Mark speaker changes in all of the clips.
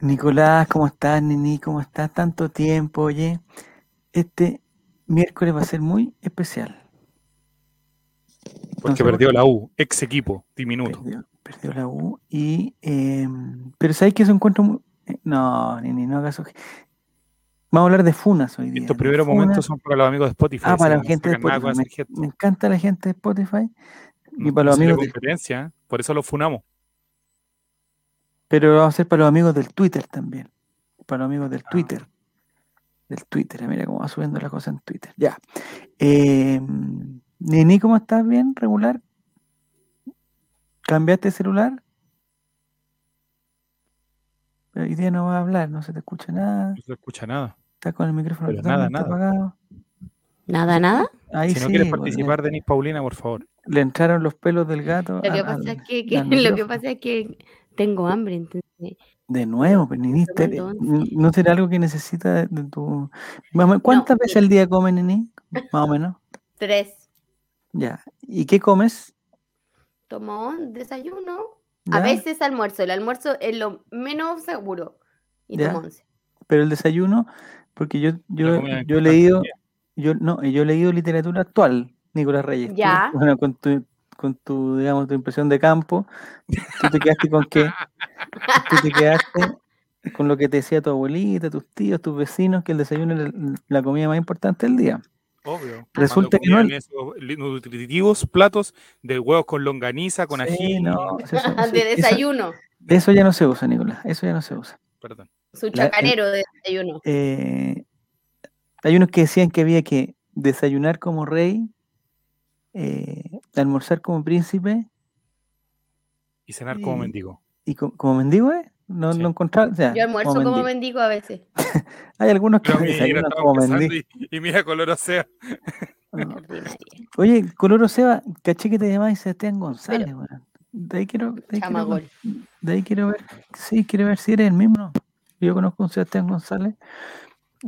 Speaker 1: Nicolás, ¿cómo estás, Nini? ¿Cómo estás? Tanto tiempo, oye. Este miércoles va a ser muy especial.
Speaker 2: Porque
Speaker 1: No sé por
Speaker 2: perdió la U, ex equipo, diminuto.
Speaker 1: Perdió, perdió la U y... eh, pero ¿sabes que eso encuentro muy... eh, No, Nini, no hagas... oje- Vamos a hablar de funas hoy día.
Speaker 2: Estos
Speaker 1: de
Speaker 2: primeros
Speaker 1: funas.
Speaker 2: momentos son para los amigos de Spotify.
Speaker 1: Ah,
Speaker 2: así
Speaker 1: para
Speaker 2: que
Speaker 1: la
Speaker 2: no
Speaker 1: gente de
Speaker 2: sacan nada con
Speaker 1: Spotify.
Speaker 2: ese gesto.
Speaker 1: Me, me encanta la gente de Spotify y
Speaker 2: No-
Speaker 1: para
Speaker 2: no
Speaker 1: los
Speaker 2: sirve
Speaker 1: amigos... de-
Speaker 2: competencia, ¿eh? por eso los funamos.
Speaker 1: pero lo vamos a hacer para los amigos del Twitter también. Para los amigos del
Speaker 2: Ah.
Speaker 1: Twitter. Del Twitter. Mira cómo va subiendo la cosa en Twitter. Ya. Eh, Nini, ¿cómo estás? ¿Bien? ¿Regular? ¿Cambiaste de celular? Pero hoy día no va a hablar, no se te escucha nada.
Speaker 2: No se escucha nada.
Speaker 1: Está con el micrófono
Speaker 2: Pero nada,
Speaker 1: totalmente
Speaker 2: nada.
Speaker 1: apagado.
Speaker 3: Nada, nada.
Speaker 1: Ahí sí,
Speaker 2: si no
Speaker 1: pues, eh.
Speaker 2: quieres
Speaker 1: bueno, le-
Speaker 2: participar, Denis Paulina, por favor.
Speaker 1: le entraron los pelos del gato.
Speaker 3: Lo que
Speaker 1: al-
Speaker 3: pasa es
Speaker 1: al-
Speaker 3: que, que-
Speaker 1: al
Speaker 3: lo que
Speaker 1: micrófono.
Speaker 3: pasa es que tengo hambre, entonces.
Speaker 1: De nuevo, pues, pero Nini,
Speaker 3: estoy
Speaker 1: te-
Speaker 3: tomando once.
Speaker 1: eh, ¿no será algo que necesita de, de tu... Mamá, ¿Cuántas veces
Speaker 3: mira.
Speaker 1: al día come Nini? Más o menos.
Speaker 3: Tres.
Speaker 1: Ya. ¿Y qué comes?
Speaker 3: Tomo un desayuno.
Speaker 1: Ya.
Speaker 3: A veces almuerzo. El almuerzo es lo menos seguro. Y
Speaker 1: Ya.
Speaker 3: tomo once.
Speaker 1: Pero el desayuno, porque yo,
Speaker 2: La
Speaker 1: yo,
Speaker 2: comida
Speaker 1: yo he
Speaker 2: importante
Speaker 1: leído...
Speaker 2: también.
Speaker 1: Yo no, yo he leído literatura actual, Nicolás Reyes. Tú,
Speaker 3: Ya.
Speaker 1: bueno, con tu, con tu, digamos, tu impresión de campo, tú te quedaste con qué? Tú te quedaste con lo que te decía tu abuelita, tus tíos, tus vecinos, que el desayuno era el- la comida más importante del día.
Speaker 2: Obvio.
Speaker 1: Resulta
Speaker 2: Cuando
Speaker 1: que no-
Speaker 2: comían esos li- nutritivos platos de huevos con longaniza, con
Speaker 1: Sí,
Speaker 2: ají.
Speaker 1: no, eso- eso-
Speaker 3: de
Speaker 1: eso-
Speaker 3: desayuno.
Speaker 1: eso ya no se usa, Nicolás, eso ya no se usa.
Speaker 2: Perdón.
Speaker 3: Su
Speaker 1: la- el-
Speaker 3: chacarero de desayuno.
Speaker 1: eh, hay unos que decían que había que desayunar como rey, eh, almorzar como príncipe
Speaker 2: Y cenar como
Speaker 1: Y-
Speaker 2: mendigo.
Speaker 1: y co- como mendigo, ¿eh? No,
Speaker 2: Sí.
Speaker 1: no encontrar. o sea,
Speaker 3: Yo almuerzo
Speaker 1: como
Speaker 3: como
Speaker 1: mendigo.
Speaker 3: mendigo a veces.
Speaker 1: Hay algunos que
Speaker 2: Pero mira,
Speaker 1: desayunan
Speaker 2: estaba
Speaker 1: como
Speaker 2: empezando
Speaker 1: mendigo.
Speaker 2: y, y mira color osea.
Speaker 3: Qué
Speaker 1: ¿no?
Speaker 3: ordinaria.
Speaker 1: Oye, Coloro Seba, caché que te llamás Sebastián González, weón. De ahí quiero, de ahí quiero ver,
Speaker 3: Chamagol.
Speaker 1: de ahí quiero ver, sí, quiero ver si eres el mismo. Yo conozco a un Sebastián González,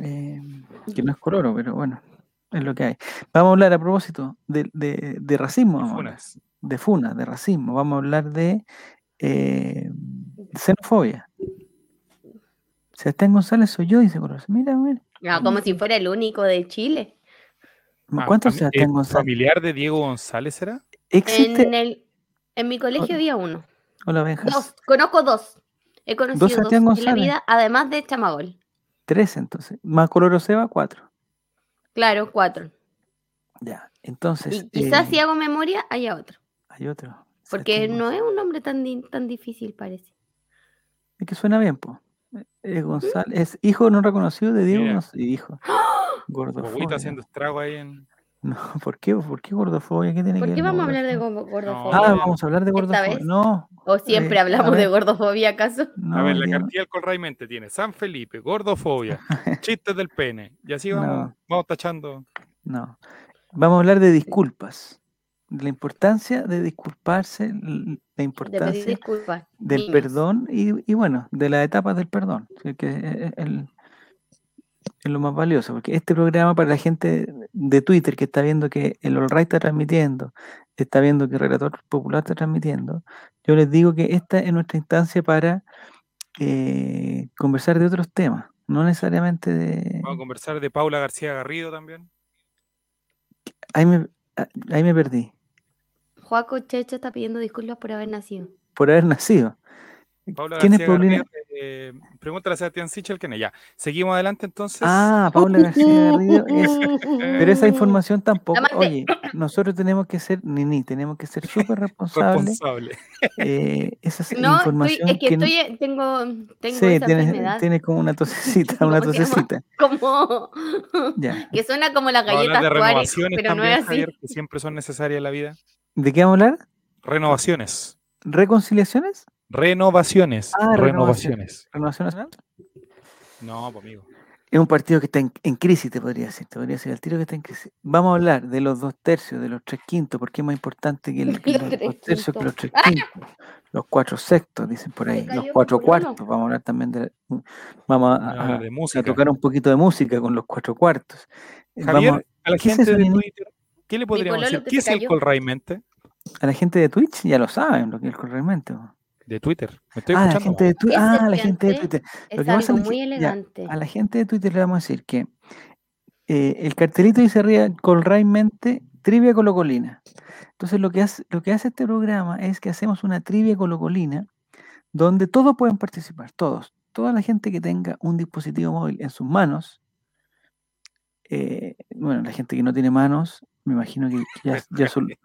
Speaker 1: eh, que no es Coloro, pero bueno, es lo que hay. Vamos a hablar a propósito de, de, de racismo, vamos a hablar,
Speaker 2: Funas.
Speaker 1: de funa, de racismo, vamos a hablar de eh, xenofobia. Sebastián González soy yo, dice Coloro. Mira, mira.
Speaker 3: No, Ah, como si fuera el único de Chile.
Speaker 2: Ah,
Speaker 1: ¿Cuántos
Speaker 2: fami-
Speaker 1: Sebastián
Speaker 2: eh,
Speaker 1: González?
Speaker 2: ¿Familiar de Diego González será?
Speaker 1: ¿Existe? Oh,
Speaker 3: En, el, en mi colegio había uno.
Speaker 1: Hola, Benjas.
Speaker 3: Dos. Conozco dos. He conocido dos,
Speaker 1: Sebastián
Speaker 3: en la
Speaker 1: González.
Speaker 3: vida, además de Chamagol.
Speaker 1: Tres entonces. Más Coloro Seba, cuatro.
Speaker 3: Claro, cuatro.
Speaker 1: Ya, entonces.
Speaker 3: Y quizás
Speaker 1: eh,
Speaker 3: si hago memoria, haya otro.
Speaker 1: Hay otro.
Speaker 3: Porque
Speaker 1: Sebastián
Speaker 3: no
Speaker 1: González.
Speaker 3: es un nombre tan, di- tan difícil, parece.
Speaker 1: Es que suena bien, po. Eh, González. Es hijo no reconocido de Diego
Speaker 2: Mira.
Speaker 1: González. Hijo.
Speaker 3: ¡Ah!
Speaker 2: Huevita
Speaker 1: Gordofobia.
Speaker 2: haciendo estrago ahí en.
Speaker 1: No, ¿por qué? ¿Por qué gordofobia? ¿Qué tiene que
Speaker 3: ¿Por qué
Speaker 1: ver la
Speaker 3: vamos a hablar de
Speaker 1: gordofobia?
Speaker 2: No,
Speaker 3: go- gordofobia?
Speaker 1: Ah,
Speaker 2: gordofobia?
Speaker 1: vamos a hablar de
Speaker 3: Esta
Speaker 1: gordofobia.
Speaker 3: vez.
Speaker 1: No.
Speaker 3: ¿O siempre
Speaker 1: eh, a
Speaker 3: hablamos de
Speaker 1: ver,
Speaker 3: gordofobia, acaso?
Speaker 1: no,
Speaker 2: A ver, la
Speaker 1: Diego,
Speaker 2: cartilla del Colraimente tiene San Felipe, gordofobia, chistes del pene. Y así
Speaker 1: No.
Speaker 2: vamos, vamos tachando.
Speaker 1: No. Vamos a hablar de disculpas. La importancia de disculparse, l- la
Speaker 3: De pedir
Speaker 1: importancia
Speaker 3: disculpas.
Speaker 1: del
Speaker 3: niños.
Speaker 1: perdón y, y bueno, de las etapas del perdón, que que es, el- es lo más valioso, porque este programa para la gente de Twitter que está viendo que el All Right está transmitiendo, está viendo que el Relator Popular está transmitiendo, yo les digo que esta es nuestra instancia para eh, conversar de otros temas, no necesariamente de...
Speaker 2: Vamos a conversar de Paula García Garrido también.
Speaker 1: Ahí me, ah, ahí me perdí,
Speaker 3: Joaco Checha está pidiendo disculpas por haber nacido.
Speaker 1: por haber nacido.
Speaker 2: Paula
Speaker 1: ¿Quién es
Speaker 2: García
Speaker 1: Paulina?
Speaker 2: Garrido. eh, pregúntale a Sebastián Sichel quién es. Ya. Seguimos adelante entonces.
Speaker 1: Ah, Paula García Garrido es... Pero esa información tampoco,
Speaker 3: Mm. Además de-
Speaker 1: oye, nosotros tenemos que ser, Nini, tenemos que ser súper responsables.
Speaker 2: responsable.
Speaker 1: eh, esa es
Speaker 3: No, estoy,
Speaker 1: información
Speaker 3: es que,
Speaker 1: que no-
Speaker 3: estoy, eh, tengo, tengo
Speaker 1: Sí,
Speaker 3: esa
Speaker 1: tienes,
Speaker 3: enfermedad.
Speaker 1: tienes como una tosecita, una
Speaker 3: ¿Cómo se llama?
Speaker 1: tosecita.
Speaker 3: Como...
Speaker 1: Ya.
Speaker 3: que suena como las
Speaker 2: Vamos a
Speaker 3: galletas
Speaker 2: hablar de
Speaker 3: Juárez,
Speaker 2: renovaciones
Speaker 3: pero no
Speaker 2: también,
Speaker 3: es así.
Speaker 2: Javier, que siempre son necesarias en la vida.
Speaker 1: ¿De qué vamos a hablar?
Speaker 2: Renovaciones.
Speaker 1: ¿Reconciliaciones?
Speaker 2: Renovaciones.
Speaker 1: Ah,
Speaker 2: renovaciones.
Speaker 1: ¿Renovación Nacional?
Speaker 2: No, pues,
Speaker 1: Ah,
Speaker 2: amigo.
Speaker 1: Es un partido que está en, en crisis, te podría decir, te podría decir el tiro que está en crisis. Vamos a hablar de los dos tercios, de los tres quintos, porque es más importante que, el- que
Speaker 3: Los
Speaker 1: los,
Speaker 3: tres
Speaker 1: dos tercios que los tres
Speaker 3: quintos. ¡Ah!
Speaker 1: quintos. Los cuatro sextos, dicen por
Speaker 3: Me
Speaker 1: ahí. Los
Speaker 3: cayó
Speaker 1: cuatro
Speaker 3: Populolo.
Speaker 1: cuartos. Vamos a hablar también de... la- Vamos a-
Speaker 2: Vamos a
Speaker 1: a,
Speaker 2: hablar de
Speaker 1: a
Speaker 2: música.
Speaker 1: tocar un poquito de música con los cuatro cuartos. Eh,
Speaker 2: Javier,
Speaker 1: Vamos
Speaker 2: a la
Speaker 1: ¿qué es
Speaker 2: gente
Speaker 1: eso,
Speaker 2: de
Speaker 1: Nini?
Speaker 2: Twitter, ¿qué le podríamos decir?
Speaker 3: pololo que
Speaker 2: ¿Qué
Speaker 3: se
Speaker 2: es el
Speaker 3: cayó.
Speaker 2: Colraimente?
Speaker 1: a la gente de Twitch, ya lo saben lo que es realmente. po.
Speaker 2: de Twitter. Me estoy
Speaker 1: ah, la
Speaker 2: escuchando.
Speaker 1: gente de Twitter.
Speaker 4: Es
Speaker 1: Ah, la gente de
Speaker 4: elegante,
Speaker 1: Twitter. Lo
Speaker 4: Es
Speaker 1: que pasa
Speaker 4: algo
Speaker 1: es que-
Speaker 4: muy
Speaker 1: ya,
Speaker 4: elegante.
Speaker 1: A la gente de Twitter le vamos a decir que eh, el cartelito dice arriba, colrainmente, trivia colocolina. Entonces lo que, hace, lo que hace este programa es que hacemos una trivia colocolina donde todos pueden participar, todos. Toda la gente que tenga un dispositivo móvil en sus manos, eh, bueno, la gente que no tiene manos, me imagino que ya, ya, sol-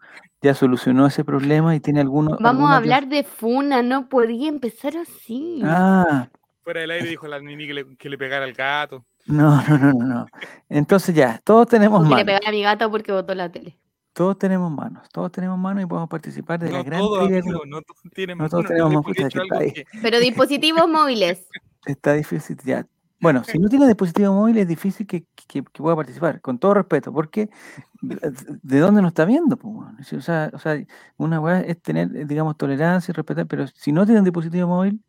Speaker 1: ya solucionó ese problema y tiene alguno...
Speaker 4: Vamos
Speaker 1: alguno
Speaker 4: a
Speaker 1: que-
Speaker 4: hablar de Funa, no podía empezar así.
Speaker 1: Ah,
Speaker 2: Fuera del aire dijo la Nini que le, que le pegara al gato.
Speaker 1: No, no, no, no, no. Entonces ya, todos tenemos
Speaker 4: O que le
Speaker 1: manos.
Speaker 4: pegar a mi gato porque botó la tele.
Speaker 1: Todos tenemos manos. Todos tenemos manos y podemos participar de la
Speaker 2: No
Speaker 1: gran
Speaker 2: todos,
Speaker 1: trivia.
Speaker 2: amigo,
Speaker 1: colo-
Speaker 2: no todos tienen
Speaker 1: no todos
Speaker 2: manos,
Speaker 1: tenemos
Speaker 2: les
Speaker 1: manos,
Speaker 2: hemos
Speaker 1: pucha,
Speaker 2: hecho
Speaker 1: que
Speaker 2: algo
Speaker 1: está ahí.
Speaker 2: que-
Speaker 4: Pero dispositivos móviles.
Speaker 1: Está difícil ya. Bueno, si no tienes dispositivo móvil es difícil que, que- que pueda participar, con todo respeto, porque de- ¿de dónde nos está viendo? po, weón? Si, O sea, o sea, una weá es tener, eh, digamos, tolerancia y respetar, pero si no tienen dispositivo móvil,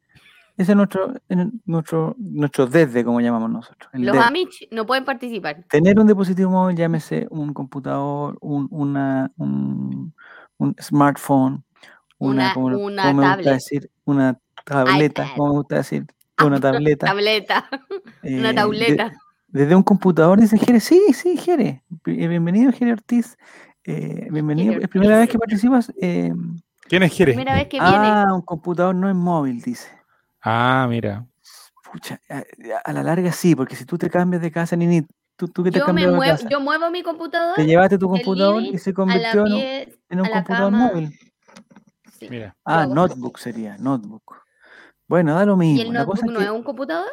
Speaker 1: ese es nuestro, en- nuestro, nuestro desde, como llamamos nosotros. el
Speaker 4: Los
Speaker 1: desde.
Speaker 4: Amish no pueden participar.
Speaker 1: tener un dispositivo móvil, llámese un computador, un, una, un, un smartphone, una,
Speaker 4: Una-
Speaker 1: como, lo-
Speaker 4: una
Speaker 1: como me gusta
Speaker 4: tablet.
Speaker 1: decir, una tableta,
Speaker 4: iPad.
Speaker 1: como me gusta decir, una tableta.
Speaker 4: Tableta,
Speaker 1: eh,
Speaker 4: una
Speaker 1: de-
Speaker 4: tableta.
Speaker 1: desde un computador, dice Jere, sí, sí, Jere. bi- eh, Bienvenido, Jere Ortiz. eh, bienvenido.
Speaker 4: Jere
Speaker 1: ¿Es primera vez
Speaker 4: Ortiz.
Speaker 1: que participas? Eh,
Speaker 2: ¿Quién es Jerez?
Speaker 4: Primera vez que viene.
Speaker 1: ah, un computador no es móvil, dice.
Speaker 2: Ah, mira.
Speaker 1: Pucha, a, a la larga sí, porque si tú te cambias de casa, Nini, tú, tú que te
Speaker 4: Yo, me
Speaker 1: cambias de
Speaker 4: muevo,
Speaker 1: casa,
Speaker 4: yo muevo mi computador
Speaker 1: te llevaste tu
Speaker 4: del
Speaker 1: computador y
Speaker 4: living
Speaker 1: se
Speaker 4: a la
Speaker 1: convirtió en un,
Speaker 4: pie.
Speaker 1: En un
Speaker 4: a la
Speaker 1: computador
Speaker 4: cama.
Speaker 1: móvil.
Speaker 4: sí.
Speaker 2: Mira.
Speaker 1: Ah,
Speaker 4: hago así.
Speaker 1: notebook sería, notebook. Bueno, da lo mismo.
Speaker 4: ¿Y el
Speaker 1: la cosa
Speaker 4: notebook
Speaker 1: es
Speaker 4: no
Speaker 1: que,
Speaker 4: es un computador?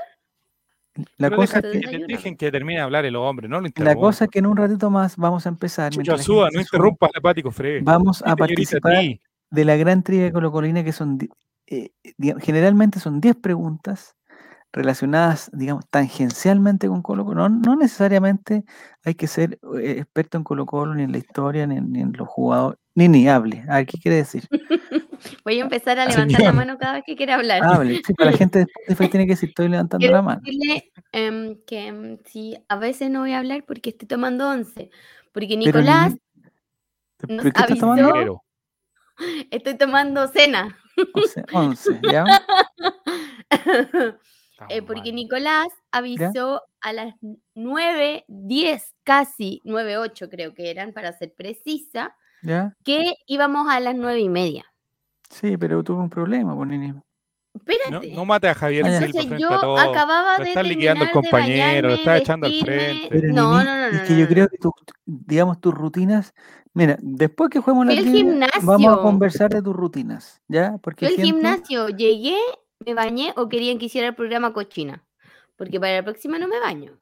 Speaker 1: la
Speaker 2: Pero
Speaker 1: cosa es
Speaker 2: deja-
Speaker 1: que,
Speaker 4: que-
Speaker 2: de- dejen que termine de hablar el hombre, no lo
Speaker 1: la
Speaker 2: interrumpa.
Speaker 1: cosa es que en un ratito más vamos a empezar.
Speaker 2: Chucha,
Speaker 1: mientras la
Speaker 2: suba,
Speaker 1: gente
Speaker 2: no
Speaker 1: se sube,
Speaker 2: interrumpa al apático Fred.
Speaker 1: Vamos a
Speaker 2: Señorita,
Speaker 1: participar
Speaker 2: ti.
Speaker 1: de la gran trivia colocolina que son, di- eh, digamos, generalmente son 10 preguntas relacionadas, digamos, tangencialmente con Colo Colo. No, no necesariamente hay que ser eh, experto en Colo Colo, ni en la historia, ni en, ni en los jugadores, ni ni hable. A ver, ¿qué quiere decir?
Speaker 4: Voy a empezar
Speaker 1: Ah,
Speaker 4: a levantar la
Speaker 2: señor.
Speaker 4: mano cada vez que quiera hablar.
Speaker 1: Hable. Sí, para la gente de Spotify tiene que decir, estoy levantando
Speaker 4: Quiero
Speaker 1: la mano.
Speaker 4: decirle em, que em, sí, a veces no voy a hablar porque estoy tomando once. Porque
Speaker 1: Pero
Speaker 4: Nicolás,
Speaker 1: ni- ¿Pero
Speaker 4: nos
Speaker 1: qué estás
Speaker 4: avisó-
Speaker 1: tomando?
Speaker 4: Yo- estoy tomando cena.
Speaker 1: O sea, 11, ¿ya?
Speaker 4: Eh, porque Nicolás avisó a las 9.10, casi 9.08 creo que eran, para ser precisa,
Speaker 1: ¿Ya?
Speaker 4: que íbamos a las 9 y media.
Speaker 1: Sí, pero tuve un problema, pues, Nini.
Speaker 2: No,
Speaker 4: Espérate.
Speaker 2: no mate a Javier
Speaker 1: Ah, ya.
Speaker 2: Silva
Speaker 4: Entonces
Speaker 2: frente
Speaker 4: yo
Speaker 2: a todos.
Speaker 4: acababa
Speaker 2: Lo
Speaker 4: de
Speaker 2: está liquidando el
Speaker 4: terminar
Speaker 2: compañero, lo
Speaker 4: de
Speaker 2: está
Speaker 4: bañarme,
Speaker 2: echando al
Speaker 4: vestirme.
Speaker 2: frente.
Speaker 1: Pero,
Speaker 4: No,
Speaker 1: Nini,
Speaker 4: no, no, no.
Speaker 1: es que yo
Speaker 4: no,
Speaker 1: creo que tus, digamos, tus rutinas... Mira, después que juguemos la
Speaker 4: Fui al
Speaker 1: trivia, vamos a
Speaker 4: gimnasio.
Speaker 1: conversar de tus rutinas, ¿ya? Porque
Speaker 4: Yo al
Speaker 1: gente-
Speaker 4: gimnasio llegué, me bañé o querían que hiciera el programa cochina. Porque para la próxima no me baño.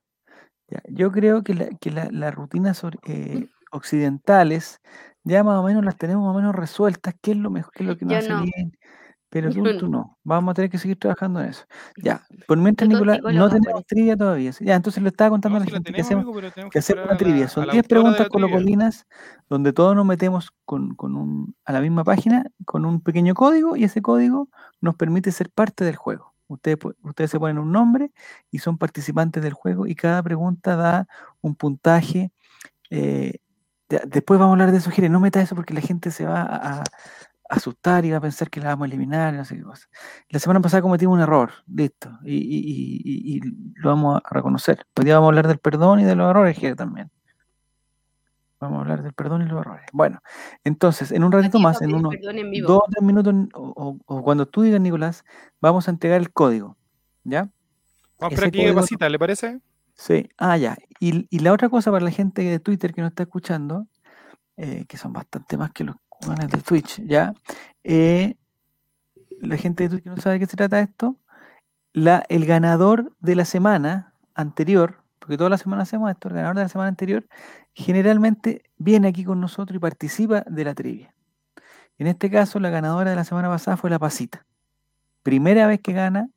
Speaker 1: ya, yo creo que, la- que la- las rutinas or-
Speaker 2: Mm.
Speaker 1: eh, occidentales ya más o menos las tenemos más o menos resueltas, qué es lo mejor, qué es lo que nos
Speaker 4: Yo
Speaker 1: hace
Speaker 4: no.
Speaker 1: bien, pero tú,
Speaker 4: Yo
Speaker 1: tú no. Vamos a tener que seguir trabajando en eso. Ya, por mientras,
Speaker 4: Soy
Speaker 1: Nicolás, no
Speaker 4: toxicóloga, por
Speaker 1: tenemos
Speaker 4: eso.
Speaker 1: trivia todavía. Ya, entonces le estaba contando
Speaker 2: No,
Speaker 1: a la
Speaker 2: si la
Speaker 1: gente que
Speaker 2: tenemos,
Speaker 1: hacemos
Speaker 2: amigo, pero tenemos
Speaker 1: que
Speaker 2: que
Speaker 1: hacemos
Speaker 2: esperar
Speaker 1: una
Speaker 2: a la-
Speaker 1: trivia.
Speaker 2: a
Speaker 1: Son
Speaker 2: la
Speaker 1: 10
Speaker 2: autora de la
Speaker 1: preguntas
Speaker 2: trivia.
Speaker 1: colocolinas donde todos nos metemos con, con un, a la misma página con un pequeño código y ese código nos permite ser parte del juego. Ustedes, pu- ustedes se ponen un nombre y son participantes del juego y cada pregunta da un puntaje. eh, ya, después vamos a hablar de eso, Jere, No meta eso porque la gente se va a, a asustar y va a pensar que la vamos a eliminar, no sé qué cosa. La semana pasada cometimos un error, listo, y, y- y- y- y lo vamos a reconocer. Hoy día vamos a hablar del perdón y de los errores, Jere, también. Vamos a hablar del perdón y los errores. Bueno, entonces, en un ratito
Speaker 4: Aquí
Speaker 1: más,
Speaker 4: vamos a
Speaker 1: en
Speaker 4: pedir
Speaker 1: unos
Speaker 4: perdón en vivo.
Speaker 1: dos o tres minutos, n- o, o- o cuando tú digas, Nicolás, vamos a entregar el código. ¿Ya?
Speaker 2: Vamos
Speaker 1: Ese
Speaker 2: por aquí,
Speaker 1: código-
Speaker 2: pasita, ¿le parece?
Speaker 1: Sí. Ah, ya. Y, y la otra cosa para la gente de Twitter que no está escuchando, eh, que son bastante más que los cubanos de Twitch, ¿ya? Eh, la gente de Twitch que no sabe de qué se trata esto, la, el ganador de la semana anterior, porque toda la semana hacemos esto, el ganador de la semana anterior, generalmente viene aquí con nosotros y participa de la trivia. En este caso, la ganadora de la semana pasada fue la Pasita. Primera vez que gana,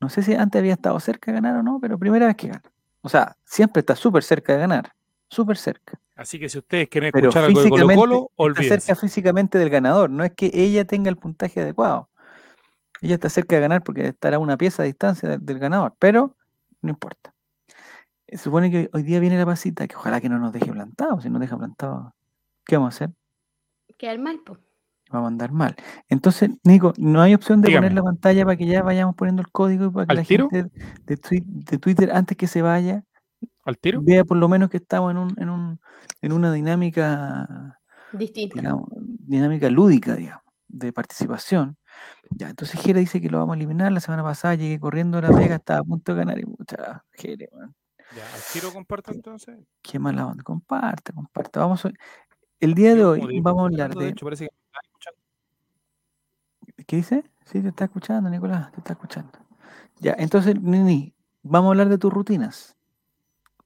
Speaker 1: no sé si antes había estado cerca de ganar o no, pero primera vez que gana. O sea, siempre está súper cerca de ganar, súper cerca.
Speaker 2: Así que si ustedes quieren
Speaker 1: Pero
Speaker 2: escuchar algo de Colo
Speaker 1: físicamente
Speaker 2: Colo,
Speaker 1: Está cerca
Speaker 2: olvídense.
Speaker 1: físicamente del ganador, no es que ella tenga el puntaje adecuado. Ella está cerca de ganar porque estará a una pieza de distancia del, del ganador, pero no importa. Eh, Se supone que hoy día viene la pasita, que ojalá que no nos deje plantados, si nos deja plantados, ¿qué vamos a hacer?
Speaker 4: Quedar mal, po.
Speaker 1: Vamos a andar mal. Entonces, Nico, no hay opción de
Speaker 2: Dígame.
Speaker 1: poner la pantalla para que ya vayamos poniendo el código y para que
Speaker 2: ¿Al
Speaker 1: la
Speaker 2: tiro?
Speaker 1: gente de, Twi- de Twitter, antes que se vaya,
Speaker 2: ¿Al tiro?
Speaker 1: vea por lo menos que estamos en, un, en, un, en una dinámica,
Speaker 3: Distinto.
Speaker 1: digamos, dinámica lúdica, digamos, de participación. Ya, entonces Jere dice que lo vamos a eliminar. La semana pasada llegué corriendo a la pega, estaba a punto de ganar y mucha Jere, weón.
Speaker 2: Ya, ¿Al tiro comparto entonces?
Speaker 1: Qué mala onda. Comparte, comparte. Vamos a- El día de
Speaker 2: Yo
Speaker 1: hoy
Speaker 2: como digo,
Speaker 1: vamos a hablar
Speaker 2: escuchando, De
Speaker 1: de.
Speaker 2: hecho, parece que me están escuchando.
Speaker 1: ¿Qué dice? Sí, te está escuchando, Nicolás, te está escuchando. Ya, entonces, Nini, vamos a hablar de tus rutinas.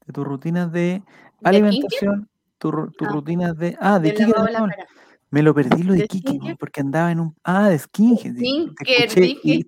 Speaker 1: De tus rutinas de
Speaker 3: ¿De
Speaker 1: alimentación, tus ru- tus
Speaker 3: Ah.
Speaker 1: rutinas de. Ah, de
Speaker 3: Del
Speaker 1: Quique
Speaker 3: lavado de la
Speaker 1: también.
Speaker 3: cara.
Speaker 1: Me lo perdí lo de
Speaker 3: ¿De
Speaker 1: Quique, weón,
Speaker 3: Skinker?
Speaker 1: porque andaba en un. Ah, de Skinhead. di- Te
Speaker 3: Skinker,
Speaker 1: escuché,
Speaker 3: dije.
Speaker 1: y-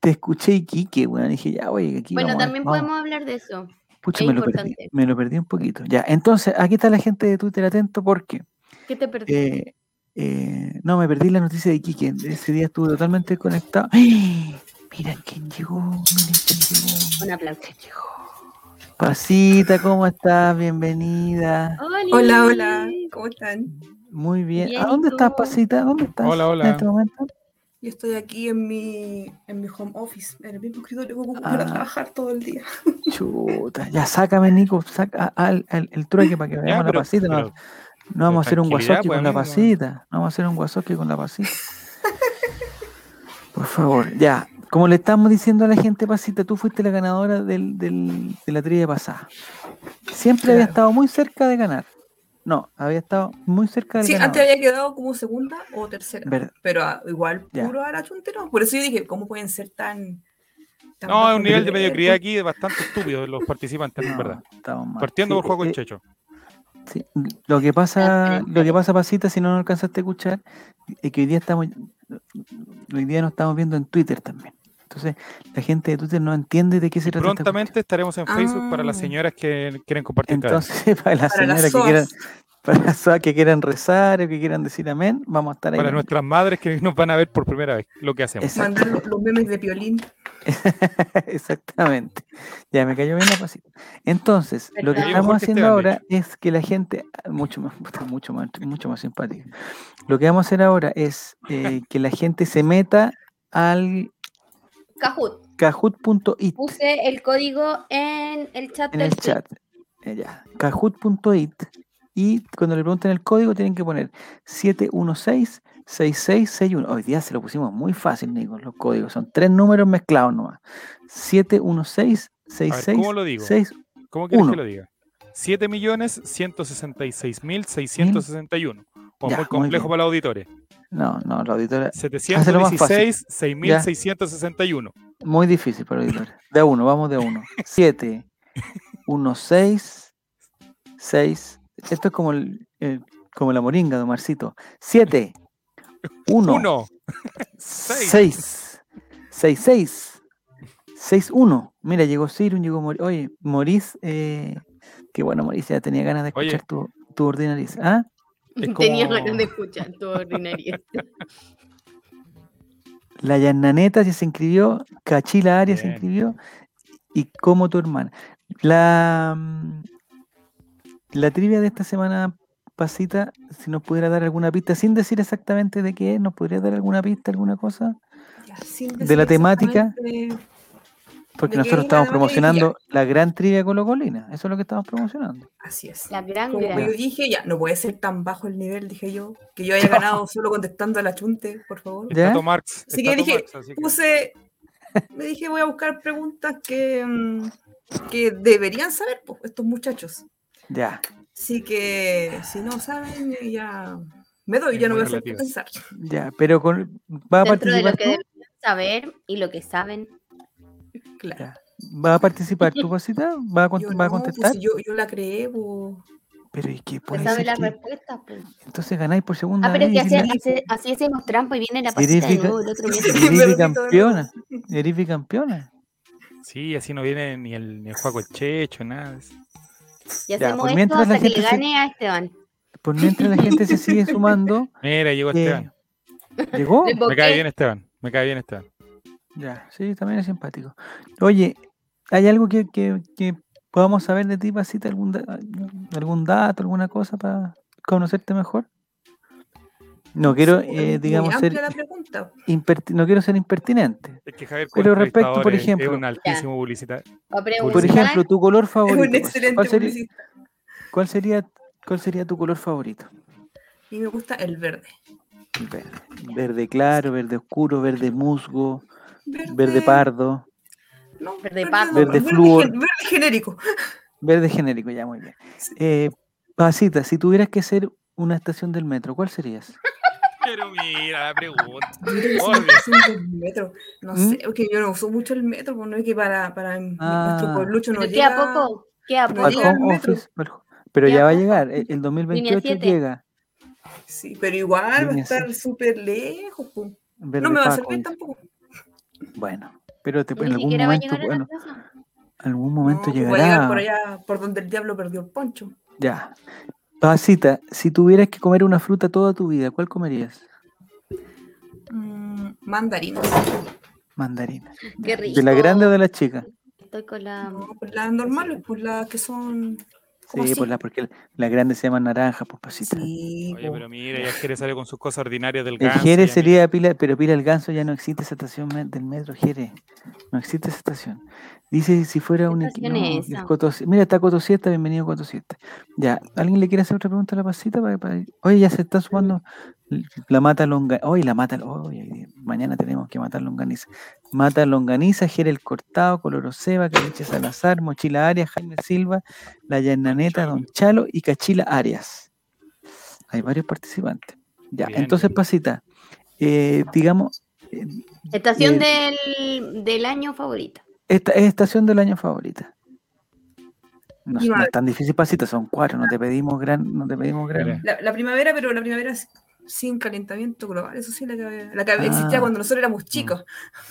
Speaker 1: te escuché y Quique, weón. Dije, ya, oye, aquí
Speaker 3: Bueno,
Speaker 1: vamos a-
Speaker 3: también
Speaker 1: vamos.
Speaker 3: podemos hablar de eso.
Speaker 1: Pucha,
Speaker 3: es
Speaker 1: me lo perdí.
Speaker 3: importante.
Speaker 1: Me lo perdí un poquito. Ya, entonces, aquí está la gente de Twitter atento porque.
Speaker 3: ¿Qué te perdí?
Speaker 1: Eh, eh, no, me perdí la noticia de Quique. Ese día estuve totalmente conectado. ¡Ay! Mira quién llegó, mira quién llegó,
Speaker 3: Un aplauso.
Speaker 1: quién llegó. Pasita, ¿cómo estás? Bienvenida.
Speaker 5: Hola, hola, ¿cómo están?
Speaker 1: Muy bien.
Speaker 3: Bien,
Speaker 1: ¿A
Speaker 3: ¿y
Speaker 1: dónde estás,
Speaker 3: tú?
Speaker 1: Pasita? ¿Dónde estás?
Speaker 2: Hola, hola.
Speaker 1: En este momento.
Speaker 5: Yo estoy aquí en mi, en mi home office, en el mismo escritorio que ocupo para
Speaker 1: Ah.
Speaker 5: trabajar todo el día.
Speaker 1: Chuta. Ya, sácame, Nico. Saca al, al- el trueque para que
Speaker 2: Ya,
Speaker 1: veamos
Speaker 2: pero-
Speaker 1: la pasita. No,
Speaker 2: pero-
Speaker 1: no vamos a hacer un
Speaker 2: tranquilidad,
Speaker 1: guasoque
Speaker 2: pues,
Speaker 1: con la
Speaker 2: amigo.
Speaker 1: pasita. No vamos a hacer un guasoque con la pasita. Por favor, ya. Como le estamos diciendo a la gente, Pasita, tú fuiste la ganadora del- del- de la trivia pasada. Siempre había
Speaker 5: Claro.
Speaker 1: estado muy cerca de ganar. No, había estado muy cerca de
Speaker 5: Sí,
Speaker 1: ganar.
Speaker 5: antes había quedado como segunda o tercera,
Speaker 1: Ver-
Speaker 5: pero ah, igual
Speaker 1: Ya.
Speaker 5: puro arachuntero. Por eso yo dije, ¿cómo pueden ser tan... tan
Speaker 2: No, hay
Speaker 5: bajos
Speaker 2: un nivel de
Speaker 5: nivel?
Speaker 2: mediocridad aquí bastante estúpido de los participantes, en
Speaker 1: no,
Speaker 2: verdad.
Speaker 1: estamos mal.
Speaker 2: Partiendo
Speaker 1: Sí,
Speaker 2: por juego
Speaker 1: eh,
Speaker 2: en Checho.
Speaker 1: sí. Lo que pasa,
Speaker 3: Espera,
Speaker 1: lo que pasa, Pasita, si no nos alcanzaste a escuchar, es que hoy día estamos, hoy día nos estamos viendo en Twitter también. Entonces, la gente de Twitter no entiende de qué se trata. esta
Speaker 2: Prontamente estaremos en Facebook para las
Speaker 5: Ah.
Speaker 2: señoras que quieren compartir cada vez.
Speaker 1: Entonces, para las
Speaker 5: Para
Speaker 1: señoras
Speaker 5: las
Speaker 1: que quieran,
Speaker 5: SOAS.
Speaker 1: para las SOAS que quieran rezar o que quieran decir amén, vamos a estar ahí.
Speaker 2: Para nuestras madres que nos van a ver por primera vez lo que hacemos.
Speaker 1: Es-
Speaker 5: Mandar los, los memes de Piolín.
Speaker 1: Exactamente. Ya me cayó bien la pasita. Entonces, lo que
Speaker 3: Perfecto.
Speaker 1: estamos
Speaker 2: Mejor que
Speaker 1: haciendo
Speaker 2: Esteban, de
Speaker 1: ahora es que la gente, ah, mucho más, puta, mucho más, mucho más simpática. Lo que vamos a hacer ahora es eh, que la gente se meta al
Speaker 3: Cajut,
Speaker 1: kahoot.it.
Speaker 3: puse el código en el chat
Speaker 1: en
Speaker 3: del
Speaker 1: el chat. eh, ya, Kahoot.it. Y cuando le pregunten el código, tienen que poner 716-6661. Hoy día se lo pusimos muy fácil, Nico, los códigos. Son tres números mezclados nomás.
Speaker 2: A ver, ¿cómo lo digo?
Speaker 1: 716-6661.
Speaker 2: ¿Cómo quieres
Speaker 1: uno.
Speaker 2: que lo diga? 7.166.661. O
Speaker 1: Ya,
Speaker 2: muy
Speaker 1: muy
Speaker 2: complejo
Speaker 1: bien.
Speaker 2: para los auditores.
Speaker 1: No, no, la auditora. más fácil.
Speaker 2: 716.661.
Speaker 1: Muy difícil para la auditora. De a uno, vamos de a uno. 7, 1, 6, 6. Esto es como, el, el- como la moringa de Omarcito. 7, 1,
Speaker 2: 1.
Speaker 1: 6. 6, 6. 6, 1. Mira, llegó Sirun, llegó Mor Oye, Morís, eh, qué bueno, Morís, ya tenía ganas de
Speaker 2: Oye.
Speaker 1: escuchar tu, tu ordinariz. ¿Ah?
Speaker 2: Es
Speaker 3: chat. Tenía
Speaker 2: como-
Speaker 3: ganas de escuchar tu ordinaria.
Speaker 1: La Yananeta sí se inscribió, Cachila Arias se
Speaker 2: Bien.
Speaker 1: inscribió, y como tu hermana. La, mm, la trivia de esta semana, Pasita, si nos pudiera dar alguna pista, sin decir exactamente de qué es, ¿nos podría dar alguna pista, alguna cosa?
Speaker 5: Ya, sin
Speaker 1: ¿De
Speaker 5: decir
Speaker 1: la temática?
Speaker 5: exactamente-
Speaker 1: Porque
Speaker 5: ¿De qué
Speaker 1: nosotros
Speaker 5: es la
Speaker 1: estamos
Speaker 5: temática hoy día?
Speaker 1: promocionando la gran trivia colocolina, eso es lo que estamos promocionando.
Speaker 5: Así es.
Speaker 3: La gran,
Speaker 5: Como yo
Speaker 3: gran.
Speaker 5: dije, ya, no puede ser tan bajo el nivel, dije yo, que yo haya ganado solo contestando al achunte, por favor.
Speaker 1: ¿Ya?
Speaker 2: Tato Marx.
Speaker 5: Así
Speaker 2: es
Speaker 5: que
Speaker 2: Tato
Speaker 5: dije,
Speaker 2: Marx, así que-
Speaker 5: puse, me dije voy a buscar preguntas que, mm, que deberían saber po, estos muchachos.
Speaker 1: Ya,
Speaker 5: Así que si no saben, yo ya me doy,
Speaker 2: Es
Speaker 5: ya no
Speaker 2: muy
Speaker 5: voy a hacer que
Speaker 2: relativo.
Speaker 5: pensar.
Speaker 1: ya, pero con, va a
Speaker 3: Dentro de
Speaker 1: participar
Speaker 3: lo que
Speaker 1: tú?
Speaker 3: deben saber y lo que saben.
Speaker 5: Claro.
Speaker 1: Ya. ¿Va a participar tu pasita? ¿Va a, cont-
Speaker 5: Yo
Speaker 1: va a
Speaker 5: no, pues,
Speaker 1: contestar?
Speaker 5: si yo, yo la creé, po.
Speaker 1: Pero es que
Speaker 3: Pues
Speaker 1: puede
Speaker 3: sabe
Speaker 1: ser
Speaker 3: las
Speaker 1: que-
Speaker 3: respuestas. pues.
Speaker 1: entonces ganáis por segunda
Speaker 3: Ah, pero es
Speaker 1: vez.
Speaker 3: que
Speaker 1: y
Speaker 3: así,
Speaker 1: la-
Speaker 3: así, así hacemos trampa y viene la pasita de
Speaker 1: Significa-
Speaker 3: nuevo el otro día.
Speaker 5: Sí,
Speaker 1: Eres
Speaker 5: perdí todo el
Speaker 1: bicampeona. Eres bicampeona.
Speaker 2: Sí, así no viene ni el, ni el juego el checho, nada. de eso.
Speaker 1: Ya,
Speaker 3: Y hacemos
Speaker 1: pues
Speaker 3: esto
Speaker 1: mientras la
Speaker 3: hasta que le
Speaker 1: gente se-
Speaker 3: gane a Esteban.
Speaker 1: Por mientras la gente se sigue sumando,
Speaker 2: Mira, llegó
Speaker 1: eh,
Speaker 2: Esteban.
Speaker 1: llegó.
Speaker 3: Le
Speaker 2: Me cae
Speaker 3: boqué.
Speaker 2: bien Esteban. Me cae bien Esteban.
Speaker 1: Ya, sí, también es simpático. Oye, ¿hay algo que, que, que podamos saber de ti, Pasita? ¿Algún, da- algún dato, alguna cosa para conocerte mejor? No quiero, eh,
Speaker 5: pues, Muy
Speaker 1: digamos,
Speaker 5: amplia
Speaker 1: ser
Speaker 5: la pregunta.
Speaker 1: imperti- no quiero ser impertinente.
Speaker 2: Es que Javier,
Speaker 1: Pero
Speaker 2: con
Speaker 1: respecto, por
Speaker 2: espectadores
Speaker 1: ejemplo-
Speaker 2: es un altísimo publicitario.
Speaker 3: Va a preguntar.
Speaker 1: Por ejemplo, tu color
Speaker 5: Es
Speaker 1: favorito.
Speaker 5: un
Speaker 1: pues,
Speaker 5: excelente
Speaker 1: ¿Cuál sería,
Speaker 5: publicista.
Speaker 1: cuál sería, cuál sería tu color favorito?
Speaker 5: Y me gusta el verde.
Speaker 1: Verde, Verde claro, verde oscuro, verde musgo,
Speaker 5: Verde,
Speaker 1: verde pardo,
Speaker 5: no,
Speaker 3: Verde pardo.
Speaker 1: Verde flúor.
Speaker 5: gen- verde genérico.
Speaker 1: verde genérico, ya muy bien.
Speaker 5: Sí.
Speaker 1: Eh, Pasita, si tuvieras que ser una estación del metro, ¿cuál serías?
Speaker 2: Pero mira la pregunta.
Speaker 5: Yo creo que son
Speaker 2: Obvio.
Speaker 5: 300 metros. No
Speaker 1: ¿Mm?
Speaker 5: sé, porque yo no uso mucho el metro, pues no es que para, para en-
Speaker 1: Ah.
Speaker 5: nuestro pueblucho no
Speaker 3: Pero
Speaker 5: llega.
Speaker 3: queda poco,
Speaker 5: no
Speaker 3: queda
Speaker 1: Al
Speaker 3: poco.
Speaker 5: llega al
Speaker 1: home
Speaker 5: metro.
Speaker 1: office, al ho- pero
Speaker 3: Ya,
Speaker 1: ya va a
Speaker 3: pues.
Speaker 1: llegar, e- el 2028
Speaker 3: siete.
Speaker 1: llega.
Speaker 5: Sí, pero igual va a
Speaker 1: Línea
Speaker 5: estar
Speaker 1: seis.
Speaker 5: súper lejos. pues.
Speaker 1: Verde
Speaker 5: No me va a
Speaker 1: Paco,
Speaker 5: servir
Speaker 1: dice.
Speaker 5: tampoco.
Speaker 1: Bueno, pero te-
Speaker 3: Pues
Speaker 1: en
Speaker 3: Ni
Speaker 1: algún
Speaker 3: siquiera va a
Speaker 1: momento,
Speaker 3: llegar a la
Speaker 1: bueno,
Speaker 3: plaza.
Speaker 1: algún momento
Speaker 5: No, pues
Speaker 1: llegará.
Speaker 5: voy a llegar por allá, por donde el diablo perdió el poncho.
Speaker 1: Ya. Pasita, si tuvieras que comer una fruta toda tu vida, ¿cuál comerías?
Speaker 5: Mm, mandarinas.
Speaker 1: Mandarina.
Speaker 3: Qué rico.
Speaker 1: ¿De la grande o de la chica?
Speaker 3: Estoy con
Speaker 4: Ah.
Speaker 3: la.
Speaker 5: No, pues las normales, pues las que son. como
Speaker 1: Sí,
Speaker 5: así.
Speaker 1: pues la, porque la grande se llama naranja, pues pasita.
Speaker 5: Sí,
Speaker 2: Oye,
Speaker 5: po.
Speaker 2: pero mira, ya Jerez salió con sus cosas ordinarias del
Speaker 1: El
Speaker 2: ganso.
Speaker 1: Jerez
Speaker 2: ya
Speaker 1: sería Pila, pero Pila el Ganso ya no existe esa estación me- del metro Jerez. No existe esa estación. Dice si fuera
Speaker 3: ¿Qué
Speaker 1: un equi-
Speaker 3: estación es
Speaker 1: no, el
Speaker 3: esa?
Speaker 1: Cotos- Mira, está Cotosieta, bienvenido Cotosieta. Ya, ¿alguien le quiere hacer otra pregunta a la pasita? Para, para ir? Oye, ya se está sumando l- la mata longa. Oye, la mata. Oye, mañana tenemos que matar longaniza. Mata longaniza, Jerez el Cortado, Coloroseba, Caliche Salazar, Mochila Arias, Jaime Silva, La Llananeta, Don Chalo y Cachila Arias. Hay varios participantes. Ya,
Speaker 2: Bien.
Speaker 1: entonces, pasita eh, digamos, eh,
Speaker 3: Estación
Speaker 1: eh,
Speaker 3: del, del año favorito.
Speaker 1: esta es estación del año favorita. No,
Speaker 5: Y
Speaker 1: no
Speaker 5: va-
Speaker 1: es tan difícil pasita, son cuatro, no te pedimos gran, no te pedimos gran.
Speaker 2: Mira.
Speaker 5: La, la primavera, pero la primavera s- sin calentamiento global, eso sí, la que, la que
Speaker 1: Ah.
Speaker 5: existía cuando nosotros éramos chicos.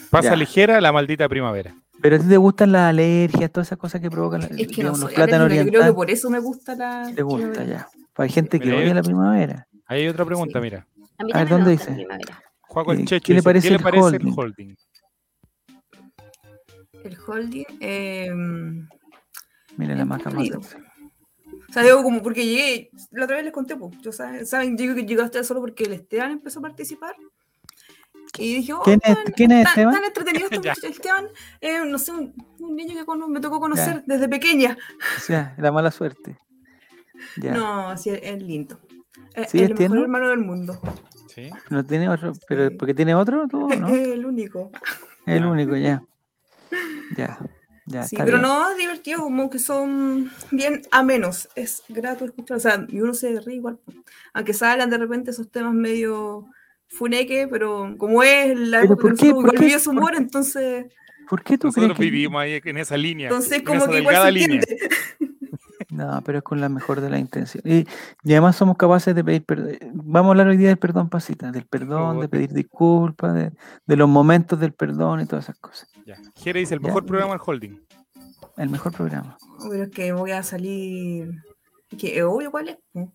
Speaker 2: Pasa
Speaker 1: Ya.
Speaker 2: ligera la maldita primavera.
Speaker 1: Pero a ti te gustan las alergias, todas esas cosas que provocan la-
Speaker 5: Es que no
Speaker 1: digamos, los
Speaker 5: soy
Speaker 1: plátanos
Speaker 5: alérgica, yo creo que
Speaker 1: orientales.
Speaker 5: por eso me gusta la.
Speaker 1: Te gusta
Speaker 5: la-
Speaker 1: ya. Pues Hay gente que
Speaker 2: Mira,
Speaker 1: odia
Speaker 2: eh.
Speaker 1: la primavera.
Speaker 2: Ahí hay otra pregunta, mira.
Speaker 3: A mí
Speaker 1: A ver,
Speaker 3: también
Speaker 1: ¿dónde
Speaker 3: me gusta la
Speaker 1: dice?
Speaker 3: primavera.
Speaker 2: Juaco
Speaker 1: Eh,
Speaker 2: el Checho
Speaker 1: ¿qué le
Speaker 2: dice,
Speaker 1: parece
Speaker 2: ¿qué le
Speaker 1: el
Speaker 2: parece el
Speaker 1: holding?
Speaker 2: holding?
Speaker 5: El holding. em,
Speaker 1: Mira la maca
Speaker 5: Aburrido.
Speaker 1: mata.
Speaker 5: o sea, digo, como porque llegué, la otra vez les conté, pues, yo saben, saben, yo que llegué a ustedes solo porque el Esteban empezó a participar. Y dije, oh,
Speaker 1: ¿Quién es,
Speaker 5: tan-
Speaker 1: quién es
Speaker 5: tan,
Speaker 1: Esteban?
Speaker 5: tan entretenido este
Speaker 2: Ya.
Speaker 5: muchacho, Esteban, eh, no sé, un, un niño que cono- me tocó conocer desde pequeña.
Speaker 1: O sea, la mala suerte. Ya. No,
Speaker 5: No, sí, es es lindo. Es
Speaker 1: ¿Sí,
Speaker 5: es el
Speaker 1: Esteban?
Speaker 5: mejor hermano del mundo.
Speaker 2: Sí.
Speaker 1: tiene otro, pero
Speaker 5: Sí.
Speaker 1: porque tiene otro, tú,
Speaker 5: Es-
Speaker 1: ¿no?
Speaker 5: Es el único.
Speaker 1: Es el único, ya. Ya. Ya,
Speaker 5: Sí,
Speaker 1: está
Speaker 5: pero
Speaker 1: bien.
Speaker 5: no, es divertido, como que son bien amenos. Es grato escuchar, o sea, y uno se ríe igual. Aunque salgan de repente esos temas medio funeque, pero como es la
Speaker 1: Pero
Speaker 5: época que
Speaker 1: ¿por qué?
Speaker 5: nosotros
Speaker 1: ¿Por
Speaker 5: igual
Speaker 1: qué?
Speaker 5: vive su
Speaker 1: ¿Por
Speaker 5: humor, entonces,
Speaker 1: ¿Por qué tú crees
Speaker 2: Nosotros
Speaker 1: que
Speaker 2: vivimos ahí en esa línea.
Speaker 5: entonces
Speaker 2: en
Speaker 5: como
Speaker 2: esa
Speaker 5: que igual se
Speaker 2: delgada línea.
Speaker 5: entiende.
Speaker 1: No, pero es con la mejor de la intención. Y, y además somos capaces de pedir perdón. Vamos a hablar hoy día del perdón, pasita, del perdón, de
Speaker 2: favor.
Speaker 1: pedir disculpas, de, de los momentos del perdón y todas esas cosas.
Speaker 2: Ya. Jerez dice, el
Speaker 1: Ya,
Speaker 2: mejor
Speaker 1: ya.
Speaker 2: programa el holding.
Speaker 1: El mejor programa.
Speaker 5: Pero es que voy a salir. es que es obvio cuál es. po.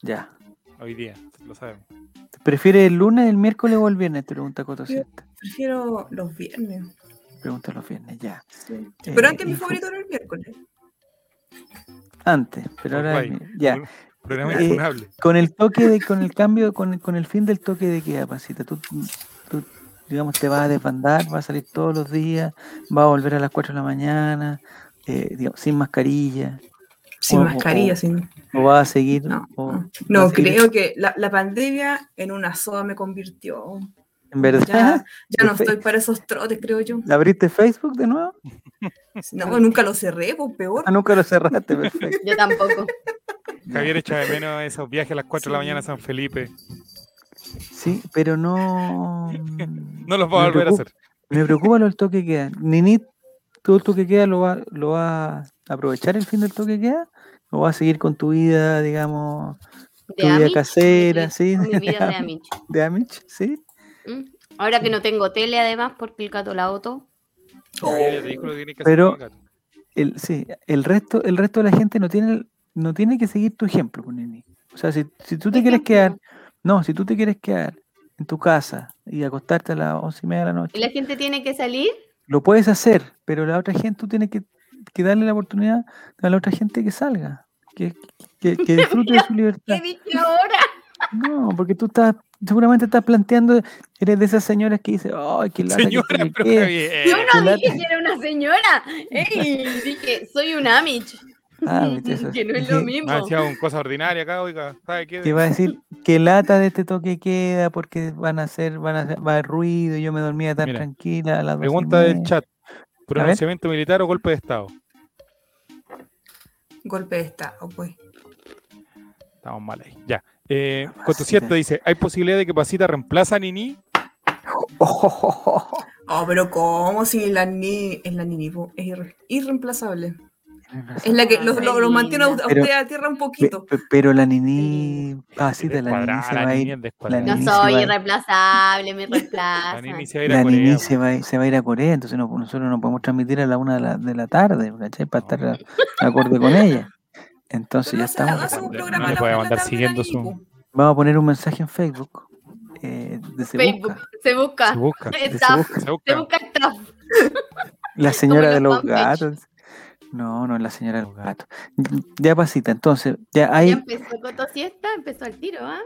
Speaker 1: Ya.
Speaker 2: Hoy día, lo sabemos.
Speaker 1: ¿Te ¿Prefieres el lunes, el miércoles o el viernes? Te pregunta Cotosieta.
Speaker 5: Prefiero los viernes.
Speaker 1: Pregunta los viernes, ya.
Speaker 5: sí.
Speaker 1: Eh,
Speaker 5: Pero antes
Speaker 1: y
Speaker 5: mi
Speaker 1: fu-
Speaker 5: favorito era el miércoles.
Speaker 1: Antes, pero ahora
Speaker 2: Uruguay.
Speaker 1: el- ya.
Speaker 2: Un Programa
Speaker 1: Eh,
Speaker 2: infunable.
Speaker 1: Con el toque de, con el cambio, con el, con el fin del toque de queda, pasita. Tú, tú, digamos, te vas a desbandar, vas a salir todos los días, vas a volver a las 4 de la mañana, eh, digamos, sin mascarilla.
Speaker 5: Sin
Speaker 1: o-
Speaker 5: mascarilla,
Speaker 1: o-
Speaker 5: sin.
Speaker 1: ¿O va a seguir?
Speaker 5: No,
Speaker 1: o- va
Speaker 5: no.
Speaker 1: a
Speaker 5: No,
Speaker 1: seguir-
Speaker 5: creo que la, la pandemia en una soda me convirtió.
Speaker 1: ¿En verdad?
Speaker 5: Ya, ya no
Speaker 1: Fe-
Speaker 5: estoy para esos trotes, creo yo.
Speaker 1: ¿Abriste Facebook de nuevo?
Speaker 5: No, nunca lo cerré, pues peor.
Speaker 1: Ah, nunca lo cerraste, perfecto.
Speaker 3: Yo tampoco.
Speaker 1: Ya.
Speaker 2: Javier echa de menos esos viajes a las 4 de la
Speaker 5: Sí.
Speaker 2: mañana a San Felipe.
Speaker 1: Sí, pero no...
Speaker 2: No los va a
Speaker 1: me
Speaker 2: volver
Speaker 1: preocupa-
Speaker 2: a hacer.
Speaker 1: Me preocupa lo del toque de queda. Nini, ¿tú el toque de queda lo va, lo va a aprovechar el fin del toque de queda? ¿O va a seguir con tu vida, digamos,
Speaker 3: De
Speaker 1: tu vida
Speaker 3: Amish,
Speaker 1: casera,
Speaker 3: mi
Speaker 1: sí?
Speaker 3: vida- Mi vida de
Speaker 1: Am-
Speaker 3: Amish.
Speaker 1: de Amish, sí?
Speaker 3: ¿Mm? Ahora que no tengo tele, además, porque el gato la otó.
Speaker 2: El ridículo que tiene que hacer
Speaker 1: Pero-
Speaker 2: con el gato.
Speaker 1: el, sí, el resto, el resto de la gente no tiene, el- no tiene que seguir tu ejemplo, pues, Nini. O sea, si, si tú te quieres quedar,
Speaker 3: Ejemplo.
Speaker 1: no, si tú te quieres quedar en tu casa y acostarte a las once y media de la
Speaker 3: Y
Speaker 1: noche,
Speaker 3: la gente tiene que salir.
Speaker 1: lo puedes hacer, pero la otra gente tú tienes que, que darle la oportunidad a la otra gente que salga, que, que, que disfrute de su
Speaker 3: ¿Qué
Speaker 1: libertad.
Speaker 3: he dicho ahora?
Speaker 1: No, porque tú estás seguramente estás planteando, eres de esas señoras que dice, ay, qué lata que
Speaker 2: Señora,
Speaker 1: tiene
Speaker 2: pero
Speaker 1: que-".
Speaker 2: qué
Speaker 3: Yo
Speaker 2: bien.
Speaker 1: la-
Speaker 3: no dije que era una señora. Ey, dije, soy un Amish. Mm,
Speaker 1: Ah, viste, eso.
Speaker 3: que no es lo
Speaker 1: Dije,
Speaker 3: mismo.
Speaker 2: Me ha echado Ah, un cosa ordinaria acá, oiga. ¿Sabe qué?
Speaker 1: Te iba a decir que lata de este toque queda porque van a hacer, van a hacer- va a haber ruido, yo me dormía tan
Speaker 2: Mira,
Speaker 1: tranquila a las doce y
Speaker 2: Pregunta del
Speaker 1: media.
Speaker 2: chat. ¿Pronunciamiento militar o golpe de estado?
Speaker 5: Golpe de estado, pues.
Speaker 2: Estamos mal ahí. Ya. Eh,
Speaker 1: Capacita.
Speaker 2: Cotusiete dice, ¿hay posibilidad de que Pasita reemplaza a Nini?
Speaker 1: Ojo, ojo, ojo.
Speaker 5: Oh, pero ¿cómo? Si la ni es la Nini, po, es irre- irreemplazable. Es la
Speaker 2: Ah,
Speaker 5: que los,
Speaker 3: Ay,
Speaker 5: los- los mantiene a
Speaker 3: linda.
Speaker 5: a usted a tierra un
Speaker 1: Pe-
Speaker 5: poquito.
Speaker 1: pe- pero la Nini, así de la Nini
Speaker 2: Descuadrada,
Speaker 1: se va a
Speaker 2: Nini
Speaker 1: ir.
Speaker 2: es descuadrada.
Speaker 1: la
Speaker 3: No
Speaker 1: Nini se
Speaker 3: soy
Speaker 1: va-
Speaker 3: irreemplazable, me
Speaker 2: La
Speaker 3: reemplazan.
Speaker 2: Nini se va a ir a
Speaker 1: La
Speaker 2: Corea,
Speaker 1: Nini
Speaker 2: weón.
Speaker 1: se va, a ir- se va a ir a Corea, entonces no- nosotros no podemos transmitir a la una de la, de la tarde, ¿cachai? Para estar a- acorde con ella. Entonces
Speaker 5: Pero
Speaker 1: ya
Speaker 5: no se-
Speaker 1: estamos.
Speaker 5: no hacemos un
Speaker 2: No
Speaker 5: programa
Speaker 2: le
Speaker 5: a la
Speaker 2: puede
Speaker 5: una de
Speaker 2: mandar
Speaker 5: la tarde,
Speaker 2: siguiendo
Speaker 5: la Nini,
Speaker 2: su-
Speaker 5: po.
Speaker 1: Vamos a poner un mensaje en Facebook. eh, de Se
Speaker 3: Facebook,
Speaker 1: Busca,
Speaker 3: se busca.
Speaker 2: Se busca.
Speaker 1: de Se
Speaker 3: Staff,
Speaker 1: Busca.
Speaker 2: Se
Speaker 3: se
Speaker 2: busca.
Speaker 3: busca staff.
Speaker 1: La señora
Speaker 3: la
Speaker 1: de los
Speaker 3: fanpage.
Speaker 1: gatos. No, no es la señora de los
Speaker 2: Los gatos.
Speaker 1: gatos. Ya pasita, entonces, ya
Speaker 3: Ya
Speaker 1: hay.
Speaker 3: empezó Coto Siesta, empezó al tiro, ¿ah?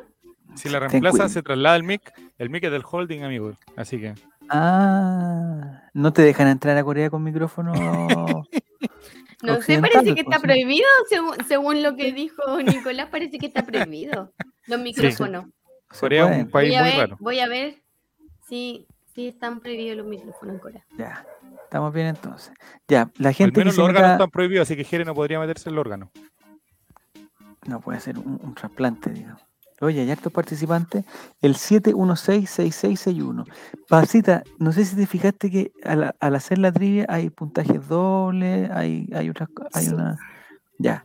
Speaker 2: Si la
Speaker 1: Ten
Speaker 2: reemplaza,
Speaker 1: cuidado.
Speaker 2: se traslada el mic. El mic es del holding, amigo. Así que.
Speaker 1: Ah, no te dejan entrar a Corea con micrófono.
Speaker 3: No sé,
Speaker 1: Occidental,
Speaker 3: parece que
Speaker 1: pues,
Speaker 3: está
Speaker 1: sí.
Speaker 3: prohibido, según, según lo que dijo Nicolás, parece que está prohibido. Los micrófonos.
Speaker 1: Se
Speaker 2: Corea es
Speaker 1: pueden,
Speaker 2: un país
Speaker 3: voy, a
Speaker 2: muy
Speaker 3: ver,
Speaker 2: raro.
Speaker 3: voy a ver si, si están prohibidos los micrófonos en Corea.
Speaker 1: Ya, estamos bien entonces. Ya, la
Speaker 2: Al
Speaker 1: gente que
Speaker 2: menos
Speaker 1: se
Speaker 2: los órganos
Speaker 1: meta-
Speaker 2: están prohibidos, así que Jere no podría meterse en el órgano.
Speaker 1: No puede ser un, un trasplante, digamos. Oye, hay hartos participantes. El 7166661. Pasita, no sé si te fijaste que al, al hacer la trivia hay puntajes dobles, hay, hay otras co- hay
Speaker 5: Sí.
Speaker 1: una. Ya,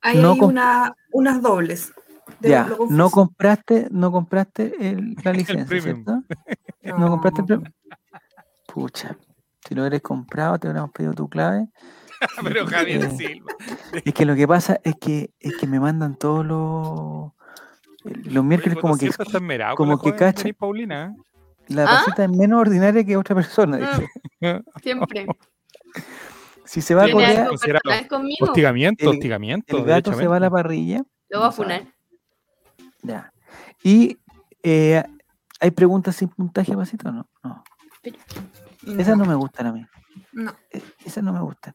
Speaker 5: Ahí
Speaker 1: No
Speaker 5: hay
Speaker 1: con-
Speaker 5: una- unas dobles. De-
Speaker 1: ya.
Speaker 5: lo confieso.
Speaker 1: No compraste, no compraste el- la licencia,
Speaker 2: premium.
Speaker 1: ¿cierto?
Speaker 5: Ah.
Speaker 1: No compraste el premium. Pucha, si lo hubieras comprado, te hubiéramos pedido tu clave.
Speaker 2: Pero Javier
Speaker 1: Eh,
Speaker 2: Silva.
Speaker 1: Es que lo que pasa es que, es que me mandan todos los. Los miércoles,
Speaker 2: Oye,
Speaker 1: como que
Speaker 2: Coto Siete está esmerado
Speaker 1: como
Speaker 2: con la
Speaker 1: que
Speaker 2: joven
Speaker 1: cacha.
Speaker 2: Denise Paulina. ¿eh?
Speaker 1: la
Speaker 3: ¿Ah?
Speaker 1: pasita es menos ordinaria que otra persona.
Speaker 3: Ah,
Speaker 1: dice.
Speaker 3: Siempre.
Speaker 1: Si se va a
Speaker 2: Tiene
Speaker 3: ¿Tiene
Speaker 1: Corea,
Speaker 3: algo
Speaker 2: considerado.
Speaker 3: personal conmigo?
Speaker 2: Hostigamiento,
Speaker 1: El-
Speaker 2: hostigamiento.
Speaker 1: el gato se va a la parrilla.
Speaker 3: Lo voy a
Speaker 1: no sabe.
Speaker 3: funar.
Speaker 1: Ya. Y eh, hay preguntas sin puntaje, pasito, o no? no. Esas no me gustan a mí.
Speaker 5: No.
Speaker 1: Eh, Esas no me gustan.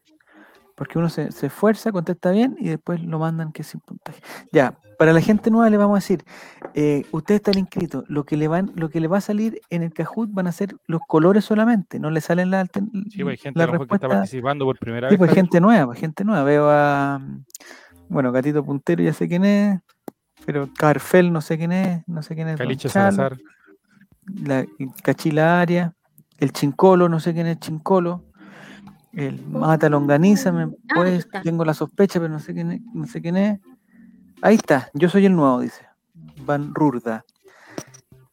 Speaker 1: Porque uno se, se esfuerza, contesta bien y después lo mandan que es sin puntaje. Ya, para la gente nueva le vamos a decir, eh, ustedes están inscritos, lo que le van, lo que le va a salir en el Kahoot van a ser los colores solamente, no le salen las altern-
Speaker 2: Sí, pues, hay gente
Speaker 1: la
Speaker 2: a lo mejor que está
Speaker 1: respuesta-
Speaker 2: participando por primera
Speaker 1: Sí,
Speaker 2: vez.
Speaker 1: pues
Speaker 2: Javier.
Speaker 1: gente nueva, gente nueva. Veo a. mm, Bueno, Gatito Puntero, ya sé quién es. Pero Carfel, no sé quién es. No sé quién es. Don
Speaker 2: Caliche
Speaker 1: Chalo,
Speaker 2: Salazar.
Speaker 1: La y Cachila Aria. El Chincolo, no sé quién es Chincolo. El Mata Longaniza, me,
Speaker 3: Oh, Ah, aquí
Speaker 1: pues
Speaker 3: está.
Speaker 1: tengo la sospecha, pero no sé quién es. No sé quién es. Ahí está, yo soy el nuevo, dice. Van Rurda.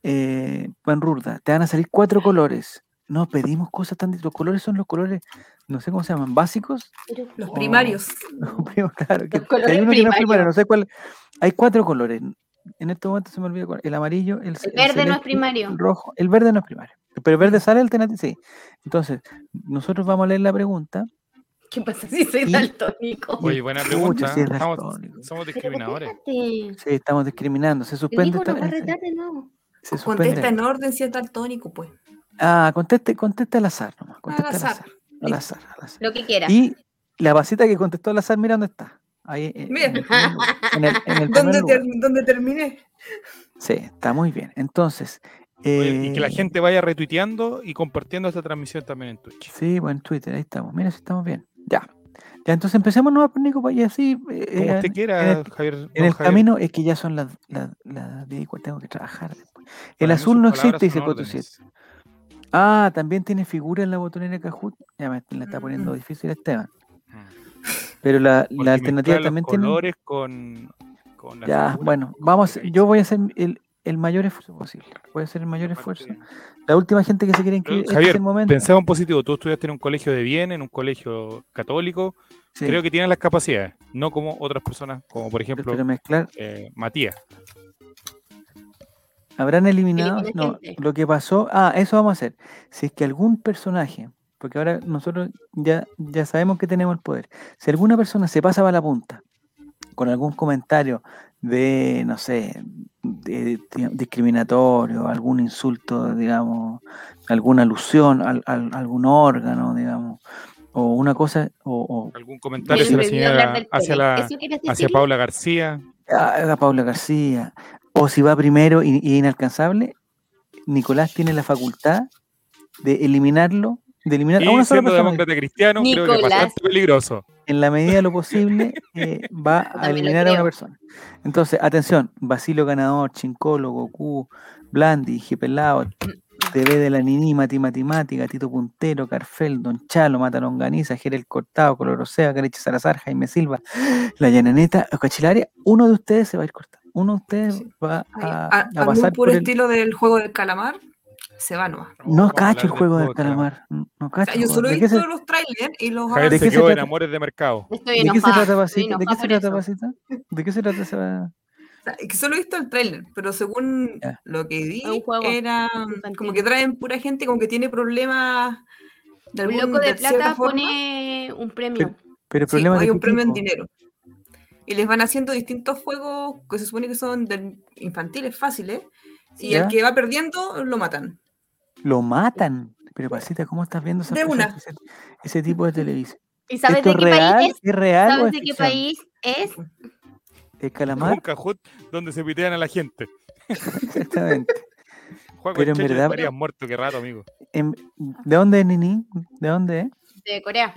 Speaker 1: Eh, Van Rurda, te van a salir cuatro colores. No pedimos cosas tan. Los colores son los colores, no sé cómo se llaman, básicos.
Speaker 5: Los
Speaker 1: Oh.
Speaker 5: primarios.
Speaker 1: Primero, claro, que-
Speaker 3: Los
Speaker 1: que hay
Speaker 3: colores
Speaker 1: uno que no es primario,
Speaker 3: primarios.
Speaker 1: no sé cuál. Hay cuatro colores. En este momento se me olvida cuál. El amarillo, el, ce-
Speaker 3: El verde no es
Speaker 1: celeste,
Speaker 3: primario.
Speaker 1: El rojo. El verde no es primario. Pero el verde sale alternativo. Sí. Entonces, nosotros vamos a leer la pregunta.
Speaker 3: ¿Qué pasa si soy
Speaker 1: Y-
Speaker 3: daltónico?
Speaker 2: Oye, buena
Speaker 1: Pucha,
Speaker 2: pregunta.
Speaker 1: sí, es
Speaker 2: Estamos-
Speaker 1: daltónico.
Speaker 2: somos
Speaker 3: Pero
Speaker 2: discriminadores.
Speaker 3: espérate,
Speaker 1: Sí, estamos discriminando. Se
Speaker 3: El
Speaker 1: suspende.
Speaker 3: Nico
Speaker 1: esta-
Speaker 3: nos va a
Speaker 1: esta-
Speaker 3: retar de nuevo.
Speaker 1: se suspende.
Speaker 5: Contesta en orden si es daltónico, pues.
Speaker 1: Ah, conteste, conteste al azar nomás. Conteste al
Speaker 5: azar.
Speaker 1: azar. Al azar, al azar.
Speaker 3: Lo que quiera.
Speaker 1: Y la vasita que contestó al azar, mira dónde está. Ahí, eh,
Speaker 5: Mira.
Speaker 1: en el primer lugar, en el- en el
Speaker 5: ¿Dónde,
Speaker 1: primer lugar.
Speaker 5: ter- dónde terminé?
Speaker 1: Sí, está muy bien. Entonces.
Speaker 2: Oye, y que la
Speaker 1: eh,
Speaker 2: gente vaya retuiteando y compartiendo esta transmisión también en Twitch.
Speaker 1: Sí, bueno, en Twitter, ahí estamos. Mira si estamos bien. Ya. Ya, entonces empecemos nomás por Nico, y así. eh,
Speaker 2: Como
Speaker 1: eh,
Speaker 2: usted
Speaker 1: en
Speaker 2: quiera,
Speaker 1: el,
Speaker 2: Javier.
Speaker 1: en
Speaker 2: don
Speaker 1: el
Speaker 2: Javier.
Speaker 1: camino es que ya son las las- las 10 y cuarto, tengo que trabajar después. El
Speaker 2: Para mí
Speaker 1: azul
Speaker 2: sus
Speaker 1: no
Speaker 2: palabras
Speaker 1: existe, dice
Speaker 2: son
Speaker 1: Coto
Speaker 2: órdenes.
Speaker 1: 7. Ah, también tiene figura en la botonera Cajut. Ya me la está poniendo
Speaker 5: Mm.
Speaker 1: difícil Esteban.
Speaker 2: Mm.
Speaker 1: Pero la, la
Speaker 2: Porque
Speaker 1: alternativa
Speaker 2: mezclar los
Speaker 1: también tiene.
Speaker 2: colores con, con la
Speaker 1: Ya,
Speaker 2: figura,
Speaker 1: bueno,
Speaker 2: como
Speaker 1: vamos.
Speaker 2: que
Speaker 1: a-
Speaker 2: ahí
Speaker 1: Yo voy a hacer el, el mayor esfuerzo posible. Voy a hacer el mayor
Speaker 2: parte-
Speaker 1: esfuerzo. La última gente que se quiere inscribir, este es
Speaker 2: Javier,
Speaker 1: el momento.
Speaker 2: Pensaba en positivo. Tú estudiaste en un colegio de bien, en un colegio católico.
Speaker 1: Sí,
Speaker 2: Creo que tienes las capacidades, no como otras personas, como por ejemplo
Speaker 1: pero mezclar
Speaker 2: eh, Matías.
Speaker 1: ¿Habrán eliminado?
Speaker 3: Elimina
Speaker 1: No,
Speaker 3: gente.
Speaker 1: lo que pasó. Ah, eso vamos a hacer. Si es que algún personaje, porque ahora nosotros ya, ya sabemos que tenemos el poder, si alguna persona se pasa para la punta con algún comentario de, no sé, de- de- discriminatorio, algún insulto, digamos, alguna alusión al- al- algún órgano, digamos, o una cosa, o,
Speaker 2: ¿Algún comentario hacia la
Speaker 3: prohibido hablar
Speaker 2: señora,
Speaker 3: del
Speaker 2: hacia,
Speaker 3: pene.
Speaker 2: la,
Speaker 3: ¿Eso quieres
Speaker 2: hacia
Speaker 3: decirlo?
Speaker 2: Paula García?
Speaker 1: o a, a Paula García, o si va primero y, y inalcanzable, Nicolás tiene la facultad de eliminarlo, de eliminar a
Speaker 2: Y
Speaker 1: una sola
Speaker 2: siendo
Speaker 1: persona.
Speaker 2: demócrata cristiano, creo que es
Speaker 3: Nicolás.
Speaker 2: bastante peligroso.
Speaker 1: en la medida de lo posible, eh, va a
Speaker 3: también lo
Speaker 1: eliminar a una
Speaker 3: creo.
Speaker 1: persona. Entonces, atención, Basilio Ganador, Chincolo, Goku, Blandi, Gipelao,
Speaker 5: Mm.
Speaker 1: TV de la Niní, Mati Matemática, Tito Puntero, Carfel, Don Chalo, Mata Longaniza, Gerel Cortado, Colorosea, Careche Salazar, Jaime Silva, La Llananeta, Cachilaria, uno de ustedes se va a ir cortando. Uno de ustedes
Speaker 5: Sí.
Speaker 1: va
Speaker 5: Ay,
Speaker 1: a,
Speaker 5: a-
Speaker 1: a
Speaker 5: algún
Speaker 1: pasar por
Speaker 5: puro
Speaker 1: el...
Speaker 5: estilo del juego del calamar, se va nomás.
Speaker 1: No
Speaker 2: Vamos a
Speaker 1: cacho el
Speaker 2: hablar
Speaker 1: juego del
Speaker 2: juego del
Speaker 1: calamar. No
Speaker 5: O
Speaker 1: cacho.
Speaker 5: sea, yo solo he
Speaker 1: ¿De qué
Speaker 5: visto
Speaker 1: se,
Speaker 5: los trailers y los
Speaker 2: Javier
Speaker 1: ¿De
Speaker 2: se
Speaker 1: qué se
Speaker 2: quedó en
Speaker 1: trata?
Speaker 2: amores de mercado.
Speaker 3: Estoy
Speaker 1: de qué se
Speaker 3: enojada,
Speaker 1: trata,
Speaker 3: estoy
Speaker 1: Basita? ¿De qué
Speaker 3: enojada
Speaker 1: se
Speaker 3: por
Speaker 1: trata,
Speaker 3: eso.
Speaker 1: Basita? ¿De qué se trata esa...
Speaker 5: O sea, es que solo he visto el tráiler, pero según
Speaker 1: Ya.
Speaker 5: lo que vi,
Speaker 3: Es un juego
Speaker 5: era
Speaker 3: infantil.
Speaker 5: como que traen pura gente como que tiene problemas de
Speaker 3: Un
Speaker 5: algún
Speaker 3: loco de
Speaker 5: cierta
Speaker 3: plata
Speaker 5: forma.
Speaker 3: pone un premio.
Speaker 1: Pero el
Speaker 5: Sí,
Speaker 1: problema es
Speaker 5: hay
Speaker 1: de
Speaker 5: un
Speaker 1: qué
Speaker 5: premio en
Speaker 1: tipo.
Speaker 5: dinero. Y les van haciendo distintos juegos que se supone que son del- infantiles fáciles. Y
Speaker 1: ¿Ya?
Speaker 5: el que va perdiendo lo matan.
Speaker 1: Lo matan. Pero Pasita, ¿cómo estás viendo esas
Speaker 5: De
Speaker 1: cosas?
Speaker 5: una.
Speaker 1: Ese, ese tipo de televisión.
Speaker 3: ¿Y sabes
Speaker 1: ¿Esto
Speaker 3: de
Speaker 1: es
Speaker 3: qué
Speaker 1: real?
Speaker 3: país es?
Speaker 1: ¿Es real o
Speaker 3: ¿Sabes
Speaker 1: es
Speaker 3: de qué
Speaker 1: ficción?
Speaker 3: país es?
Speaker 1: ¿El calamar?
Speaker 2: Un cajut donde se pitean a la gente.
Speaker 1: Exactamente.
Speaker 2: Juan
Speaker 1: Pero en
Speaker 2: Conchella,
Speaker 1: verdad-
Speaker 2: estarías muerto, qué rato, amigo.
Speaker 1: En- Em, ¿De dónde es Nini? ¿De dónde es?
Speaker 3: De Corea.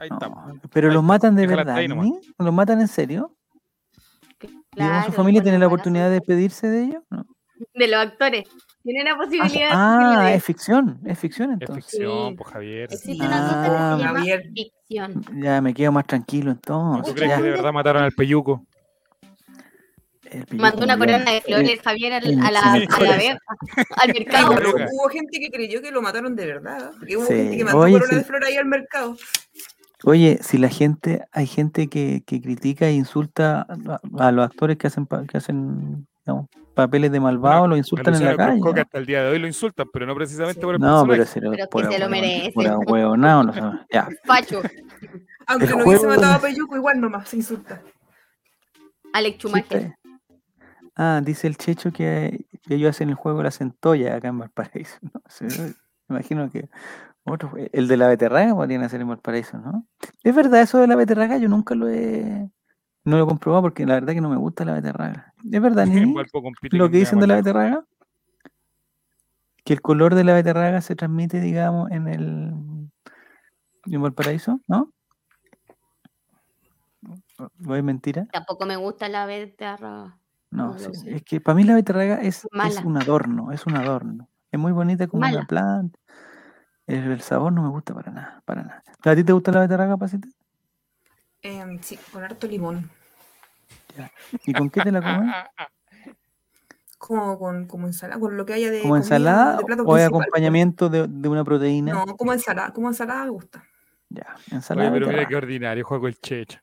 Speaker 2: Ahí
Speaker 1: No.
Speaker 2: estamos.
Speaker 1: Pero
Speaker 2: Ahí
Speaker 1: los
Speaker 2: está.
Speaker 1: matan de
Speaker 2: Déjala
Speaker 1: verdad,
Speaker 2: ahí nomás.
Speaker 1: Nini. ¿Los matan en serio? ¿Digamos
Speaker 3: Claro,
Speaker 1: su familia
Speaker 3: ponen
Speaker 1: tiene la
Speaker 3: balazo.
Speaker 1: oportunidad de despedirse de ellos? No.
Speaker 3: De los actores. Tienen la
Speaker 1: Ah,
Speaker 3: posibilidad.
Speaker 1: ah,
Speaker 3: de-
Speaker 1: es ficción. Es ficción
Speaker 2: Es
Speaker 1: entonces.
Speaker 2: ficción,
Speaker 3: Sí.
Speaker 2: pues Javier.
Speaker 3: Existe una cosa
Speaker 1: Ah,
Speaker 3: que se llama
Speaker 5: Javier.
Speaker 3: ficción.
Speaker 1: Ya me quedo más tranquilo
Speaker 2: ¿Y ¿Tú
Speaker 1: entonces.
Speaker 2: crees
Speaker 1: ya.
Speaker 2: que de verdad mataron al peyuco?
Speaker 1: El pillo
Speaker 3: Mandó una
Speaker 1: murió.
Speaker 3: corona de
Speaker 1: Eh,
Speaker 3: flores, Javier, al-
Speaker 1: eh,
Speaker 3: a la,
Speaker 1: sí,
Speaker 3: a
Speaker 1: me
Speaker 3: la
Speaker 2: parece.
Speaker 3: vez- al mercado.
Speaker 2: Claro.
Speaker 5: Pero
Speaker 2: Loca.
Speaker 5: hubo gente que creyó que lo mataron de verdad. Porque hubo
Speaker 1: Sí.
Speaker 5: gente que mandó
Speaker 1: Oye,
Speaker 5: corona
Speaker 1: sí.
Speaker 5: de flor ahí al mercado.
Speaker 1: Oye, si la gente, hay gente que, que critica e insulta a, a los actores que hacen, pa- que hacen digamos, papeles de malvado, los insultan en la
Speaker 2: Luciano Cruz
Speaker 1: calle.
Speaker 2: Coca
Speaker 1: ¿no?
Speaker 2: hasta el día de hoy lo insultan, pero no precisamente por el
Speaker 1: No, pero
Speaker 2: personaje.
Speaker 1: se lo,
Speaker 3: Pero que
Speaker 1: pura
Speaker 3: se lo
Speaker 1: huevo-
Speaker 3: merece.
Speaker 1: pura huevonao, no, se- ya.
Speaker 3: Pacho,
Speaker 5: Aunque
Speaker 1: El
Speaker 5: no hubiese
Speaker 1: juego-
Speaker 5: matado a Peyuco, igual nomás se insulta.
Speaker 3: Alex Schumacher.
Speaker 1: Chiste. Ah, dice el Checho que ellos hacen el juego de la centolla acá en Valparaíso. ¿no? Sí, me imagino que otro, jue- el de la beterraga podrían hacer en Valparaíso, ¿no? Es verdad, eso de la beterraga yo nunca lo he, no lo he comprobado porque la verdad que no me gusta la beterraga. Es verdad,
Speaker 2: En
Speaker 1: Nini.
Speaker 2: Valpo compite
Speaker 1: lo
Speaker 2: con
Speaker 1: que dicen de la
Speaker 2: Dinamarca.
Speaker 1: beterraga, que el color de la beterraga se transmite, digamos, en el en Valparaíso, ¿no? ¿No es mentira?
Speaker 3: Tampoco me gusta la betarra.
Speaker 1: No,
Speaker 3: No
Speaker 1: sí,
Speaker 3: lo sé.
Speaker 1: es que para mí la beterraga es, es
Speaker 3: Mala.
Speaker 1: un adorno, es un adorno. Es muy bonita como una
Speaker 3: Mala.
Speaker 1: planta. El, el sabor no me gusta para nada, para nada. ¿A ti te gusta la beterraga, Pasita?
Speaker 5: Em, sí, con harto limón.
Speaker 1: ¿Y con qué te la comes?
Speaker 2: Ah, ah, ah.
Speaker 5: Como, con, como ensalada, con lo que haya de.
Speaker 1: ¿Como
Speaker 5: comida,
Speaker 1: ensalada
Speaker 5: de plato
Speaker 1: o de
Speaker 5: principal.
Speaker 1: acompañamiento de, de una proteína?
Speaker 5: No, como ensalada. Como ensalada me gusta.
Speaker 1: Ya,
Speaker 2: Oye,
Speaker 1: ensalada.
Speaker 2: pero mira
Speaker 1: beterraga.
Speaker 2: qué ordinario juego el Checho.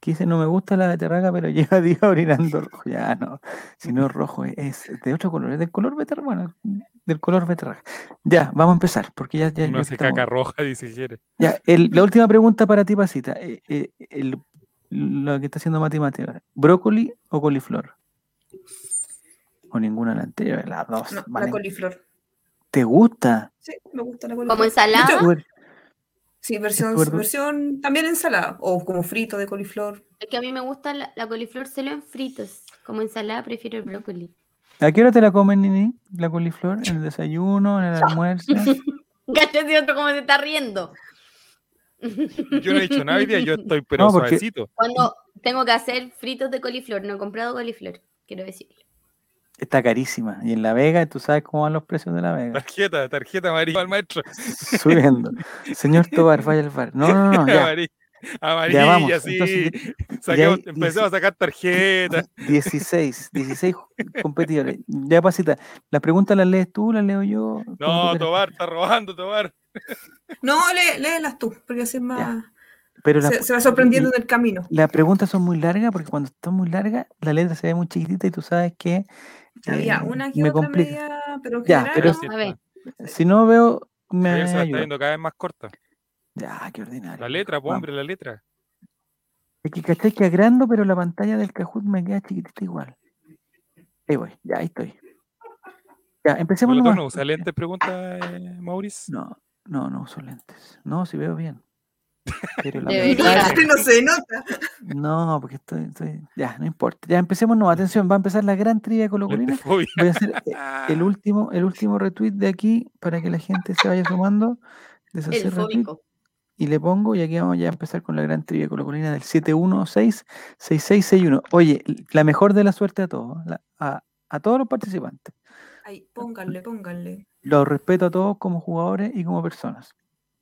Speaker 1: que dice, no me gusta la beterraga, pero lleva días orinando rojo. Ya, no. Si no es rojo, es es de otro color. Es del color beterraga. Bueno, del color beterraga. Ya, vamos a empezar, porque ya, ya,
Speaker 2: Uno
Speaker 1: ya
Speaker 2: hace
Speaker 1: estamos-
Speaker 2: caca roja, dice quiere.
Speaker 1: ya, el- la última pregunta para ti, Pasita. Eh, eh, el- lo que está haciendo Mati Mati ahora. ¿Brócoli o coliflor? O ninguna de las anteriores, las dos.
Speaker 5: No,
Speaker 1: valen.
Speaker 5: la coliflor.
Speaker 1: ¿Te gusta?
Speaker 5: Sí, me gusta la coliflor.
Speaker 3: Como ensalada,
Speaker 1: Tú eres-
Speaker 5: Sí, versión,
Speaker 1: Recuerdo.
Speaker 5: versión también ensalada o como frito de coliflor.
Speaker 3: es que a mí me gusta la, la coliflor solo en fritos. Como ensalada prefiero el brócoli.
Speaker 1: ¿A qué hora te la comen, Nini? ¿La coliflor? ¿En el desayuno? ¿En el almuerzo?
Speaker 3: Gacha ese otro como se está riendo.
Speaker 2: Yo no he dicho nada hoy día, yo estoy pero
Speaker 1: No, porque- eh.
Speaker 2: suavecito.
Speaker 3: Cuando tengo que hacer fritos de coliflor, no he comprado coliflor, quiero decir.
Speaker 1: Está carísima. Y en La Vega, tú sabes cómo van los precios de La Vega.
Speaker 2: Tarjeta, tarjeta amarilla al maestro.
Speaker 1: subiendo. Señor Tobar, vaya al bar. No, no, no, Ah, ya.
Speaker 2: Amarilla, amarilla
Speaker 1: vamos,
Speaker 2: sí.
Speaker 1: entonces
Speaker 2: Saquemos-
Speaker 1: ya-
Speaker 2: empecemos a sacar tarjetas.
Speaker 1: 16, 16 competidores. Ya, Pasita, las preguntas las lees tú, las leo yo. ¿Cómo tú
Speaker 2: No,
Speaker 1: quieres?
Speaker 2: Tobar, está robando, Tobar.
Speaker 5: No, lé- léelas tú, porque así es más.
Speaker 1: Pero la-
Speaker 5: Se, se va sorprendiendo en el camino.
Speaker 1: las preguntas son muy largas porque cuando están muy largas, la letra se ve muy chiquitita y tú sabes que
Speaker 5: Había
Speaker 1: eh,
Speaker 5: una que
Speaker 1: me
Speaker 5: otra
Speaker 1: complica.
Speaker 5: media, pero en
Speaker 1: Ya,
Speaker 5: general,
Speaker 2: Ah,
Speaker 1: pero-
Speaker 5: no.
Speaker 3: a ver.
Speaker 1: Si no veo, me
Speaker 2: Javier se la está
Speaker 1: ayuda.
Speaker 2: viendo cada vez más corta.
Speaker 1: Ya, qué ordinario.
Speaker 2: La letra, po,
Speaker 1: Vamos.
Speaker 2: hombre, la letra.
Speaker 1: Es que cachai que agrando, pero la pantalla del Kahoot me queda chiquitita igual. Ahí voy, ya ahí estoy. Ya, empecemos
Speaker 2: Por lo
Speaker 1: pues, nomás.
Speaker 2: tanto, usa lentes, pregunta eh, Maurice.
Speaker 1: No, no, no uso lentes. No, si veo bien. Pero la
Speaker 3: Debería.
Speaker 1: pantalla-
Speaker 5: no se nota.
Speaker 1: No, porque estoy, estoy- Ya, no importa. Ya empecemos, no, atención, va a empezar la gran trivia colocolina.
Speaker 2: Lentefobia.
Speaker 1: Voy a hacer e, el último, el último retweet de aquí para que la gente se vaya sumando.
Speaker 3: El
Speaker 1: Deshacer retweet.
Speaker 3: fóbico.
Speaker 1: Y le pongo, y aquí vamos ya a empezar con la gran trivia colocolina del 716-6661. Oye, l- la mejor de la suerte a todos, la- a, a todos los participantes.
Speaker 5: Ay, pónganle, pónganle.
Speaker 1: Los respeto a todos como jugadores y como personas.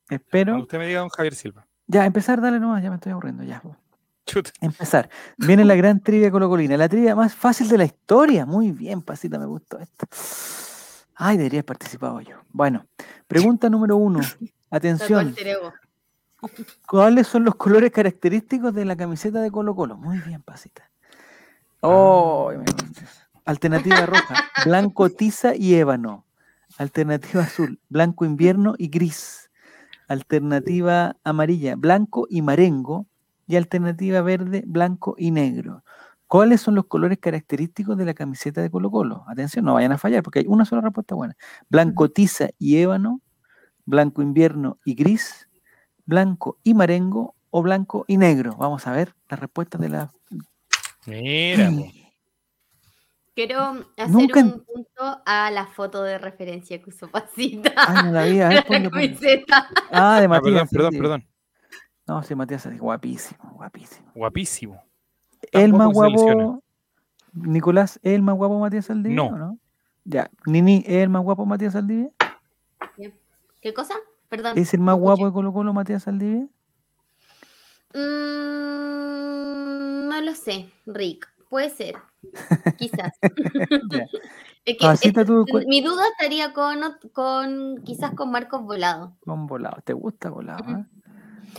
Speaker 1: Espero.
Speaker 2: Cuando usted me diga don Javier Silva.
Speaker 1: Ya, empezar, dale nomás, ya me estoy aburriendo, ya.
Speaker 2: Chuta.
Speaker 1: Empezar. Viene la gran trivia colocolina, la trivia más fácil de la historia. Muy bien, Pasita, me gustó esto. Ay, debería haber participado yo. Bueno, pregunta número uno.
Speaker 3: Sacó
Speaker 1: Atención,
Speaker 3: alter ego.
Speaker 1: ¿cuáles son los colores característicos de la camiseta de Colo Colo? Muy bien, Pasita. Oh, me gusta. Alternativa roja, blanco tiza y ébano. Alternativa azul, blanco invierno y gris. Alternativa amarilla, blanco y marengo. Y alternativa verde, blanco y negro. ¿Cuáles son los colores característicos de la camiseta de Colo Colo? Atención, no vayan a fallar porque hay una sola respuesta buena. Blanco tiza y ébano, blanco invierno y gris, blanco y marengo o blanco y negro. Vamos a ver las respuestas de la...
Speaker 2: Mira, po.
Speaker 3: Quiero hacer
Speaker 1: Nunca en-
Speaker 3: un punto a la foto de referencia que usó Pasita.
Speaker 1: Ay, no la vi, a ver,
Speaker 3: Para
Speaker 1: ponle,
Speaker 3: la
Speaker 1: ponle.
Speaker 3: camiseta.
Speaker 1: Ah, de
Speaker 2: Ah,
Speaker 1: Matías.
Speaker 2: perdón,
Speaker 1: sí,
Speaker 2: perdón,
Speaker 1: sí.
Speaker 2: perdón.
Speaker 1: No, sí, Matías es guapísimo, guapísimo.
Speaker 2: Guapísimo.
Speaker 1: El más
Speaker 2: guapo que se lesiona.
Speaker 1: guapo, Nicolás, ¿es el más guapo Matías Saldivia?
Speaker 2: No.
Speaker 1: o no? Ya, Nini, ¿es el más guapo Matías Saldivia?
Speaker 3: Ah, ¿Qué cosa? Perdón.
Speaker 1: ¿Es el más
Speaker 3: escuché.
Speaker 1: guapo de Colo Colo Matías Saldivia?
Speaker 3: Mm, no lo sé, Rick. Puede ser. Quizás.
Speaker 1: Ya.
Speaker 3: Es que
Speaker 1: Pasita
Speaker 3: es-
Speaker 1: tú cu-
Speaker 3: mi duda estaría con, ot- con quizás con Marcos Volado.
Speaker 1: con volado. ¿Te gusta volado?
Speaker 3: Ujú.
Speaker 1: ah?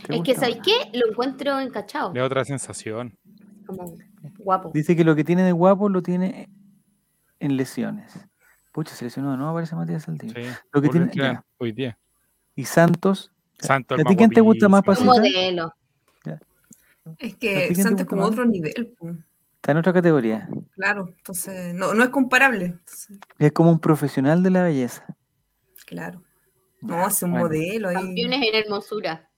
Speaker 1: ¿Te
Speaker 3: Es
Speaker 1: gusta
Speaker 3: que, ¿sabes
Speaker 1: Volado?
Speaker 3: qué? Lo encuentro encachado,
Speaker 2: Le da otra sensación.
Speaker 3: como guapo.
Speaker 1: Dice que lo que tiene de guapo lo tiene en lesiones. Pucha, se lesionó de nuevo, parece Matías
Speaker 2: Sí.
Speaker 1: Saldivia. Lo que
Speaker 2: Volvió
Speaker 1: tiene-
Speaker 2: a entrar
Speaker 1: ya.
Speaker 2: hoy día.
Speaker 1: Y Santos,
Speaker 2: Santo el
Speaker 1: ¿A ti
Speaker 2: más
Speaker 1: quién te gusta más,
Speaker 3: Un
Speaker 2: guapísimo.
Speaker 1: Pasita?
Speaker 3: modelo.
Speaker 5: Es
Speaker 1: Así que
Speaker 5: que
Speaker 1: te
Speaker 5: Santa es como
Speaker 1: gustaba.
Speaker 5: otro nivel, po.
Speaker 1: está en otra categoría.
Speaker 5: claro. Entonces, no, no es comparable. Entonces,
Speaker 1: Es como un profesional de la belleza.
Speaker 5: claro. No, es un
Speaker 1: Bueno.
Speaker 5: modelo ahí.
Speaker 3: Campeones en hermosura.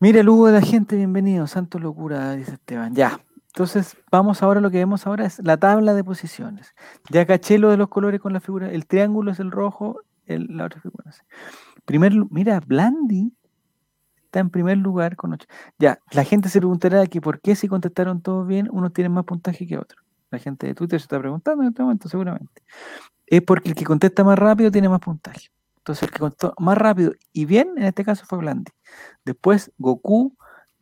Speaker 1: Mira, el Hugo de la gente, bienvenido. Santo locura, dice Esteban. Ya. Entonces, vamos ahora, lo que vemos ahora es la tabla de posiciones. Ya caché lo de los colores con la figura. El triángulo es el rojo, el- la otra figura. sí. Primer, lu- mira, Blandi está en primer lugar con ocho. Ya, la gente se preguntará que por qué si contestaron todos bien, unos tienen más puntaje que otros. La gente de Twitter se está preguntando en este momento, seguramente. Es porque el que contesta más rápido tiene más puntaje. Entonces, el que contestó más rápido y bien, en este caso, fue Blandi. Después, Goku.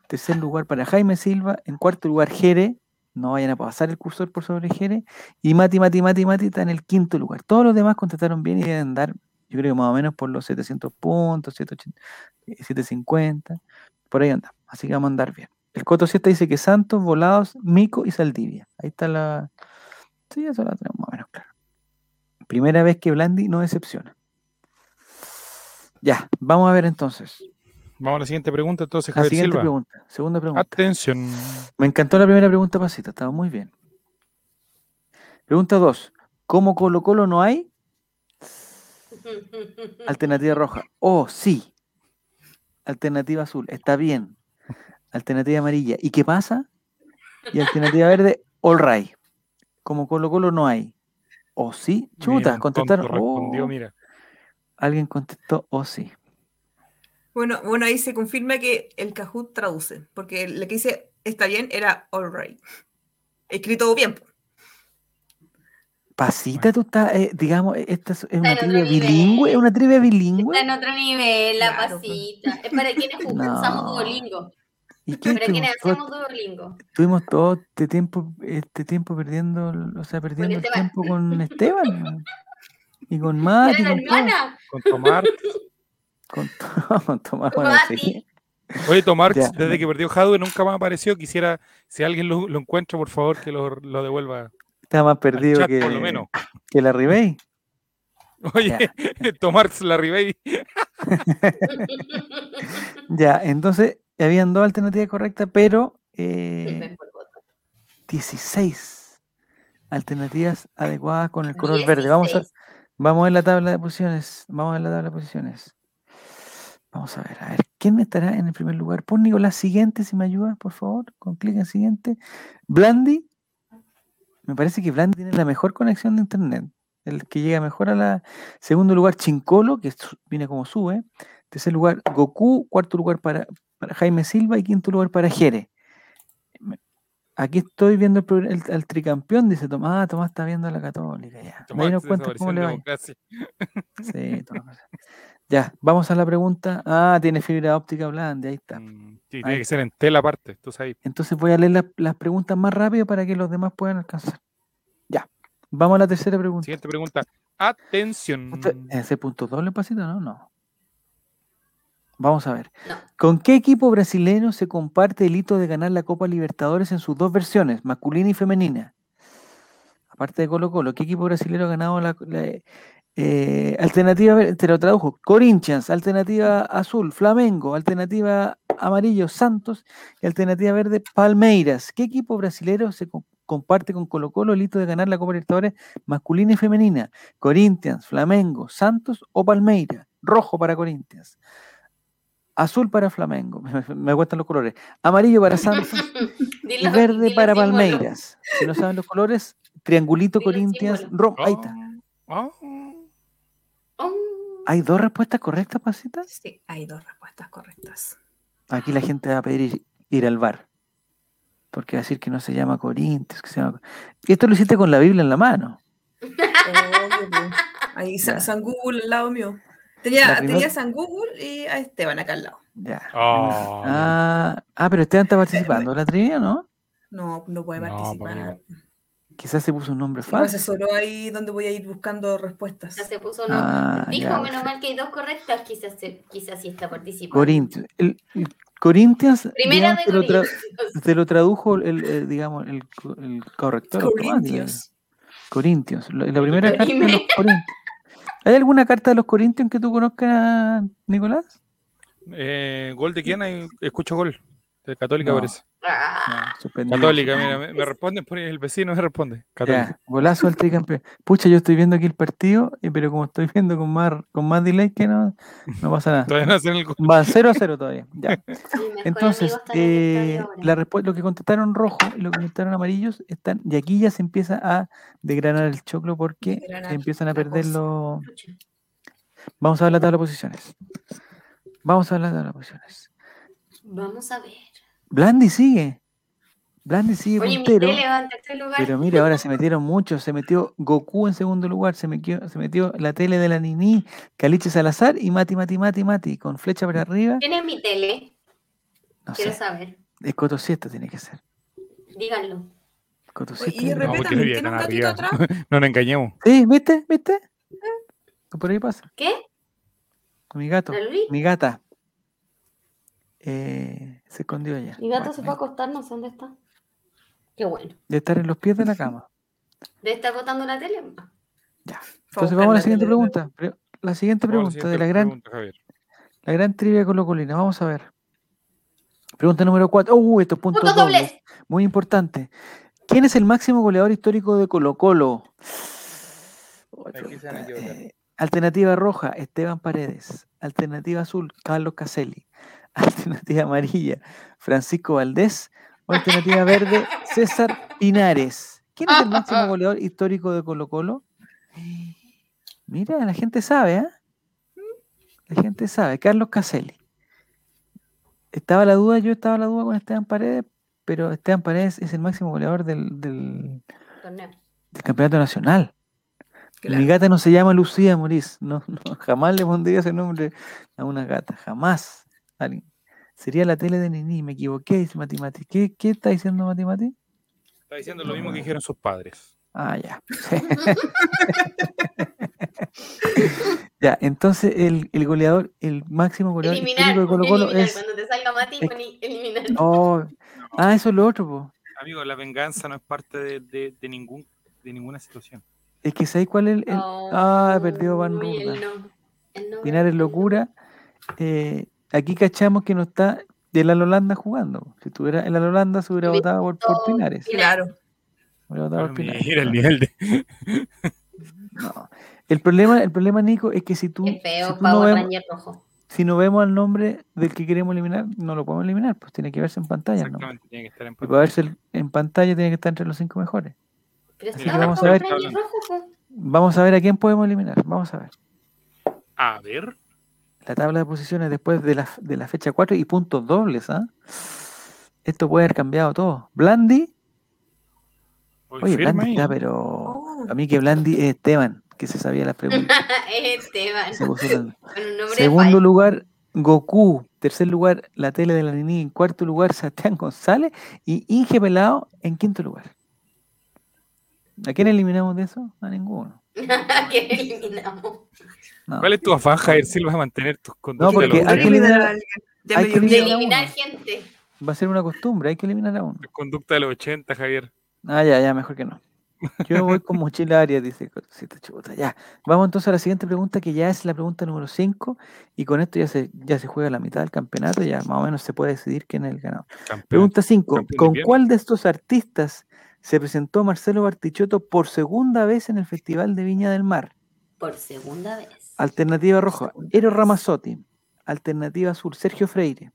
Speaker 1: Tercer lugar para Jaime Silva. En cuarto lugar, Jere. No vayan a pasar el cursor por sobre Jere. Y Mati, Mati, Mati, Mati está en el quinto lugar. Todos los demás contestaron bien y deben dar, yo creo que más o menos por los 700 puntos, 780, eh, 750. Por ahí anda. Así que vamos a andar bien. El Coto 7 dice que Santos, Volados, Mico y Saldivia. Ahí está la. Sí, eso la tenemos más o menos claro. Primera vez que Blandi no decepciona. Ya, vamos a ver entonces.
Speaker 2: Vamos a la siguiente pregunta, entonces,
Speaker 1: La
Speaker 2: Javier
Speaker 1: Ah, siguiente
Speaker 2: Silva. Ah,
Speaker 1: pregunta, segunda pregunta.
Speaker 2: Atención.
Speaker 1: Me encantó la primera pregunta, Pasita, estaba muy bien. Pregunta 2. ¿Cómo Colo Colo no hay? Alternativa roja. Oh, sí. Alternativa azul. Está bien. Alternativa amarilla. ¿Y qué pasa? Y alternativa verde, all right. Como Colo Colo no hay. Oh, sí.
Speaker 2: Mira,
Speaker 1: Chuta,
Speaker 2: un
Speaker 1: contestaron.
Speaker 2: tonto respondió,
Speaker 1: "Oh".
Speaker 2: mira.
Speaker 1: Alguien contestó, oh, sí.
Speaker 5: Bueno, bueno, ahí se confirma que el Kahoot traduce, porque lo que dice está bien era all right. Escrito bien. po.
Speaker 1: Pasita, tú estás, eh, digamos, eh, esta es es una
Speaker 3: en otro
Speaker 1: trivia bilingüe, es
Speaker 3: nivel.
Speaker 1: una trivia bilingüe.
Speaker 3: Está en otro nivel, la
Speaker 5: Claro, pues.
Speaker 3: pasita. Es para quienes usamos
Speaker 1: No.
Speaker 3: Duolingo.
Speaker 1: ¿Y qué
Speaker 3: Para quienes
Speaker 1: estuvimos todo-
Speaker 3: hacemos Duolingo.
Speaker 1: Tuvimos todo este tiempo, este tiempo perdiendo, el- o sea, perdiendo el
Speaker 3: Esteban.
Speaker 1: tiempo con Esteban weón. y con
Speaker 3: Era
Speaker 1: Mati,
Speaker 3: la
Speaker 1: con, todo,
Speaker 3: hermana.
Speaker 2: Con Tomar.
Speaker 1: con todo, con Tomás, bueno,
Speaker 3: Mati.
Speaker 1: sí.
Speaker 2: Oye, Tomar,
Speaker 1: Ya.
Speaker 2: desde que perdió Jadwe nunca más apareció. Quisiera, si alguien lo, lo encuentra, por favor, que lo, lo devuelva
Speaker 1: Está más
Speaker 2: al
Speaker 1: perdido
Speaker 2: chat,
Speaker 1: que,
Speaker 2: por lo menos.
Speaker 1: que la Ribey.
Speaker 2: Oye, Tomar la Ribey.
Speaker 1: Eh, Ya, entonces habían dos alternativas correctas, pero eh, 16 alternativas adecuadas con el color verde. Vamos a, vamos a ver la tabla de posiciones. Vamos a ver la tabla de posiciones. Vamos a ver, a ver, ¿quién estará en el primer lugar? Pon Nicolás siguiente, si me ayudas, por favor, con clic en siguiente. Blandi, me parece que Blandi tiene la mejor conexión de internet, el que llega mejor a la... Segundo lugar, Chincolo, que viene como sube. Tercer lugar, Goku. Cuarto lugar para, para Jaime Silva y quinto lugar para Jere. Aquí estoy viendo el, el, el, tricampeón, dice Tomás. Ah, Tomás está viendo a la Católica. Ya. Tomás, no cuenta cómo le va. Sí, Tomás. Ya, vamos a la pregunta. Ah, tiene fibra óptica blanda, ahí está.
Speaker 2: Mm, Sí, tiene ahí. que ser en tela aparte, tú sabes.
Speaker 1: Entonces voy a leer las, las preguntas más rápido para que los demás puedan alcanzar. Ya, vamos a la tercera pregunta.
Speaker 2: Siguiente pregunta. Atención.
Speaker 1: Ese punto doble pasito, ¿no? No. Vamos a ver. ¿Con qué equipo brasileño se comparte el hito de ganar la Copa Libertadores en sus dos versiones, masculina y femenina? Aparte de Colo Colo, ¿qué equipo brasileño ha ganado la... la eh, alternativa, te lo tradujo, Corinthians, alternativa azul, Flamengo, alternativa amarillo, Santos, y alternativa verde, Palmeiras. ¿Qué equipo brasileño se co comparte con Colo Colo el hito de ganar la Copa Libertadores masculina y femenina? Corinthians, Flamengo, Santos o Palmeiras. Rojo para Corinthians azul para Flamengo, me, me, gustan los colores, amarillo para Santos y verde dilo, para dilo, Palmeiras. Dilo. Si no saben los colores, triangulito Corintias, Roma. Ahí está.
Speaker 2: Oh,
Speaker 1: oh. ¿Hay dos respuestas correctas, Pasita?
Speaker 5: Sí, hay dos respuestas correctas.
Speaker 1: Aquí la gente va a pedir ir, ir al bar. Porque va a decir que no se llama Corintios, que se llama... Esto lo hiciste con la Biblia en la mano.
Speaker 5: Oh, ahí, San, San Google al lado mío. Tenía, tenía, San Google y a Esteban acá al lado.
Speaker 1: Ya. Oh, ah, ah, pero Esteban está participando en la trivia, ¿no?
Speaker 5: No, no puede no, participar.
Speaker 1: Quizás se puso un nombre fácil.
Speaker 5: Me asesoró ahí donde voy a ir buscando respuestas.
Speaker 4: No se puso nombre. Ah, Dijo, ya, menos sí. mal que hay dos correctas, quizás, quizás sí está participando.
Speaker 1: Corinthians. El, el Corinthians, Primera digamos, de te, Corintios. lo te lo tradujo el, el digamos, el, el corrector Corintios. Corintios. La, la primera carta de los Corintios. ¿Hay alguna carta de los Corinthians que tú conozcas, Nicolás?
Speaker 2: Eh, ¿Gol de quién? Escucho gol. De Católica no. parece.
Speaker 3: Ah.
Speaker 2: No, Católica, mira, me, me responde, el vecino me responde.
Speaker 1: Ya, golazo al tricampeón. Pucha, yo estoy viendo aquí el partido, pero como estoy viendo con más, con más delay que no, no pasa nada.
Speaker 2: todavía no hacen el gol.
Speaker 1: Va 0 a 0 todavía. Ya. Sí, Entonces, eh, la respuesta, lo que contestaron rojo y lo que contestaron amarillos están, y aquí ya se empieza a degranar el choclo porque degranar, empiezan a perderlo. Vamos a ver la tabla de posiciones. Vamos a hablar de las posiciones.
Speaker 4: Vamos a ver.
Speaker 1: Blandi sigue. Blandi sigue
Speaker 4: Oye, puntero, mi tele va en lugar.
Speaker 1: Pero mira, ahora se metieron muchos. Se metió Goku en segundo lugar. Se metió, se metió la tele de la Nini, Caliche Salazar y Mati, Mati, Mati, Mati, con flecha para arriba.
Speaker 4: ¿Quién es mi tele?
Speaker 1: No
Speaker 4: Quiero
Speaker 1: sé.
Speaker 4: saber.
Speaker 1: Es Cotosieta, tiene que ser.
Speaker 4: Díganlo.
Speaker 1: Cotosieta.
Speaker 5: Y repetan, ¿tiene un gatito atrás?
Speaker 2: no nos engañemos.
Speaker 1: Sí, ¿viste? ¿Viste? Por ahí pasa.
Speaker 4: ¿Qué?
Speaker 1: Mi gato.
Speaker 4: ¿Laluri?
Speaker 1: Mi gata. Eh, se escondió allá.
Speaker 4: Mi gato bueno, se fue a acostar, no sé dónde está. Qué bueno.
Speaker 1: De estar en los pies de la cama.
Speaker 4: De estar botando la tele.
Speaker 1: Ya. Entonces vamos a la siguiente la pregunta. pregunta. La siguiente pregunta la siguiente de la pregunta, gran Javier. la gran trivia con Colina. Vamos a ver. Pregunta número 4. Uh, estos puntos Punto dobles. dobles. Muy importante. ¿Quién es el máximo goleador histórico de Colo Colo? eh, Alternativa roja, Esteban Paredes. Alternativa azul, Carlos Caselli. Alternativa amarilla, Francisco Valdés. O alternativa verde, César Pinares. ¿Quién es el máximo goleador histórico de Colo Colo? Mira, la gente sabe, ¿eh? La gente sabe, Carlos Caselli. Estaba la duda, yo estaba la duda con Esteban Paredes, pero Esteban Paredes es el máximo goleador del, del, del campeonato nacional. Claro. Mi gata no se llama Lucía Morís. No, no, jamás le pondría ese nombre a una gata. Jamás. Alguien. Sería la tele de Nini. Me equivoqué, dice Mati Mati. ¿Qué, qué está diciendo Mati Mati?
Speaker 2: Está diciendo lo mismo que dijeron sus padres.
Speaker 1: Ah, ya. ya, entonces el, el, goleador, el máximo goleador
Speaker 4: eliminar,
Speaker 1: de Colo Colo
Speaker 4: eliminar,
Speaker 1: es...
Speaker 4: Cuando te salga Mati, poní eliminar.
Speaker 1: Oh, ah, eso es lo otro, po.
Speaker 2: Amigo, la venganza no es parte de, de, de ningún, de ninguna situación.
Speaker 1: Es que ¿sabéis cuál es el, el oh, ah, perdió Van Ruda. No, no, Pinares locura. Eh, aquí cachamos que no está el Holanda jugando. Si estuviera el Holanda se hubiera votado por, por Pinares.
Speaker 5: Claro.
Speaker 1: Hubiera votado por
Speaker 2: Ah, Mira
Speaker 1: Pinares.
Speaker 2: el nivel de.
Speaker 1: No. El problema, el problema, Nico, es que si tú,
Speaker 4: Qué
Speaker 1: si
Speaker 4: feo,
Speaker 1: tú no
Speaker 4: Power
Speaker 1: vemos,
Speaker 4: Ranger rojo.
Speaker 1: si no vemos el nombre del que queremos eliminar, no lo podemos eliminar, pues tiene que verse en pantalla. el nombre.
Speaker 2: Exactamente, tiene que estar en
Speaker 1: Y para verse el- en pantalla tiene que estar entre los cinco mejores.
Speaker 4: Pero
Speaker 2: Así
Speaker 4: si
Speaker 2: que
Speaker 4: no, el
Speaker 1: vamos a
Speaker 4: Power
Speaker 2: ver.
Speaker 4: Ranger rojo, pues. po.
Speaker 1: Vamos a ver a quién podemos eliminar. Vamos a ver.
Speaker 2: A ver.
Speaker 1: La tabla de posiciones después de la, de la fecha 4 y puntos dobles. ¿ah? Esto puede haber cambiado todo. Blandi.
Speaker 2: Hoy
Speaker 1: Oye,
Speaker 2: firma
Speaker 1: Blandi
Speaker 2: ahí.
Speaker 1: está,
Speaker 4: Oh.
Speaker 1: pero.
Speaker 5: Oh.
Speaker 1: A mí que Blandi es Esteban, que se sabía las preguntas.
Speaker 4: Esteban,
Speaker 1: Se puso tan-
Speaker 4: con un nombre de
Speaker 1: Segundo
Speaker 4: falso.
Speaker 1: lugar, Goku. Tercer lugar, la tele de la Nini. En cuarto lugar, Sebastián González. Y Inge Pelado en quinto lugar. ¿A quién eliminamos de eso? A ninguno.
Speaker 4: que eliminamos.
Speaker 1: No.
Speaker 2: ¿Cuál es tu afán, Jair Silva, de mantener tus conductas?
Speaker 1: porque
Speaker 2: de los
Speaker 1: hay que
Speaker 2: tres?
Speaker 1: eliminar-
Speaker 5: a alguien. Ya
Speaker 1: hay
Speaker 5: me
Speaker 1: que
Speaker 5: dio
Speaker 4: De
Speaker 1: eliminar-
Speaker 5: miedo.
Speaker 4: eliminar gente.
Speaker 1: Va a ser una costumbre, hay que eliminar a uno.
Speaker 2: Conducta de los 80, Javier.
Speaker 1: Ah, ya, ya, mejor que no. Yo voy con mochila Arias, dice Cosita Chuta. Ya. Vamos entonces a la siguiente pregunta, que ya es la pregunta número 5. Y con esto ya se, ya se juega la mitad del campeonato, ya más o menos se puede decidir quién es el ganador.
Speaker 2: Campeón.
Speaker 1: Pregunta 5.
Speaker 2: campeón de
Speaker 1: ¿Con
Speaker 2: invierno.
Speaker 1: cuál de estos artistas se presentó Marcelo Bartichotto por segunda vez en el Festival de Viña del Mar?
Speaker 4: Por segunda vez.
Speaker 1: Alternativa roja, Ero Ramazzotti. Alternativa azul, Sergio Freire.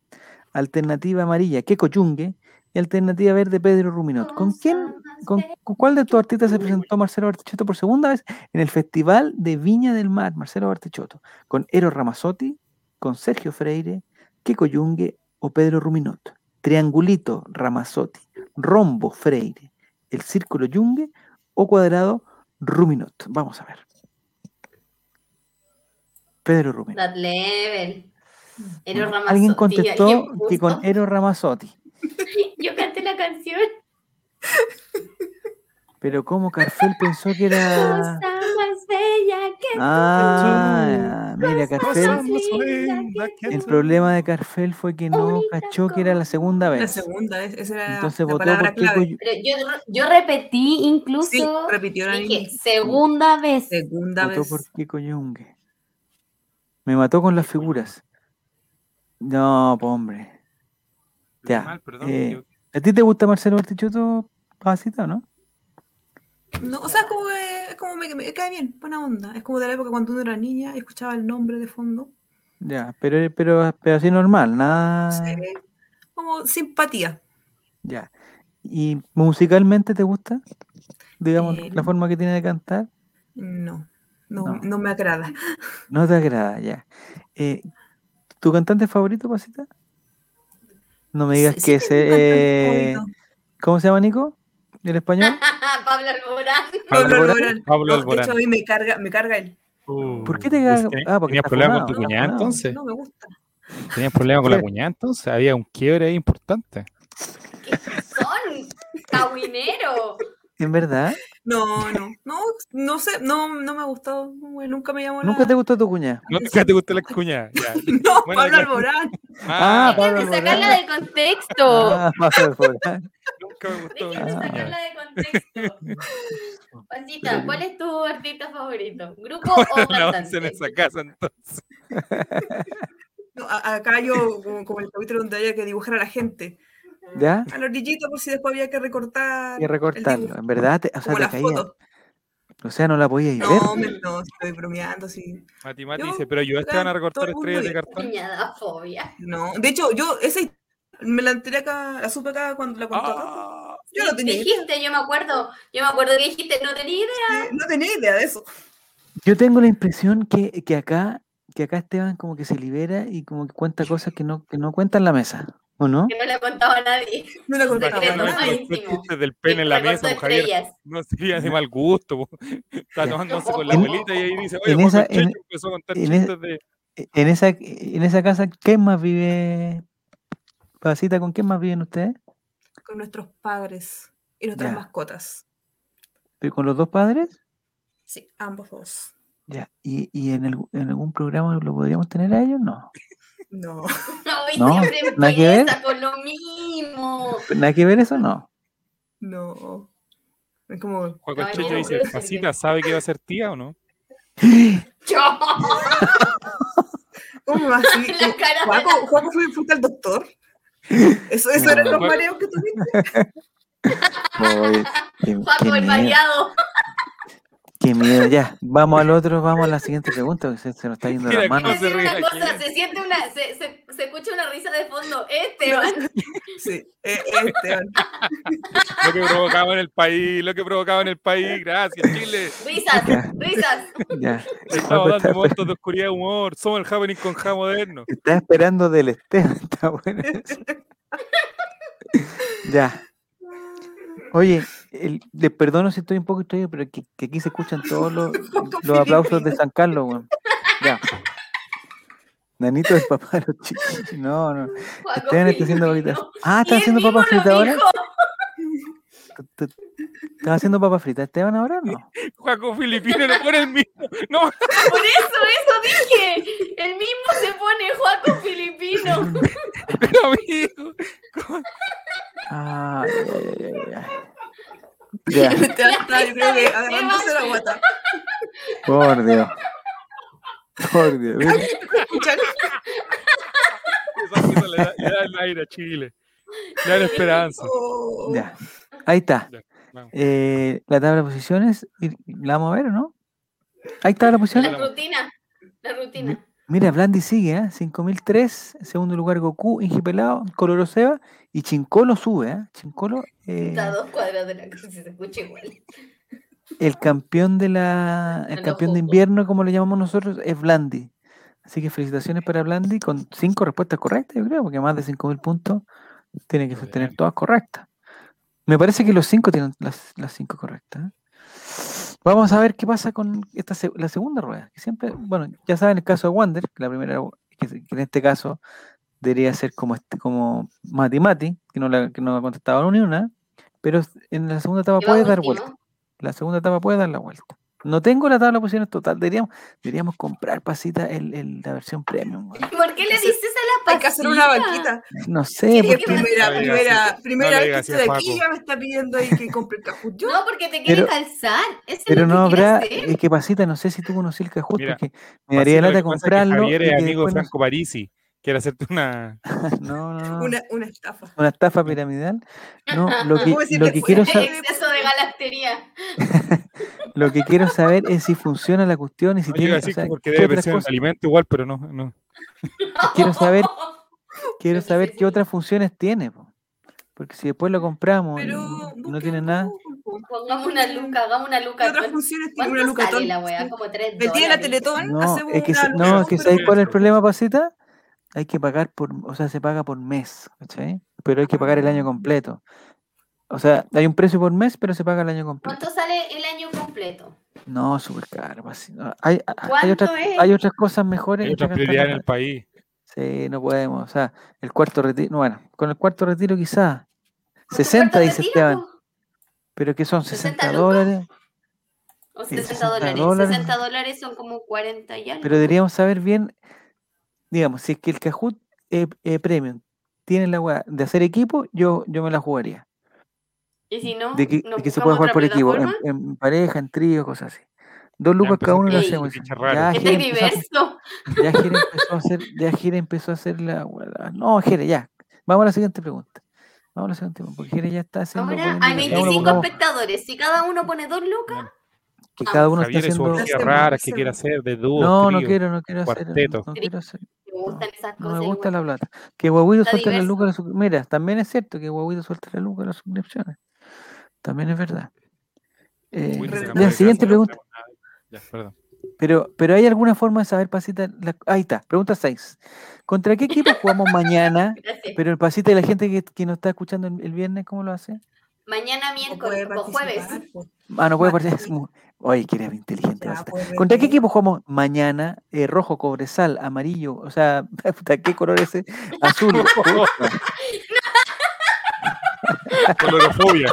Speaker 1: Alternativa amarilla, Keco Yungue. Y alternativa verde, Pedro Ruminot. ¿Con quién? ¿Con, con cuál de estos artistas se presentó Marcelo Bartichotto por segunda vez en el Festival de Viña del Mar? Marcelo Bartichotto. ¿Con Ero Ramazzotti? ¿Con Sergio Freire? Keco Yungue o Pedro Ruminot? Triangulito Ramazzotti. Rombo Freire. El círculo Yungue o cuadrado Ruminot. Vamos a ver. Pedro Ruminot.
Speaker 4: That level. Ero
Speaker 1: Bueno,
Speaker 4: Ramazzotti.
Speaker 1: Alguien
Speaker 4: alguien
Speaker 1: contestó
Speaker 4: puso.
Speaker 1: que con Ero Ramazzotti.
Speaker 4: Yo canté la canción.
Speaker 1: Pero como Carfel pensó que era.
Speaker 4: Cosa más bella que
Speaker 1: Ah, mira,
Speaker 4: Cosa
Speaker 5: pues,
Speaker 1: Carfel.
Speaker 4: más linda que
Speaker 1: El problema de Carfel fue que no
Speaker 4: Ahorita
Speaker 1: cachó que era la segunda
Speaker 5: La
Speaker 1: vez.
Speaker 5: segunda vez, esa era
Speaker 1: pues. Entonces
Speaker 5: la
Speaker 1: votó
Speaker 5: palabra
Speaker 1: por Keiko
Speaker 5: clave.
Speaker 1: Yu-
Speaker 4: Pero yo, yo repetí incluso.
Speaker 5: Sí, repitió la
Speaker 4: dije,
Speaker 5: misma.
Speaker 4: segunda vez.
Speaker 5: segunda
Speaker 1: votó
Speaker 5: vez.
Speaker 1: por Keiko Yungue. Me mató con las figuras. No, po, hombre. Ya,
Speaker 2: Mal, perdón,
Speaker 1: eh,
Speaker 2: yo-
Speaker 1: ¿A ti te gusta Marcelo Bartichotto, Pacita, no?
Speaker 5: No, o sea, es como, que- es como me, me cae bien, buena onda. Es como de la época cuando uno era niña y escuchaba el nombre de fondo.
Speaker 1: Ya, pero, pero, pero así normal, nada.
Speaker 5: Sí, como simpatía.
Speaker 1: Ya. ¿Y musicalmente te gusta? Digamos,
Speaker 5: Eh,
Speaker 1: la forma que tiene de cantar.
Speaker 5: No, no,
Speaker 1: No.
Speaker 5: no me agrada.
Speaker 1: No te agrada, ya. Eh, ¿Tu cantante favorito, Pasita? No me digas
Speaker 5: Sí,
Speaker 1: que
Speaker 5: sí,
Speaker 1: ese.
Speaker 5: me encanta
Speaker 1: eh,
Speaker 5: el fondo.
Speaker 1: ¿Cómo se llama, Nico? ¿El español?
Speaker 4: Pablo Alborán.
Speaker 5: Pablo
Speaker 2: Alborán.
Speaker 5: Alborán.
Speaker 2: Pablo
Speaker 5: No, De
Speaker 2: Alborán.
Speaker 5: hecho, a mí me carga, me carga él.
Speaker 1: ¿Por qué te caga- ah, porque
Speaker 2: pues, ¿Tenías
Speaker 1: está
Speaker 2: problemas
Speaker 1: fumado,
Speaker 2: con tu
Speaker 1: está
Speaker 2: cuñada
Speaker 1: fumado.
Speaker 2: entonces?
Speaker 5: No me gusta.
Speaker 2: ¿Tenías problemas con la
Speaker 1: Sí.
Speaker 2: cuñada entonces? Había un quiebre ahí importante.
Speaker 4: Son cahuinero.
Speaker 1: ¿En verdad?
Speaker 5: No, no, no, no sé, no, no me ha gustado. güey, Nunca me llamó
Speaker 1: ¿Nunca
Speaker 5: la...
Speaker 1: te gustó tu cuñada?
Speaker 2: No te te gustó la cuñada. ya.
Speaker 5: No,
Speaker 2: Bueno,
Speaker 5: Pablo
Speaker 2: ya.
Speaker 5: Alborán.
Speaker 1: Ah, Pablo
Speaker 4: Dejen de sacarla
Speaker 1: Alborán.
Speaker 4: del
Speaker 5: Oh.
Speaker 4: contexto.
Speaker 1: Ah, Pablo Alborán.
Speaker 2: Nunca me gustó.
Speaker 4: Dejen de
Speaker 1: Ah.
Speaker 4: sacarla de contexto. Juancita, ¿cuál es tu artista favorito? ¿Grupo o
Speaker 2: Una avance en
Speaker 4: cantante?
Speaker 2: esa casa entonces.
Speaker 5: No, a- acá yo, como, como el capítulo donde había que dibujar a la gente.
Speaker 1: ¿Ya?
Speaker 5: A la orillita por si después había que recortar.
Speaker 1: Y
Speaker 5: el
Speaker 1: recortarlo.
Speaker 5: dibujo,
Speaker 1: En verdad, te- o sea,
Speaker 5: Como
Speaker 1: te
Speaker 5: las
Speaker 1: caía.
Speaker 5: fotos.
Speaker 1: O sea, no la podías ver.
Speaker 5: No, me- no, estoy bromeando, sí.
Speaker 2: Mati Mati
Speaker 5: Yo,
Speaker 2: dice, pero yo te van a recortar
Speaker 5: todo el mundo
Speaker 2: estrellas de
Speaker 5: dice.
Speaker 2: cartón.
Speaker 4: Cuñada fobia.
Speaker 5: No, de hecho, yo esa hist- me la enteré acá, la supe acá cuando la contó acá.
Speaker 2: Ah,
Speaker 5: Yo no tenía idea,
Speaker 4: Dijiste, yo me acuerdo. Yo me acuerdo que dijiste, no tenía idea.
Speaker 5: no tenía idea de eso.
Speaker 1: Yo tengo la impresión que, que acá, que acá Esteban como que se libera y como que cuenta cosas que no, que no cuenta en la mesa. ¿O no?
Speaker 4: Que no le contaba a nadie.
Speaker 5: No la contaba.
Speaker 4: Secreto,
Speaker 5: ¿no?
Speaker 4: ¿no?
Speaker 2: Imagínate los
Speaker 4: Buenísimo.
Speaker 2: chistes del pene en la mesa,
Speaker 4: Recorto
Speaker 2: pues, Javier.
Speaker 4: estrellas.
Speaker 2: No sería de mal gusto. po. Está
Speaker 1: Ya.
Speaker 2: tomándose con la
Speaker 4: En-
Speaker 2: abuelita y ahí dice, oye,
Speaker 1: en
Speaker 2: Juan
Speaker 1: esa-
Speaker 2: Checho
Speaker 1: en-
Speaker 2: empezó a contar
Speaker 1: en
Speaker 2: chistes
Speaker 1: esa-
Speaker 2: de...
Speaker 1: E- En esa, en esa casa, ¿quién más vive? Pasita, ¿con quién más viven ustedes?
Speaker 5: Con nuestros padres y nuestras
Speaker 1: Ya.
Speaker 5: mascotas.
Speaker 1: ¿Pero ¿Con los dos padres?
Speaker 5: Sí, ambos dos.
Speaker 1: Ya. ¿Y, y en, algu- en algún programa lo podríamos tener a ellos? No.
Speaker 5: No.
Speaker 4: No, y
Speaker 1: No,
Speaker 4: siempre
Speaker 1: nada que ver.
Speaker 4: empieza con lo mismo.
Speaker 1: Pero Nada que ver eso, no.
Speaker 5: No. Es como.
Speaker 2: Juan
Speaker 4: Ay,
Speaker 2: Checho
Speaker 4: no,
Speaker 2: dice,
Speaker 4: pero-
Speaker 2: Pasita, ¿sabe que va a ser tía o no?
Speaker 4: Yo,
Speaker 5: ¿Cómo así?
Speaker 4: la cara de
Speaker 5: ¿Juaco, Juaco fue, fue al doctor? ¿Eso, eso eran los mareos que tuviste?
Speaker 1: Oye, qué- qué
Speaker 4: Paco el
Speaker 1: miedo.
Speaker 4: variado.
Speaker 1: Qué miedo, ya. Vamos al otro, vamos a la siguiente pregunta, que se, se nos está yendo
Speaker 2: Mira,
Speaker 1: la mano.
Speaker 2: ¿cómo
Speaker 4: Es decir,
Speaker 2: Ah, se
Speaker 4: una
Speaker 2: ríe
Speaker 4: cosa,
Speaker 2: aquí.
Speaker 4: se siente una, se, se, se escucha una risa de fondo. Este Esteban,
Speaker 5: Sí, eh, Esteban.
Speaker 2: Lo que provocaba en el país, lo que provocaba en el país. Gracias, Chile.
Speaker 4: risas,
Speaker 1: Ya.
Speaker 4: risas.
Speaker 1: Ya.
Speaker 2: Le Estamos
Speaker 1: Paco
Speaker 2: dando
Speaker 1: está,
Speaker 2: momentos de oscuridad y humor. Somos el happening con ja moderno.
Speaker 1: está esperando del Esteban, está bueno. eso. ya. Oye, el- les perdono si estoy un poco extraño, pero que, que aquí se escuchan todos los, los aplausos de San Carlos, weón. Ya. Nanito es papá de los chicos. No, no.
Speaker 4: Paco
Speaker 1: Esteban está haciendo
Speaker 4: Filipino.
Speaker 1: papitas. Ah,
Speaker 4: Y
Speaker 1: está
Speaker 4: él
Speaker 1: haciendo
Speaker 4: mismo
Speaker 1: papas
Speaker 4: lo
Speaker 1: fritas ahora.
Speaker 4: dijo.
Speaker 1: ¿Estás haciendo papas fritas, Esteban, ahora o no?
Speaker 2: Juaco Filipino le pone el mismo. No,
Speaker 4: Por eso, eso dije. El mismo se pone Juaco Filipino.
Speaker 2: pero amigo.
Speaker 1: Ah, ya, ya, ya, ya. Ya,
Speaker 5: Esteban está, yo creo que agarrándose la guata.
Speaker 1: por Dios. Por Dios. mira.
Speaker 5: Escuchar-
Speaker 2: Esa cosa le da, le da el aire a Chile. Le da la esperanza.
Speaker 5: Oh,
Speaker 1: Ya. Ahí está.
Speaker 2: Ya, vamos.
Speaker 1: Eh, la tabla de posiciones, y- ¿la vamos a ver o no? Ahí está la
Speaker 4: La
Speaker 1: posición.
Speaker 4: rutina. La rutina.
Speaker 1: Mira, Blandi sigue, ¿eh? 5003. En segundo lugar, Goku, Inji Pelado, Coloro Seba. Y Chincolo sube, ¿eh? Chincolo, eh,
Speaker 4: Está a dos cuadras de la cosa y se escucha igual.
Speaker 1: el campeón de la
Speaker 4: Ah,
Speaker 1: el
Speaker 4: no,
Speaker 1: campeón de
Speaker 4: Goku.
Speaker 1: invierno, como le llamamos nosotros, es Blandi. Así que felicitaciones para Blandi con cinco respuestas correctas, yo creo, porque más de 5.000 puntos tiene que
Speaker 2: Muy
Speaker 1: tener
Speaker 2: bien.
Speaker 1: todas correctas. Me parece que los cinco tienen las, las cinco correctas. ¿eh? Vamos a ver qué pasa con esta se- la segunda rueda. Que siempre, bueno, ya saben el caso de Wander, que la primera, era- que, se- que en este caso debería ser como este, como Mati Mati, que no la, que no ha contestado ni una, pero s- en la segunda etapa
Speaker 4: Y va
Speaker 1: puede dar
Speaker 4: último.
Speaker 1: vuelta la segunda etapa puede dar la vuelta. No tengo la tabla de posiciones total, deberíamos, deberíamos comprar pasita el, el- la versión premium. güey.
Speaker 4: ¿Por qué le
Speaker 5: Hay que
Speaker 4: dices a la
Speaker 5: Hay que hacer una
Speaker 4: pasita?
Speaker 5: vaquita.
Speaker 1: No sé,
Speaker 5: Oye,
Speaker 4: ¿por
Speaker 1: porque
Speaker 4: qué
Speaker 5: primera,
Speaker 2: no le digas
Speaker 5: primera, primera
Speaker 2: No le
Speaker 5: vez que
Speaker 2: digas
Speaker 5: estoy de
Speaker 2: así, Paco.
Speaker 5: aquí ya me está pidiendo ahí que compre el cajón. Yo,
Speaker 4: No, porque te quiere
Speaker 1: Pero-
Speaker 4: calzar. Ese es
Speaker 1: pero
Speaker 4: lo que
Speaker 1: no
Speaker 4: quiere
Speaker 1: habrá, eh,
Speaker 4: hacer.
Speaker 1: es que pasita, no sé si tú conocí el Cajut,
Speaker 2: Mira,
Speaker 1: porque me daría
Speaker 2: Así que lo
Speaker 1: lata
Speaker 2: que pasa es que
Speaker 1: comprarlo.
Speaker 2: Javier
Speaker 1: y que
Speaker 2: es amigo de
Speaker 1: después no-
Speaker 2: Franco Parisi. Quiere hacerte una.
Speaker 1: no, no, no,
Speaker 5: una, una estafa.
Speaker 1: una estafa piramidal. No, lo que,
Speaker 5: ¿Cómo decir
Speaker 1: lo
Speaker 5: que
Speaker 1: que
Speaker 5: fue?
Speaker 1: quiero
Speaker 4: El
Speaker 1: saber,
Speaker 4: exceso de galatería.
Speaker 1: lo que quiero saber es si funciona la cuestión y si
Speaker 2: No
Speaker 1: tiene,
Speaker 2: llega a
Speaker 1: o
Speaker 2: decir
Speaker 1: sea,
Speaker 2: como porque
Speaker 1: qué
Speaker 2: debe
Speaker 1: otras
Speaker 2: ser un
Speaker 1: cosas.
Speaker 2: alimento igual, pero no. no.
Speaker 1: Quiero saber, quiero
Speaker 4: que
Speaker 1: saber
Speaker 4: sí,
Speaker 1: qué
Speaker 4: sí.
Speaker 1: otras funciones tiene, po. porque si después lo compramos y
Speaker 5: Pero
Speaker 1: no tiene nada.
Speaker 4: Pongamos una luca, hagamos una
Speaker 5: ¿Qué
Speaker 4: luca.
Speaker 5: otras funciones tiene una
Speaker 4: ¿Cuánto sale
Speaker 5: lucatón?
Speaker 4: la weá? Como tres
Speaker 5: Metí en la
Speaker 4: dólares.
Speaker 5: Teletón,
Speaker 1: No,
Speaker 5: hacemos
Speaker 1: es que,
Speaker 5: una
Speaker 1: se- no, es
Speaker 5: lucatón,
Speaker 1: que
Speaker 5: pero-
Speaker 1: ¿sabes cuál es el problema, Pasita? Hay que pagar por, o sea, se paga por mes, ¿cachai? Pero hay que pagar el año completo. O sea, hay un precio por mes, pero se paga el año completo.
Speaker 4: ¿Cuánto sale el año completo?
Speaker 1: No, súper caro. Pasi- no, Hay, a- a- hay,
Speaker 4: ¿Cuánto
Speaker 1: otras,
Speaker 4: es?
Speaker 1: hay otras cosas mejores.
Speaker 2: Hay
Speaker 1: que
Speaker 2: otra
Speaker 1: gastar la
Speaker 2: prioridad en el
Speaker 1: plata.
Speaker 2: país.
Speaker 1: Sí, no podemos. O sea, el cuarto retiro, no, bueno, con el cuarto retiro quizás.
Speaker 4: ¿Con tu
Speaker 1: 60,
Speaker 4: cuarto de
Speaker 1: dice
Speaker 4: tiro,
Speaker 1: Esteban,
Speaker 4: po?
Speaker 1: pero que son
Speaker 4: 60
Speaker 1: 60
Speaker 4: lucas.
Speaker 1: dólares.
Speaker 4: O
Speaker 1: Sí,
Speaker 4: 60,
Speaker 1: 60
Speaker 4: dólares.
Speaker 1: dólares.
Speaker 4: 60 dólares son como 40 y algo.
Speaker 1: Pero deberíamos saber bien, digamos, si es que el Kahoot eh, eh, Premium tiene la weá de hacer equipo, yo, yo me la jugaría.
Speaker 4: y si no,
Speaker 1: De que,
Speaker 4: ¿nos
Speaker 1: de que se puede
Speaker 4: buscamos
Speaker 1: jugar
Speaker 4: otra
Speaker 1: por equipo, en,
Speaker 4: plataforma?
Speaker 1: en pareja, en trío, cosas así. Dos lucas cada
Speaker 2: empezó
Speaker 1: uno lo
Speaker 4: con el
Speaker 1: hacemos. dice.
Speaker 2: pinche raro.
Speaker 1: Ya
Speaker 2: Que
Speaker 4: Está
Speaker 1: Jere empezó, a hacer-
Speaker 4: diverso.
Speaker 1: ya Jere empezó a hacer, ya Jere empezó a hacer la weá. No, Jere, ya. Vamos a la siguiente pregunta. Vamos a la siguiente pregunta. Porque Jere ya está haciendo.
Speaker 4: Ahora
Speaker 1: poniendo-
Speaker 4: hay
Speaker 1: ya uno
Speaker 4: 25
Speaker 1: pongamos
Speaker 4: espectadores. Si cada uno pone dos lucas,
Speaker 1: que cada uno está
Speaker 2: Javier es
Speaker 1: haciendo. este
Speaker 2: una
Speaker 5: orgía
Speaker 2: rara que quiere hacer de dúo.
Speaker 1: No, no
Speaker 2: trío.
Speaker 1: quiero, no quiero hacer.
Speaker 2: cuarteto.
Speaker 1: No quiero hacer.
Speaker 4: me gustan esas
Speaker 1: No
Speaker 4: cosas.
Speaker 1: me gusta
Speaker 4: igual.
Speaker 1: la plata. Que Guaguito
Speaker 4: Está
Speaker 1: suelte la
Speaker 4: diverso.
Speaker 1: lucas. de su- Mira, también es cierto que Guaguito suelta la lucas de las suscripciones. También es verdad. Eh,
Speaker 2: Uy,
Speaker 5: Re-
Speaker 2: se
Speaker 5: ya,
Speaker 2: me fue de
Speaker 1: siguiente
Speaker 2: casa,
Speaker 1: pregunta.
Speaker 2: no tenemos nada. Ya, perdón.
Speaker 1: pero, pero hay alguna forma de saber, Pasita. la- Ahí está, pregunta 6. ¿Contra qué equipo jugamos mañana?
Speaker 4: Gracias.
Speaker 1: Pero el Pasita y la gente que, que nos está escuchando el, el viernes, ¿cómo lo hace?
Speaker 4: Mañana
Speaker 5: No
Speaker 4: miércoles
Speaker 5: puede
Speaker 4: o jueves.
Speaker 5: participar, po.
Speaker 1: Ah, no puede
Speaker 5: Ma-
Speaker 1: partir. Oye, que eres inteligente,
Speaker 5: Ya,
Speaker 1: Pasita.
Speaker 5: pues,
Speaker 1: ¿Contra qué
Speaker 5: re-
Speaker 1: equipo jugamos mañana? Eh, rojo, cobresal, amarillo, o sea, puta, ¿qué color es ese? Azul. puta.
Speaker 2: Colorofobia.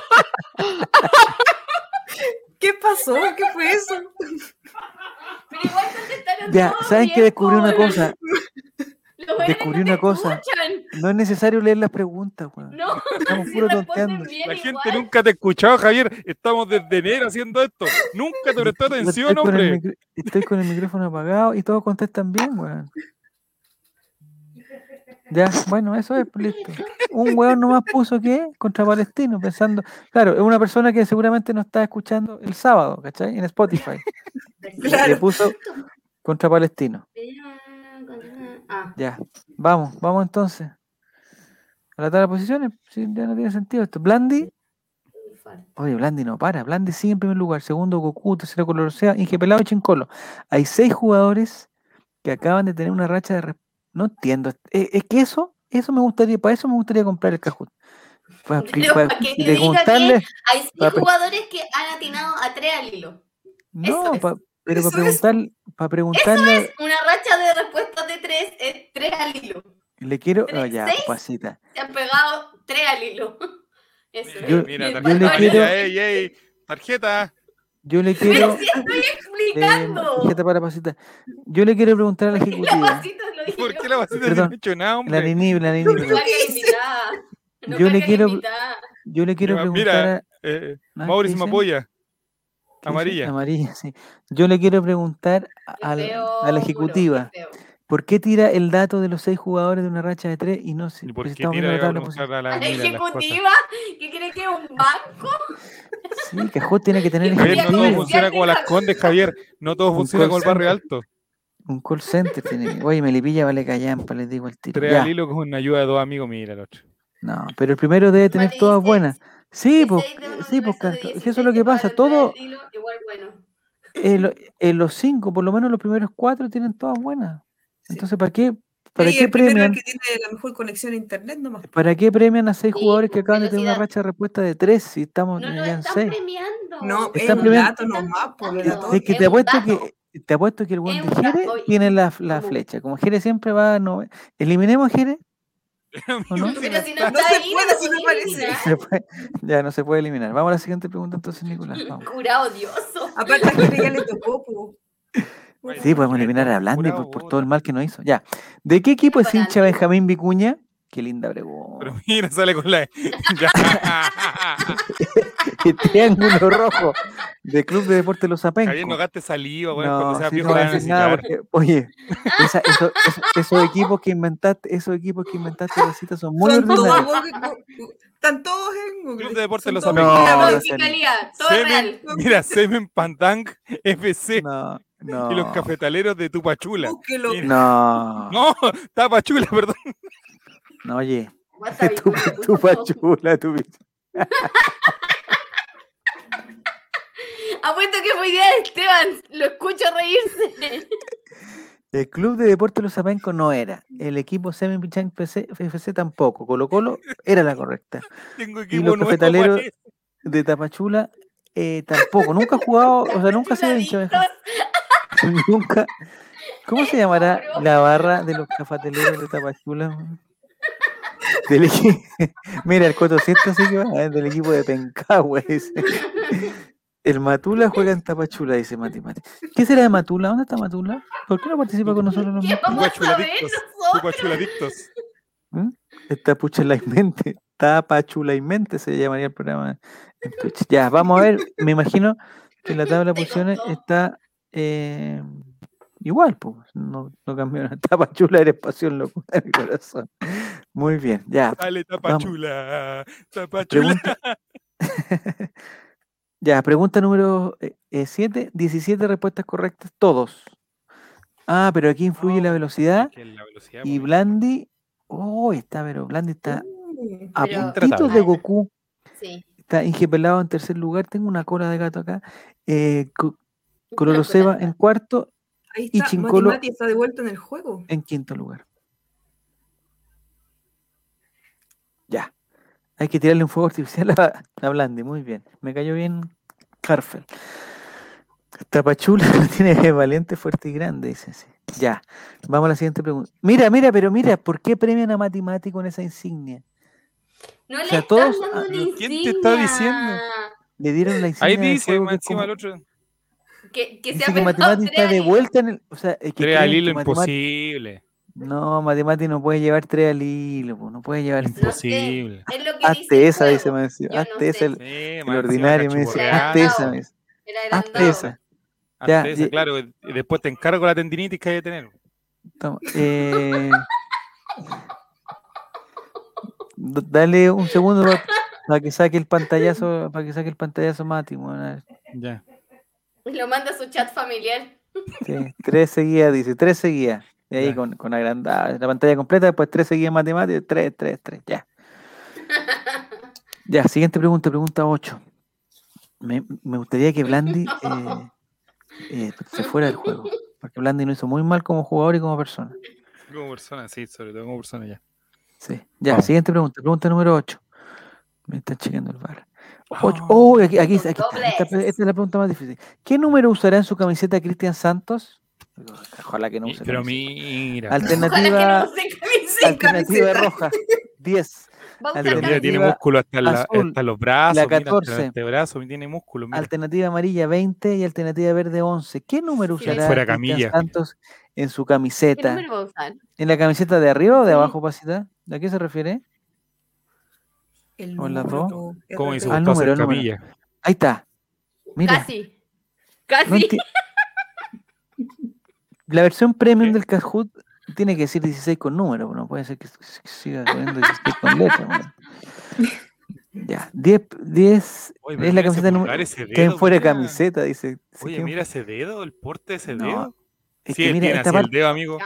Speaker 5: ¿Qué pasó? ¿Qué fue eso?
Speaker 4: Pero igual contestaron
Speaker 1: Ya,
Speaker 4: todos
Speaker 1: ¿saben que
Speaker 4: bien,
Speaker 1: descubrí una
Speaker 4: po?
Speaker 1: cosa?
Speaker 4: Los güeyes no
Speaker 1: descubrí
Speaker 4: te
Speaker 1: una cosa.
Speaker 4: escuchan.
Speaker 1: No es necesario leer las preguntas, weón.
Speaker 4: No,
Speaker 1: Estamos
Speaker 4: sí
Speaker 1: puro
Speaker 4: responden
Speaker 1: tonteando.
Speaker 4: bien
Speaker 2: La
Speaker 4: igual.
Speaker 2: gente nunca te ha escuchado, Javier. Estamos desde enero haciendo esto. Nunca te prestó
Speaker 1: Yo
Speaker 2: atención,
Speaker 1: con el
Speaker 2: hombre.
Speaker 1: micro- estoy con el micrófono apagado y todos contestan bien, weón. Ya, bueno, eso es pues, listo. Un hueón nomás puso que contra Palestino, pensando, claro, es una persona que seguramente no está escuchando el sábado, ¿cachai? En Spotify.
Speaker 5: Claro.
Speaker 1: Le puso contra Palestino.
Speaker 4: Ah,
Speaker 1: Ya, vamos, vamos entonces. A la tabla de posiciones, sí, ya no tiene sentido esto. Blandi,
Speaker 4: infarto.
Speaker 1: oye, Blandi no para. Blandi sigue en primer lugar, segundo Goku, tercero Colorosea, Inge Pelado y Chincolo. Hay seis jugadores que acaban de tener una racha de... re- No entiendo. E, Es, es que eso, eso me gustaría, para eso me gustaría comprar el Cajut. Para,
Speaker 4: Pero
Speaker 1: para-
Speaker 4: para que
Speaker 1: y
Speaker 4: te diga
Speaker 1: preguntarle-
Speaker 4: Hay seis
Speaker 1: Papi.
Speaker 4: jugadores que han atinado a tres al hilo.
Speaker 1: No,
Speaker 4: es.
Speaker 1: pa- pero para
Speaker 5: Eso es.
Speaker 1: preguntarle, para preguntarle,
Speaker 4: Una racha de respuestas de tres es tres al hilo.
Speaker 1: le quiero...
Speaker 4: Tres,
Speaker 1: oh, ya,
Speaker 4: seis.
Speaker 1: pasita.
Speaker 4: Se han pegado tres al hilo. Eso
Speaker 1: Yo-
Speaker 4: es.
Speaker 2: mira,
Speaker 4: Bien,
Speaker 1: yo le
Speaker 2: tarjeta.
Speaker 4: Barbarita.
Speaker 1: quiero-
Speaker 2: Ey, ey, tarjeta.
Speaker 1: Yo le
Speaker 4: Pero
Speaker 1: quiero...
Speaker 4: si estoy
Speaker 1: Eh,
Speaker 4: explicando.
Speaker 1: tarjeta para pasita. Yo le quiero preguntar a la
Speaker 4: La
Speaker 1: ejecutiva,
Speaker 4: pasita lo dije
Speaker 2: ¿Por
Speaker 4: yo.
Speaker 2: qué la vasita no
Speaker 1: Perdón.
Speaker 2: ha hecho nada,
Speaker 1: la
Speaker 2: hombre?
Speaker 1: Nini, la Nini,
Speaker 4: No
Speaker 1: perdón.
Speaker 4: carga
Speaker 5: hice?
Speaker 4: invitada. No
Speaker 1: Yo le
Speaker 4: carga
Speaker 1: quiero-
Speaker 4: invitada.
Speaker 1: Yo le quiero
Speaker 2: Mira,
Speaker 1: preguntar
Speaker 2: Eh,
Speaker 1: a.
Speaker 2: Mauricio me
Speaker 1: ¿qué dicen?
Speaker 2: apoya.
Speaker 1: ¿Qué dicen?
Speaker 2: Amarilla.
Speaker 1: Amarilla, sí. Yo le quiero preguntar
Speaker 4: Qué
Speaker 1: a, al-
Speaker 4: feo,
Speaker 1: a la
Speaker 4: Bruno,
Speaker 1: ejecutiva,
Speaker 4: qué feo.
Speaker 1: ¿por qué tira el dato de los seis jugadores de una racha de tres y no se
Speaker 2: ¿Y
Speaker 1: pues
Speaker 2: por qué
Speaker 1: estamos
Speaker 2: tira
Speaker 1: viendo la
Speaker 2: a
Speaker 1: tabla posición?
Speaker 2: mostrar a la,
Speaker 4: A la
Speaker 2: mira las cosas?
Speaker 4: ejecutiva que cree que es un banco.
Speaker 1: Sí, el Cajot tiene que tener pues,
Speaker 4: Yo
Speaker 2: Javier, no
Speaker 4: quería
Speaker 2: todo
Speaker 1: ejecutiva.
Speaker 4: comercial,
Speaker 2: funciona como
Speaker 4: mija.
Speaker 2: las condes, Javier. No todo
Speaker 1: Un
Speaker 2: funciona como el
Speaker 1: call
Speaker 2: barrio alto.
Speaker 1: Un call center tiene. Oye, Melipilla vale callampa, les digo el tiro.
Speaker 2: Tres
Speaker 1: Ya,
Speaker 2: al hilo con una ayuda de dos amigos, mira el otro.
Speaker 1: No, pero el primero debe tener
Speaker 4: Mate
Speaker 1: todas
Speaker 4: dice,
Speaker 1: buenas. Sí, pues,
Speaker 4: 16 de un
Speaker 1: sí, pues,
Speaker 4: universo de
Speaker 1: Canto, es que
Speaker 4: 16
Speaker 1: eso es lo que pasa.
Speaker 4: para traer
Speaker 1: Todo,
Speaker 4: el hilo, Igual bueno.
Speaker 1: eh, lo- eh, los cinco, por lo menos los primeros cuatro, tienen todas buenas.
Speaker 5: Sí.
Speaker 1: Entonces, ¿para qué, para
Speaker 5: Sí,
Speaker 1: qué
Speaker 5: el primero
Speaker 1: premian?
Speaker 5: es el que tiene la mejor conexión a internet nomás.
Speaker 1: ¿Para qué premian a seis
Speaker 4: Sí,
Speaker 1: jugadores
Speaker 4: pues,
Speaker 1: que acaban de tener una
Speaker 4: velocidad.
Speaker 1: racha de respuesta de tres si estamos
Speaker 4: No
Speaker 1: ya
Speaker 4: lo
Speaker 1: en
Speaker 4: están
Speaker 1: seis?
Speaker 4: premiando.
Speaker 5: No, es
Speaker 1: Está
Speaker 5: un
Speaker 1: premiando.
Speaker 5: dato nomás, por
Speaker 4: Es-
Speaker 1: Es-
Speaker 5: dato.
Speaker 1: es que te
Speaker 4: un
Speaker 1: apuesto
Speaker 4: dato.
Speaker 1: que te apuesto que el buen
Speaker 4: Es
Speaker 1: de
Speaker 4: un dato,
Speaker 1: Jere
Speaker 4: oye.
Speaker 1: tiene la, la
Speaker 4: Como-
Speaker 1: flecha. Como Jere siempre va a no. Eliminemos a Jere. ¿O no?
Speaker 4: Pero si no
Speaker 5: No
Speaker 4: está
Speaker 5: se
Speaker 4: ahí,
Speaker 5: puede,
Speaker 4: no
Speaker 5: si no
Speaker 4: podía
Speaker 5: parece.
Speaker 4: eliminar.
Speaker 1: Se puede- ya no se puede eliminar. Vamos a la siguiente pregunta entonces, Nicolás. vamos.
Speaker 4: Cura odioso.
Speaker 5: Aparte, a Jere ya le tocó. po.
Speaker 2: Vaya.
Speaker 1: Sí, podemos eliminar a Blandi
Speaker 2: Curado,
Speaker 1: por, por
Speaker 2: bota.
Speaker 1: todo el mal que nos hizo. Ya. ¿De qué equipo es
Speaker 4: Para
Speaker 1: hincha
Speaker 4: mí.
Speaker 1: Benjamín Vicuña? Qué linda pregunta.
Speaker 2: Pero mira, sale con la. Ya.
Speaker 1: El triángulo rojo de Club de Deportes Los Apencos.
Speaker 2: Javier, no gastes saliva, weón.
Speaker 1: No,
Speaker 2: cuando seas
Speaker 1: sí,
Speaker 2: viejo
Speaker 1: no voy
Speaker 2: la
Speaker 1: a
Speaker 2: van a
Speaker 1: decir nada
Speaker 2: necesitar.
Speaker 1: porque, oye, esa- eso- eso- esos equipos que inventaste, esos equipos que inventaste Rosita son muy
Speaker 5: Son todos
Speaker 1: ordinarios.
Speaker 5: Google- Están todos en Google.
Speaker 2: Club de Deportes
Speaker 5: Son
Speaker 2: Los
Speaker 5: todos-
Speaker 1: Amigos. No,
Speaker 4: La
Speaker 1: no sé.
Speaker 4: musicalidad, todo es
Speaker 2: Semen,
Speaker 4: real.
Speaker 2: mira, Semen Pantang FC
Speaker 1: No, no.
Speaker 2: y los cafetaleros de Tupachula.
Speaker 5: Búsquelo.
Speaker 2: Mira.
Speaker 1: No,
Speaker 2: No, Tapachula, perdón.
Speaker 1: no, oye.
Speaker 4: Guata,
Speaker 1: Tu,
Speaker 4: bicuña,
Speaker 1: tu
Speaker 4: puta,
Speaker 1: pachula, tu bicho.
Speaker 4: Apuesto que fue idea de Esteban. Lo escucho reírse.
Speaker 1: El Club de Deportes Los Apencos no era. El equipo Semen Pichán FC, FC tampoco. Colo Colo era la correcta.
Speaker 2: Tengo
Speaker 1: Y
Speaker 2: equipo
Speaker 1: los
Speaker 2: nuevo.
Speaker 1: cafetaleros-
Speaker 2: parece.
Speaker 1: De Tapachula eh, tampoco. Nunca ha jugado, o sea, nunca ha sido hincha. de Benjamín.
Speaker 4: Chuladitos.
Speaker 1: Nunca. ¿Cómo se llamará
Speaker 4: Seguro.
Speaker 1: la barra de los cafetaleros de Tapachula? weón? Del equi- Mira, el Coto Siesta sí que va ah, del equipo de Pencahue, dice. El Matula juega en Tapachula, dice Mati Mati. ¿Qué será de Matula? ¿Dónde está Matula? ¿Por qué no participa con nosotros los
Speaker 4: ¿Qué
Speaker 1: Matula?
Speaker 4: vamos a saber
Speaker 2: Guachuladictos.
Speaker 4: nosotros?
Speaker 2: Tupachuladictos.
Speaker 1: Está Puchela y Mente. Tapachula y Mente se llamaría el programa en Twitch. Ya, vamos a ver. Me imagino que la tabla de
Speaker 4: Te
Speaker 1: posiciones
Speaker 4: costó.
Speaker 1: está eh, igual, pues. No, no cambiaron. Tapachula eres pasión, locura mi corazón. Muy bien, ya.
Speaker 2: Dale, Tapachula. Tapachula.
Speaker 1: Pregunta. ya, pregunta número eh, 7. 17 respuestas correctas, todos. Ah, pero aquí influye la
Speaker 2: No,
Speaker 1: velocidad.
Speaker 2: Es que la velocidad,
Speaker 1: Y
Speaker 2: po.
Speaker 1: Blandi. Oh, está, pero Blandi está
Speaker 5: Uh,
Speaker 2: Ah,
Speaker 1: a
Speaker 4: Pero-
Speaker 1: puntitos de
Speaker 4: Intratable.
Speaker 1: Goku.
Speaker 4: Sí.
Speaker 1: Está Inge Pelado en tercer lugar. Tengo una cola de gato acá. Eh, Co- Coloroseba en cuarto,
Speaker 5: Ahí
Speaker 1: Y
Speaker 5: está. Mati
Speaker 1: Chincolo-
Speaker 5: Mati está de vuelta en el juego.
Speaker 1: en quinto lugar. Ya. Hay que tirarle un fuego artificial a, a Blandi. Muy bien. Me cayó bien Carfel. Tapachula lo tiene valiente, fuerte y grande, dice sí. Ya. Vamos a la siguiente pregunta. Mira, mira, pero mira, ¿por qué premian a Matemático con esa insignia?
Speaker 4: No le
Speaker 1: eh, sea,
Speaker 4: están
Speaker 1: todos-
Speaker 4: dando
Speaker 1: ah,
Speaker 4: una
Speaker 2: ¿pero quién te
Speaker 4: insignia.
Speaker 2: está diciendo?
Speaker 1: Le dieron la
Speaker 2: Ahí
Speaker 1: insignia. del
Speaker 2: dice,
Speaker 1: juego
Speaker 2: más
Speaker 1: que es como-
Speaker 2: encima el otro.
Speaker 4: Que, que se
Speaker 1: dice
Speaker 4: ha
Speaker 1: que
Speaker 4: pegado
Speaker 1: Matemático está
Speaker 4: tres
Speaker 1: de
Speaker 4: al hilo.
Speaker 1: vuelta en el. O sea, es que
Speaker 2: Tres al
Speaker 1: creen
Speaker 2: hilo
Speaker 1: que Matemático-
Speaker 2: imposible.
Speaker 1: No, Matemati no puede llevar tres al hilo, po, no puede llevar tres.
Speaker 2: Imposible.
Speaker 4: Es lo que dice
Speaker 1: Hazte
Speaker 4: el
Speaker 1: esa, dice
Speaker 4: juego.
Speaker 1: me decía.
Speaker 4: Yo no
Speaker 1: Hazte esa,
Speaker 4: sé.
Speaker 1: el,
Speaker 2: Sí,
Speaker 1: el
Speaker 2: más encima
Speaker 1: ordinario, me dice.
Speaker 4: cachuporreado.
Speaker 1: Hazte esa, me dice.
Speaker 4: El
Speaker 1: Hazte
Speaker 4: adelantado.
Speaker 1: esa. Ya,
Speaker 2: Hazte esa,
Speaker 1: y-
Speaker 2: claro. y Después te encargo la tendinitis que hay que tener.
Speaker 1: Toma, eh, Dale un segundo para, para que saque el pantallazo, para que saque el pantallazo Mati, bueno,
Speaker 2: Ya.
Speaker 4: Lo manda a su chat familiar.
Speaker 1: sí, tres seguidas, dice, tres seguidas. Y ahí
Speaker 2: Ya.
Speaker 1: con, con agrandada, la pantalla completa, después tres seguidas matemáticas, tres, tres, tres, ya. Ya, siguiente pregunta, pregunta 8. Me, me gustaría que Blandi eh, eh, se fuera del juego, porque Blandi lo hizo muy mal como jugador y como persona.
Speaker 2: Como persona, sí, sobre todo como persona ya.
Speaker 1: Sí. Ya,
Speaker 2: Vamos.
Speaker 1: siguiente pregunta, pregunta número 8. Me está chequeando el bar. Ocho.
Speaker 2: Ah.
Speaker 1: Oh, aquí, aquí, está, aquí está,
Speaker 4: Dobles.
Speaker 1: esta, pre- esta es la pregunta más difícil. ¿Qué número usará en su camiseta Cristian Santos? Ojalá que no
Speaker 2: Y-
Speaker 1: use.
Speaker 2: pero
Speaker 1: camiseta.
Speaker 2: mira.
Speaker 1: Alternativa,
Speaker 4: Ojalá que no use camiseta.
Speaker 1: alternativa roja, 10.
Speaker 4: Va a
Speaker 2: Pero
Speaker 4: usar
Speaker 2: mira, tiene
Speaker 1: Alternativa
Speaker 2: músculo hasta, la-
Speaker 1: azul,
Speaker 2: hasta los brazos.
Speaker 1: la
Speaker 2: mira, hasta
Speaker 1: 14.
Speaker 2: este brazo tiene músculo. mira.
Speaker 1: Alternativa amarilla 20 y alternativa verde 11. ¿Qué número
Speaker 4: Sí,
Speaker 1: usará
Speaker 2: Fuera
Speaker 1: Cristian
Speaker 2: Camilla.
Speaker 1: Santos en su
Speaker 4: ¿Qué
Speaker 1: camiseta?
Speaker 4: número va a usar?
Speaker 1: ¿En la camiseta de arriba o de
Speaker 4: Sí.
Speaker 1: abajo, Pasita? ¿A qué se refiere?
Speaker 5: El
Speaker 1: Hola,
Speaker 5: número
Speaker 1: Ro.
Speaker 5: todo, el
Speaker 2: ¿Cómo hizo
Speaker 1: Al
Speaker 2: Gustavo hacer
Speaker 1: número, al número.
Speaker 2: camilla?
Speaker 1: Ahí está. Mira,
Speaker 4: Casi.
Speaker 1: no
Speaker 4: Casi.
Speaker 1: enti- la versión premium
Speaker 2: ¿Qué?
Speaker 1: del Kahoot tiene que decir 16 con número, no puede ser que, s- que siga poniendo 16 con letra. weón. Ya, 10, 10
Speaker 2: Oye, pero
Speaker 1: es la
Speaker 2: mira ese
Speaker 1: camiseta
Speaker 2: pulgar,
Speaker 1: número.
Speaker 2: ese
Speaker 1: ¿Quién
Speaker 2: dedo,
Speaker 1: fuera
Speaker 2: mira.
Speaker 1: camiseta? Dice. dice,
Speaker 2: Oye,
Speaker 1: ¿quién-
Speaker 2: mira ese dedo, el porte de ese
Speaker 1: No,
Speaker 2: dedo.
Speaker 1: es
Speaker 2: sí,
Speaker 1: que
Speaker 2: él
Speaker 1: mira,
Speaker 2: tiene
Speaker 1: esta
Speaker 2: así el
Speaker 1: parte,
Speaker 2: dedo, amigo.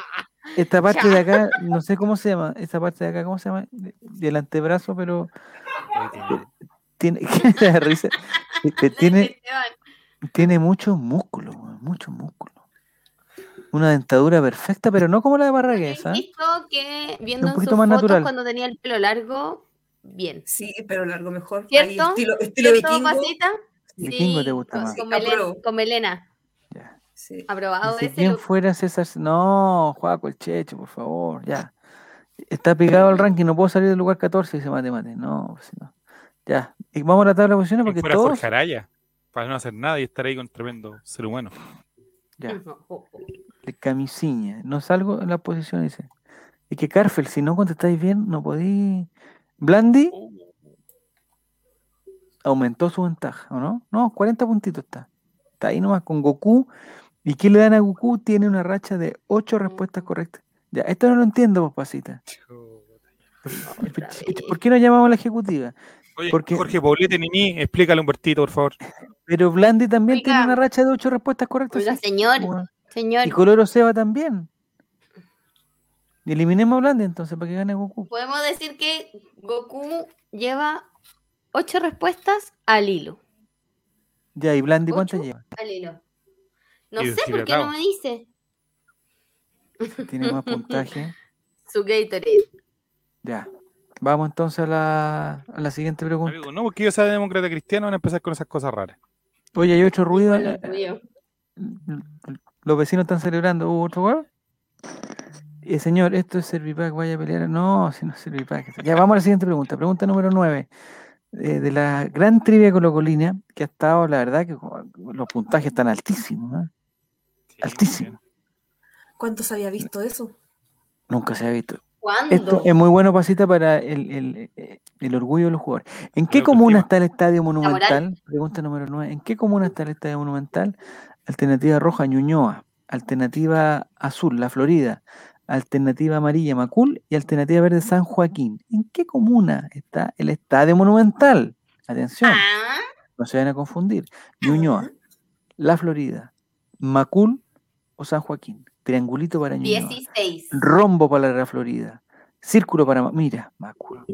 Speaker 1: esta parte
Speaker 4: Ya.
Speaker 1: de acá, no sé cómo se llama, esta parte de acá, ¿cómo se llama? De- Del antebrazo, pero
Speaker 2: Oye,
Speaker 1: tiene,
Speaker 2: tiene-
Speaker 1: te da risa, Este, tiene,
Speaker 4: Esteban,
Speaker 1: Tiene mucho músculo, weón, mucho músculo. Una dentadura perfecta, pero no como la de
Speaker 4: yo
Speaker 1: Barragués, ¿ah?
Speaker 4: insisto que viendo
Speaker 1: un
Speaker 4: en sus
Speaker 1: poquito
Speaker 4: fotos
Speaker 1: más natural.
Speaker 4: cuando tenía el pelo largo, bien.
Speaker 5: Sí, pero largo mejor.
Speaker 4: ¿Cierto?
Speaker 5: Ahí, estilo estilo
Speaker 4: ¿Cierto,
Speaker 5: vikingo.
Speaker 4: Pasita?
Speaker 1: Vikingo te gusta
Speaker 4: con-
Speaker 1: más.
Speaker 4: Con, Melena,
Speaker 5: Apruebo.
Speaker 4: con Melena.
Speaker 1: Ya.
Speaker 5: Sí.
Speaker 4: Aprobado
Speaker 1: Dice,
Speaker 4: ese
Speaker 1: ¿Quién
Speaker 4: look.
Speaker 1: fuera César? C- No, Juaco, el Checho, por favor, ya. Está pegado el ranking, no puedo salir del lugar 14, dice Mate Mate. No, pues, si no. Ya. Y vamos a la tabla de posiciones
Speaker 2: ¿quién
Speaker 1: porque
Speaker 2: fuera
Speaker 1: todos.
Speaker 2: Jorge Araya, para no hacer nada y estar ahí con tremendo ser humano.
Speaker 1: Ya,
Speaker 4: Ujú.
Speaker 1: de camisinha. No salgo en la posición, dice. Y que Carfel, si no contestáis bien, no podéis. Blandi aumentó su ventaja, ¿o no? No, 40 puntitos está. Está ahí nomás con Goku. ¿Y qué le dan a Goku? Tiene una racha de 8 respuestas correctas. Ya, esto no lo entiendo, vos, pasita.
Speaker 4: Otra vez.
Speaker 1: ¿Por qué no llamamos a la ejecutiva?
Speaker 2: Oye,
Speaker 1: Porque-
Speaker 2: Jorge Poblete Niní, explícale un Humbertito, por favor.
Speaker 1: Pero Blandi también tiene
Speaker 4: Oiga.
Speaker 1: una racha de 8 respuestas correctas.
Speaker 4: Hola,
Speaker 1: sí.
Speaker 4: señor.
Speaker 1: Bueno,
Speaker 4: Señor,
Speaker 1: Y Coloro Seba también. Y eliminemos a Blandi entonces para que gane Goku.
Speaker 4: podemos decir que Goku lleva ocho respuestas al hilo.
Speaker 1: Ya, ¿y Blandi cuántas
Speaker 4: ¿Ocho?
Speaker 1: lleva?
Speaker 4: Al hilo. No
Speaker 2: Y
Speaker 4: sé por qué
Speaker 2: deshidratado.
Speaker 4: no me dice
Speaker 1: Tiene más puntaje.
Speaker 4: su Gatorade.
Speaker 1: Ya. Vamos entonces a la, a la siguiente pregunta.
Speaker 2: Amigo, no, porque yo sea demócrata cristiano, van a empezar con esas cosas raras.
Speaker 1: Oye, hay otro ruido.
Speaker 4: Dios
Speaker 1: eh,
Speaker 4: mío.
Speaker 1: l- l- los vecinos están celebrando. ¿Hubo otro gol? Eh, señor, esto es Servipack, vaya a pelear. No, si no es Servipack. Ya vamos a la siguiente pregunta. Pregunta número 9. de la gran trivia colocolina, que ha estado, la verdad, que jo- los puntajes están altísimos. ¿eh?
Speaker 2: Sí,
Speaker 1: Altísimo.
Speaker 2: bien.
Speaker 5: ¿Cuántos había visto eso?
Speaker 1: Nunca se ha visto.
Speaker 4: ¿Cuándo?
Speaker 1: Esto es muy bueno, Pasita, para el, el, eh, el orgullo de los jugadores. ¿En qué
Speaker 2: La
Speaker 1: comuna está
Speaker 2: autoestima.
Speaker 1: el Estadio
Speaker 4: moral.
Speaker 1: Monumental? Pregunta número 9. ¿En qué comuna está el Estadio Monumental? Alternativa roja, Ñuñoa. Alternativa azul, La Florida. Alternativa amarilla, Macul. Y alternativa verde, San Joaquín. ¿En qué comuna está el Estadio Monumental? Atención,
Speaker 4: Ah,
Speaker 1: no se van a confundir. Ñuñoa, La Florida, Macul o San Joaquín. Triangulito para Ñuñoa.
Speaker 4: 16.
Speaker 1: Rombo para la Florida. Círculo para... Ma- Mira, Macul.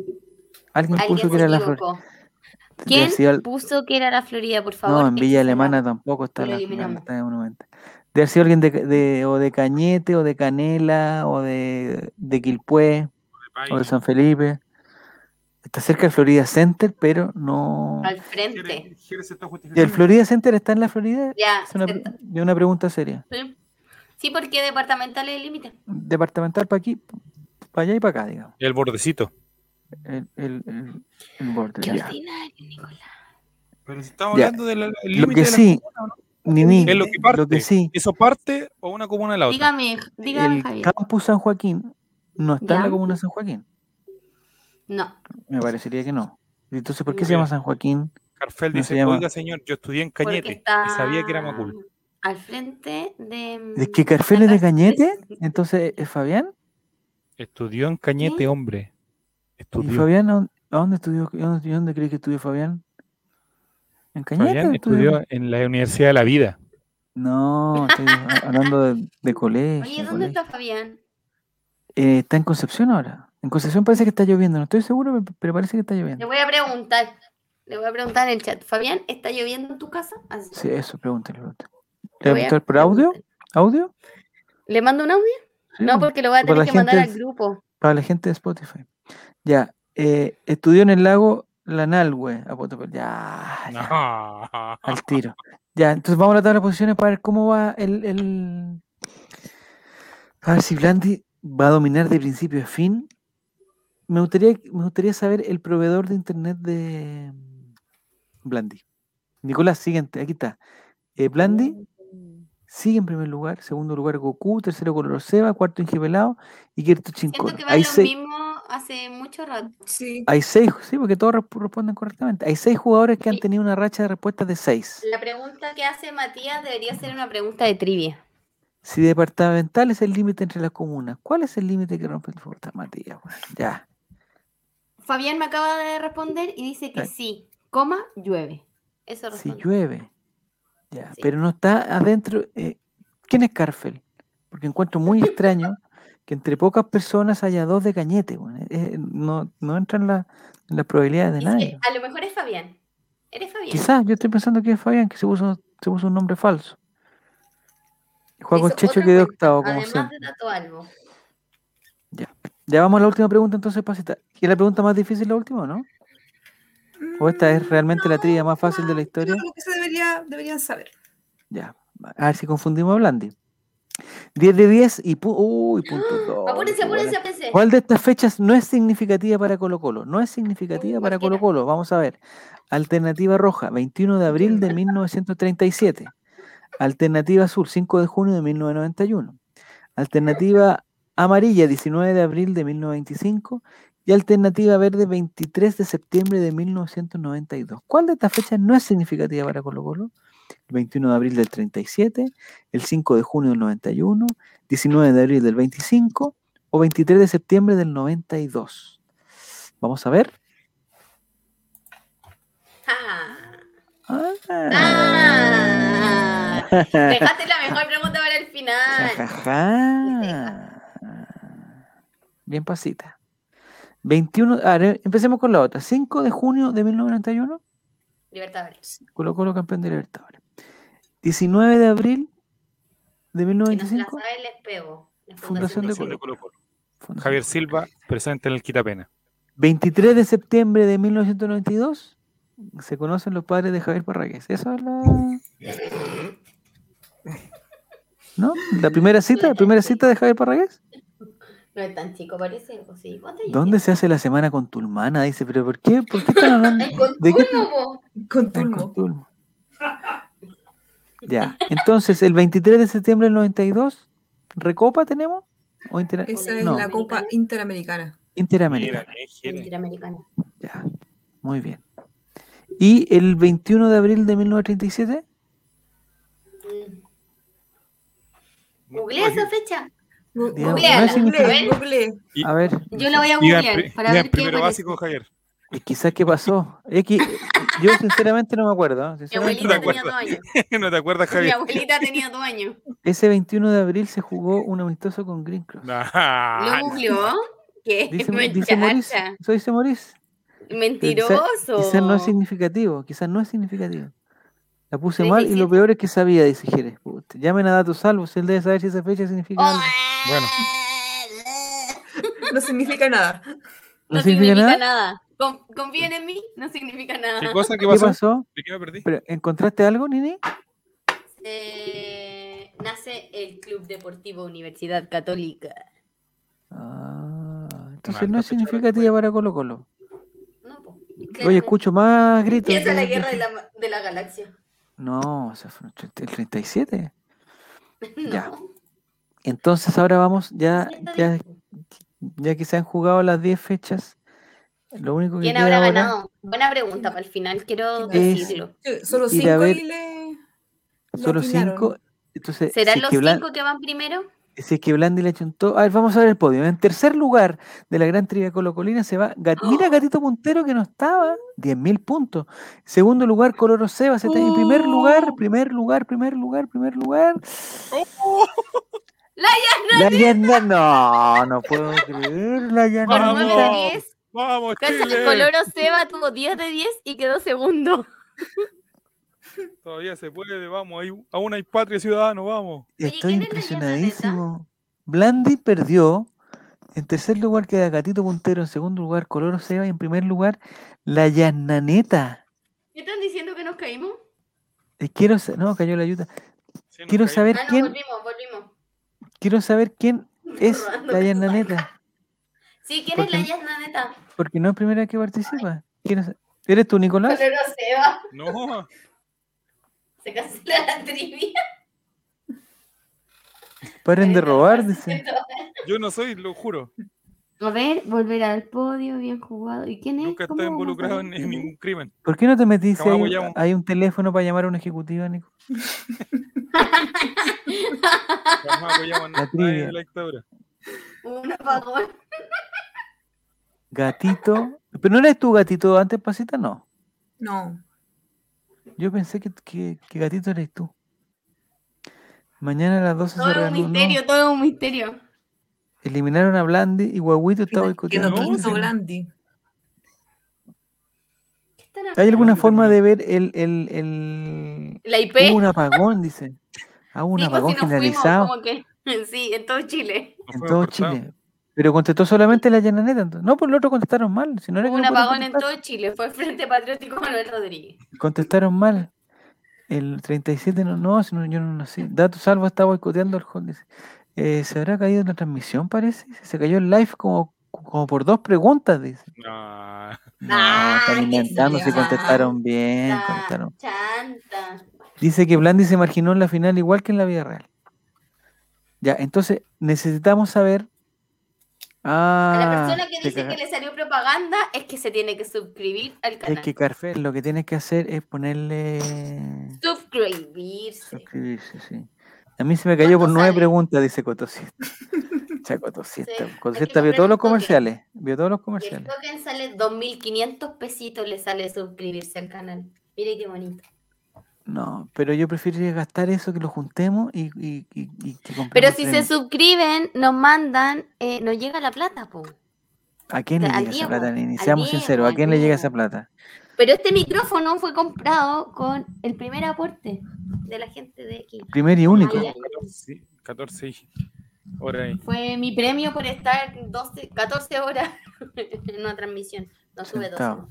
Speaker 1: Alguien puso que
Speaker 4: Alguien se
Speaker 1: era la Florida.
Speaker 4: equivocó.
Speaker 1: Tendría
Speaker 4: ¿Quién
Speaker 1: que ser al-
Speaker 4: puso que era la Florida, por favor?
Speaker 1: No, en Villa
Speaker 4: Excelente.
Speaker 1: Alemana tampoco está
Speaker 4: lo
Speaker 1: la, la-
Speaker 4: eliminamos.
Speaker 1: está de Monumental. Debe haber sido alguien de, de- o de Cañete, o de Canela, o de, de Quilpué, o de San Felipe. Está cerca del Florida Center, pero no...
Speaker 4: Al
Speaker 2: Jerez-
Speaker 4: frente.
Speaker 2: Jerez se
Speaker 1: ¿Y
Speaker 2: está
Speaker 1: el
Speaker 2: justificando.
Speaker 1: Florida Center está en la Florida?
Speaker 4: Ya.
Speaker 1: Es una, pre-
Speaker 4: se-
Speaker 1: es una pregunta seria.
Speaker 4: Sí, porque departamental es el límite.
Speaker 1: Departamental para aquí, para allá y para acá, digamos.
Speaker 2: El bordecito.
Speaker 1: El, el- el- el borde.
Speaker 4: Qué
Speaker 1: ya.
Speaker 4: ordinario, Nicolás.
Speaker 2: Pero si estamos
Speaker 1: Ya.
Speaker 2: hablando del del
Speaker 1: Lo
Speaker 2: límite
Speaker 1: que
Speaker 2: de la
Speaker 1: sí,
Speaker 2: comuna, ¿no?
Speaker 1: Nini,
Speaker 2: Es lo que parte.
Speaker 1: lo que sí,
Speaker 2: ¿Eso parte o una comuna de la otra?
Speaker 4: Dígame, dígame,
Speaker 1: el
Speaker 4: Javier.
Speaker 1: campus San Joaquín no está en la
Speaker 4: Ya.
Speaker 1: comuna de San Joaquín.
Speaker 4: No.
Speaker 1: Me parecería que no. Entonces, ¿por qué
Speaker 4: No.
Speaker 1: se llama San Joaquín?
Speaker 2: Carfel
Speaker 1: No se
Speaker 2: dice,
Speaker 1: llama-
Speaker 2: oiga señor, yo estudié en
Speaker 4: porque
Speaker 2: Cañete
Speaker 4: está
Speaker 2: y sabía que era Macul.
Speaker 4: Al frente de.
Speaker 1: ¿De qué Carfel es de
Speaker 4: Cañete?
Speaker 1: Cañete? Entonces, ¿es Fabián?
Speaker 2: Estudió en Cañete, hombre.
Speaker 1: ¿Y Fabián a dónde estudió? ¿Dónde, dónde crees que estudió Fabián?
Speaker 2: ¿En Cañete? Fabián estudió, estudió en la Universidad de la Vida.
Speaker 1: No, estoy hablando de, de colegio.
Speaker 4: Oye, ¿dónde
Speaker 1: colegio.
Speaker 4: está Fabián?
Speaker 1: Eh, está en Concepción ahora. En Concepción parece que está lloviendo, no estoy seguro, pero parece que está
Speaker 4: Le
Speaker 1: lloviendo.
Speaker 4: voy a preguntar. Le voy a preguntar en el chat. Fabián, ¿está lloviendo en tu casa? Así.
Speaker 1: Sí, eso, pregúntale. pregúntale.
Speaker 4: Le
Speaker 1: ¿Te voy
Speaker 4: voy a
Speaker 1: a preguntar por audio? ¿Audio?
Speaker 4: ¿Le mando un audio?
Speaker 1: Sí,
Speaker 4: No, porque lo voy a
Speaker 1: Para
Speaker 4: tener
Speaker 1: la
Speaker 4: que mandar
Speaker 1: gente
Speaker 4: al
Speaker 1: es-
Speaker 4: grupo.
Speaker 1: Para la gente de Spotify. Ya, eh, estudió en el lago Lanalhue, a Potopel. Ya, Ah, ya,
Speaker 2: Ah. No.
Speaker 1: al tiro. Ya, entonces vamos a la tabla de posiciones para ver cómo va el, el... A ver si Blandi va a dominar de principio a fin. Me gustaría, me gustaría saber el proveedor de internet de Blandi. Nicolás, siguiente, aquí está. Eh,
Speaker 5: Ah.
Speaker 1: Blandi sigue en primer lugar, segundo lugar Goku, tercero Color Seba, cuarto Ingepelado y quinto
Speaker 4: Siento
Speaker 1: Chincón.
Speaker 4: que va
Speaker 1: Hay
Speaker 4: lo
Speaker 1: seis,
Speaker 4: mismo hace mucho rato.
Speaker 5: Sí.
Speaker 1: hay seis, sí, porque todos resp- responden correctamente. Hay seis jugadores que han
Speaker 4: Sí.
Speaker 1: tenido una racha de respuestas de seis.
Speaker 4: La pregunta que hace Matías debería ser una pregunta de trivia.
Speaker 1: Si departamental es el límite entre las comunas, ¿cuál es el límite que rompe el puta Matías? weón? ya.
Speaker 4: Fabián me acaba de responder y dice que
Speaker 1: Ay.
Speaker 4: sí, coma, llueve. Eso
Speaker 1: Si
Speaker 4: responde.
Speaker 1: llueve. Ya.
Speaker 4: Sí.
Speaker 1: Pero no está adentro. eh, ¿Quién es Carfel? Porque encuentro muy extraño que entre pocas personas haya dos de cañete. weón. Eh, eh, no, no entran la- en las probabilidades de
Speaker 4: Dice,
Speaker 1: nadie.
Speaker 4: a lo mejor es Fabián. ¿Eres Fabián?
Speaker 1: Quizás, yo estoy pensando que es Fabián, que se puso, se puso un nombre falso. Juan
Speaker 4: Hizo
Speaker 1: Checho
Speaker 4: otra
Speaker 1: quedó
Speaker 4: cuenta,
Speaker 1: octavo, como
Speaker 4: Además
Speaker 1: siempre.
Speaker 4: de Tato Albo.
Speaker 1: Ya vamos a la última pregunta, entonces, Pasita. ¿Y la pregunta más difícil, la última, no? ¿O esta es realmente la trivia más fácil de la historia?
Speaker 5: Creo que se debería, deberían saber.
Speaker 1: Ya, a ver si confundimos a Blandi. 10 de 10 y pu- uy, punto doble,
Speaker 4: Apúrense,
Speaker 1: qué
Speaker 4: apúrense,
Speaker 1: buena.
Speaker 4: apúrense.
Speaker 1: ¿Cuál de estas fechas no es significativa para Colo Colo? No es significativa
Speaker 4: Uy,
Speaker 1: para Colo
Speaker 4: cualquiera.
Speaker 1: Colo. Vamos a ver. Alternativa roja, 21 de abril de 1937. Alternativa azul, 5 de junio de 1991. Alternativa amarilla, 19 de abril de 1995. Y alternativa verde, 23 de septiembre de 1992. ¿Cuál de estas fechas no es significativa para Colo Colo? El 21 de abril del 37, el 5 de junio del 91, 19 de abril del 25 o 23 de septiembre del 92. Vamos a ver.
Speaker 4: Ah.
Speaker 1: Ah.
Speaker 4: Ah. Dejaste la mejor pregunta para el final.
Speaker 1: Jajaja. Bien pasita. 21, a ver, empecemos con la otra. 5 de junio de 1991,
Speaker 4: Libertadores.
Speaker 1: Colo Colo campeón de Libertadores. 19 de abril de
Speaker 4: Si no se la
Speaker 1: 1995,
Speaker 4: sabe, les pego. La
Speaker 1: Fundación de
Speaker 2: Fundación de Colo Colo.
Speaker 1: Fundación
Speaker 2: Javier Silva, presente en el Quitapena.
Speaker 1: 23 de septiembre de 1992 se conocen los padres de Javier Parragués. Eso es la. ¿No? ¿La primera cita? ¿La primera cita de Javier Parragués?
Speaker 4: No es tan chico, parece. ¿o sí? ¿Cuántos años
Speaker 1: ¿Dónde se hace la semana con Tulmana? Dice, pero ¿por qué? ¿Por qué están hablando?
Speaker 4: tiene? Ay, con
Speaker 1: ¿De qué
Speaker 4: turno, po.
Speaker 5: Con
Speaker 1: Ah,
Speaker 5: turno.
Speaker 1: con Tulmo. Ya. Entonces, el 23 de septiembre del 92, ¿recopa tenemos? ¿O intera-
Speaker 5: Esa es
Speaker 1: no,
Speaker 5: la Copa Interamericana.
Speaker 1: Interamericana.
Speaker 4: Interamericana.
Speaker 1: Ya, muy bien. ¿Y el 21 de abril de 1937?
Speaker 4: Mm. Googlea esa fecha.
Speaker 5: Gu-
Speaker 1: Digamos,
Speaker 4: Googleala,
Speaker 5: Google,
Speaker 4: googleala.
Speaker 5: Google.
Speaker 2: Y-
Speaker 1: A ver,
Speaker 4: Yo la voy a
Speaker 2: Iba en
Speaker 4: googlear
Speaker 2: pri-
Speaker 4: para
Speaker 2: iba
Speaker 4: ver
Speaker 2: en
Speaker 4: qué
Speaker 2: primero
Speaker 4: aparece.
Speaker 2: básico, Javier.
Speaker 1: y quizás qué pasó. Es que yo sinceramente no me acuerdo. ¿eh?
Speaker 4: Mi
Speaker 1: Sinceramente no me
Speaker 4: abuelita
Speaker 1: acuerdo.
Speaker 4: tenía dos años.
Speaker 2: ¿No te acuerdas,
Speaker 4: Mi
Speaker 2: Javier?
Speaker 4: abuelita tenía dos años.
Speaker 1: Ese 21 de abril se jugó un amistoso con Green Cross.
Speaker 4: ¿Lo
Speaker 2: No.
Speaker 4: googleó? ¿Qué?
Speaker 1: Dice, dice Moris,
Speaker 4: Muchacha.
Speaker 1: eso dice Moris.
Speaker 4: Mentiroso.
Speaker 1: Quizás no es significativo, quizás no es significativo. La puse mal y lo
Speaker 4: 37.
Speaker 1: peor es que sabía, dice Jerez. Puta, Llamen a datos salvos, él debe saber si esa fecha significa algo.
Speaker 2: Bueno.
Speaker 5: No significa nada.
Speaker 4: No, significa, nada. Con- confíen en mí, no significa
Speaker 2: ¿Qué
Speaker 4: nada.
Speaker 2: cosa?
Speaker 1: ¿Qué
Speaker 2: ¿Qué pasó?
Speaker 1: pasó?
Speaker 2: ¿De qué me perdí?
Speaker 1: ¿Pero ¿Encontraste algo, Nini?
Speaker 4: Eh, nace el Club Deportivo Universidad Católica.
Speaker 1: Ah, entonces
Speaker 2: Mal,
Speaker 1: no
Speaker 2: la
Speaker 1: es
Speaker 2: fecha de
Speaker 1: significativa para Colo Colo.
Speaker 4: No, po.
Speaker 1: Oye,
Speaker 4: Claramente.
Speaker 1: escucho más gritos.
Speaker 4: Empieza la
Speaker 1: de-
Speaker 4: guerra de la, de la galaxia.
Speaker 1: No, ese fue el 30 el 37.
Speaker 4: No.
Speaker 1: Ya. Entonces ahora vamos, ya,
Speaker 4: Sí, está
Speaker 1: ya,
Speaker 4: bien.
Speaker 1: ya que se han jugado las 10 fechas, lo único que
Speaker 4: ¿Quién
Speaker 1: queda
Speaker 4: habrá
Speaker 1: ahora-
Speaker 4: ganado? Buena pregunta para el final, quiero
Speaker 1: Es-
Speaker 4: decirlo.
Speaker 5: Sí, Eh, Solo
Speaker 1: Ir a
Speaker 5: cinco
Speaker 1: ver-
Speaker 5: y le. le
Speaker 1: Solo
Speaker 5: atinaron.
Speaker 1: 5. Entonces,
Speaker 4: ¿Serán
Speaker 1: si es
Speaker 4: los
Speaker 1: que Blan-
Speaker 4: cinco que van primero?
Speaker 1: Si es que Blandi le achuntó. A ver, vamos a ver el podio. En tercer lugar de la gran trivia Colocolina se va. Gat- Mira, Gatito Puntero que no estaba. 10.000 puntos. Segundo lugar, Coloro Sebas. está- En primer
Speaker 4: Oh.
Speaker 1: lugar, primer lugar, primer lugar, primer lugar.
Speaker 4: Oh. La
Speaker 1: La Yanda. No, no puedo creer. La
Speaker 4: Por
Speaker 1: Yanda.
Speaker 2: Vamos.
Speaker 4: 9 de 10.
Speaker 2: Vamos,
Speaker 3: Cacha,
Speaker 2: Chile.
Speaker 3: Coloro Seba tuvo 10 de 10 y quedó segundo.
Speaker 2: Todavía se puede, vamos. hay- aún hay patria ciudadano, vamos.
Speaker 1: Estoy
Speaker 4: ¿quién es la Yanda, neta?
Speaker 1: impresionadísimo. Blandi perdió. En tercer lugar queda Gatito Puntero. En segundo lugar, Coloro Seba. Y en primer lugar, la Yananeta.
Speaker 4: ¿Qué están diciendo que nos caímos?
Speaker 1: Eh, Quiero, sa- no, cayó la ayuda.
Speaker 2: Sí, nos
Speaker 1: Quiero
Speaker 2: caímos.
Speaker 1: saber
Speaker 4: Ah, no,
Speaker 1: quién,
Speaker 4: volvimos, volvimos.
Speaker 1: quiero saber quién es
Speaker 4: Rodando
Speaker 1: la
Speaker 4: con su
Speaker 1: Yananeta,
Speaker 4: Sí, ¿quién es la
Speaker 1: Porque-
Speaker 4: Yasna neta?
Speaker 1: porque no es primera vez que participa. Quiero sa- ¿Eres tú, Nicolás?
Speaker 4: Coloro Seba.
Speaker 2: No,
Speaker 4: Se cancela la trivia.
Speaker 1: Paren de robar, dice.
Speaker 2: yo no soy, lo juro.
Speaker 3: A ver, volver al podio, bien jugado. ¿Y quién es?
Speaker 2: Nunca
Speaker 3: ¿Cómo
Speaker 2: estoy
Speaker 3: vamos a
Speaker 2: involucrado
Speaker 3: saber
Speaker 2: en, en
Speaker 3: quién es?
Speaker 2: ningún crimen.
Speaker 1: ¿Por qué no te metiste?
Speaker 2: Jamás
Speaker 1: Hay,
Speaker 2: voy a-
Speaker 1: un- hay un teléfono para llamar a una ejecutiva, Nico.
Speaker 2: Jamás apoyamos a nadie
Speaker 1: trivia.
Speaker 2: de la dictadura.
Speaker 4: Un apagón.
Speaker 1: Gatito. Pero no eres tú, gatito, antes pasita, no.
Speaker 5: No.
Speaker 1: Yo pensé que, que- que gatito eres tú. Mañana a las 12
Speaker 4: Todo
Speaker 1: se
Speaker 4: es un
Speaker 1: reanuda. no.
Speaker 4: misterio, todo es un misterio.
Speaker 1: Eliminaron a Blandi y Guaguito está
Speaker 5: Que no
Speaker 1: boicoteando.
Speaker 2: quinto,
Speaker 1: Dice,
Speaker 5: quiso
Speaker 1: ¿no?
Speaker 5: Blandi.
Speaker 4: ¿Qué están hablando?
Speaker 1: ¿Hay alguna
Speaker 2: Blandi
Speaker 1: forma de
Speaker 2: también.
Speaker 1: ver el, el, el...
Speaker 4: La IP.
Speaker 1: Hubo un apagón, dice. Ah, hubo un
Speaker 4: Dijo,
Speaker 1: apagón
Speaker 4: si nos
Speaker 1: generalizado
Speaker 4: Fuimos, como que, sí, en todo Chile.
Speaker 2: Nos
Speaker 1: en
Speaker 2: fuimos
Speaker 1: todo
Speaker 2: cortados.
Speaker 1: Chile. Pero contestó solamente la llananeta. entonces. No, por el otro contestaron mal. Si no era
Speaker 4: Hubo
Speaker 1: que
Speaker 4: un
Speaker 1: no podían
Speaker 4: apagón en
Speaker 1: contestar,
Speaker 4: todo Chile. Fue el Frente Patriótico Manuel Rodríguez.
Speaker 1: Contestaron mal. El 37 no, no, si no, yo no nací. Dato Salvo está boicoteando el hall. dice. Eh, se habrá caído la transmisión, parece. Se cayó el live como, como por dos preguntas, dice.
Speaker 2: No.
Speaker 1: No,
Speaker 4: Ah,
Speaker 1: están
Speaker 4: qué
Speaker 1: inventando, si
Speaker 4: chanta.
Speaker 1: contestaron bien,
Speaker 4: Ah,
Speaker 1: contestaron.
Speaker 4: Chanta.
Speaker 1: Dice que Blandi se marginó en la final igual que en la vida real. Ya, entonces necesitamos saber. Ah,
Speaker 4: A la persona que
Speaker 1: se
Speaker 4: dice
Speaker 1: caga-
Speaker 4: que le salió propaganda es que se tiene que suscribir al
Speaker 1: es
Speaker 4: canal.
Speaker 1: que Carfe, lo que tienes que hacer es ponerle
Speaker 4: Suscribirse.
Speaker 1: suscribirse, sí. A mí se me cayó por
Speaker 4: ¿Cuánto
Speaker 1: nueve
Speaker 4: sale?
Speaker 1: preguntas, dice Cotosieta. Cha Cotosieta.
Speaker 4: hay que
Speaker 1: Cotosieta vio todos
Speaker 4: comprarle
Speaker 1: los
Speaker 4: un token.
Speaker 1: comerciales. Vio todos los
Speaker 4: Y el
Speaker 1: comerciales.
Speaker 4: token sale 2.500 pesitos, le sale suscribirse al canal. Mire qué bonito.
Speaker 1: Ah, No, pero yo prefiero gastar eso que lo juntemos y, y, y- y que compremos
Speaker 4: Pero si se
Speaker 1: premios.
Speaker 4: suscriben, nos mandan, eh, nos llega la plata, po.
Speaker 1: ¿A quién le
Speaker 4: al
Speaker 1: llega esa plata?
Speaker 4: Diego, al
Speaker 1: Iniciamos sincero. ¿A
Speaker 4: Diego,
Speaker 1: quién
Speaker 4: al
Speaker 1: le llega esa
Speaker 4: Diego.
Speaker 1: plata?
Speaker 4: Pero este micrófono fue comprado con el primer aporte de la gente de aquí.
Speaker 1: Primer y único.
Speaker 4: Ay, ay, ay.
Speaker 2: 14, 14 horas ahí.
Speaker 4: Fue mi premio por estar 12, 14 horas en una transmisión. No sube 12.
Speaker 1: Sentado.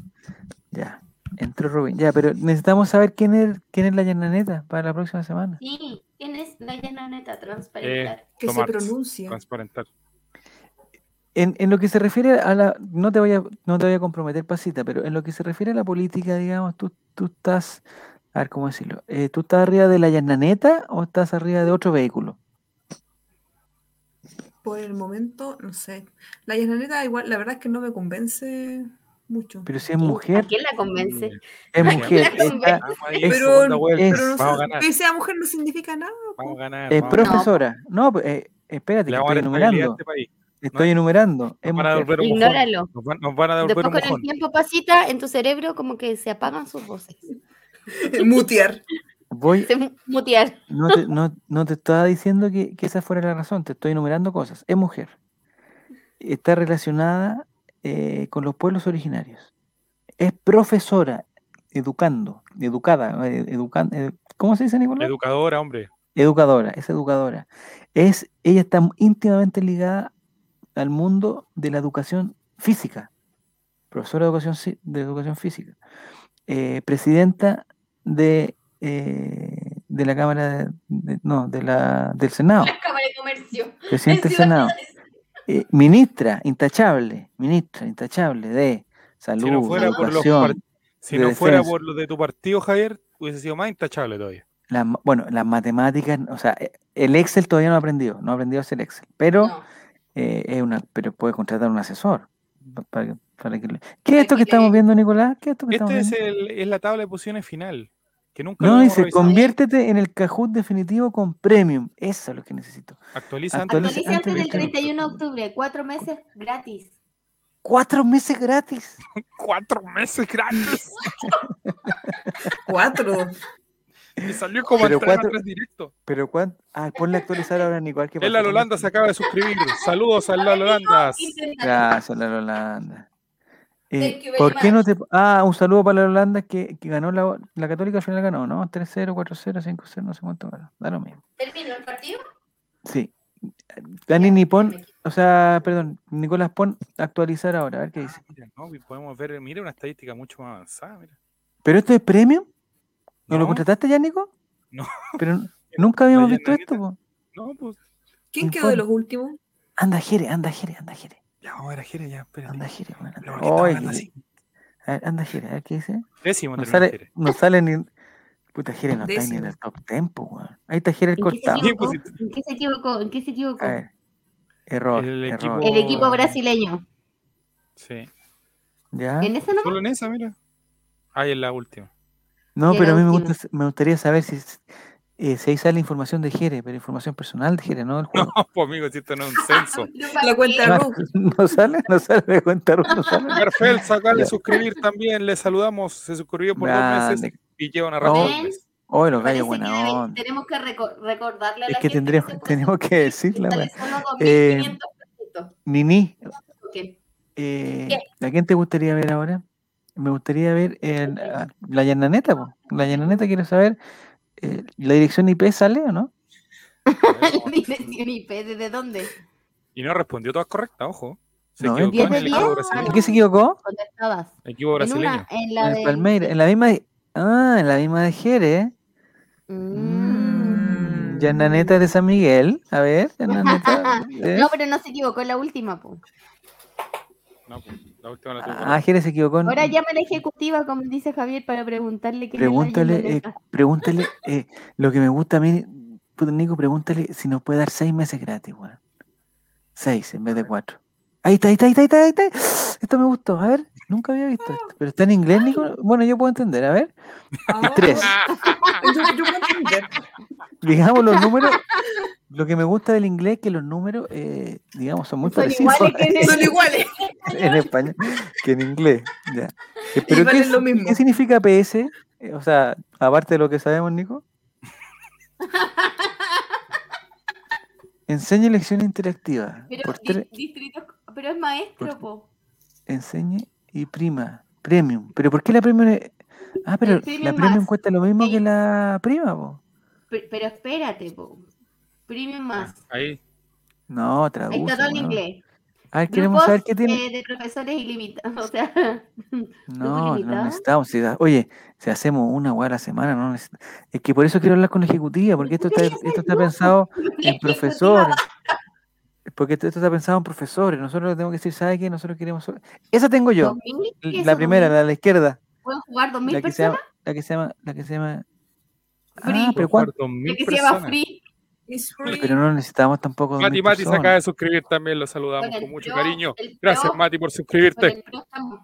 Speaker 1: Ya. Entró Rubén. Ya, pero necesitamos saber quién es, quién es la llananeta para la próxima semana.
Speaker 4: Sí, ¿quién es la llena neta transparente?
Speaker 5: Que se
Speaker 2: Tomar,
Speaker 5: pronuncia.
Speaker 2: Transparentar.
Speaker 1: En, en lo que se refiere a la. No te voy a, no te voy a comprometer, pasita, pero en lo que se refiere a la política, digamos, tú, tú estás. A ver, ¿cómo decirlo? Eh, ¿Tú estás arriba de la llananeta o estás arriba de otro vehículo?
Speaker 5: Por el momento, no sé. La Yasnaneta igual, la verdad es que no me convence mucho.
Speaker 1: Pero si es
Speaker 4: ¿A
Speaker 1: mujer,
Speaker 4: quién la convence?
Speaker 1: es
Speaker 2: la
Speaker 1: mujer.
Speaker 4: convence?
Speaker 1: está-
Speaker 2: Vamos ahí,
Speaker 1: Es-
Speaker 2: segunda vuelta.
Speaker 1: es-
Speaker 5: Pero no
Speaker 2: vamos a
Speaker 5: sé,
Speaker 2: ganar.
Speaker 5: que sea mujer no significa nada.
Speaker 2: Vamos a ganar.
Speaker 1: es
Speaker 2: vamos a ganar.
Speaker 1: eh, profesora. No, pues, eh, espérate,
Speaker 2: Le
Speaker 1: que
Speaker 2: vamos a
Speaker 1: estoy
Speaker 2: dar estabilidad a
Speaker 1: enumerando.
Speaker 2: este país.
Speaker 1: Estoy enumerando. Es
Speaker 2: Nos van a
Speaker 1: mujer.
Speaker 2: devolver un mojón.
Speaker 4: Ignóralo.
Speaker 2: Nos van, nos van a devolver
Speaker 4: Después
Speaker 2: un
Speaker 4: con el
Speaker 2: mojón.
Speaker 4: tiempo pasita, en tu cerebro como que se apagan sus voces.
Speaker 5: Mutear.
Speaker 1: Voy
Speaker 4: Se mu- mutear.
Speaker 1: No te, no, no te estaba diciendo que, que esa fuera la razón, te estoy enumerando cosas. Es mujer. Está relacionada eh, con los pueblos originarios. Es profesora, educando, educada, eh, educan- eh, ¿cómo se dice, Nicolás?
Speaker 2: Educadora, hombre.
Speaker 1: educadora, es educadora. Es, ella está íntimamente ligada al mundo de la educación física, profesora de educación, sí- de educación física, Eh, presidenta de, eh, de la Cámara, de, de- no, de la, del Senado,
Speaker 4: La Cámara de Comercio.
Speaker 1: presidente del Senado, eh, ministra, intachable, ministra, intachable de salud,
Speaker 2: Si no fuera por los
Speaker 1: educación,
Speaker 2: par- Si
Speaker 1: de
Speaker 2: no fuera
Speaker 1: defensa.
Speaker 2: por lo de tu partido, Javier, hubiese sido más intachable todavía.
Speaker 1: las ma- bueno, las matemáticas, o sea, eh, el Excel todavía no ha aprendido, no ha aprendido a hacer Excel, pero...
Speaker 4: No.
Speaker 1: eh, es una, pero puede contratar un asesor. pa- Para, que- para que le- ¿Qué
Speaker 4: Para
Speaker 1: es esto
Speaker 4: que
Speaker 1: que estamos
Speaker 4: le-
Speaker 1: viendo, Nicolás? ¿Qué es esto que estamos
Speaker 2: Esta Este es,
Speaker 1: viendo?
Speaker 2: el- es la tabla de posiciones final. Que nunca lo
Speaker 1: No,
Speaker 2: hemos
Speaker 1: dice,
Speaker 2: revisado.
Speaker 1: conviértete en el Kahoot definitivo con Premium. Eso es lo que necesito.
Speaker 2: Actualiza antes.
Speaker 1: Actualiza-
Speaker 4: Actualice antes del
Speaker 1: antes del
Speaker 4: 31 de octubre, cuatro meses gratis.
Speaker 1: Cuatro meses gratis.
Speaker 2: Cuatro meses gratis.
Speaker 5: Cuatro.
Speaker 2: Y salió como
Speaker 1: Pero
Speaker 2: el tren
Speaker 1: cuatro-
Speaker 2: atrás directo.
Speaker 1: Pero cuánto. Ah, ponle a actualizar ahora, Nico. a ver qué
Speaker 2: El
Speaker 1: pasa
Speaker 2: Lalo
Speaker 1: con
Speaker 2: Holanda
Speaker 1: esto.
Speaker 2: se acaba de suscribir. Saludos al Lalo Holanda.
Speaker 1: Gracias, la Holanda. Eh,
Speaker 4: Thank you very
Speaker 1: ¿Por qué no te.? Ah, un saludo para la Holanda que, que ganó la, la Católica, al final ganó, ¿no? 3-0, 4-0, 5-0, no sé cuánto ganó. Da lo mismo.
Speaker 4: ¿Terminó el partido?
Speaker 1: Sí. Dani Nipón,
Speaker 4: me-
Speaker 1: o sea, perdón, Nicolás Pon, actualizar ahora, a ver qué dice.
Speaker 2: Mira, no, y podemos ver, mira, una estadística mucho más avanzada. Mira.
Speaker 1: ¿Pero esto es premium? ¿No, lo
Speaker 2: No.
Speaker 1: contrataste ya, Nico?
Speaker 2: No.
Speaker 1: Pero nunca habíamos
Speaker 2: No, ya
Speaker 1: visto
Speaker 2: nadie
Speaker 1: esto,
Speaker 2: te-
Speaker 1: po.
Speaker 2: No, pues.
Speaker 5: ¿Quién quedó de los últimos?
Speaker 1: Anda, Jere, anda, Jere, anda, Jere.
Speaker 2: Ya, vamos a ver, Jere, ya, espérate.
Speaker 1: Anda, Jere, bueno,
Speaker 2: La
Speaker 1: anda.
Speaker 2: orquesta
Speaker 1: Oye,
Speaker 2: hablando así.
Speaker 1: a ver, anda, Jere, a ver qué dice.
Speaker 2: Décimo
Speaker 1: No
Speaker 2: terminó Jere.
Speaker 1: sale, no sale ni. Puta, Jere no está ni en
Speaker 5: Décimo.
Speaker 1: el top tempo, weón. Ahí está Jere el
Speaker 3: ¿En qué se
Speaker 1: cortado.
Speaker 3: equivocó?
Speaker 2: Sí, pues,
Speaker 3: ¿En qué se equivocó? ¿En qué se equivocó?
Speaker 1: A ver. Error.
Speaker 2: El
Speaker 1: error.
Speaker 2: equipo-
Speaker 3: El equipo brasileño.
Speaker 2: Sí.
Speaker 1: ¿Ya?
Speaker 3: ¿En esa nomás?
Speaker 2: Solo en esa, mira. Ahí en la última.
Speaker 1: No,
Speaker 3: Y
Speaker 1: pero a
Speaker 3: la
Speaker 1: mí me,
Speaker 3: última.
Speaker 1: gusta- me gustaría saber si, s- eh, si ahí sale información de Jere, pero información personal de Jere, no del juego.
Speaker 2: No, pues amigo, si esto no es un censo.
Speaker 5: La cuenta
Speaker 1: No,
Speaker 5: Ruth.
Speaker 1: no sale, no sale de contar uno, sale.
Speaker 2: Garfel, sacarle
Speaker 1: Ya.
Speaker 2: suscribir también. Le saludamos. Se suscribió por dos
Speaker 1: Grande.
Speaker 2: meses y lleva una
Speaker 1: Oh,
Speaker 2: razón.
Speaker 4: Ven,
Speaker 1: Hoy los
Speaker 4: parece
Speaker 1: gallos buena
Speaker 4: que
Speaker 1: onda.
Speaker 4: Tenemos que reco- recordarle a la
Speaker 1: Es que
Speaker 4: gente
Speaker 1: tendríamos,
Speaker 4: se puede
Speaker 1: tenemos que decirla,
Speaker 4: suscribir,
Speaker 1: weón.
Speaker 4: sale solo
Speaker 1: Eh,
Speaker 4: 2.500 pesitos.
Speaker 1: Nini,
Speaker 4: Ok.
Speaker 1: eh, ¿a quién te gustaría ver ahora? Me gustaría ver el- a- la Yananeta, po. La Yananeta quiere saber, eh, ¿la dirección IP sale o no?
Speaker 2: Pues,
Speaker 4: La dirección IP, ¿desde dónde?
Speaker 2: Y no respondió todas correctas, ojo. Se
Speaker 1: No,
Speaker 2: equivocó en
Speaker 1: ¿en
Speaker 2: el
Speaker 3: diez?
Speaker 2: equipo
Speaker 1: ¿En
Speaker 2: brasileño.
Speaker 1: qué se equivocó?
Speaker 3: ¿Dónde estabas?
Speaker 2: Equipo
Speaker 3: En
Speaker 2: brasileño.
Speaker 3: una, en la
Speaker 1: En el
Speaker 3: de...
Speaker 1: Palmeiras, en la misma de- Ah, en la misma de Jere, ¿eh?
Speaker 3: Mm.
Speaker 5: Mm.
Speaker 1: Yananeta de San Miguel, a ver, Yananeta. ¿eh?
Speaker 3: Ah, No, pero no se equivocó en la última, po.
Speaker 2: No, pues, la última la tuvo.
Speaker 1: Ah, Jere se equivocó. en-
Speaker 3: Ahora llama a la ejecutiva, como dice Javier, para preguntarle qué
Speaker 1: Pregúntale, eh,
Speaker 3: es la
Speaker 1: pregúntale, eh, lo que me gusta a mí, puta, Nico, pregúntale si nos puede dar seis meses gratis, weón. Seis en vez de cuatro. Ahí está, ahí está, ahí está, ahí está, ahí está. Esto me gustó, a ver, nunca había visto esto. Pero está en inglés, Nico. Bueno, yo puedo entender, a ver.
Speaker 5: Ah,
Speaker 1: Tres.
Speaker 5: Yo, yo puedo entender.
Speaker 1: Digamos los números. Lo que me gusta del inglés es que los números, eh, digamos, son muy
Speaker 3: Son
Speaker 1: parecidos
Speaker 3: iguales que en el-
Speaker 5: Son iguales.
Speaker 1: en español que en inglés. Ya. Eh, Pero ¿qué,
Speaker 5: valen
Speaker 1: es-
Speaker 5: lo mismo.
Speaker 1: ¿Qué significa PS? Eh, O sea, aparte de lo que sabemos, Nico. Enseñe lección interactiva.
Speaker 4: Pero,
Speaker 1: por
Speaker 4: di-
Speaker 1: tre-
Speaker 4: distritos- pero es maestro,
Speaker 1: Por-
Speaker 4: po.
Speaker 1: Enseñe y prima. Premium. ¿Pero por qué la premium? es- Ah, pero
Speaker 4: El premium
Speaker 1: la premium
Speaker 4: más.
Speaker 1: cuesta lo mismo
Speaker 4: Sí.
Speaker 1: que la prima, po.
Speaker 4: Pe- Pero espérate, po. Premium más.
Speaker 2: Ah, Ahí.
Speaker 1: Ah, No,
Speaker 4: Ahí
Speaker 1: traduce.
Speaker 4: está todo en
Speaker 1: weón.
Speaker 4: inglés.
Speaker 1: A ver, queremos saber qué tiene.
Speaker 4: eh, de profesores ilimitados. O sea,
Speaker 1: No, no
Speaker 4: limitado.
Speaker 1: necesitamos. si da- oye, si hacemos una hueá a la semana, no necesit- es que por eso quiero hablar con la ejecutiva, porque esto está, esto está pensado en profesores. Porque esto, esto está pensado en profesores. Nosotros le tenemos que decir, ¿sabe qué? Nosotros queremos. so- Esa tengo yo,
Speaker 4: 2000, ¿qué es
Speaker 1: la
Speaker 4: eso,
Speaker 1: primera,
Speaker 4: 2000?
Speaker 1: la de la izquierda.
Speaker 4: Pueden jugar 2000
Speaker 1: La que, se
Speaker 4: personas.
Speaker 1: llama, la que se llama. La que se llama.
Speaker 4: Free.
Speaker 1: Ah, pero, ¿cuán-
Speaker 2: Dos mil
Speaker 4: La que se llama
Speaker 2: personas.
Speaker 4: Free.
Speaker 5: It's free.
Speaker 1: pero no necesitamos tampoco. dos
Speaker 2: Mati
Speaker 1: mil
Speaker 2: Mati se acaba
Speaker 1: personas.
Speaker 2: de suscribir también, lo saludamos
Speaker 4: Con el
Speaker 2: con mucho
Speaker 4: pro,
Speaker 2: cariño.
Speaker 4: el
Speaker 2: Gracias,
Speaker 4: pro,
Speaker 2: Mati, por
Speaker 4: con
Speaker 2: suscribirte.
Speaker 4: el pro estamos.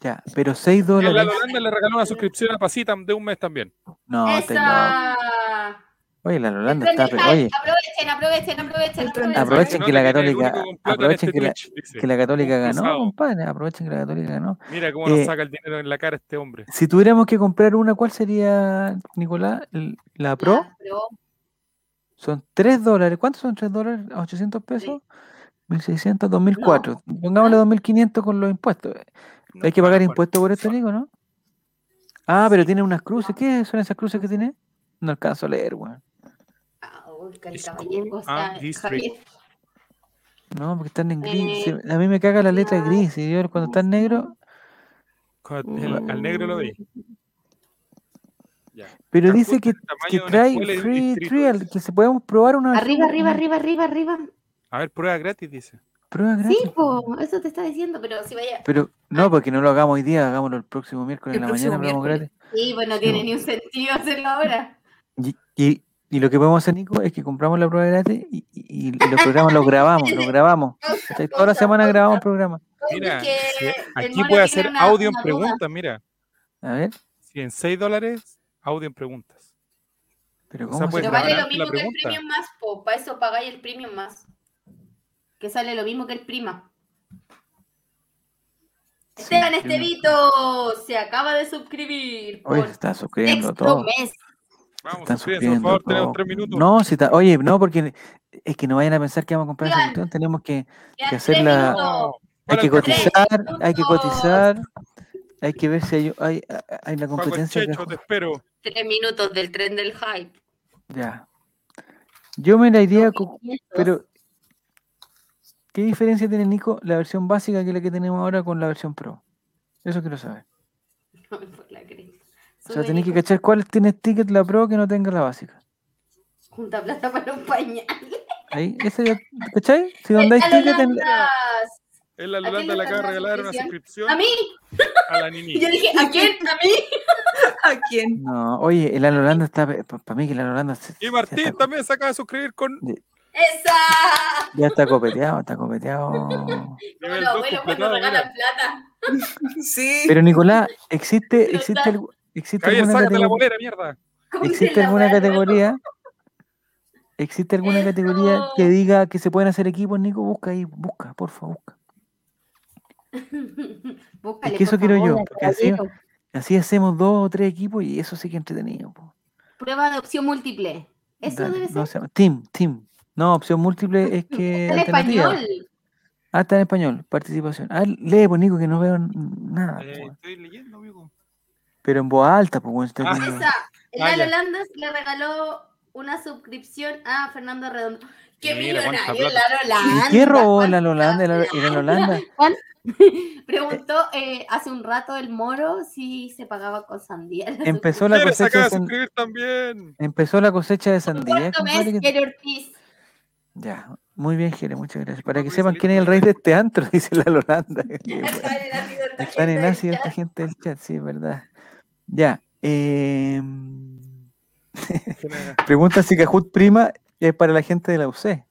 Speaker 1: Ya, pero 6
Speaker 2: Y a
Speaker 1: dólares.
Speaker 2: la Holanda le regaló una suscripción a Pasita de un mes también.
Speaker 1: No, está loco.
Speaker 4: ¡Esa!
Speaker 1: Oye, la Holanda
Speaker 4: Aprende,
Speaker 1: está. pe-
Speaker 4: Javi,
Speaker 1: Oye,
Speaker 4: Aprovechen, aprovechen, aprovechen, aprovechen.
Speaker 1: Aprovechen
Speaker 2: No
Speaker 1: que la
Speaker 2: te creas, el
Speaker 1: Católica-
Speaker 2: único completa en este
Speaker 1: aprovechen que la-
Speaker 2: Twitch, dice.
Speaker 1: que la Católica
Speaker 2: Un
Speaker 1: ganó,
Speaker 2: cruzado.
Speaker 1: compadre. Aprovechen que la Católica ganó.
Speaker 2: Mira cómo nos
Speaker 1: Eh,
Speaker 2: saca el dinero en la cara este hombre.
Speaker 1: Si tuviéramos que comprar una, ¿cuál sería, Nicolás? L- La Pro.
Speaker 4: La Pro,
Speaker 1: Son 3 dólares. ¿Cuántos son 3 dólares? ¿A 800 pesos? 1600, 2004. Pongámosle 2500 con los impuestos. Hay que pagar impuestos por esto, Nico, ¿no? Ah, pero tiene unas cruces. ¿Qué son esas cruces que tiene? No alcanzo a leer, weón.
Speaker 4: ah, uy, que el
Speaker 2: Disco-
Speaker 4: caballero, o sea,
Speaker 2: ah, district.
Speaker 4: Javier,
Speaker 1: No, porque están en gris.
Speaker 4: Eh,
Speaker 1: Se- A mí me caga la letra gris. Y yo cuando está en negro.
Speaker 2: Con el-
Speaker 1: Mm.
Speaker 2: al negro lo veí. Ya.
Speaker 1: Pero
Speaker 2: Calcuta
Speaker 1: dice que,
Speaker 2: el tamaño
Speaker 1: que
Speaker 2: de una escuela y
Speaker 1: trae
Speaker 2: un
Speaker 1: free
Speaker 2: distrito,
Speaker 1: trial,
Speaker 2: dice.
Speaker 1: que se podemos probar una
Speaker 3: Arriba, arriba, arriba, arriba, arriba.
Speaker 2: A ver, prueba gratis, dice.
Speaker 1: prueba gratis.
Speaker 4: Sí, po, eso te está diciendo, pero si vaya.
Speaker 1: Pero no, porque no lo hagamos hoy día, hagámoslo el próximo miércoles en
Speaker 5: El
Speaker 1: la mañana,
Speaker 5: próximo
Speaker 1: hablamos
Speaker 5: miércoles.
Speaker 1: gratis.
Speaker 4: Sí, pues no tiene ni un sentido hacerlo ahora.
Speaker 1: Y, y- y lo que podemos hacer, Nico, es que compramos la prueba gratis y, y- y los programas los grabamos, los grabamos.
Speaker 4: Cosa,
Speaker 1: ¿cachai? Toda la
Speaker 4: cosa,
Speaker 1: semana
Speaker 4: cosa,
Speaker 1: grabamos programas.
Speaker 4: cosa
Speaker 2: Mira,
Speaker 4: que
Speaker 2: si-
Speaker 4: el
Speaker 2: aquí puede
Speaker 4: mono tiene
Speaker 2: hacer
Speaker 4: una-
Speaker 2: audio en
Speaker 4: una duda.
Speaker 2: preguntas, mira.
Speaker 1: A ver,
Speaker 2: Si en 6 dólares, audio en preguntas.
Speaker 1: Pero
Speaker 2: O
Speaker 1: ¿cómo
Speaker 2: sea,
Speaker 1: se
Speaker 2: pues,
Speaker 4: Pero
Speaker 1: trabaja?
Speaker 4: vale
Speaker 2: la-
Speaker 4: lo mismo
Speaker 2: la
Speaker 4: que el
Speaker 2: pregunta.
Speaker 4: premium más, po. Para eso pagáis el premium más. Que sale lo mismo que el prima.
Speaker 1: Sí, yo
Speaker 4: Esteban
Speaker 1: no-
Speaker 4: Estevito se acaba de suscribir
Speaker 1: Oye,
Speaker 4: por
Speaker 1: se está suscribiendo
Speaker 4: sexto
Speaker 1: todo.
Speaker 4: mes.
Speaker 1: Se
Speaker 2: Vamos,
Speaker 1: están
Speaker 2: suscríbanse, por favor,
Speaker 1: suscribiendo
Speaker 2: tenemos
Speaker 1: todo.
Speaker 2: tres minutos.
Speaker 1: No, si está- oye, no, porque es que no vayan a pensar que vamos a comprar esa
Speaker 4: Digan.
Speaker 1: cuestión. Tenemos que,
Speaker 4: Ya
Speaker 1: que hacer
Speaker 4: tres
Speaker 1: la-
Speaker 4: minutos.
Speaker 1: hay
Speaker 2: Para
Speaker 1: que
Speaker 2: el café,
Speaker 4: tres
Speaker 1: cotizar, hay que
Speaker 4: minutos.
Speaker 1: cotizar, hay que ver si hay, hay, hay la
Speaker 2: Paco el
Speaker 1: competencia. que-
Speaker 2: Checho, te espero.
Speaker 4: Tres minutos del tren del hype.
Speaker 1: ya. Yo me la iría, con-
Speaker 4: 1500.
Speaker 1: pero ¿qué diferencia tiene Nico la versión básica que es la que tenemos ahora con la versión pro? Eso quiero saber.
Speaker 4: Por la cresta.
Speaker 1: O sea,
Speaker 4: Sube,
Speaker 1: tenés que
Speaker 4: Nico.
Speaker 1: cachar cuál tiene ticket la pro que no tenga la básica.
Speaker 4: Junta plata para un pañal.
Speaker 1: Ahí, ese ya, ¿cachai? Si donde hay
Speaker 4: A los
Speaker 1: ticket en la-
Speaker 4: lanzas.
Speaker 2: Él a
Speaker 4: ¿A
Speaker 2: Lolanda
Speaker 4: quién
Speaker 2: le
Speaker 4: le
Speaker 2: acaba de
Speaker 4: sacó la
Speaker 2: regalar una
Speaker 4: ¿A
Speaker 2: suscripción
Speaker 4: mí?
Speaker 2: a la
Speaker 4: Y
Speaker 2: Nini.
Speaker 4: yo dije, ¿a quién? ¿A mí?
Speaker 5: ¿A quién?
Speaker 1: No, oye, el Alan Holanda está. Para mí que el Alan Holanda. se-
Speaker 2: Y
Speaker 1: ya
Speaker 2: Martín
Speaker 1: está,
Speaker 2: también se acaba de suscribir con
Speaker 4: ¡Esa!
Speaker 1: ya está copeteado, está copeteado.
Speaker 4: Como
Speaker 2: nivel 2
Speaker 4: los abuelos cuando
Speaker 2: completado.
Speaker 4: regalan
Speaker 2: mira.
Speaker 4: plata.
Speaker 5: Sí.
Speaker 1: Pero Nicolás, ¿existe,
Speaker 4: Pero
Speaker 1: existe,
Speaker 4: está-
Speaker 1: algu- existe
Speaker 2: Javier,
Speaker 1: alguna
Speaker 2: sácate la
Speaker 1: categoría?
Speaker 2: bolera, mierda.
Speaker 4: Cómprela,
Speaker 1: ¿Existe alguna
Speaker 4: weón.
Speaker 1: categoría? ¿Existe alguna categoría que
Speaker 4: Eso.
Speaker 1: diga que se pueden hacer equipos, Nico? Busca ahí, busca, porfa, busca.
Speaker 4: Búscale,
Speaker 1: Es que eso
Speaker 4: por
Speaker 1: quiero yo,
Speaker 4: favor,
Speaker 1: porque así-
Speaker 4: caballero.
Speaker 1: Así hacemos dos o tres equipos y eso sí que es entretenido. po.
Speaker 4: Prueba de opción múltiple. Eso
Speaker 1: Dale,
Speaker 4: debe ser.
Speaker 1: no se- team, team. No, opción múltiple es que.
Speaker 4: Está en
Speaker 1: alternativa.
Speaker 4: español.
Speaker 1: Ah, está en español, participación. Ah, lee, pues, Nico, que no veo n- nada.
Speaker 2: Eh,
Speaker 1: po.
Speaker 2: estoy leyendo, amigo.
Speaker 1: Pero en voz alta, pues, bueno, si está
Speaker 2: Ah,
Speaker 1: viendo-
Speaker 4: Esa. El
Speaker 2: Ah, ya.
Speaker 4: Lalo Landas le regaló una suscripción a Fernando Redondo. ¡Qué
Speaker 2: Mira, cuánta
Speaker 4: millonario el
Speaker 2: plata.
Speaker 4: Lalo
Speaker 1: ¿Y
Speaker 4: Landas!
Speaker 1: qué robó el
Speaker 4: ¿Cuánta
Speaker 1: Holanda? El, Al- el Holanda.
Speaker 4: ¿Cuán- Preguntó eh, hace un rato el moro si se pagaba con sandía. la
Speaker 1: Empezó la
Speaker 2: Javier se
Speaker 1: cosecha de
Speaker 2: acaba de
Speaker 1: san-
Speaker 2: suscribir también.
Speaker 1: empezó la cosecha de
Speaker 4: suscripción.
Speaker 1: sandía.
Speaker 4: Cuarto
Speaker 1: compadre,
Speaker 4: mes,
Speaker 1: que-
Speaker 4: Jere Ortiz.
Speaker 1: Ya, muy bien, Jere, muchas gracias. Para que
Speaker 2: Voy a
Speaker 1: sepan
Speaker 2: salir
Speaker 1: quién es el rey de este antro, dice la Holanda.
Speaker 4: Está en el ácido esta
Speaker 1: Están en
Speaker 4: gente del
Speaker 1: ácido esta
Speaker 4: chat.
Speaker 1: gente del chat, sí, es verdad. Ya. em, pregunta si Cajut Prima es para la gente de la UC.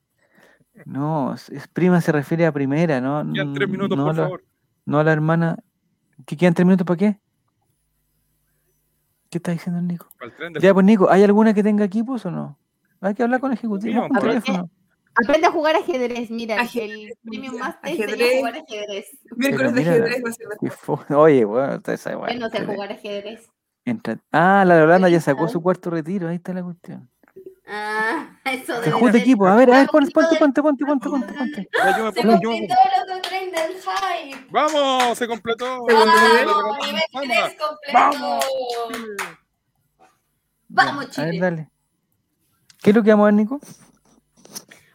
Speaker 1: No, es- es prima se refiere a primera, ¿no?
Speaker 2: Quedan tres
Speaker 1: Mm,
Speaker 2: minutos,
Speaker 1: no
Speaker 2: por
Speaker 1: la-
Speaker 2: favor.
Speaker 1: No a la hermana. ¿Qué quedan tres minutos para qué? ¿Qué está diciendo el Nico?
Speaker 2: Para el tren del
Speaker 1: Ya, pues Nico, ¿hay alguna que tenga equipos o no? Hay que hablar con ejecutivos
Speaker 2: Mira,
Speaker 1: por
Speaker 4: a ver,
Speaker 1: teléfono.
Speaker 4: Aprende a jugar ajedrez, mira,
Speaker 5: Ajedrez,
Speaker 4: el premium
Speaker 5: mira,
Speaker 4: master te enseña a
Speaker 5: ajedrez.
Speaker 4: jugar ajedrez.
Speaker 5: Miércoles de
Speaker 1: mira la-
Speaker 5: ajedrez va a ser
Speaker 1: Qué fo- Oye, bueno, ustedes saben,
Speaker 4: Yo
Speaker 1: bueno,
Speaker 4: no sé
Speaker 1: ustedes
Speaker 4: jugar ajedrez.
Speaker 1: entran- Ah, la de Holanda ya sacó
Speaker 4: ¿sabes?
Speaker 1: su cuarto retiro, ahí está la cuestión.
Speaker 4: Ah, eso
Speaker 1: Se
Speaker 4: de
Speaker 1: junta equipo, a ver, a ver, ponte, ponte,
Speaker 4: del-
Speaker 1: ponte, ponte, ponte, ponte, ponte.
Speaker 2: Ya, yo me
Speaker 4: Se
Speaker 2: pongo- yo me
Speaker 4: completó
Speaker 2: pongo.
Speaker 4: el otro tren del hype.
Speaker 2: ¡Vamos! ¡Se completó!
Speaker 4: ¡Vamos! Ah, Nivel 3 completo.
Speaker 2: ¡Vamos!
Speaker 4: Vamos,
Speaker 1: Ya, A ver,
Speaker 4: Chile.
Speaker 1: dale. ¿Qué es lo que vamos a ver, Nico?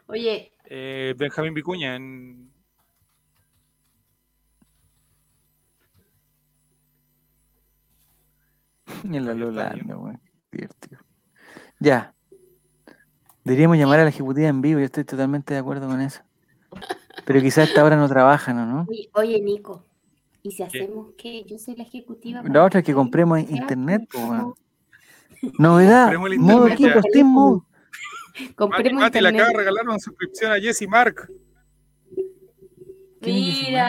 Speaker 4: Oye,
Speaker 2: Eh, Benjamín Vicuña en.
Speaker 1: En la
Speaker 2: Ahí está,
Speaker 1: Holanda,
Speaker 2: bien.
Speaker 1: bueno, divertido. Ya. Deberíamos llamar a la ejecutiva en vivo, yo estoy totalmente de acuerdo con eso. Pero quizás hasta ahora no trabajan, ¿o no?
Speaker 4: oye, oye, Nico. ¿Y si
Speaker 2: ¿Qué?
Speaker 4: hacemos que yo soy la ejecutiva?
Speaker 1: La otra es que compremos internet. po, weón. Novedad,
Speaker 2: Compremos el
Speaker 1: modo
Speaker 4: internet,
Speaker 1: equipo
Speaker 4: ya.
Speaker 1: Steam Mode.
Speaker 2: Mati,
Speaker 4: Compremos
Speaker 2: Mati le acaba de
Speaker 4: internet.
Speaker 2: regalar una suscripción a Jesse Mark.
Speaker 1: ¿Quién es Jesse
Speaker 4: Mira,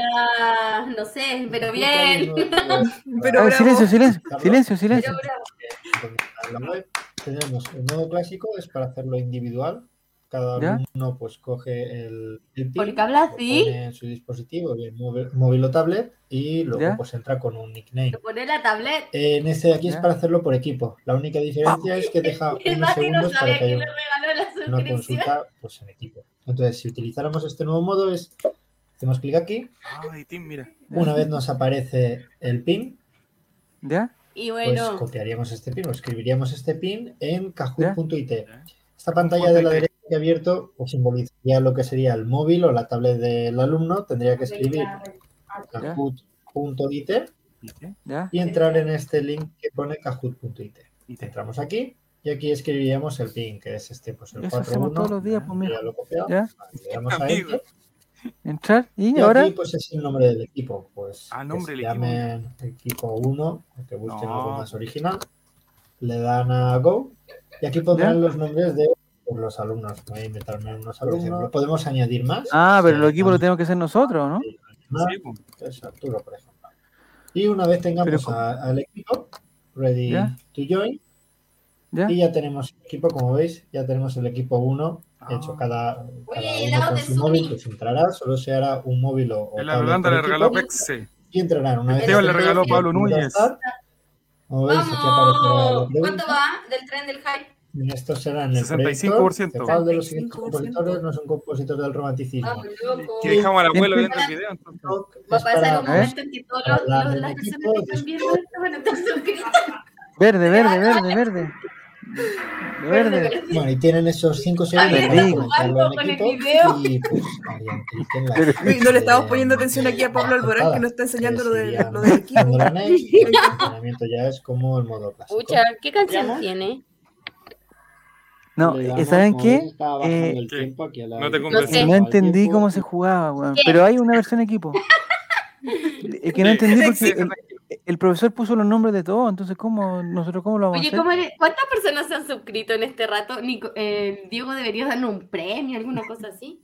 Speaker 4: no sé, pero bien.
Speaker 6: eh,
Speaker 5: Pero
Speaker 1: A ver,
Speaker 5: bravo.
Speaker 1: silencio, silencio, silencio,
Speaker 4: Pero
Speaker 1: silencio.
Speaker 4: bravo.
Speaker 6: En la web tenemos el modo clásico, es para hacerlo individual. Cada
Speaker 1: ¿Ya?
Speaker 6: uno pues coge el, el PIN,
Speaker 4: Porque habla
Speaker 6: lo
Speaker 4: así.
Speaker 6: pone en su dispositivo, bien móvil, móvil o tablet, y luego
Speaker 1: ¿Ya?
Speaker 6: pues entra con un nickname.
Speaker 4: Te pone la tablet.
Speaker 6: En este de aquí es
Speaker 1: ¿Ya?
Speaker 6: para hacerlo por equipo. La única diferencia es que deja
Speaker 4: El
Speaker 6: unos
Speaker 4: Mati no
Speaker 6: segundos
Speaker 4: sabía
Speaker 6: para que
Speaker 4: que
Speaker 6: haya
Speaker 4: le regaló la
Speaker 6: una
Speaker 4: suscripción.
Speaker 6: consulta pues en equipo. Entonces, si utilizáramos este nuevo modo es, hacemos clic aquí,
Speaker 2: Ay, Tim, mira.
Speaker 6: una vez nos aparece el PIN,
Speaker 1: ¿Ya?
Speaker 4: Y
Speaker 6: pues
Speaker 4: bueno,
Speaker 6: copiaríamos este pin o escribiríamos este pin en kahoot.it.
Speaker 2: Ya.
Speaker 6: Esta pantalla de la
Speaker 2: Kahoot.it.
Speaker 6: derecha que he abierto pues, simbolizaría lo que sería el móvil o la tablet del alumno. Tendría que escribir kahoot.it
Speaker 2: ¿Y qué?
Speaker 1: ¿Ya?
Speaker 6: y entrar en este link que pone kahoot.it.
Speaker 2: ¿Y qué?
Speaker 6: Entramos aquí y aquí escribiríamos el pin, que es este, pues el
Speaker 1: Eso hacemos
Speaker 6: 41.
Speaker 1: todos los días, pues,
Speaker 6: Yo
Speaker 1: mijo.
Speaker 6: ya lo he copiado.
Speaker 1: ¿Ya?
Speaker 6: Vale, le damos a
Speaker 2: Amigo.
Speaker 6: enter.
Speaker 1: ¿Entrar? ¿Y
Speaker 6: Y
Speaker 1: ahora?
Speaker 6: aquí pues es el nombre del equipo, pues
Speaker 2: Ah,
Speaker 6: que
Speaker 2: nombre del
Speaker 6: se
Speaker 2: equipo.
Speaker 6: llamen equipo 1, o que busquen
Speaker 2: No.
Speaker 6: algo más original, le dan a Go y aquí pondrán los nombres de pues, los alumnos, voy a inventarme unos alumnos, podemos añadir más.
Speaker 1: Ah, pero
Speaker 6: Si
Speaker 1: los equipos
Speaker 6: añadimos
Speaker 1: lo tenemos que hacer nosotros, ¿no?
Speaker 6: más,
Speaker 2: Sí, po.
Speaker 6: pues, Arturo, por ejemplo. Y una vez
Speaker 1: Pero
Speaker 6: tengamos
Speaker 1: ¿cómo?
Speaker 6: a- al equipo ready
Speaker 1: ¿Ya?
Speaker 6: to join,
Speaker 1: ¿Ya?
Speaker 6: Y ya tenemos equipo, como veis, ya tenemos el equipo 1
Speaker 2: Ah.
Speaker 6: hecho cada, cada
Speaker 4: Oye, el
Speaker 6: uno
Speaker 4: lado
Speaker 6: con
Speaker 4: de
Speaker 6: su móvil
Speaker 4: Sony.
Speaker 6: que se entrará, solo se hará un móvil o, o
Speaker 2: El
Speaker 6: tablet
Speaker 2: Atlanta
Speaker 6: por
Speaker 2: le
Speaker 6: equipo
Speaker 2: regaló Pexe.
Speaker 6: y entrarán una vez.
Speaker 4: Esteban
Speaker 6: que
Speaker 4: le regaló
Speaker 6: tengan
Speaker 2: Pablo
Speaker 6: que
Speaker 2: Núñez.
Speaker 6: contactar, Como veis, aquí aparecerá la
Speaker 4: ¡Vamos!
Speaker 6: pregunta.
Speaker 4: ¿Cuánto va del tren del hype?
Speaker 6: Y Estos serán el
Speaker 2: 65%.
Speaker 6: proyecto. ¿Cuál de los siguientes
Speaker 5: 65%.
Speaker 6: compositores no son compositores del romanticismo?
Speaker 4: Vamos, loco.
Speaker 2: Que dejamos al abuelo viendo el
Speaker 4: Siempre-
Speaker 2: video. entonces.
Speaker 4: Va a pasar un
Speaker 1: Espera, ¿eh?
Speaker 4: momento en que todas
Speaker 6: Hablar del
Speaker 4: las personas
Speaker 6: equipo, pues.
Speaker 4: que están viendo esto van a estar suscritas.
Speaker 1: Verde, verde, verde, verde. De Verde.
Speaker 6: Bueno, y tienen esos 5 segundos
Speaker 1: Había
Speaker 6: para
Speaker 1: estado
Speaker 6: comentarlo
Speaker 4: jugando
Speaker 6: al
Speaker 4: con el
Speaker 6: equipo.
Speaker 4: video.
Speaker 6: Y pues, harían clic en la
Speaker 5: Uy, no le estamos
Speaker 6: eh,
Speaker 5: poniendo atención aquí a Pablo Alborán que nos está enseñando lo, de, lo del equipo.
Speaker 6: Cuando lo ganéis, el funcionamiento ya es como el modo clásico.
Speaker 3: Pucha, ¿qué canción
Speaker 7: ¿Llamo?
Speaker 3: tiene?
Speaker 1: No,
Speaker 7: Le
Speaker 1: eh,
Speaker 7: damos,
Speaker 1: ¿saben
Speaker 7: como
Speaker 1: qué?
Speaker 7: veis, estaba bajando
Speaker 1: Eh,
Speaker 7: el
Speaker 2: ¿Qué?
Speaker 7: tiempo aquí a la-
Speaker 2: No te
Speaker 7: al
Speaker 2: convencí.
Speaker 7: tiempo,
Speaker 1: No
Speaker 7: al
Speaker 1: entendí
Speaker 7: tiempo.
Speaker 1: cómo se jugaba, weón.
Speaker 3: ¿Qué?
Speaker 1: Pero hay una versión equipo. Es que no
Speaker 2: Sí,
Speaker 1: entendí
Speaker 2: sí,
Speaker 1: porque
Speaker 2: sí,
Speaker 1: el, el profesor puso los nombres de todos, entonces ¿cómo nosotros cómo lo vamos
Speaker 4: Oye,
Speaker 1: a hacer?
Speaker 4: ¿cómo eres- ¿cuántas personas se han suscrito en este rato? Nico- eh, Diego, deberías darnos un premio, alguna cosa así.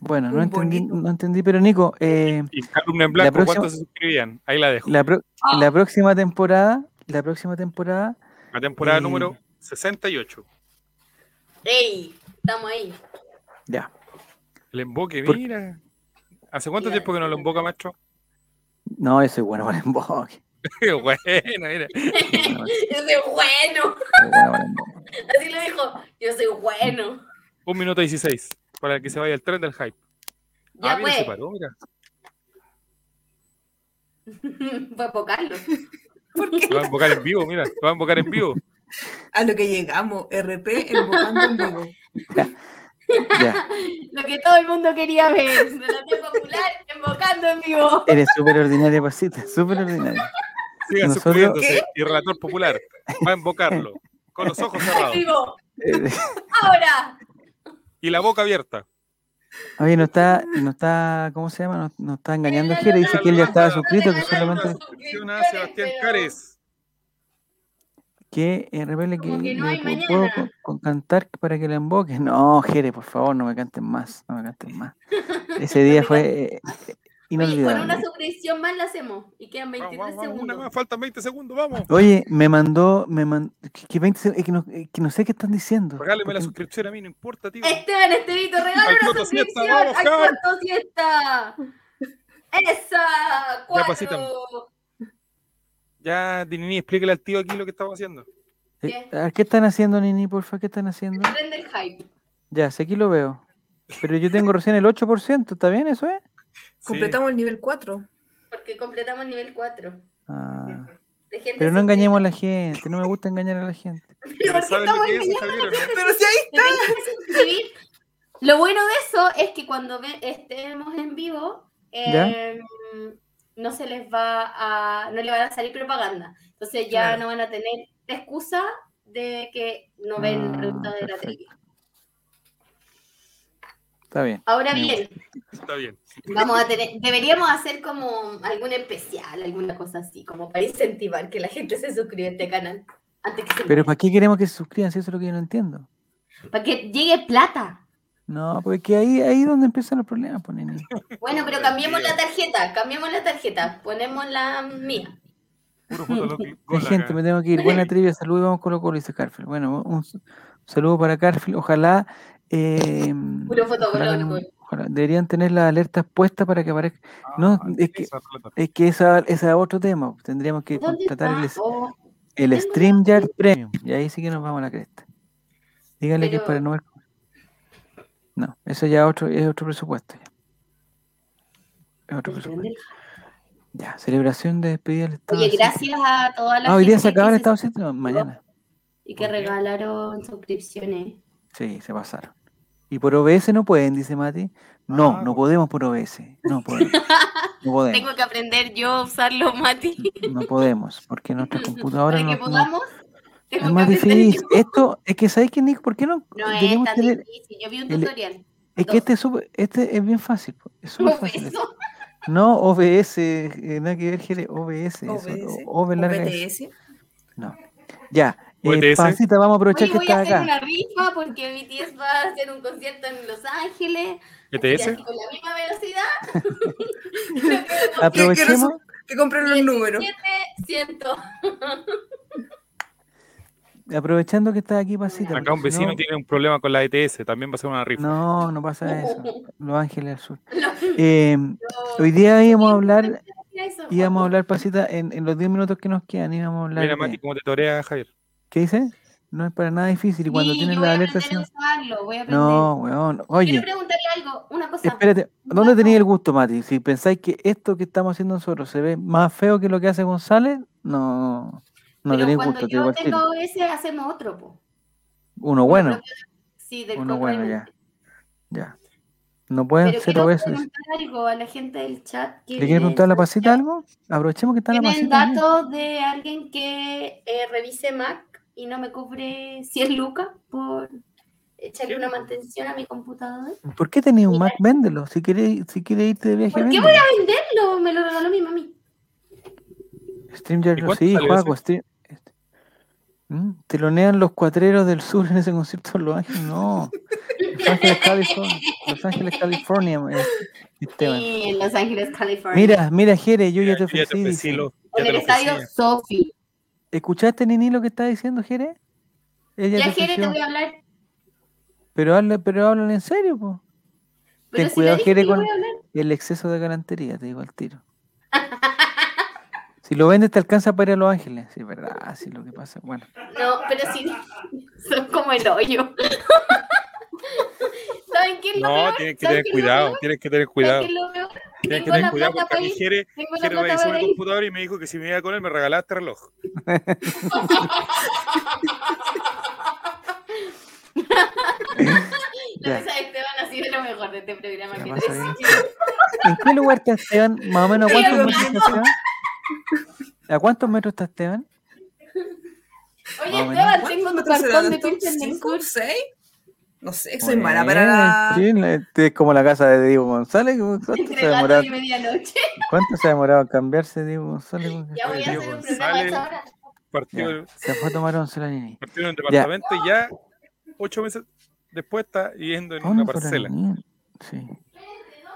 Speaker 1: Bueno, no
Speaker 5: Un
Speaker 1: entendí,
Speaker 5: bonito.
Speaker 1: no entendí, pero Nico, eh,
Speaker 2: Y columna en blanco,
Speaker 1: próxima-
Speaker 2: ¿cuántos se suscribían? Ahí la dejo.
Speaker 1: la, pro-
Speaker 4: Ah.
Speaker 1: la próxima temporada, la próxima temporada,
Speaker 2: La temporada
Speaker 1: Eh,
Speaker 2: número 68.
Speaker 4: ¡Ey! Estamos ahí.
Speaker 1: ya.
Speaker 2: El emboque,
Speaker 1: Por-
Speaker 2: mira. ¿Hace cuánto
Speaker 4: Mira,
Speaker 2: tiempo que no lo emboca, maestro?
Speaker 1: No, eso es bueno para el emboque.
Speaker 2: Qué bueno, mira.
Speaker 1: Eso es bueno
Speaker 4: Yo soy bueno.
Speaker 1: para el emboque.
Speaker 4: Así lo dijo. Yo soy bueno.
Speaker 2: Un minuto 16 para que se vaya el tren del hype.
Speaker 4: Ya
Speaker 2: ah, mira, se
Speaker 4: pues.
Speaker 2: paró, mira.
Speaker 4: Fue pocarlo.
Speaker 2: Lo va a embocar en vivo, mira. Lo va a embocar en vivo.
Speaker 5: A lo que llegamos, RP embocando en vivo.
Speaker 1: Ya,
Speaker 4: Lo que todo el mundo quería ver. De la T popular invocando en vivo.
Speaker 1: eres súper ordinaria, pasita, súper ordinaria.
Speaker 2: Sigan
Speaker 1: Nosotros-
Speaker 2: suscribiéndose. Y relator popular va a embocarlo. Con los ojos cerrados
Speaker 4: Vivo.
Speaker 1: Eh,
Speaker 4: Ahora.
Speaker 2: y la boca abierta.
Speaker 1: Oye, no está, no está, ¿cómo se llama? No, no está engañando a Jere, dice que él ya estaba suscrito, que solamente
Speaker 2: Suscripción a Sebastián Cares.
Speaker 1: que eh, revele que
Speaker 4: Como que no
Speaker 1: le
Speaker 4: hay
Speaker 1: pu- puedo
Speaker 4: mañana.
Speaker 1: con- con cantar para que la emboque. No, Jere, por favor, no me canten más, no me canten más. Ese día
Speaker 4: me
Speaker 1: fue eh,
Speaker 4: Oye, con una
Speaker 1: inolvidable.
Speaker 4: suscripción más la hacemos. Y quedan
Speaker 2: Vamos,
Speaker 4: 23
Speaker 2: vamos, vamos, una más.
Speaker 4: segundos.
Speaker 2: Faltan 20 segundos, vamos.
Speaker 1: Oye, me mandó, me mandó, que, que 20 se- eh, que no, eh, que no sé qué están diciendo.
Speaker 2: Regáleme la
Speaker 1: porque-
Speaker 2: suscripción a mí, no importa, tío.
Speaker 4: Esteban Estevito, regala
Speaker 2: Al
Speaker 4: una
Speaker 2: Coto Siesta,
Speaker 4: suscripción
Speaker 2: vamos,
Speaker 4: al
Speaker 2: Javi.
Speaker 4: Coto Siesta. Esa,
Speaker 2: pasita.
Speaker 4: cuatro.
Speaker 2: Ya, Dinini, explícale al tío aquí lo que estamos haciendo.
Speaker 1: eh, ah, ¿Qué están haciendo, Nini, porfa? ¿Qué están haciendo?
Speaker 4: Tren del hype.
Speaker 1: Ya, sé que lo veo. Pero yo tengo recién el 8%, ¿está bien eso, eh?
Speaker 2: Sí.
Speaker 5: Completamos el nivel 4.
Speaker 4: Porque completamos nivel 4.
Speaker 1: Ah,
Speaker 4: De gente
Speaker 1: pero no
Speaker 4: sin-
Speaker 1: engañemos a la gente, no me gusta engañar a la gente.
Speaker 4: Pero ¿por
Speaker 2: Pero
Speaker 4: qué
Speaker 2: ¿Saben lo
Speaker 4: estamos
Speaker 2: que es eso,
Speaker 4: engañando?
Speaker 2: Javier, o no?
Speaker 5: Pero si ahí
Speaker 4: Te tenés que suscribir. Lo bueno de eso es que cuando ve- estemos en vivo,
Speaker 1: ¿Ya?
Speaker 4: eh, no se les va a, no le van a salir propaganda. Entonces ya
Speaker 5: Claro.
Speaker 4: no van a tener la excusa de que no ven
Speaker 1: Ah,
Speaker 4: el resultado de la
Speaker 1: perfecto.
Speaker 4: trivia.
Speaker 1: Está bien.
Speaker 4: Ahora
Speaker 1: Me
Speaker 4: bien,
Speaker 2: Está bien.
Speaker 4: vamos a tener, deberíamos hacer como algún especial, alguna cosa así, como para incentivar que la gente se suscriba a este canal antes que se
Speaker 1: Pero ¿para qué queremos que se suscriban si eso es lo que yo no entiendo?
Speaker 4: para que llegue plata.
Speaker 1: No, porque ahí ahí es donde empiezan los problemas, pues, nene.
Speaker 4: Bueno, pero cambiemos la tarjeta, cambiemos la tarjeta, ponemos la mía.
Speaker 2: Puro Fotolog
Speaker 1: Mi
Speaker 2: Gol
Speaker 1: gente,
Speaker 2: acá.
Speaker 1: me tengo que ir. Buena trivia, saludos, vamos con Colo, dice Carfield. Bueno, un, s- saludo para Carfield. Ojalá, eh,
Speaker 4: Puro
Speaker 1: ojalá
Speaker 4: fotogol.
Speaker 1: no- ojalá- deberían tener las alertas puestas para que aparezca. No, es que,
Speaker 2: Ah, Esa plata.
Speaker 1: es que esa, esa es otro tema. Tendríamos que
Speaker 4: ¿Dónde
Speaker 1: contratar el,
Speaker 4: está? Oh,
Speaker 1: el
Speaker 4: Tengo
Speaker 1: StreamYard Premium. Y ahí sí que nos vamos a la cresta. Díganle que es
Speaker 4: Pero-
Speaker 1: para no ver. No, eso ya otro, es otro presupuesto. ya. Es otro
Speaker 4: el tren
Speaker 1: presupuesto.
Speaker 4: del-
Speaker 1: Ya, celebración de despedida del Estado.
Speaker 4: Oye,
Speaker 1: de Sitio.
Speaker 4: gracias a todas las
Speaker 1: Ah, hoy día se
Speaker 4: gente que
Speaker 1: acaba el
Speaker 4: se
Speaker 1: Estado de Sitio. No, mañana.
Speaker 4: y que regalaron suscripciones.
Speaker 1: Sí, se pasaron. ¿Y por OBS no pueden, dice Mati? No,
Speaker 2: Ah,
Speaker 1: no
Speaker 2: bueno.
Speaker 1: podemos por OBS. No podemos. No podemos.
Speaker 4: Tengo que aprender yo a usarlo, Mati,
Speaker 1: No podemos, porque nuestra computadora
Speaker 4: para
Speaker 1: no,
Speaker 4: que
Speaker 1: no-
Speaker 4: podamos.
Speaker 1: es
Speaker 4: Tengo que
Speaker 1: más
Speaker 4: aprender
Speaker 1: difícil.
Speaker 4: yo.
Speaker 1: Esto es que sabéis que Nick, ¿por qué no?
Speaker 4: No es
Speaker 1: deberíamos
Speaker 4: tan
Speaker 1: tener-
Speaker 4: difícil, yo vi un
Speaker 1: el-
Speaker 4: tutorial.
Speaker 1: es que este es, súper- este es bien fácil. po, Es súper
Speaker 4: Como
Speaker 1: fácil.
Speaker 4: eso.
Speaker 1: No, OBS, eh, nada que ver, Jere, OBS. eso,
Speaker 5: OBS,
Speaker 1: o- OB larga S.
Speaker 5: BTS.
Speaker 1: No. Ya, eh,
Speaker 2: OTS.
Speaker 1: Pancita, vamos a aprovechar
Speaker 4: Hoy
Speaker 1: que
Speaker 4: voy
Speaker 1: está
Speaker 4: a hacer
Speaker 1: acá.
Speaker 4: una rifa porque BTS va a hacer un concierto en Los Ángeles. y
Speaker 2: ETS.
Speaker 4: así con la misma velocidad.
Speaker 1: Aprovechemos.
Speaker 5: Que compren los números.
Speaker 4: 700.
Speaker 1: aprovechando que estás aquí, Pasita.
Speaker 2: Acá un
Speaker 1: porque si no-
Speaker 2: vecino tiene un problema con la ETS, también va a ser una rifa.
Speaker 1: No, no pasa eso. Los Ángeles al Sur. Eh, hoy día íbamos a hablar, íbamos a hablar, Pasita, en, en los 10 minutos que nos quedan, íbamos a hablar.
Speaker 2: Mira,
Speaker 1: de-
Speaker 2: Mati, como te torea Javier.
Speaker 1: ¿Qué dice? No es para nada difícil. Y cuando
Speaker 4: Sí,
Speaker 1: tienes
Speaker 4: yo voy
Speaker 1: la
Speaker 4: a
Speaker 1: alerta,
Speaker 4: aprender a
Speaker 1: sí-
Speaker 4: usarlo, voy a aprender.
Speaker 1: no, weón. Oye,
Speaker 4: Quiero preguntarle algo, una cosa.
Speaker 1: espérate, ¿dónde tenéis el gusto, Mati? Si pensáis que esto que estamos haciendo nosotros se ve más feo que lo que hace González, no, no
Speaker 4: Pero
Speaker 1: tenéis
Speaker 4: cuando
Speaker 1: gusto. te digo
Speaker 4: yo
Speaker 1: al tiro.
Speaker 4: tengo ese, hacemos otro, po.
Speaker 1: Uno bueno,
Speaker 4: Sí, del
Speaker 1: uno
Speaker 4: Code
Speaker 1: bueno,
Speaker 4: Raymond.
Speaker 1: ya. Ya. No pueden
Speaker 4: Pero
Speaker 1: ser
Speaker 4: quiero
Speaker 1: obesos.
Speaker 4: preguntar algo a la gente del chat. Que
Speaker 1: ¿Le quieres preguntar a la pasita algo? Aprovechemos que está la ¿eh?
Speaker 4: ¿Tienen
Speaker 1: pasita. ahí.
Speaker 4: datos de alguien que eh, revise Mac y no me cobre 100 lucas por echarle una mantención a mi computador?
Speaker 1: ¿Por qué tenés un Mac? Véndelo. Si quieres si quieres irte de viaje,
Speaker 4: ¿Por qué
Speaker 1: véndelo.
Speaker 4: voy a venderlo? Ah, Me lo regaló mi mami.
Speaker 1: StreamYard,
Speaker 2: ¿Y
Speaker 1: no,
Speaker 2: cuánto
Speaker 1: sí,
Speaker 2: salió
Speaker 1: Juaco. Stream... este. Mm, Telonean los cuatreros del sur en ese concierto en Los Ángeles. No. Los Ángeles, California. Los Ángeles, California. eh, Esteban.
Speaker 4: Sí, en Los Ángeles, California.
Speaker 1: Mira, mira, Jere, yo ya te
Speaker 2: Ya te
Speaker 1: ofrecí.
Speaker 2: ofrecí
Speaker 1: dice.
Speaker 2: lo- ya
Speaker 4: en
Speaker 2: te
Speaker 4: el
Speaker 2: lo ofrecí.
Speaker 4: estadio Sofi.
Speaker 1: ¿Escuchaste, Nini, lo que está diciendo, Jere? Ella
Speaker 4: Ya,
Speaker 1: te
Speaker 4: Jere, te
Speaker 1: ofreció.
Speaker 4: voy a hablar.
Speaker 1: Pero, habla, pero hablan en serio, po.
Speaker 4: Pero
Speaker 1: Ten
Speaker 4: si
Speaker 1: cuidado,
Speaker 4: le dije
Speaker 1: Jere,
Speaker 4: que
Speaker 1: con-
Speaker 4: voy a hablar.
Speaker 1: El exceso de galantería, te digo al tiro. Si lo vendes, te alcanza para ir a Los Ángeles. Sí, verdad, sí, lo que pasa. Bueno,
Speaker 4: No, pero sí. Son como el hoyo. ¿Saben qué es lo
Speaker 2: No,
Speaker 4: peor?
Speaker 2: tienes que tener
Speaker 4: ¿Saben qué es lo
Speaker 2: cuidado,
Speaker 4: peor?
Speaker 2: tienes que tener
Speaker 4: ¿Saben
Speaker 2: cuidado.
Speaker 4: qué es lo peor?
Speaker 2: Tienes que
Speaker 4: Tengo
Speaker 2: tener
Speaker 4: la
Speaker 2: cuidado
Speaker 4: plata
Speaker 2: porque
Speaker 4: para
Speaker 2: mi
Speaker 4: ir.
Speaker 2: Jere,
Speaker 4: Tengo la
Speaker 2: Jere
Speaker 4: plata
Speaker 2: revisó
Speaker 4: para
Speaker 2: mi
Speaker 4: ir.
Speaker 2: computador y me dijo que si me iba con él me regalaste reloj.
Speaker 4: La
Speaker 1: ya.
Speaker 4: mesa de Esteban ha sido lo mejor de este programa
Speaker 1: la
Speaker 4: que
Speaker 1: pasa
Speaker 4: tenemos.
Speaker 1: bien. ¿En qué lugar está Esteban? Más o menos, ¿a
Speaker 4: Estoy
Speaker 1: cuántos metros está Esteban? ¿A cuántos metros está Esteban?
Speaker 4: Oye,
Speaker 1: Más o menos.
Speaker 4: Esteban, tengo tu
Speaker 5: ¿Cuántos serán?
Speaker 4: cartón de
Speaker 5: ¿Top
Speaker 4: pizza en el
Speaker 5: cinco,
Speaker 4: curso.
Speaker 5: seis? No sé, soy mala para la.
Speaker 1: Bien, bien, eh, Es como la casa de Diego González. ¿Cuánto se,
Speaker 4: Entre
Speaker 1: ha
Speaker 4: gato
Speaker 1: demorado,
Speaker 4: y medianoche.
Speaker 1: cuánto se ha demorado en cambiarse Diego González?
Speaker 4: Ya voy a
Speaker 2: Diego
Speaker 4: hacer un programa a esa
Speaker 2: González.
Speaker 4: hora.
Speaker 2: Partió,
Speaker 1: Ya, se fue a tomar once la nini.
Speaker 2: partió en un departamento y ya ocho meses después está yendo en
Speaker 1: Oh,
Speaker 2: una
Speaker 1: no, por la
Speaker 2: parcela.
Speaker 1: mierda, sí.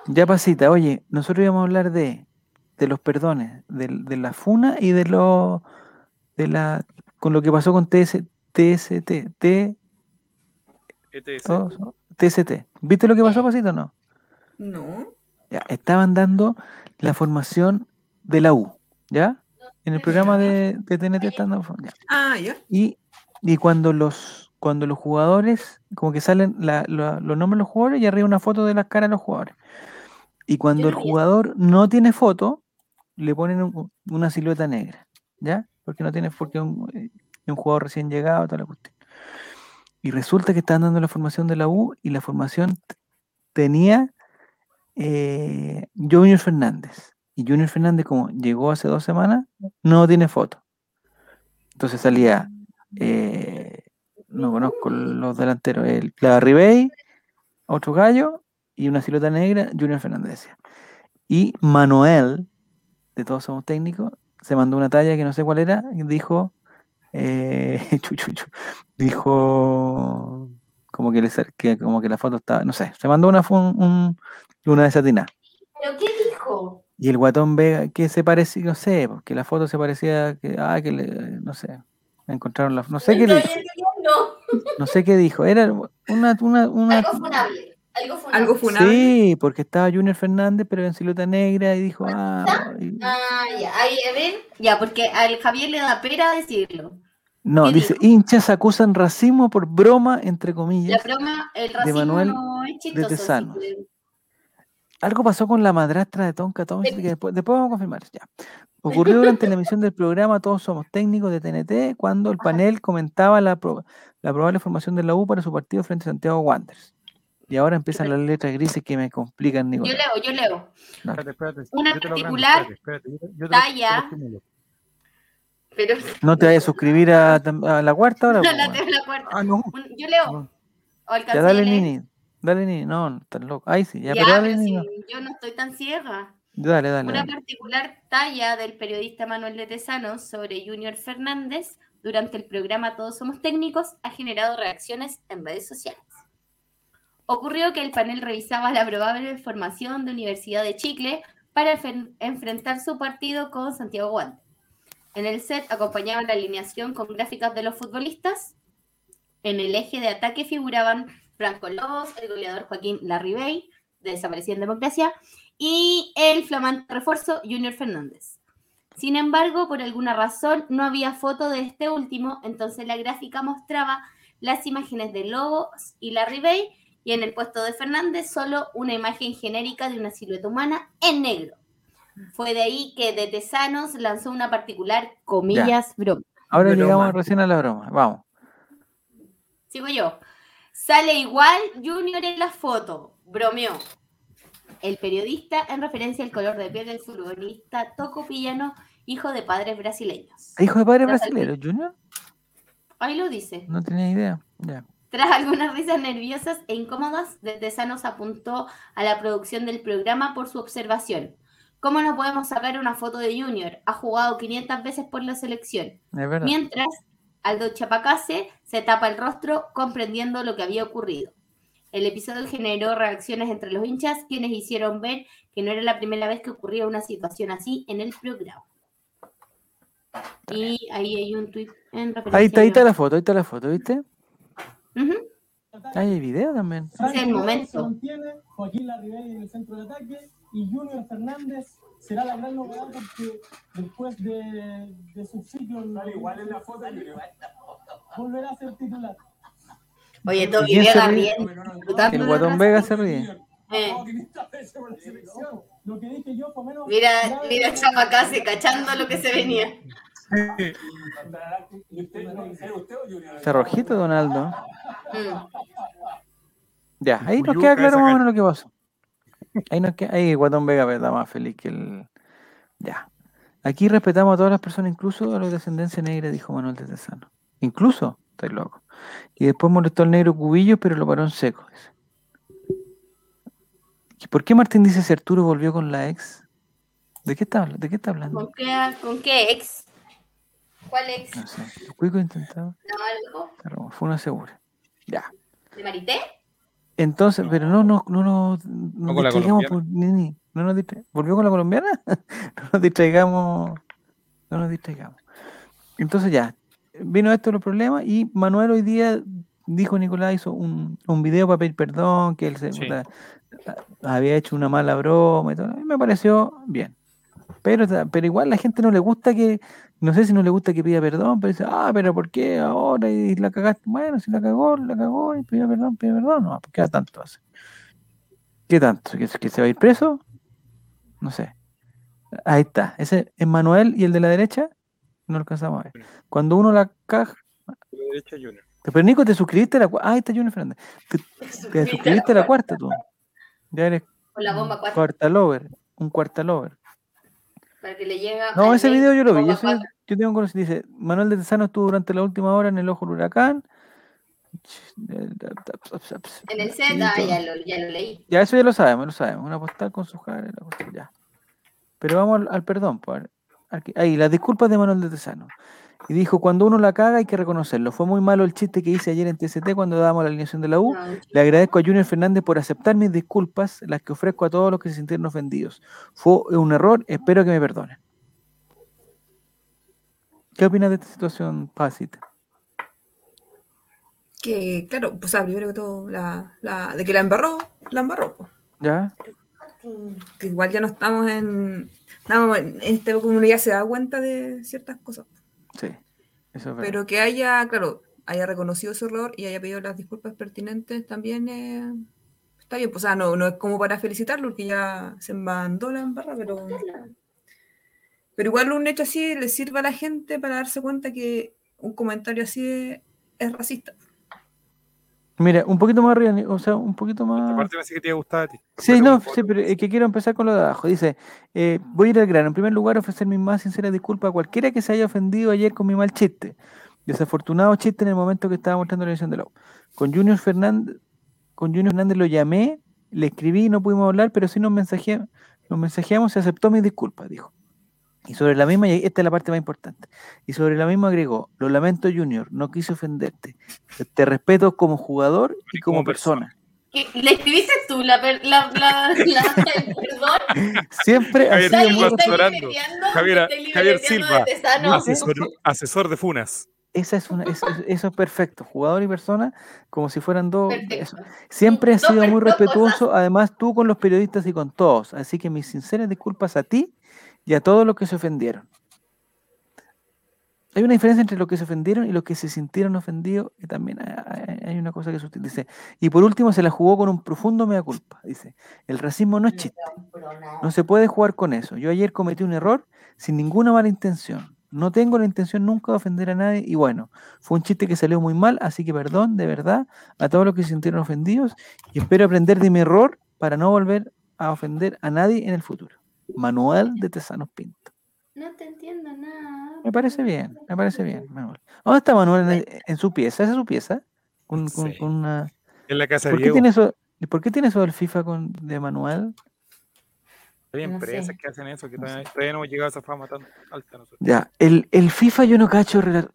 Speaker 1: Ya pasita, oye, nosotros íbamos a hablar de, de los perdones, del- de, la funa y de lo de la con lo que pasó con TS, TST, T,
Speaker 2: ETS.
Speaker 1: oh, so- TST. ¿Viste lo que pasó, pasita o no?
Speaker 5: No.
Speaker 1: Ya, estaban dando la formación de la U, ¿ya? En el programa de, de TNT están dando form- ya.
Speaker 5: Ah, ya.
Speaker 1: Y, y cuando los cuando los jugadores, como que salen la- la- los nombres de los jugadores y arriba una foto de las caras de los jugadores. Y cuando
Speaker 4: no
Speaker 1: el
Speaker 4: vi eso.
Speaker 1: jugador no tiene foto, le ponen un- una silueta negra, ¿ya? Porque no tiene, porque es un, eh, es un jugador recién llegado, toda la cuestión. Y resulta que estaban dando la formación de la U y la formación t- tenía eh, Junior Fernández. Y Junior Fernández, como llegó hace dos semanas, no tiene foto. Entonces salía, eh, no conozco los delanteros, el Ribey, otro gallo y una silueta negra, Junior Fernández. decía. Y Manuel, de todos somos técnicos, se mandó una talla que no sé cuál era, y dijo, eh, chu, chu, chu, dijo como que, le sal- que como que la foto estaba, no sé, se mandó una, fu- un- una desatinada.
Speaker 4: ¿Pero qué dijo?
Speaker 1: Y el guatón Vega, que se parecía, no sé, porque la foto se parecía, que, ah, que le, no sé, encontraron la, no sé qué le
Speaker 4: Estoy
Speaker 1: dijo,
Speaker 4: entendiendo.
Speaker 1: no sé qué dijo, era una, una, una,
Speaker 4: Algo funable. Algo funable.
Speaker 5: Algo funable.
Speaker 1: sí, porque estaba Junior Fernández, pero en silueta negra, y dijo, ah, y-
Speaker 4: Ah, ya, ahí, a ver. Ya, porque al Javier le da pera decirlo.
Speaker 1: no,
Speaker 4: ¿qué
Speaker 1: dice, hinchas acusan racismo por broma, entre
Speaker 4: La
Speaker 1: comillas.
Speaker 4: broma, el racismo
Speaker 1: Manuel
Speaker 4: no es chistoso. así
Speaker 1: Tesanos.
Speaker 4: que-
Speaker 1: Algo pasó con la madrastra de Tonka Thompson, que después, después vamos a confirmar. Ya. Ocurrió durante la emisión del programa Todos Somos Técnicos de TNT, cuando el panel comentaba la, proba- la probable formación de la U para su partido frente a Santiago Wanderers. Y ahora empiezan las letras grises que me complican,
Speaker 4: Yo
Speaker 1: Nicolás.
Speaker 4: leo, yo leo.
Speaker 2: Espérate, espérate,
Speaker 4: Una
Speaker 2: yo te lo agrando,
Speaker 4: particular
Speaker 2: espérate, espérate, yo te- yo te lo-
Speaker 4: talla.
Speaker 2: te lo simulo.
Speaker 4: Pero
Speaker 1: No te vayas a suscribir a, tam- a la cuarta ahora.
Speaker 4: no
Speaker 1: po,
Speaker 4: la
Speaker 1: weón.
Speaker 4: tengo en la puerta.
Speaker 1: Ah, no.
Speaker 4: Un- Yo leo.
Speaker 1: No.
Speaker 4: O alcancé
Speaker 1: Ya
Speaker 4: a
Speaker 1: dale,
Speaker 4: leer.
Speaker 1: Nini. Dale, Nini. No, no, estás loco. Ay, sí, ya,
Speaker 4: Ya,
Speaker 1: pero dale,
Speaker 4: pero
Speaker 1: Nini. no.
Speaker 4: si yo no estoy tan ciega.
Speaker 1: Dale, dale.
Speaker 4: Una
Speaker 1: dale.
Speaker 4: particular talla del periodista Manuel de Tesano sobre Junior Fernández durante el programa Todos Somos Técnicos ha generado reacciones en redes sociales. Ocurrió que el panel revisaba la probable formación de Universidad de Chicle para enfer- enfrentar su partido con Santiago Guante. En el set acompañaba la alineación con gráficas de los futbolistas. En el eje de ataque figuraban Franco Lobos, el goleador Joaquín Larribey, de desaparecida en democracia, y el flamante refuerzo Junior Fernández. Sin embargo, por alguna razón no había foto de este último, entonces la gráfica mostraba las imágenes de Lobos y Larribey y en el puesto de Fernández solo una imagen genérica de una silueta humana en negro. Fue de ahí que de Tesanos lanzó una particular, comillas,
Speaker 1: Ya.
Speaker 4: broma.
Speaker 1: Ahora
Speaker 2: Broma.
Speaker 1: llegamos recién a la broma. Vamos.
Speaker 4: Sigo yo. Sale igual Junior en la foto. Bromeó. El periodista en referencia al color de piel del futbolista Toco Pillano, hijo de padres brasileños.
Speaker 1: Hijo de padre
Speaker 4: Ya salí.
Speaker 1: brasileño, Junior.
Speaker 4: Ahí lo dice.
Speaker 1: No tenía idea. Ya.
Speaker 4: Tras algunas risas nerviosas e incómodas, desde Sanos apuntó a la producción del programa por su observación. ¿Cómo no podemos sacar una foto de Junior? Ha jugado 500 veces por la selección.
Speaker 1: Es verdad.
Speaker 4: Mientras, Aldo Chapacase se tapa el rostro comprendiendo lo que había ocurrido. El episodio generó reacciones entre los hinchas, quienes hicieron ver que no era la primera vez que ocurría una situación así en el programa. Y ahí hay un tuit en referencia.
Speaker 1: Ahí está, ahí está
Speaker 4: a-
Speaker 1: la foto, ahí está la foto, ¿viste?
Speaker 4: Ujú.
Speaker 1: Ahí hay video también.
Speaker 4: Es el momento.
Speaker 7: Tiene Joaquín Larribey en el centro de ataque y Junior Fernández será la gran novedad porque después de, de su ciclo igual en la foto volverá a ser titular.
Speaker 4: Oye, Toby
Speaker 1: quién se
Speaker 4: Vega
Speaker 1: ríe?
Speaker 4: bien, disfrutando
Speaker 1: El
Speaker 4: la
Speaker 1: Guatón
Speaker 4: raza.
Speaker 1: Vega se ríe.
Speaker 4: Eh,
Speaker 7: Lo que dije yo por menos
Speaker 4: mira, mira Chapacase cachando lo que se venía.
Speaker 1: Está rojito, Donaldo.
Speaker 4: Mm.
Speaker 1: Ya, ahí nos
Speaker 2: Cuyuca,
Speaker 1: queda claro
Speaker 2: esa
Speaker 1: más o menos lo que pasó. Ahí nos queda, ahí Guatón Vega pero está más feliz que el. Ya. Aquí respetamos a todas las personas, incluso a los de ascendencia negra, dijo Manuel de Tesano. Incluso, estáis loco. Y después molestó al negro Cubillo, pero lo paró en seco. dice. ¿Y ¿Por qué Martín dice si Arturo volvió con la ex? ¿De qué está, habla- de qué está hablando?
Speaker 4: ¿Con qué, ¿Con qué ex? ¿Cuál ex?
Speaker 1: No sé. Cuico intentaba.
Speaker 4: ¿No, algo?
Speaker 1: Fue una segura. Ya.
Speaker 4: ¿De Marité?
Speaker 1: Entonces, pero no, no, no, nos- nos
Speaker 2: con la
Speaker 1: distraigamos
Speaker 2: colombiana.
Speaker 1: por Nini. No nos distra- ¿Volvió con la colombiana? no nos distraigamos. No nos distraigamos. Entonces ya, vino esto los problemas y Manuel hoy día dijo Nicolás hizo un, un video para pedir perdón, que él se,
Speaker 2: Sí.
Speaker 1: puta, a- había hecho una mala broma y todo. A mí me pareció bien. Pero, ta- pero igual la gente no le gusta que, no sé si no le gusta que pida perdón, pero dice, ah, pero ¿por qué ahora? Y la cagaste. Bueno, si la cagó, la cagó y pidió perdón, pidió perdón. No, ¿por qué tanto hace? ¿Qué tanto? ¿Que, se- que se va a ir preso? No sé. Ahí está. Ese es Manuel y el de la derecha. No alcanzamos a ver. Cuando uno la caga.
Speaker 2: Derecha Junior.
Speaker 1: Pero Nico, te suscribiste a la cuarta. Ah, ahí está Junior Fernández. Te suscribiste a la cuarta tú. Ya eres
Speaker 4: Con la bomba
Speaker 1: un
Speaker 4: 4
Speaker 1: cuarta lover. Un cuarta lover.
Speaker 4: para que le llega.
Speaker 1: No,
Speaker 4: al
Speaker 1: ese
Speaker 4: mail
Speaker 1: video yo lo vi.
Speaker 4: bomba
Speaker 1: Yo, soy-
Speaker 4: cuatro.
Speaker 1: yo tengo conocimiento. Dice, Manuel de Tesano estuvo durante la última hora en el ojo del huracán.
Speaker 4: En el set, ah, ya lo, ya lo leí.
Speaker 1: Ya, eso ya lo sabemos, lo sabemos. Una postal con su jale, la cuestión, ya. Pero vamos al, al perdón, pues. al- al que- Ahí, las disculpas de Manuel de Tesano. Y dijo, cuando uno la caga hay que reconocerlo. Fue muy malo el chiste que hice ayer en TCT cuando dábamos la alineación de la U.
Speaker 4: No,
Speaker 1: Le agradezco a Junior Fernández por aceptar mis disculpas, las que ofrezco a todos los que se sintieron ofendidos. Fue un error, espero que me perdonen. ¿Qué opinas de esta situación, Pasit?
Speaker 5: Que, claro, pues, o sea, primero que todo, la, la- de que la embarró, la embarró. pues. po.
Speaker 1: ¿Ya?
Speaker 5: Que igual ya no estamos en. Estamos en, en esta comunidad se da cuenta de ciertas cosas.
Speaker 1: Sí. Eso es verdad.
Speaker 5: Pero que haya, claro, haya reconocido su error y haya pedido las disculpas pertinentes también eh, está bien. Pues, o sea, no, no es como para felicitarlo, porque ya se embandó la embarra, pero. Pero igual un hecho así le sirve a la gente para darse cuenta que un comentario así es, es racista.
Speaker 1: Mira, un poquito más arriba, o sea, un poquito más...
Speaker 2: Esta parte me hace que te iba a gustar a ti.
Speaker 1: Sí,
Speaker 2: Pero
Speaker 1: no,
Speaker 2: un poco-
Speaker 1: sí, pero es que quiero empezar con lo de abajo. Dice, eh, voy a ir al grano. En primer lugar, ofrecer mis más sinceras disculpas a cualquiera que se haya ofendido ayer con mi mal chiste. Desafortunado chiste en el momento que estaba mostrando la edición de la U. Con Junior Fernández, con Junior Fernández lo llamé, le escribí, no pudimos hablar, pero sí nos mensajeamos, nos mensajeamos y aceptó mis disculpas, dijo. Y sobre la misma, y esta es la parte más importante, y sobre la misma agregó, lo lamento Junior, no quise ofenderte, te respeto como jugador y
Speaker 2: Y
Speaker 1: como
Speaker 2: como persona.
Speaker 1: persona.
Speaker 4: ¿Le escribiste tú la, per- la, la, la- el perdón?
Speaker 1: Siempre así.
Speaker 2: Javier,
Speaker 4: Está ahí,
Speaker 2: estoy
Speaker 4: está
Speaker 2: asesorando.
Speaker 4: liberando,
Speaker 2: Javier,
Speaker 4: está liberando
Speaker 2: Javier
Speaker 4: de
Speaker 2: Silva,
Speaker 4: Tesano.
Speaker 2: asesor, asesor de Funas.
Speaker 1: Esa es una, es- es- eso es perfecto. Jugador y persona, como si fueran dos.
Speaker 4: Perfecto.
Speaker 1: eso. Siempre has
Speaker 4: Dos
Speaker 1: sido muy
Speaker 4: per- dos
Speaker 1: respetuoso, además tú con los periodistas y con todos. Así que mis sinceras disculpas a ti y a todos los que se ofendieron. Hay una diferencia entre los que se ofendieron y los que se sintieron ofendidos. Y también hay- hay- hay una cosa que susti- dice. Y por último se la jugó con un profundo mea culpa. Dice, el racismo no es chiste. No se puede jugar con eso. Yo ayer cometí un error sin ninguna mala intención. No tengo la intención nunca de ofender a nadie y bueno, fue un chiste que salió muy mal, así que perdón de verdad a todos los que se sintieron ofendidos y espero aprender de mi error para no volver a ofender a nadie en el futuro. Manuel de Tesanos Pinto.
Speaker 4: No te entiendo nada.
Speaker 1: Me parece bien, me parece bien, Manuel. ¿Dónde está Manuel en, en su pieza? ¿Esa es su pieza? Con- con-
Speaker 2: Sí.
Speaker 1: con una-
Speaker 2: En la casa de
Speaker 1: ¿Por qué
Speaker 2: Diego.
Speaker 1: tiene eso? ¿Y por qué tiene eso del FIFA con, de Manuel?
Speaker 2: Hay
Speaker 4: No
Speaker 2: empresas
Speaker 4: sé.
Speaker 2: que hacen eso, que
Speaker 1: No
Speaker 2: todavía, todavía no hemos llegado a esa fama tan alta nosotros.
Speaker 1: Ya, el, el FIFA yo no cacho rela-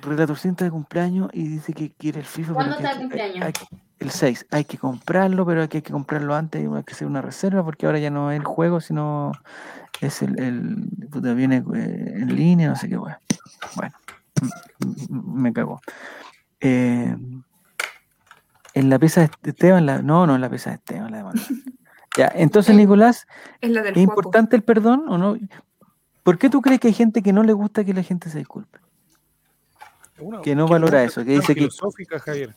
Speaker 1: relatorcista de cumpleaños y dice que quiere el FIFA. pero
Speaker 4: ¿Cuándo
Speaker 1: que
Speaker 4: está
Speaker 1: hay
Speaker 4: el
Speaker 1: que- hay-
Speaker 4: cumpleaños?
Speaker 1: hay que- el 6, hay que comprarlo, pero hay que, hay que comprarlo antes, hay que hacer una reserva porque ahora ya no es el juego, sino es el, el puta, viene eh, en línea, no sé qué weá. Bueno, m- m- me cagó. Eh, en la pieza de Esteban, la- no, no en la pieza de Esteban, la de Manuel. Ya, entonces
Speaker 5: Eh,
Speaker 1: Nicolás,
Speaker 5: Es la del
Speaker 1: ¿Es
Speaker 5: Juaco.
Speaker 1: importante el perdón o no? ¿Por qué tú crees que hay gente que no le gusta que la gente se disculpe?
Speaker 2: Uno,
Speaker 1: Que no
Speaker 2: qué
Speaker 1: valora
Speaker 2: pregunta
Speaker 1: eso, que
Speaker 2: tan
Speaker 1: dice que-
Speaker 2: filosófica, Javier.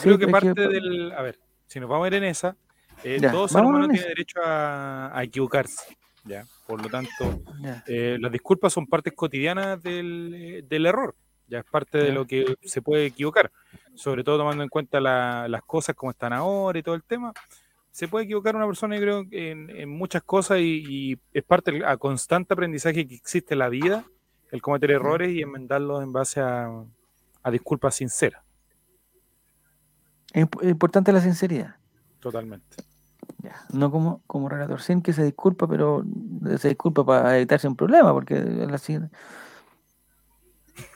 Speaker 1: Sí,
Speaker 2: creo que
Speaker 1: es que-
Speaker 2: parte del. A ver, si nos vamos a ir en esa, eh,
Speaker 1: Ya,
Speaker 2: todo ser
Speaker 1: vámonos
Speaker 2: humano
Speaker 1: en
Speaker 2: tiene
Speaker 1: esa.
Speaker 2: derecho a, a equivocarse. ¿ya? Por lo tanto,
Speaker 1: Ya,
Speaker 2: eh, las disculpas son partes cotidianas del, eh, del error. Ya es parte de
Speaker 1: Ya.
Speaker 2: lo que se puede equivocar. Sobre todo tomando en cuenta la- las cosas como están ahora y todo el tema. Se puede equivocar una persona, yo creo, en, en muchas cosas y, y es parte del a constante aprendizaje que existe en la vida, el cometer errores y enmendarlos en base a, a disculpas sinceras,
Speaker 1: Es imp- es importante la sinceridad.
Speaker 2: totalmente.
Speaker 1: Ya, No como, como relator sin que se disculpa, pero se disculpa para evitarse un problema, porque es la sin-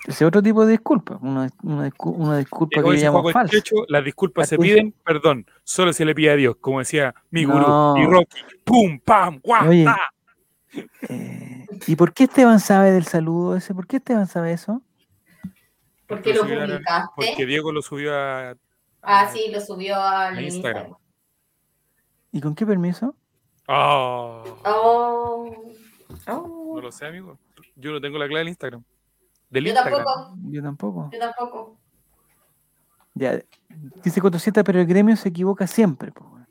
Speaker 1: Ese otro tipo de disculpa, una, una discu- una disculpa
Speaker 2: Como
Speaker 1: que yo
Speaker 2: dice
Speaker 1: llamo
Speaker 2: Juaco el
Speaker 1: falsa.
Speaker 2: Checho, las disculpas se
Speaker 1: Atún.
Speaker 2: piden, perdón, solo se le pide a Dios, como decía mi gurú,
Speaker 1: No.
Speaker 2: y Rocky, pum, pam, guau,
Speaker 1: Oye.
Speaker 2: ta.
Speaker 1: Eh, ¿Y por qué Esteban sabe del saludo ese? ¿Por qué Esteban sabe eso?
Speaker 4: Porque lo
Speaker 2: subió a la-
Speaker 4: publicaste.
Speaker 2: Porque Diego lo subió a.
Speaker 4: ¿Eh? Ah, sí, lo subió al
Speaker 2: A Instagram.
Speaker 4: Instagram.
Speaker 1: ¿Y con qué permiso?
Speaker 2: Ah,
Speaker 4: Oh,
Speaker 5: Oh.
Speaker 2: No lo sé, amigo. Yo no tengo la clave del Instagram. Del
Speaker 4: yo
Speaker 2: Instagram.
Speaker 4: tampoco,
Speaker 1: Yo tampoco.
Speaker 4: yo tampoco.
Speaker 1: Ya, dice Cotosita, pero el gremio se equivoca siempre. po, weón.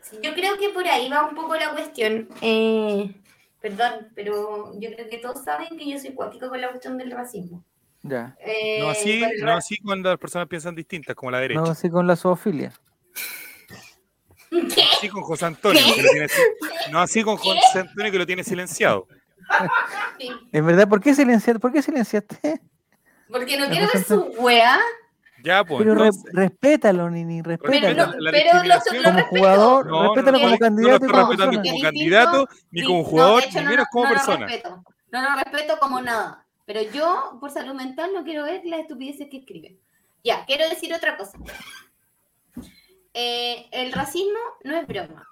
Speaker 4: Sí, Yo creo que por ahí va un poco la cuestión. Eh, perdón, pero yo creo que todos saben que yo soy cuático con la cuestión del racismo.
Speaker 1: Ya.
Speaker 4: Eh,
Speaker 2: No así,
Speaker 4: con el
Speaker 2: no así cuando las personas piensan distintas, como la derecha.
Speaker 1: No, así con la zoofilia.
Speaker 4: ¿Qué?
Speaker 2: Así con José Antonio, que lo tiene sil- no así con José Antonio que lo tiene silenciado.
Speaker 4: Sí,
Speaker 1: En verdad, ¿por qué silenciaste? ¿Por qué silenciaste?
Speaker 4: Porque no
Speaker 1: Me
Speaker 4: quiero ver
Speaker 1: resulta-
Speaker 4: su weá.
Speaker 2: Ya, pues.
Speaker 1: Pero re-
Speaker 2: entonces,
Speaker 1: respétalo, Nini,
Speaker 4: Pero,
Speaker 1: respétalo.
Speaker 4: no,
Speaker 2: la- la
Speaker 4: pero lo,
Speaker 2: discriminación-
Speaker 4: lo
Speaker 1: como
Speaker 4: respeto.
Speaker 1: jugador,
Speaker 2: No, no,
Speaker 1: respétalo
Speaker 2: no,
Speaker 1: como
Speaker 2: no,
Speaker 1: candidato y
Speaker 2: no lo
Speaker 1: como
Speaker 2: estoy respetando
Speaker 1: persona.
Speaker 2: como
Speaker 4: Distinto,
Speaker 2: candidato, ni
Speaker 4: Sí,
Speaker 2: como
Speaker 4: no, de
Speaker 2: jugador,
Speaker 4: hecho,
Speaker 2: ni
Speaker 4: no,
Speaker 2: menos
Speaker 4: no,
Speaker 2: como
Speaker 4: no lo
Speaker 2: persona.
Speaker 4: respeto. No lo respeto como nada. Pero yo, por salud mental, no quiero ver las estupideces que escriben. Ya, quiero decir otra cosa. Eh, el racismo no es broma.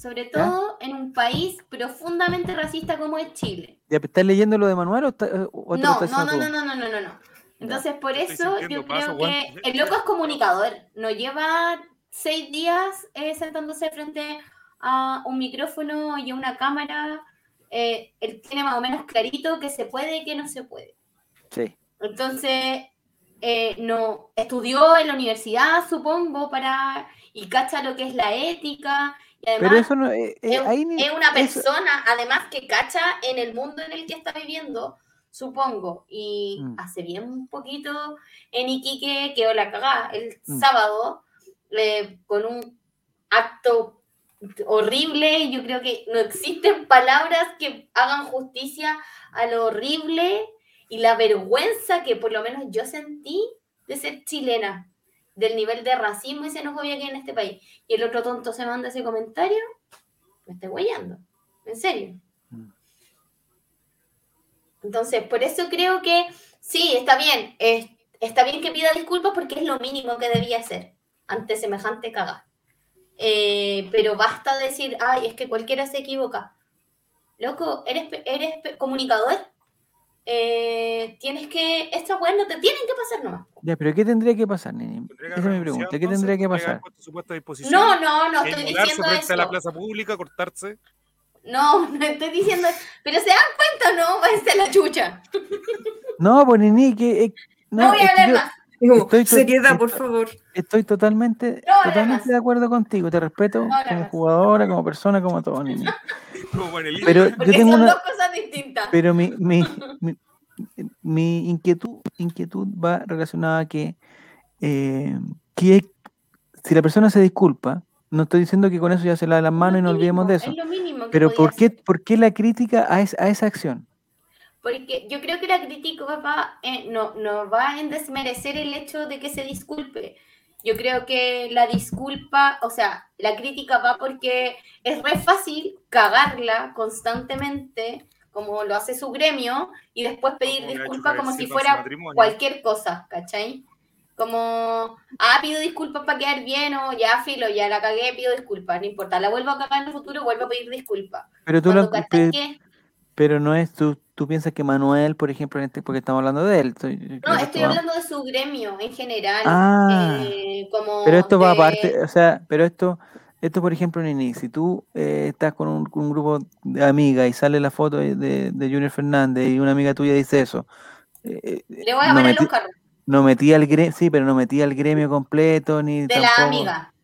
Speaker 4: Sobre
Speaker 2: ¿Ah?
Speaker 4: todo en un país profundamente racista como es Chile.
Speaker 1: ¿Ya estás leyendo lo de Manuel o, está- eh, o te lo
Speaker 4: No,
Speaker 1: estás diciendo
Speaker 4: no, no, no,
Speaker 1: tú?
Speaker 4: no, no, no, no, no. Entonces, por
Speaker 2: Estoy
Speaker 4: eso
Speaker 2: sintiendo
Speaker 4: yo
Speaker 2: paso,
Speaker 4: creo que
Speaker 2: guante.
Speaker 4: el loco es comunicador. No lleva seis días eh, sentándose frente a un micrófono y a una cámara. Eh, él tiene más o menos clarito que se puede y que no se puede.
Speaker 1: Sí.
Speaker 4: Entonces, eh, no estudió en la universidad, supongo, para y cacha lo que es la ética. Y además,
Speaker 1: Pero eso no. eh, eh,
Speaker 4: es,
Speaker 1: ahí ni-
Speaker 4: es una
Speaker 1: eso-
Speaker 4: persona, además, que cacha en el mundo en el que está viviendo, supongo. Y
Speaker 1: Mm.
Speaker 4: hace bien un poquito en Iquique quedó la cagada el
Speaker 1: Mm.
Speaker 4: sábado eh, con un acto horrible. Yo creo que no existen palabras que hagan justicia a lo horrible y la vergüenza que por lo menos yo sentí de ser chilena, del nivel de racismo y xenofobia que hay en este país. Y el otro tonto se manda ese comentario, me estoy guayando, en serio.
Speaker 1: Mm.
Speaker 4: Entonces, por eso creo que sí, está bien, es- está bien que pida disculpas porque es lo mínimo que debía hacer. ante semejante cagada. Eh, pero basta decir, ay, es que cualquiera se equivoca. Loco, eres, pe- eres pe- comunicador. Eh, tienes que, estas weas no te tienen que pasar nomás.
Speaker 1: Ya, pero ¿qué tendría que pasar, Nini?
Speaker 2: Tendría
Speaker 1: Esa
Speaker 2: que
Speaker 1: es mi
Speaker 2: renunciar,
Speaker 1: pregunta. ¿Qué
Speaker 2: entonces,
Speaker 1: tendría que
Speaker 2: entregar
Speaker 1: pasar?
Speaker 2: puesto su puesto a disposición,
Speaker 4: No, no, no estoy
Speaker 2: desnudarse
Speaker 4: diciendo
Speaker 2: frente a la
Speaker 4: eso.
Speaker 2: plaza pública, cortarse.
Speaker 4: No, no estoy diciendo Pero se dan cuenta, o ¿no? Váyanse a la chucha.
Speaker 1: No, pues Nini, que. eh,
Speaker 4: No, voy
Speaker 1: es
Speaker 4: a
Speaker 1: que
Speaker 4: hablar
Speaker 1: yo
Speaker 4: más.
Speaker 5: Es como,
Speaker 1: Estoy to-
Speaker 5: seriedad, por favor.
Speaker 1: Estoy totalmente,
Speaker 4: No, hablar más.
Speaker 1: totalmente de acuerdo contigo. Te respeto
Speaker 4: hablar
Speaker 1: como
Speaker 4: más.
Speaker 1: jugadora, como persona, como todo, Nini.
Speaker 2: Como en el himno.
Speaker 1: Pero
Speaker 4: Porque
Speaker 1: yo tengo
Speaker 4: son
Speaker 1: una.
Speaker 4: dos cosas distintas.
Speaker 1: Pero mi, mi, mi, mi inquietud, inquietud va relacionada a que, eh, que si la persona se disculpa, no estoy diciendo que con eso ya se lave las manos y no
Speaker 4: Lo
Speaker 1: olvidemos de
Speaker 4: mínimo,
Speaker 1: eso.
Speaker 4: Es lo mínimo que
Speaker 1: Pero
Speaker 4: podía
Speaker 1: ¿por qué,
Speaker 4: hacer.
Speaker 1: ¿por qué la crítica a, es- a esa acción?
Speaker 4: Porque yo creo que la crítica papá, eh, no, no va a desmerecer el hecho de que se disculpe. Yo creo que la disculpa, o sea, la crítica va porque es re fácil cagarla constantemente, como lo hace su gremio, y después pedir
Speaker 2: Como una
Speaker 4: disculpas como
Speaker 2: chuparecita
Speaker 4: si
Speaker 2: en su
Speaker 4: fuera
Speaker 2: matrimonio.
Speaker 4: cualquier cosa, ¿cachai? Como, ah, pido disculpas para quedar bien, o ya filo, ya la cagué, pido disculpas, no importa, la vuelvo a cagar en el futuro, vuelvo a pedir disculpas.
Speaker 1: Pero tú
Speaker 4: Cuando
Speaker 1: lo, pe-
Speaker 4: cachai que-
Speaker 1: pero no es tú, tú piensas que Manuel, por ejemplo, en este, porque estamos hablando de él. estoy- creo
Speaker 4: No,
Speaker 1: que
Speaker 4: estoy
Speaker 1: esto va-
Speaker 4: hablando de su gremio en general.
Speaker 1: Ah.
Speaker 4: eh, como
Speaker 1: Pero esto va
Speaker 4: de-
Speaker 1: aparte, o sea, pero esto, esto por ejemplo, Nini, si tú eh, estás con un, con un grupo de amigas y sale la foto de, de, de Junior Fernández y una amiga tuya dice eso, eh, eh,
Speaker 4: Le voy a
Speaker 1: no,
Speaker 4: poner
Speaker 1: metí,
Speaker 4: los carros
Speaker 1: no metí al gremio, sí, pero no metí al gremio completo ni
Speaker 4: de la
Speaker 1: tampoco-
Speaker 4: amiga.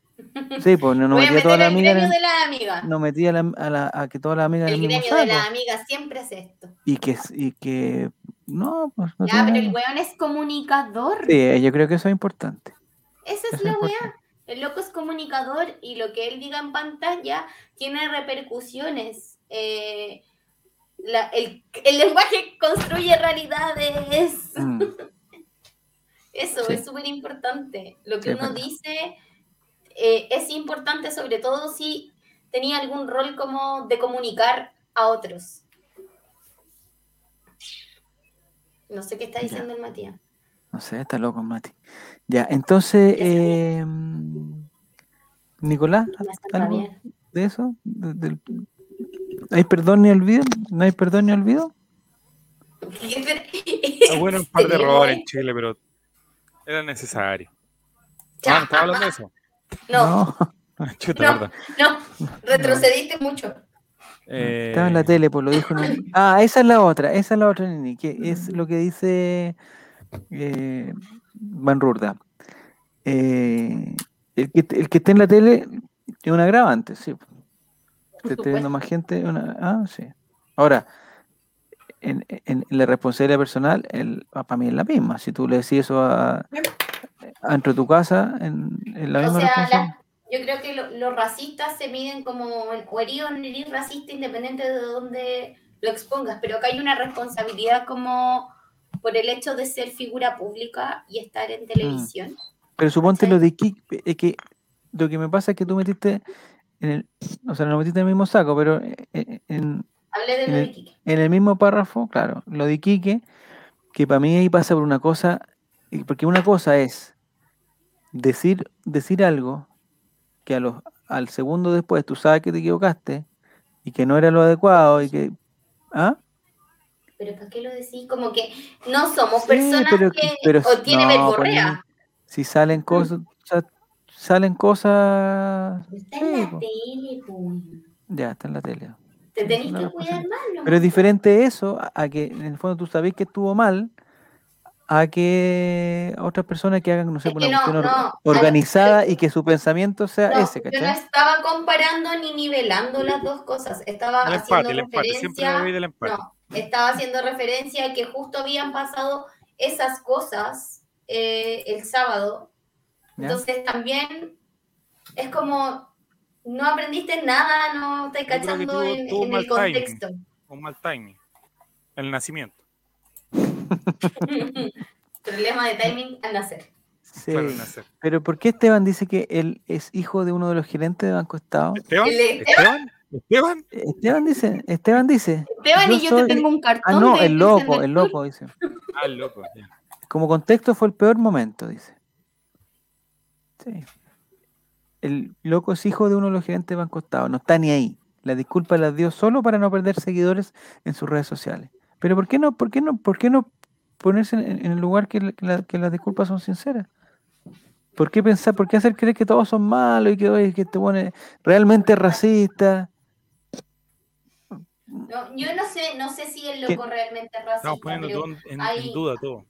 Speaker 1: Sí, pues no, no
Speaker 4: voy
Speaker 1: metí a
Speaker 4: a meter
Speaker 1: todas las
Speaker 4: el
Speaker 1: amigas, en
Speaker 4: gremio
Speaker 1: el-
Speaker 4: de la amiga.
Speaker 1: no metí a, la, a, la- a que todas las amigas en
Speaker 4: el
Speaker 1: el mismo
Speaker 4: gremio de la
Speaker 1: saco,
Speaker 4: amiga siempre hace esto.
Speaker 1: y que y que no, pues no
Speaker 4: Ya,
Speaker 1: tiene
Speaker 4: pero el
Speaker 1: nada.
Speaker 4: weón es comunicador.
Speaker 1: Sí, eh, yo creo que eso es importante.
Speaker 4: Esa es
Speaker 1: Eso es
Speaker 4: la
Speaker 1: importante.
Speaker 4: weá. El loco es comunicador y lo que él diga en pantalla tiene repercusiones. Eh, la- el, el lenguaje construye realidades.
Speaker 1: Mm.
Speaker 4: Eso
Speaker 1: Sí.
Speaker 4: es súper importante. Lo que
Speaker 1: Sí, es
Speaker 4: uno
Speaker 1: verdad.
Speaker 4: dice eh, es importante, sobre todo si tenía algún rol como de comunicar a otros. No sé qué está
Speaker 1: Ya.
Speaker 4: diciendo el Matías.
Speaker 1: No sé, está loco, Mati. Ya, entonces,
Speaker 4: Ya sabía.
Speaker 1: eh, mm, Nicolás,
Speaker 4: Me hace
Speaker 1: Ah, ¿algo
Speaker 4: rabiar.
Speaker 1: de eso? De- del- ¿Hay perdón ni olvido? ¿No hay perdón ni olvido?
Speaker 2: Ah, bueno, un par de
Speaker 4: Sí,
Speaker 2: errores
Speaker 4: güey.
Speaker 2: en Chile, pero era necesario. Ah, ¿no estaba hablando de eso?
Speaker 4: No,
Speaker 2: Chuta,
Speaker 4: No.
Speaker 2: verdad.
Speaker 4: no, retrocediste mucho.
Speaker 2: Eh,
Speaker 1: Estaba en la tele, pues lo dijo. en un- Ah, esa es la otra, esa es la otra, Nini, que es lo que dice eh, Van Rurda. Eh, el, que, el que esté en la tele es un agravante, sí. Te esté viendo más gente. una- Ah, sí. Ahora, en, en- en la responsabilidad personal, el, ah, para mí es la misma. Si tú le decís eso a, a- dentro de tu casa, en, en la
Speaker 4: O
Speaker 1: misma
Speaker 4: sea,
Speaker 1: responsabilidad.
Speaker 4: la- yo creo que lo- los racistas se miden como en- o herido o no herido racista independiente de dónde lo expongas, pero acá hay una responsabilidad como por el hecho de ser figura pública y estar en televisión.
Speaker 1: Mm. Pero suponte
Speaker 4: ¿cachai?
Speaker 1: lo de Kik, es que lo que me pasa es que tú metiste en el, o sea, no metiste en el mismo saco, pero e- e- en,
Speaker 4: Hablé de
Speaker 1: En
Speaker 4: lo de
Speaker 1: el-
Speaker 4: Iquique.
Speaker 1: en el mismo párrafo, claro, lo de Quique, que para mí ahí pasa por una cosa, y- porque una cosa es decir, decir algo que a los, al segundo después tú sabes que te equivocaste y que no era lo adecuado y que... ¿Ah?
Speaker 4: Pero ¿para qué lo decís? Como que no somos
Speaker 1: Sí,
Speaker 4: personas
Speaker 1: pero-
Speaker 4: que
Speaker 1: pero
Speaker 4: o tiene Mm.
Speaker 1: no,
Speaker 4: verborrea.
Speaker 1: Si salen cosas, salen cosas...
Speaker 4: Está en
Speaker 1: sí,
Speaker 4: la
Speaker 1: po.
Speaker 4: tele, po.
Speaker 1: Ya, está en la tele.
Speaker 4: Te
Speaker 1: Sí,
Speaker 4: tenés
Speaker 1: no,
Speaker 4: que
Speaker 1: no, pues,
Speaker 4: cuidar más. nomás.
Speaker 1: Pero es diferente eso a a que en el fondo tú sabés que estuvo mal a que otras personas que hagan, no sé,
Speaker 4: Es
Speaker 1: una
Speaker 4: que no,
Speaker 1: cuestión or-
Speaker 4: no, a lo-
Speaker 1: organizada y que su pensamiento sea
Speaker 4: No,
Speaker 1: ese,
Speaker 4: yo no
Speaker 1: ¿cachai?
Speaker 4: estaba comparando ni nivelando las dos cosas. Estaba
Speaker 2: el empate,
Speaker 4: haciendo
Speaker 2: el empate. Siempre me
Speaker 4: referencia.
Speaker 2: voy del empate.
Speaker 4: No, estaba haciendo referencia a que justo habían pasado esas cosas eh, el sábado.
Speaker 1: ¿Ya?
Speaker 4: Entonces también es como no aprendiste nada, no estás
Speaker 2: creo que
Speaker 4: cachando
Speaker 2: tuvo-
Speaker 4: en,
Speaker 2: tuvo
Speaker 4: en
Speaker 2: mal
Speaker 4: el
Speaker 2: timing.
Speaker 4: contexto.
Speaker 2: Un mal timing. El nacimiento.
Speaker 4: Problema de timing al nacer.
Speaker 1: Sí.
Speaker 2: Claro, el nacer.
Speaker 1: Pero ¿por qué Esteban dice que él es hijo de uno de los gerentes de Banco Estado?
Speaker 2: ¿Esteban?
Speaker 4: El de-
Speaker 2: ¿Esteban? ¿Esteban?
Speaker 1: Esteban dice, Esteban dice.
Speaker 4: Esteban y
Speaker 1: Yo
Speaker 4: yo
Speaker 1: soy-
Speaker 4: te tengo un cartón.
Speaker 1: Ah, no,
Speaker 4: de
Speaker 1: el
Speaker 4: Cristian
Speaker 1: loco,
Speaker 4: del
Speaker 1: el
Speaker 4: Sur.
Speaker 1: loco, dice.
Speaker 2: Ah, loco. ya.
Speaker 1: Como contexto fue el peor momento, dice. Sí. el loco es hijo de uno de los gerentes de Banco Estado, no está ni ahí. La disculpa la dio solo para no perder seguidores en sus redes sociales. Pero ¿por qué no, por qué no, por qué no ponerse en, en el lugar que, la- que la- que las disculpas son sinceras? ¿Por qué pensar, por qué hacer creer que todos son malos y que, oye, que este bueno es realmente racista?
Speaker 4: No, yo no sé, no sé si el
Speaker 1: ¿Qué?
Speaker 4: loco realmente es racista.
Speaker 2: Estamos poniendo
Speaker 4: pero
Speaker 2: todo en, en
Speaker 4: hay-
Speaker 2: duda todo.
Speaker 4: hay-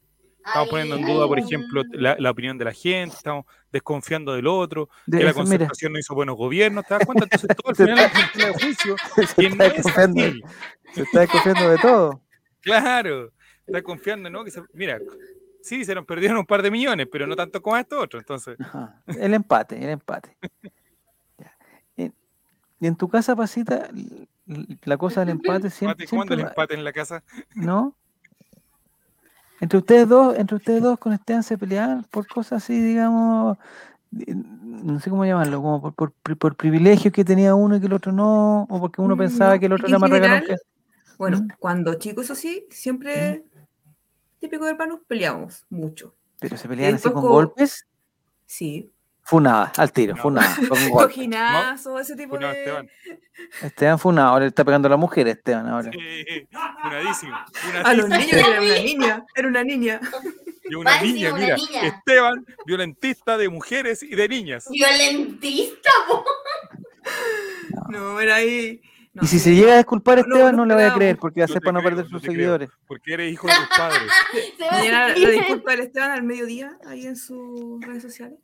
Speaker 2: Estamos poniendo en
Speaker 4: hay
Speaker 2: duda, por
Speaker 4: un-
Speaker 2: ejemplo, la, la opinión de la gente, estamos desconfiando del otro,
Speaker 1: De-
Speaker 2: que la
Speaker 1: eso, mira,
Speaker 2: concertación no hizo buenos gobiernos, ¿te das cuenta? Entonces todo al final es una cultura de juicio
Speaker 1: se
Speaker 2: que no
Speaker 1: está
Speaker 2: es
Speaker 1: desconfiando,
Speaker 2: así.
Speaker 1: se está desconfiando de todo.
Speaker 2: Claro, está confiando, ¿no? Que se- mira, sí, se nos perdieron un par de millones, pero no tanto como a esto otro. Entonces,
Speaker 1: Ajá, El empate, el empate. Ya. En- Y en tu casa, Pasita, l- l- la cosa del empate siempre,
Speaker 2: empate, ¿cuándo el
Speaker 1: siempre va-
Speaker 2: empate en la casa?
Speaker 1: ¿no? Entre ustedes dos, entre ustedes dos con Esteban se peleaban por cosas así, digamos, di- no sé cómo llamarlo, como por, por, pri- por privilegios que tenía uno y que el otro no, o porque uno
Speaker 5: Mm,
Speaker 1: pensaba
Speaker 5: no,
Speaker 1: que el otro
Speaker 5: en
Speaker 1: era más regalón que...
Speaker 5: general, Bueno,
Speaker 1: ¿Mm?
Speaker 5: cuando chicos, eso sí, siempre típico de hermanos, peleamos mucho.
Speaker 1: Pero se peleaban así con
Speaker 5: poco-
Speaker 1: golpes,
Speaker 5: Sí.
Speaker 1: funada, al tiro,
Speaker 2: No.
Speaker 1: funada, con golpes.
Speaker 5: Cojinazo, ese tipo
Speaker 4: pues.
Speaker 2: Funado
Speaker 5: de.
Speaker 2: Esteban.
Speaker 1: Esteban funado, ahora le está pegando a la mujer Esteban ahora.
Speaker 2: Sí, Funadísimo.
Speaker 5: A los niños
Speaker 2: Funadísimo.
Speaker 5: era una niña, era una niña.
Speaker 2: Y una
Speaker 4: Más
Speaker 2: niña,
Speaker 4: encima una
Speaker 2: mira.
Speaker 4: niña.
Speaker 2: Esteban, violentista de mujeres y de niñas.
Speaker 4: Violentista, po.
Speaker 5: No, era ahí. No,
Speaker 1: y si
Speaker 5: sí,
Speaker 1: se llega a disculpar
Speaker 5: no,
Speaker 1: Esteban,
Speaker 5: no
Speaker 1: no, le voy a
Speaker 5: esperábamos.
Speaker 1: creer, porque va a
Speaker 2: Yo
Speaker 1: ser
Speaker 2: te
Speaker 1: para no
Speaker 2: creo,
Speaker 1: perder
Speaker 2: yo
Speaker 1: sus
Speaker 2: te creo.
Speaker 1: seguidores.
Speaker 2: Porque eres hijo de tus padres.
Speaker 4: Se va a
Speaker 5: Era la
Speaker 4: sentir-
Speaker 5: disculpa del Esteban al mediodía, ahí en sus redes sociales.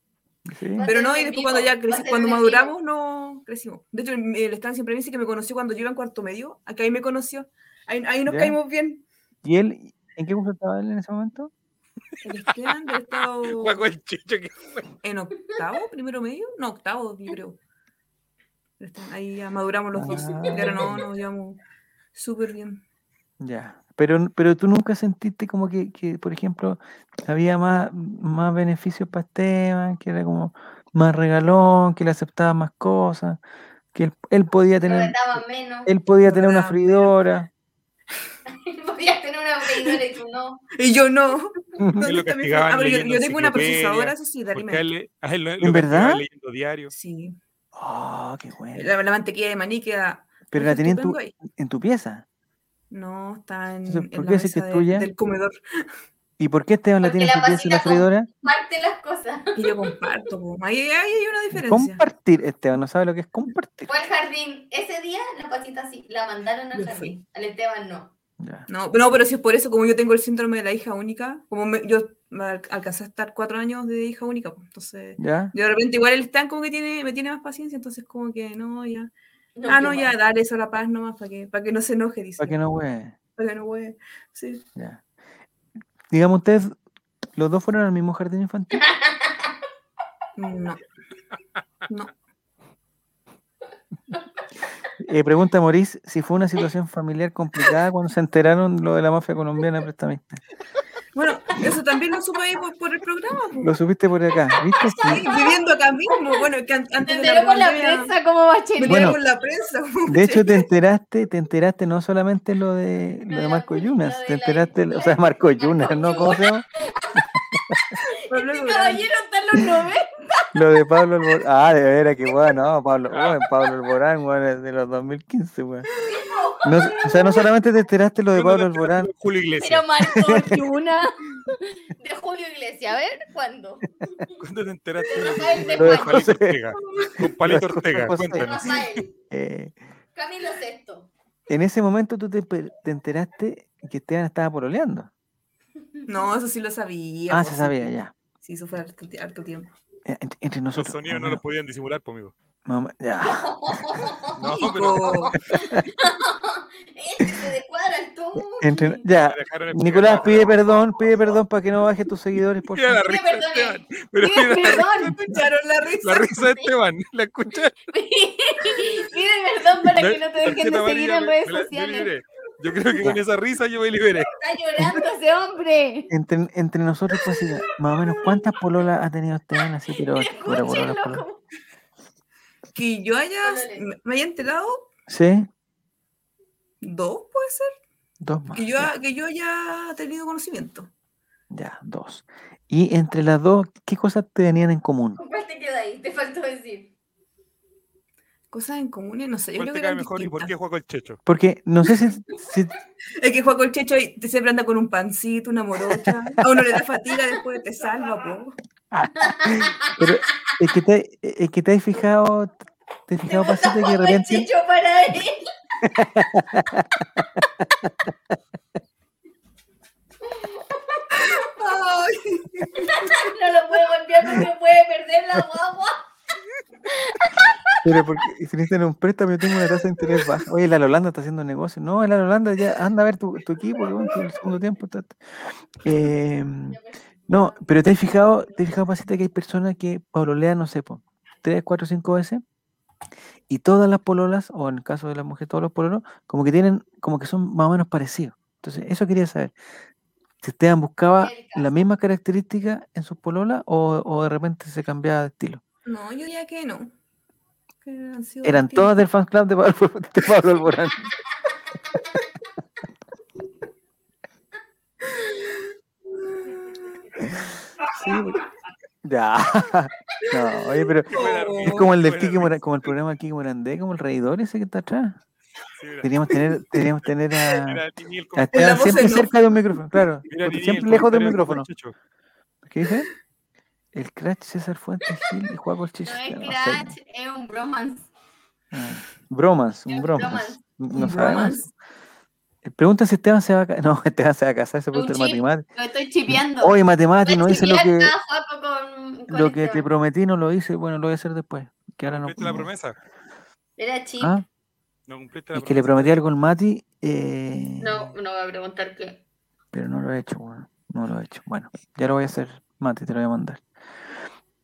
Speaker 1: ¿sí?
Speaker 4: Va a
Speaker 5: Pero
Speaker 4: ser
Speaker 5: no,
Speaker 4: un
Speaker 5: y
Speaker 4: en
Speaker 5: después
Speaker 4: vivo,
Speaker 5: cuando ya
Speaker 4: va a
Speaker 5: creci-
Speaker 4: ser
Speaker 5: cuando
Speaker 4: un en vivo.
Speaker 5: maduramos, no crecimos. De hecho, el el Stan siempre me dice que me conoció cuando yo iba en cuarto medio. Acá ahí me conoció. Ahí, ahí nos
Speaker 1: ¿Ya?
Speaker 5: caímos bien.
Speaker 1: ¿Y él, en qué curso estaba él en ese momento?
Speaker 5: El Esteban debe estar
Speaker 2: Juego el chicho que
Speaker 5: en octavo, primero medio. No, octavo, yo creo. El Esteban, ahí ya maduramos los dos.
Speaker 1: Ah.
Speaker 5: Pero no, nos llevamos súper bien.
Speaker 1: Ya, pero, n- pero tú nunca sentiste como que, que, por ejemplo, había más, más beneficios para Esteban, que era como más regalón, que le aceptaba más cosas, que él, él podía
Speaker 4: Lo
Speaker 1: tener,
Speaker 4: retaba menos.
Speaker 1: él podía tener una
Speaker 5: Verdad,
Speaker 1: freidora.
Speaker 4: Podías tener una freidora y tú no.
Speaker 5: Y yo no.
Speaker 2: Y lo
Speaker 5: ¿Dónde está mi
Speaker 2: castigaban
Speaker 5: Ah, pero yo,
Speaker 2: leyendo
Speaker 5: yo tengo una
Speaker 2: enciclopedia,
Speaker 5: procesadora, eso sí, de
Speaker 2: Porque a
Speaker 5: alimentos.
Speaker 2: él, a él lo,
Speaker 1: ¿En
Speaker 2: lo castigaban
Speaker 1: verdad?
Speaker 2: leyendo diario.
Speaker 5: Sí.
Speaker 1: Oh, qué bueno.
Speaker 5: La, la mantequilla de maní queda.
Speaker 1: Pero la tenía en tu,
Speaker 5: estupendo ahí.
Speaker 1: en tu pieza.
Speaker 5: No, está en,
Speaker 1: Entonces,
Speaker 5: en
Speaker 1: ¿por
Speaker 5: la
Speaker 1: qué dices que
Speaker 5: mesa
Speaker 1: es
Speaker 5: de-
Speaker 1: tuya?
Speaker 5: del comedor.
Speaker 1: ¿Y por qué Esteban la tiene en su
Speaker 4: Porque la
Speaker 1: pieza y la
Speaker 4: pasita con-
Speaker 1: freidora?
Speaker 4: Parte las cosas.
Speaker 5: Y yo comparto. po. Ahí, ahí hay una diferencia.
Speaker 1: Compartir, Esteban, no sabe lo que es compartir.
Speaker 4: Fue al jardín. Ese día la pasita sí, la mandaron al
Speaker 5: Yo
Speaker 4: jardín. Al Esteban no.
Speaker 5: Ah,
Speaker 1: Ya.
Speaker 5: No, no, pero si es por eso, como yo tengo el síndrome de la hija única, como me- yo me al- alcancé a estar cuatro años de hija única, pues, entonces
Speaker 1: ¿Ya?
Speaker 5: de repente igual el tan como que tiene, me tiene más paciencia, entonces como que no, ya.
Speaker 4: No,
Speaker 5: ah,
Speaker 4: qué
Speaker 5: no, ya,
Speaker 4: mal.
Speaker 5: dale eso a la paz nomás para que, para que no se enoje, dice.
Speaker 1: Para que no hueve.
Speaker 5: Para que no huele. Sí.
Speaker 1: Ya. Digamos, ustedes, los dos fueron al mismo jardín infantil.
Speaker 5: No. No.
Speaker 1: Eh, pregunta Maurice si fue una situación familiar complicada cuando se enteraron lo de la mafia colombiana prestamista.
Speaker 5: Bueno, eso también lo supe ahí pues, por, por el programa. po.
Speaker 1: Lo supiste por acá, ¿viste?
Speaker 5: Sí,
Speaker 1: Sí.
Speaker 5: viviendo acá mismo, bueno, que an-
Speaker 4: Me
Speaker 5: antes de
Speaker 4: enteró
Speaker 5: la
Speaker 4: con la
Speaker 5: pandemia,
Speaker 4: prensa como
Speaker 5: Me
Speaker 4: bachelet.
Speaker 1: Bueno,
Speaker 5: enteré por la prensa. po,
Speaker 1: De hecho,
Speaker 5: ¿cachai?
Speaker 1: te enteraste, te enteraste no solamente lo de, lo de
Speaker 4: la
Speaker 1: Marco
Speaker 4: cul-
Speaker 1: Yunas,
Speaker 4: lo de
Speaker 1: te
Speaker 4: la-
Speaker 1: enteraste,
Speaker 4: la-
Speaker 1: o sea, Marco
Speaker 4: Marco
Speaker 1: Yunas, ¿no? ¿Cómo se llama?
Speaker 5: Pablo
Speaker 4: Este
Speaker 5: Durán.
Speaker 4: caballero está en los 90.
Speaker 1: Lo de Pablo Alborán. Ah, de veras, que bueno, no, Pablo, bueno, Pablo Alborán, bueno, es de los 2015, bueno. No, o sea, no solamente te enteraste lo de Pablo Alborán,
Speaker 2: Julio
Speaker 4: Pero
Speaker 2: Iglesias.
Speaker 4: Marco Yuna. De Julio Iglesias. A ver, ¿cuándo?
Speaker 2: ¿Cuándo te enteraste?
Speaker 4: Rafael de
Speaker 1: Lo de
Speaker 4: Juan.
Speaker 2: Palito
Speaker 1: José.
Speaker 2: Ortega. Con Palito
Speaker 1: Lo de
Speaker 2: Ortega,
Speaker 1: José.
Speaker 2: cuéntanos.
Speaker 4: Rafael.
Speaker 1: eh,
Speaker 4: Camilo Sexto.
Speaker 1: en ese momento tú te, per- te enteraste que Esteban estaba pololeando.
Speaker 5: No, eso sí lo sabía.
Speaker 1: Ah,
Speaker 5: po,
Speaker 1: se
Speaker 5: sí,
Speaker 1: sabía ya.
Speaker 5: Sí, eso fue harto, ti- harto tiempo.
Speaker 1: Eh, Entre, entre
Speaker 2: Los
Speaker 1: nosotros.
Speaker 2: sonidos no
Speaker 1: mamá,
Speaker 2: los podían disimular, conmigo.
Speaker 1: mamá, ya.
Speaker 2: No, Oh, pero
Speaker 5: Chico,
Speaker 4: Este se descuadra el todo.
Speaker 1: Entre-
Speaker 4: Mira,
Speaker 1: ya.
Speaker 2: me dejaron explicar.
Speaker 1: Nicolás,
Speaker 2: No,
Speaker 1: pide perdón, pide perdón para que no bajes tus seguidores. Por
Speaker 2: Mira la
Speaker 1: favor.
Speaker 2: risa de
Speaker 4: perdón,
Speaker 2: Esteban.
Speaker 4: eh.
Speaker 2: Pero mira la-
Speaker 4: perdón.
Speaker 5: escucharon la risa.
Speaker 2: la risa de Esteban. La escuché.
Speaker 4: Pide perdón para que no te dejen de seguir en redes sociales.
Speaker 2: Yo creo que con esa risa yo me liberé.
Speaker 4: Está llorando ese hombre.
Speaker 1: Entre, entre nosotros, pues, sí, más o menos, ¿cuántas pololas ha tenido Esteban así? Pero, pero
Speaker 4: Escúchenlo.
Speaker 1: pololas, pololas.
Speaker 4: como-
Speaker 5: Que yo haya,
Speaker 4: Órale.
Speaker 5: me- me haya enterado,
Speaker 1: ¿Sí?
Speaker 5: dos puede ser.
Speaker 1: Dos más.
Speaker 5: Que yo,
Speaker 1: ya,
Speaker 5: ha- que yo haya tenido conocimiento.
Speaker 1: ya, dos. Y entre las dos, ¿qué cosas tenían en común?
Speaker 4: ¿Con cuál te queda ahí? Te faltó decir.
Speaker 5: Cosas en común, no sé. Yo
Speaker 2: ¿Cuál
Speaker 5: creo
Speaker 2: te
Speaker 5: que
Speaker 2: cae
Speaker 5: eran
Speaker 2: mejor y por qué
Speaker 5: distintas.
Speaker 2: juega con el Checho?
Speaker 4: Oh.
Speaker 1: Porque no sé si, si-
Speaker 5: Es que Juan el Checho y te- siempre anda con un pancito, una morocha. A uno le da fatiga, después te salva, po.
Speaker 1: pero es que te, es que te has fijado, te has fijado pasito que de repente
Speaker 4: Chicho para él.
Speaker 5: Ay,
Speaker 4: No lo puede golpear porque puede perder la guagua.
Speaker 1: Pero porque si necesitan un préstamo, yo tengo una tasa de interés baja. Oye, la Holanda está haciendo negocio. No, la Holanda ya anda a ver tu, tu equipo, weón, que el segundo tiempo. está- Eh, no, pero te has fijado, te has fijado, Pasita, que hay personas que pololean, no sé, po, tres, cuatro, cinco veces, y todas las pololas, o en el caso de las mujeres, todos los pololos, como que tienen, como que son más o menos parecidos. Entonces, eso quería saber. Si Esteban buscaba la misma característica en sus pololas o, o de repente se cambiaba de estilo.
Speaker 5: No, yo diría que no. Que han sido
Speaker 1: Eran
Speaker 5: distintas.
Speaker 1: todas del fan club de Pablo, de Pablo Alborán. Sí, porque- ya. No, oye, pero
Speaker 2: Qué buena risa,
Speaker 1: es como el del
Speaker 2: buena
Speaker 1: Kiki
Speaker 2: risa.
Speaker 1: Mora- como el programa de Kiki Morandé, como el reidor ese que está atrás.
Speaker 2: Sí, mira,
Speaker 1: Deberíamos tener, deberíamos tener a,
Speaker 2: mira, ni- ni el
Speaker 1: a
Speaker 2: comentario-
Speaker 1: Esteban
Speaker 5: voz
Speaker 1: siempre
Speaker 5: en off.
Speaker 1: cerca de un micrófono, claro.
Speaker 2: mira, ni- ni el
Speaker 1: Siempre lejos del
Speaker 2: comentario
Speaker 1: micrófono.
Speaker 2: Juan Checho.
Speaker 1: ¿Qué dice? El crash César Fuentes Gil y Juan Colchich.
Speaker 4: No es
Speaker 1: O sea,
Speaker 4: crash, es un bromance.
Speaker 1: Ah, Bromas, un
Speaker 4: Un
Speaker 1: bromas. No
Speaker 5: Un
Speaker 1: sabemos.
Speaker 5: bromance.
Speaker 1: Eh, Pregunta si Esteban se va a casar. No, Esteban se va a casar, se pregunta el
Speaker 4: chip.
Speaker 1: matemático.
Speaker 4: Lo estoy chipeando.
Speaker 1: Oye, matemático, no
Speaker 4: Estoy
Speaker 1: hice lo que,
Speaker 4: chipeando a Joaco con- con
Speaker 1: lo que te
Speaker 4: Esteban.
Speaker 1: prometí, no lo hice. Bueno, lo voy a hacer después. Que ahora no.
Speaker 2: ¿Cumpliste la
Speaker 1: no-
Speaker 2: promesa?
Speaker 4: Era chip.
Speaker 1: Ah,
Speaker 2: No cumpliste la
Speaker 1: es que le
Speaker 2: promesa.
Speaker 1: prometí algo al Mati, eh,
Speaker 4: No, no voy a preguntar qué.
Speaker 1: pero no lo he hecho. Bueno, no lo he hecho. Bueno, ya lo voy a hacer, Mati, te lo voy a mandar.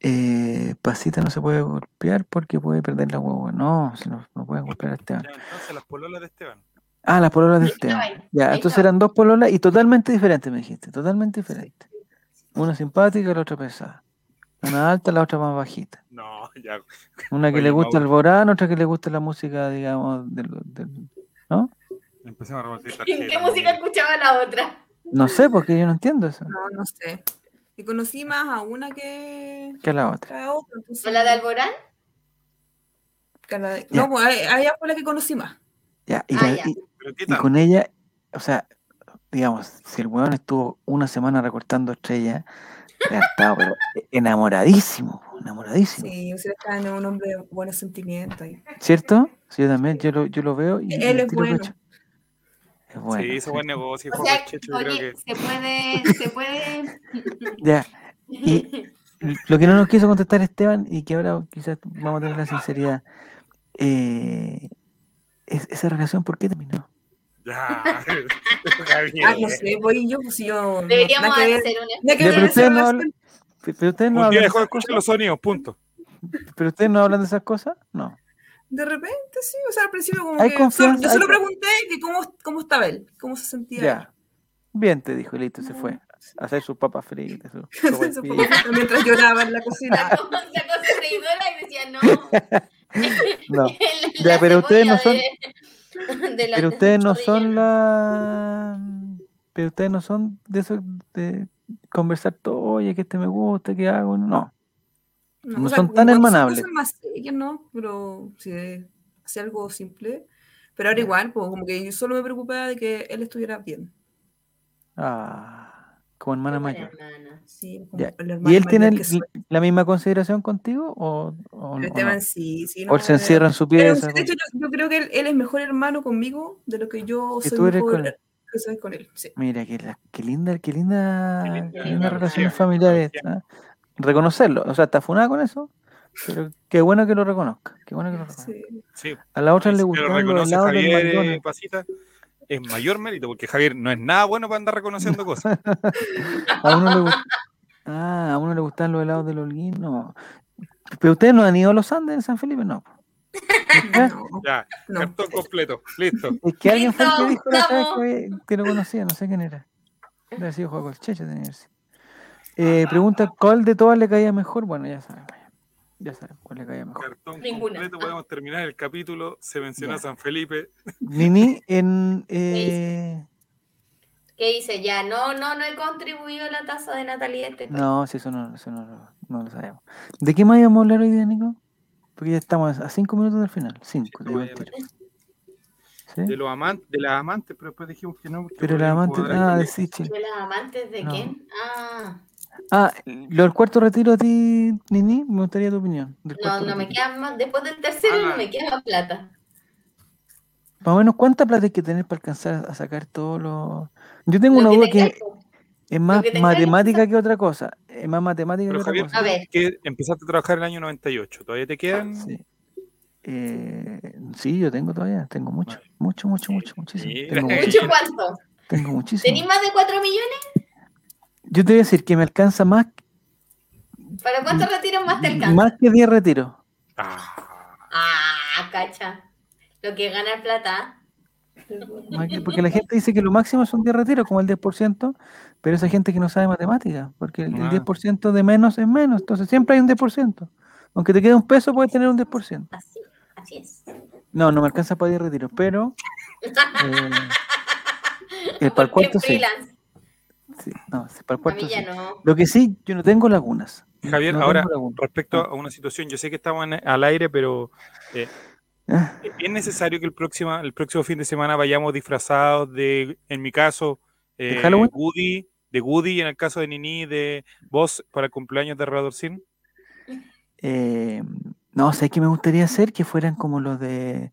Speaker 1: Eh, pasita no se puede golpear porque puede perder la huevo. No, se no, no puede golpear a Esteban.
Speaker 2: Ya, entonces, las pololas de este Esteban.
Speaker 1: Ah, las pololas de
Speaker 4: Ahí
Speaker 1: Esteban.
Speaker 4: estaban,
Speaker 1: Ya,
Speaker 4: ahí
Speaker 1: entonces
Speaker 4: estaban.
Speaker 1: eran dos pololas y totalmente diferentes, me dijiste, totalmente diferentes. Una simpática y la otra pesada. Una alta, la otra más bajita.
Speaker 2: No, ya.
Speaker 1: Una que
Speaker 2: Oye,
Speaker 1: le gusta
Speaker 2: Mauro.
Speaker 1: el Borán, otra que le gusta la música, digamos, del, del-
Speaker 2: Empecemos a repartir
Speaker 4: ¿En qué
Speaker 2: tarjetas,
Speaker 4: música
Speaker 2: ¿no?
Speaker 4: escuchaba la otra?
Speaker 1: No sé, porque yo no entiendo eso.
Speaker 5: No, no sé. Y conocí más a una que
Speaker 1: Que a la otra.
Speaker 5: que a otra. entonces-
Speaker 4: ¿O la de Alborán?
Speaker 5: que a la de-
Speaker 1: Ya.
Speaker 5: No, pues, a, a ella fue la que conocí más.
Speaker 1: Ya, y,
Speaker 4: Ah,
Speaker 1: la-
Speaker 4: ya.
Speaker 1: y-
Speaker 2: Pero qué
Speaker 1: y
Speaker 2: tanto?
Speaker 1: con ella, o sea, digamos, si el weón estuvo una semana recortando estrellas, le ha estado pero, eh, enamoradísimo, enamoradísimo.
Speaker 5: Sí, yo sí estaba en un hombre de buenos sentimientos. ahí.
Speaker 1: ¿Cierto? Sí, yo también, yo lo, yo lo veo y y
Speaker 5: Él
Speaker 1: le
Speaker 5: es
Speaker 1: tiro
Speaker 5: bueno.
Speaker 1: cacho. Es bueno.
Speaker 2: sí, hizo
Speaker 1: sí.
Speaker 2: buen negocio.
Speaker 4: O
Speaker 2: Juan
Speaker 4: sea,
Speaker 2: Checho, yo creo
Speaker 4: oye,
Speaker 2: que
Speaker 4: se puede, se puede.
Speaker 1: Ya, Lo que no nos quiso contestar Esteban y que ahora quizás vamos a tener la sinceridad. eh, es- ¿Esa relación por qué terminó?
Speaker 2: Ya.
Speaker 5: Ah, no
Speaker 2: Javier.
Speaker 5: sé, voy yo, pues si yo.
Speaker 4: Deberíamos
Speaker 5: nada que ver-
Speaker 4: hacer
Speaker 5: nada que
Speaker 1: Ya,
Speaker 5: ver
Speaker 1: pero
Speaker 5: en esa
Speaker 1: ustedes no
Speaker 5: relación.
Speaker 1: Pe- ¿Pero ustedes no
Speaker 2: Un día
Speaker 1: hablan,
Speaker 2: dejó de escuchar los sonidos, punto.
Speaker 1: ¿pero ustedes no hablan de esas cosas? No.
Speaker 5: De repente, sí, o sea, al principio como
Speaker 1: Hay
Speaker 5: que...
Speaker 1: confianza,
Speaker 5: solo- yo
Speaker 1: hay
Speaker 5: solo
Speaker 1: con-
Speaker 5: pregunté que cómo, cómo estaba él, cómo se sentía
Speaker 1: Ya. Bien, te dijo, y listo, se fue.
Speaker 5: No.
Speaker 1: A hacer sus papas fritas. Su,
Speaker 5: él.
Speaker 1: sopa de
Speaker 5: Su
Speaker 1: pilla.
Speaker 5: papá mientras lloraba en la cocina.
Speaker 4: una cosa seguidora y decía no.
Speaker 1: No.
Speaker 4: La
Speaker 1: Ya, pero ustedes no
Speaker 4: cebolla de- de la-
Speaker 1: Pero ustedes no
Speaker 4: de
Speaker 1: son
Speaker 4: relleno.
Speaker 1: la... Pero ustedes no son de eso de conversar todo, oye, que este me gusta, que hago, no. No son tan
Speaker 5: como
Speaker 1: hermanables.
Speaker 5: cosas más serias, ¿no? Pero sí, hacía algo simple. Pero ahora igual, pues, como que yo solo me preocupaba de que él estuviera bien.
Speaker 1: Ah, como hermana
Speaker 4: Buena
Speaker 1: mayor.
Speaker 4: hermana.
Speaker 5: Sí, como
Speaker 1: Ya.
Speaker 5: el hermano
Speaker 1: ¿Y él tiene
Speaker 5: mayor
Speaker 1: el-
Speaker 5: que soy.
Speaker 1: la misma consideración contigo o, o- o
Speaker 5: Pero
Speaker 1: no?
Speaker 5: Esteban sí, sí.
Speaker 1: ¿O él se
Speaker 5: no, eh,
Speaker 1: encierra en su
Speaker 5: Pero,
Speaker 1: pieza?
Speaker 5: de hecho, yo, yo creo que él, él es mejor hermano conmigo de lo que yo
Speaker 1: Que
Speaker 5: soy
Speaker 1: tú eres
Speaker 5: mejor
Speaker 1: con él.
Speaker 5: que soy con él. Sí.
Speaker 1: Mira, qué, la- qué linda, qué linda,
Speaker 2: Qué
Speaker 1: qué
Speaker 2: linda
Speaker 1: linda, relación
Speaker 4: linda
Speaker 2: relación,
Speaker 1: familiar
Speaker 2: relación.
Speaker 1: esta, ¿eh? Reconocerlo, o sea, está funada con eso, pero qué bueno que lo reconozca, qué bueno que lo reconozca.
Speaker 5: Sí.
Speaker 2: Sí.
Speaker 1: A la otra
Speaker 2: Si
Speaker 1: le
Speaker 2: lo
Speaker 1: gustaban los
Speaker 2: reconoce
Speaker 1: helados del
Speaker 2: Javier eh,
Speaker 1: McDonald's.
Speaker 2: Pasita, es mayor mérito, porque Javier no es nada bueno para andar reconociendo cosas.
Speaker 1: A uno le gust- Ah, a uno le gustaban los helados del Holguín, no. Pero ustedes no han ido a los Andes en San Felipe, no. ¿Ya?
Speaker 5: No,
Speaker 2: Ya,
Speaker 5: no.
Speaker 2: cartón completo, listo.
Speaker 1: Es que alguien fue el que dijo
Speaker 4: Listo,
Speaker 1: la otra vez que,
Speaker 4: vamos.
Speaker 1: que lo conocía, no sé quién era. Debe haber sido Juan Colchecho, tenía que haber sido. Eh, pregunta, ¿cuál de todas le caía mejor? Bueno, ya sabemos. Ya sabemos cuál le caía mejor.
Speaker 2: Cartón
Speaker 4: Ninguna.
Speaker 2: completo, podemos terminar el capítulo. Se menciona
Speaker 1: Ya.
Speaker 2: San Felipe.
Speaker 1: Nini en...
Speaker 4: dice?
Speaker 1: eh,
Speaker 4: ¿Qué dice? Ya, no, no, no he contribuido a la tasa de natalidad. de este país.
Speaker 1: No, sí, eso no, eso no, lo- no lo sabemos. ¿De qué más íbamos a hablar hoy día, Nico? Porque ya estamos a cinco minutos del final. Cinco.
Speaker 2: Sí,
Speaker 1: digo,
Speaker 2: vaya la
Speaker 1: mentira. ¿Sí?
Speaker 2: De los amantes, de las amantes, pero después dijimos que no. que
Speaker 1: Pero el
Speaker 2: podían
Speaker 1: amante,
Speaker 2: jugar
Speaker 1: ah,
Speaker 2: con
Speaker 1: de
Speaker 2: ellos.
Speaker 1: Sichel.
Speaker 4: ¿De las amantes de
Speaker 1: No.
Speaker 4: quién? Ah,
Speaker 1: Ah, lo del cuarto retiro a ti, Nini, me gustaría tu opinión. del
Speaker 4: no,
Speaker 1: cuarto
Speaker 4: no me
Speaker 1: retiro.
Speaker 4: quedan más. Después del tercero
Speaker 2: Ah.
Speaker 4: no me queda más plata.
Speaker 1: Más o menos, ¿cuánta plata hay que tener para alcanzar a sacar todos los...? Yo tengo una
Speaker 4: Lo
Speaker 1: duda
Speaker 4: que
Speaker 1: que
Speaker 4: tengáis, po.
Speaker 1: es más
Speaker 4: que tengáis,
Speaker 1: matemática que otra cosa. Es más matemática
Speaker 2: Pero
Speaker 1: que otra
Speaker 2: Javier,
Speaker 1: cosa.
Speaker 4: A ver,
Speaker 2: que empezaste a trabajar en el año 98. Todavía te
Speaker 4: Ah.
Speaker 2: quedan.
Speaker 1: Sí. Eh, sí, yo tengo todavía, tengo mucho, mucho, mucho, mucho, muchísimo.
Speaker 2: Mira.
Speaker 1: Tengo,
Speaker 2: Mucho.
Speaker 1: muchísimo,
Speaker 4: ¿mucho cuánto?
Speaker 1: tengo muchísimo.
Speaker 4: ¿Tenéis más de 4 millones?
Speaker 1: Yo te voy a decir que me alcanza más,
Speaker 4: ¿Para cuántos retiros más te alcanza?
Speaker 1: Mm. más que 10 retiros.
Speaker 2: Ah,
Speaker 4: Ah, cacha. Lo que gana en plata.
Speaker 1: Más que- Porque la gente dice que lo máximo son 10 retiros, como el 10%, pero esa gente que no sabe matemática, porque el, el
Speaker 2: Ah.
Speaker 1: 10% de menos es menos, entonces siempre hay un 10%. Aunque te quede un peso, puedes tener un 10%.
Speaker 4: Así, así es.
Speaker 1: No, no me alcanza para 10 retiros, pero. eh, eh, para el
Speaker 4: Porque
Speaker 1: cuarto sí.
Speaker 4: freelance.
Speaker 1: sí, no, sí, para el
Speaker 4: A
Speaker 1: cuarto
Speaker 4: mí ya
Speaker 1: sí.
Speaker 4: no.
Speaker 1: Lo que sí, yo no tengo lagunas. no-
Speaker 2: Javier,
Speaker 1: no
Speaker 2: ahora,
Speaker 1: tengo lagunas.
Speaker 2: respecto a una situación, yo sé que estamos en- al aire, pero eh, es necesario que el próximo, el próximo fin de semana vayamos disfrazados de, en mi caso, eh,
Speaker 1: Halloween?
Speaker 2: Woody, de Woody, y en el caso de Nini, de vos para el cumpleaños de Rador Sin.
Speaker 1: Eh, no, sé que me gustaría hacer que fueran como los de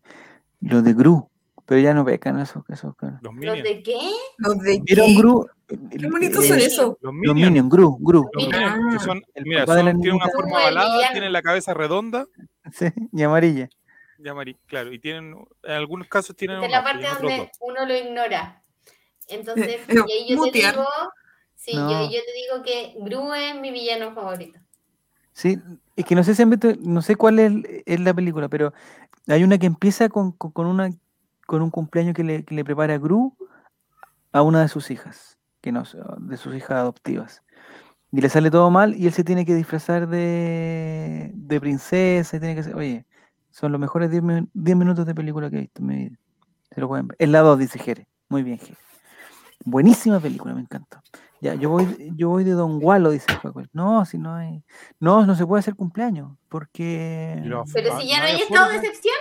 Speaker 1: los de Gru, pero ya no becan esos esos caras.
Speaker 2: Los
Speaker 4: ¿Los
Speaker 2: Minions.
Speaker 4: de qué?
Speaker 5: Los de
Speaker 1: ¿Vieron
Speaker 5: qué?
Speaker 1: Gru?
Speaker 5: Qué bonitos
Speaker 1: Eh,
Speaker 5: son
Speaker 4: Sí.
Speaker 5: esos.
Speaker 2: Los
Speaker 1: Los
Speaker 2: Minions.
Speaker 1: Minions, Gru, Gru.
Speaker 2: Los
Speaker 4: Mira.
Speaker 2: Minions, que son,
Speaker 1: El
Speaker 2: mira,
Speaker 1: papá de
Speaker 2: son-
Speaker 1: la
Speaker 2: tienen una
Speaker 1: niñita.
Speaker 2: forma
Speaker 4: Como el
Speaker 2: ovalada,
Speaker 4: villano.
Speaker 2: tienen la cabeza redonda,
Speaker 1: Sí, y amarilla.
Speaker 2: ya Mari, claro, y tienen, en algunos casos tienen
Speaker 4: Esta es
Speaker 2: un
Speaker 4: la
Speaker 2: ojo y en
Speaker 4: parte
Speaker 2: otros
Speaker 4: donde
Speaker 2: dos.
Speaker 4: uno lo ignora. Entonces,
Speaker 5: Eh, no,
Speaker 4: y ahí yo
Speaker 5: mutear.
Speaker 4: te digo, sí, yo-
Speaker 1: No.
Speaker 4: yo, te digo que Gru es mi villano favorito.
Speaker 1: Sí, es que no sé si han visto, no sé cuál es, el- es la película, pero hay una que empieza con, con, con una con un cumpleaños que le, que le prepara Gru a una de sus hijas, que no sé, de sus hijas adoptivas. Y le sale todo mal y él se tiene que disfrazar de, de princesa y tiene que ser, oye, son los mejores 10 mi- 10 minutos de película que he visto en mi vida. Se lo pueden ver. Es la 2, dice Jere. Muy bien, Jere. Buenísima película, me encantó. Ya, yo voy, yo voy de Don Gualo, dice Paco. No, si no hay. No, no se puede hacer cumpleaños. Porque.
Speaker 2: Y los-
Speaker 4: Pero
Speaker 2: ah,
Speaker 4: si ya no hay
Speaker 2: forma.
Speaker 4: estado de excepción,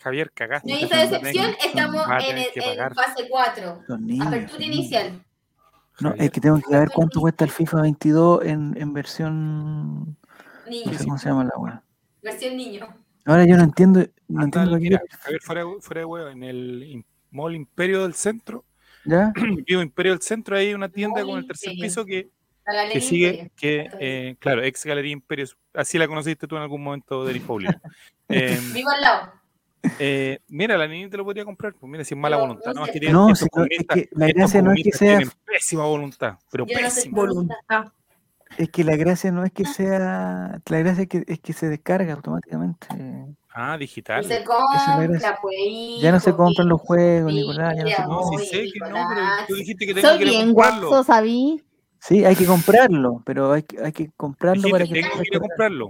Speaker 2: Javier, cagaste.
Speaker 4: no hay
Speaker 1: Nunca
Speaker 4: estado de
Speaker 1: se lo tengo.
Speaker 4: excepción, estamos
Speaker 2: Va a
Speaker 4: en,
Speaker 2: tener que
Speaker 4: en
Speaker 2: pagar.
Speaker 4: fase 4.
Speaker 1: Los niños, los
Speaker 4: Apertura
Speaker 1: niños.
Speaker 4: inicial.
Speaker 1: No, es
Speaker 2: Javier.
Speaker 1: que tengo que saber
Speaker 4: Apertura
Speaker 1: cuánto cuesta el
Speaker 4: inicial.
Speaker 1: FIFA 22 en, en versión. No
Speaker 4: Niño,
Speaker 1: sé cómo se llama la weá.
Speaker 4: versión niño.
Speaker 1: Ahora yo no entiendo. No
Speaker 2: Anda,
Speaker 1: entiendo lo que
Speaker 2: mira,
Speaker 1: quiere-
Speaker 2: Javier, fuera, de- fuera de huevo, en el im- Mall Imperio del Centro,
Speaker 1: ¿Ya?
Speaker 2: vivo Imperio del Centro, hay una tienda
Speaker 4: Mall
Speaker 2: con el tercer
Speaker 4: Imperio.
Speaker 2: piso que,
Speaker 4: La
Speaker 2: que
Speaker 4: galería
Speaker 2: sigue,
Speaker 4: Imperio.
Speaker 2: que,
Speaker 4: Está bien.
Speaker 2: eh, claro, ex Galería Imperio, así la conociste tú en algún momento del Paulino. Eh,
Speaker 4: Vivo al lado.
Speaker 2: eh, mira, la niña te lo podría comprar, pues mira, sin mala
Speaker 4: Pero,
Speaker 2: voluntad.
Speaker 4: no
Speaker 2: No,
Speaker 4: sé.
Speaker 2: es que tienen-
Speaker 1: No,
Speaker 2: estos
Speaker 1: si no, es
Speaker 2: comunistas-
Speaker 1: que la
Speaker 2: estos
Speaker 1: gracia no es que
Speaker 2: comunistas
Speaker 1: sea.
Speaker 2: tienen pésima voluntad, pero
Speaker 4: Yo no soy
Speaker 2: pésima.
Speaker 5: Voluntad.
Speaker 1: Es que la gracia no es que sea. La gracia es que, es que se descarga automáticamente.
Speaker 2: Ah,
Speaker 4: No
Speaker 2: digital.
Speaker 4: se
Speaker 1: Esa es la
Speaker 4: compra,
Speaker 1: gracia.
Speaker 4: pues.
Speaker 1: Ya no se
Speaker 4: hijo,
Speaker 1: compran los
Speaker 4: hijo.
Speaker 1: juegos,
Speaker 4: sí,
Speaker 1: Nicolás. Ya no se
Speaker 4: ya,
Speaker 2: No,
Speaker 1: compran.
Speaker 2: si
Speaker 4: Ay,
Speaker 2: sé que no, pero
Speaker 4: Nicolás.
Speaker 2: tú dijiste que tengo
Speaker 8: Soy
Speaker 2: que ir a
Speaker 8: bien
Speaker 2: comprarlo.
Speaker 8: guapo, ¿sabí?
Speaker 1: Sí, hay que comprarlo, pero hay, que- hay que comprarlo
Speaker 2: Dijiste,
Speaker 1: para que
Speaker 2: tengo que ir a comprarlo.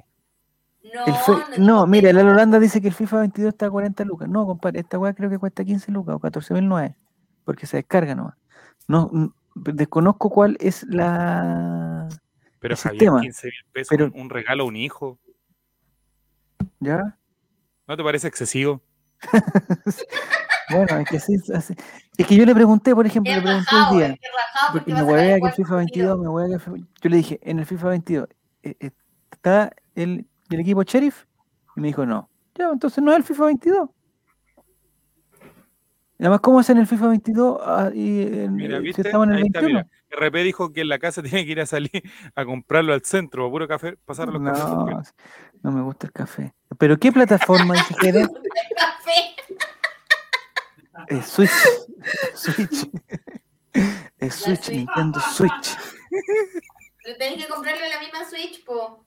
Speaker 4: No,
Speaker 1: El fe-
Speaker 4: te
Speaker 1: No,
Speaker 4: compres.
Speaker 1: mira, la Holanda dice que el FIFA 22 está a 40 lucas. No, compadre, esta weá creo que cuesta 15 lucas o 14.009, porque se descarga nomás. No, n- desconozco cuál es la...
Speaker 2: Pero
Speaker 1: El
Speaker 2: Javier,
Speaker 1: sistema.
Speaker 2: 15 mil pesos,
Speaker 1: Pero-
Speaker 2: un- un regalo a un hijo.
Speaker 1: ¿Ya?
Speaker 2: ¿No te parece excesivo?
Speaker 1: Bueno, es que así, así- Es que yo le pregunté, por ejemplo,
Speaker 4: Qué
Speaker 1: le pregunté
Speaker 4: rajado,
Speaker 1: el día,
Speaker 4: eh, qué rajado,
Speaker 1: porque me
Speaker 4: porque vas a sacar
Speaker 1: huevea que el
Speaker 4: igual
Speaker 1: FIFA
Speaker 4: partido.
Speaker 1: 22, me huevea que el FIFA- Yo le dije, en el FIFA 22, eh, eh, ¿está el, el equipo Sheriff? Y me dijo, no. Ya, entonces no es el FIFA 22. Y Además, ¿cómo hacen el FIFA 22 ah, y en-
Speaker 2: Mira,
Speaker 1: eh, si
Speaker 2: ¿viste?
Speaker 1: estamos en el
Speaker 2: Ahí está,
Speaker 1: 21?
Speaker 2: mira. RP dijo que en la casa tiene que ir a salir a comprarlo al centro, a puro café, pasar los cafés.
Speaker 1: No,
Speaker 2: porque-
Speaker 1: no me gusta el café. ¿Pero qué plataforma dice Jere?
Speaker 4: Café.
Speaker 1: Es Eh, Switch. Switch. Es
Speaker 4: La
Speaker 1: Switch,
Speaker 4: Switch.
Speaker 1: Nintendo Switch.
Speaker 4: Pero tenés que comprarle la misma Switch, po.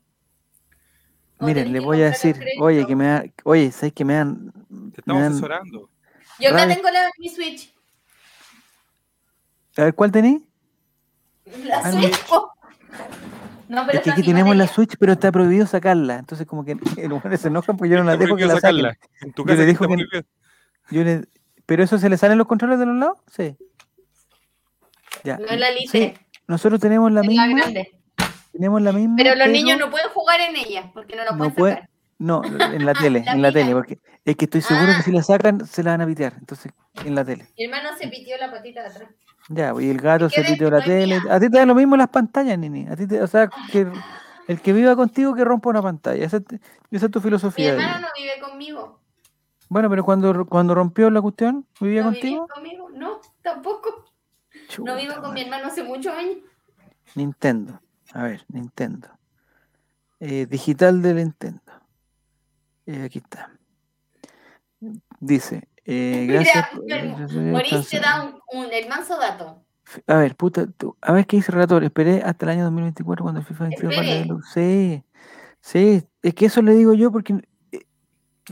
Speaker 4: O tenés
Speaker 1: Miren, le
Speaker 4: que
Speaker 1: voy a
Speaker 4: comprar los
Speaker 1: decir,
Speaker 4: créditos.
Speaker 1: oye, que me da- oye, ¿sabes que me dan?
Speaker 2: Te
Speaker 1: me
Speaker 2: estamos
Speaker 1: dan-
Speaker 2: asesorando.
Speaker 4: Yo acá
Speaker 1: Ryan.
Speaker 4: tengo la, mi Switch.
Speaker 1: a ver, ¿cuál tenéis?
Speaker 4: La
Speaker 1: Ah,
Speaker 4: Switch, po. No, pero
Speaker 1: Es que
Speaker 4: está
Speaker 1: aquí
Speaker 4: sin
Speaker 1: tenemos la
Speaker 4: batería.
Speaker 1: Switch, pero está prohibido sacarla. Entonces, como que el hombre se enoja porque yo no la
Speaker 2: Te
Speaker 1: dejo que
Speaker 2: prohibió
Speaker 1: la
Speaker 2: sacarla.
Speaker 1: saquen.
Speaker 2: En tu
Speaker 1: Yo le
Speaker 2: casa
Speaker 1: dejo
Speaker 2: está
Speaker 1: que-
Speaker 2: prohibido.
Speaker 1: Yo le- ¿Pero eso se le salen los controles de los lados? Sí. Ya.
Speaker 4: No la lite.
Speaker 1: Sí, nosotros tenemos la
Speaker 4: es la
Speaker 1: misma.
Speaker 4: grande.
Speaker 1: Tenemos la misma.
Speaker 4: Pero los niños no pueden jugar en ella porque no la
Speaker 1: No
Speaker 4: pueden
Speaker 1: puede-
Speaker 4: sacar.
Speaker 1: No, en la tele,
Speaker 4: La
Speaker 1: en la
Speaker 4: pita.
Speaker 1: tele, porque es que estoy seguro
Speaker 4: Ah.
Speaker 1: que si la sacan se la van a pitear. Entonces, en la tele.
Speaker 4: Mi hermano se pitió la patita de atrás.
Speaker 1: Ya, pues, y el gato
Speaker 4: Es
Speaker 1: se
Speaker 4: que
Speaker 1: pitió la
Speaker 4: no es
Speaker 1: tele.
Speaker 4: mía.
Speaker 1: A ti te da lo mismo las pantallas, Nini. A ti te- o sea, que el que viva contigo que rompa una pantalla. Esa, te- esa es tu
Speaker 4: Mi
Speaker 1: filosofía. de vida.
Speaker 4: hermano no vive conmigo.
Speaker 1: Bueno, pero cuando, cuando rompió la cuestión, ¿vivía
Speaker 4: ¿No vive
Speaker 1: contigo?
Speaker 4: conmigo? No, tampoco. No vivo
Speaker 1: Chuta,
Speaker 4: con
Speaker 1: madre.
Speaker 4: mi hermano hace muchos años.
Speaker 1: Nintendo. A ver, Nintendo. Eh, digital de Nintendo. Eh, aquí está. Dice. eh,
Speaker 4: Mira,
Speaker 1: gracias. por-
Speaker 4: enfermo.
Speaker 1: gracias,
Speaker 4: Moris te
Speaker 1: gracias.
Speaker 4: da un, un el manso dato.
Speaker 1: A ver, puta, tú- a ver qué dice el relator. Esperé hasta el año 2024 cuando el FIFA 22 para
Speaker 4: Espere.
Speaker 1: leerlo. Sí, sí, es que eso le digo yo porque eh,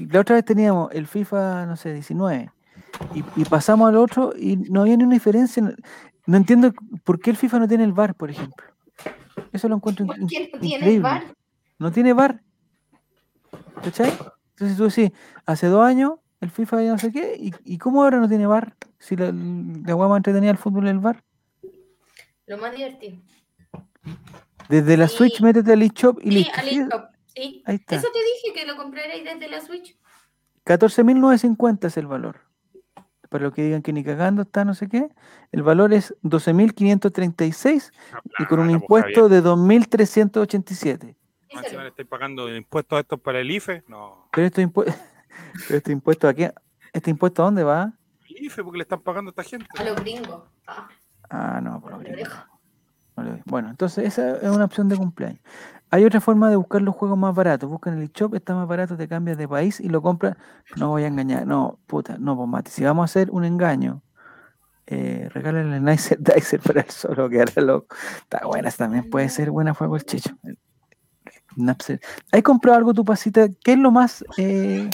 Speaker 1: la otra vez teníamos el FIFA, no sé, 19 y, y pasamos al otro y no había ni una diferencia. No, no entiendo por qué el FIFA no tiene el VAR, por ejemplo. Eso lo encuentro
Speaker 4: ¿Por
Speaker 1: in-
Speaker 4: qué no tiene el
Speaker 1: increíble.
Speaker 4: bar?
Speaker 1: No tiene VAR. ¿Cachai? Entonces tú decís, hace dos años el FIFA ya no sé qué, ¿y, y cómo ahora no tiene VAR? Si la, la guama más entretenida del fútbol es el VAR.
Speaker 4: Lo más divertido.
Speaker 1: Desde la
Speaker 4: Sí.
Speaker 1: Switch, métete al eShop y
Speaker 4: Sí,
Speaker 1: listo.
Speaker 4: al
Speaker 1: Sí,
Speaker 4: eShop, Sí.
Speaker 1: Ahí está.
Speaker 4: Eso te dije que lo comprarais desde la Switch.
Speaker 1: 14.950 es el valor. Para los que digan que ni cagando está, no sé qué. El valor es 12.536 y con un
Speaker 2: Plata, pues,
Speaker 1: impuesto de 2.387.
Speaker 2: Javier. Encima le
Speaker 4: Díselo.
Speaker 2: estáis pagando impuestos a estos para el IFE. No.
Speaker 1: Pero, estos impu- pero este impuesto aquí, ¿este impuesto a dónde va?
Speaker 2: El IFE porque le están pagando a esta gente.
Speaker 4: A los gringos. Ah,
Speaker 1: Ah, no, por los
Speaker 4: Lo
Speaker 1: gringos.
Speaker 4: dejo.
Speaker 1: No lo veo. Bueno, entonces esa es una opción de cumpleaños. Hay otra forma de buscar los juegos más baratos. Busca en el eShop, está más barato, te cambias de país y lo compras. No voy a engañar. No, puta, no, pues Mati, si vamos a hacer un engaño, eh, regálale el Nicer Dicer para el solo, que era loco. Está buena, esa también puede ser buena juego el chicho. El- Napster. ¿Has comprado algo tu pasita? ¿Qué es lo más eh,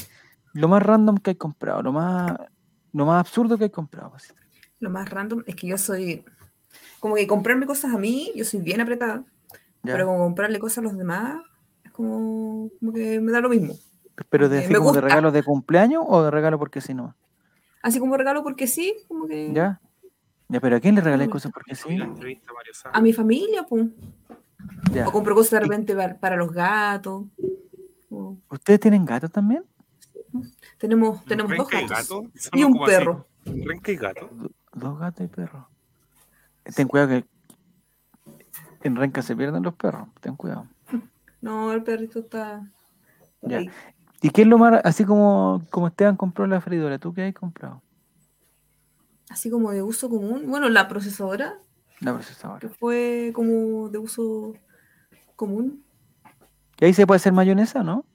Speaker 1: lo más random que has comprado? Lo más lo más absurdo que has comprado, pasita?
Speaker 5: Lo más random es que yo soy. Como que comprarme cosas a mí, yo soy bien apretada.
Speaker 1: ¿Ya?
Speaker 5: Pero como comprarle cosas a los demás, es como, como que me da lo mismo.
Speaker 1: Pero de,
Speaker 5: me
Speaker 1: así como de
Speaker 5: gusta.
Speaker 1: regalos de cumpleaños o de regalo porque si no.
Speaker 5: Así como regalo porque sí, como que.
Speaker 1: ¿Ya? Ya, pero ¿a quién le regalé
Speaker 5: me
Speaker 1: cosas porque sí?
Speaker 2: Subí la entrevista a Mario
Speaker 3: Ah.
Speaker 2: Sá.
Speaker 5: A mi familia, pues.
Speaker 1: Ya.
Speaker 5: O compro cosas de repente pa- para los gatos. o-
Speaker 1: ¿Ustedes tienen gatos también?
Speaker 5: Tenemos,
Speaker 2: ¿Un
Speaker 5: tenemos dos
Speaker 2: renca y
Speaker 5: gatos.
Speaker 2: gato? Son
Speaker 5: Y un
Speaker 2: como así,
Speaker 5: perro.
Speaker 2: ¿Un renca y gato?
Speaker 1: Do- Dos gatos y perros. Eh, Ten cuidado que en Renca se pierden los perros. Ten cuidado.
Speaker 5: No, el perrito está.
Speaker 1: Ya.
Speaker 5: ahí.
Speaker 1: ¿Y qué es lo más, así como, como Esteban compró la freidora? ¿Tú qué has comprado?
Speaker 5: Así como de uso común. Bueno, la procesadora,
Speaker 1: La procesadora.
Speaker 5: que fue como de uso común.
Speaker 1: Y ahí se puede hacer mayonesa, ¿no?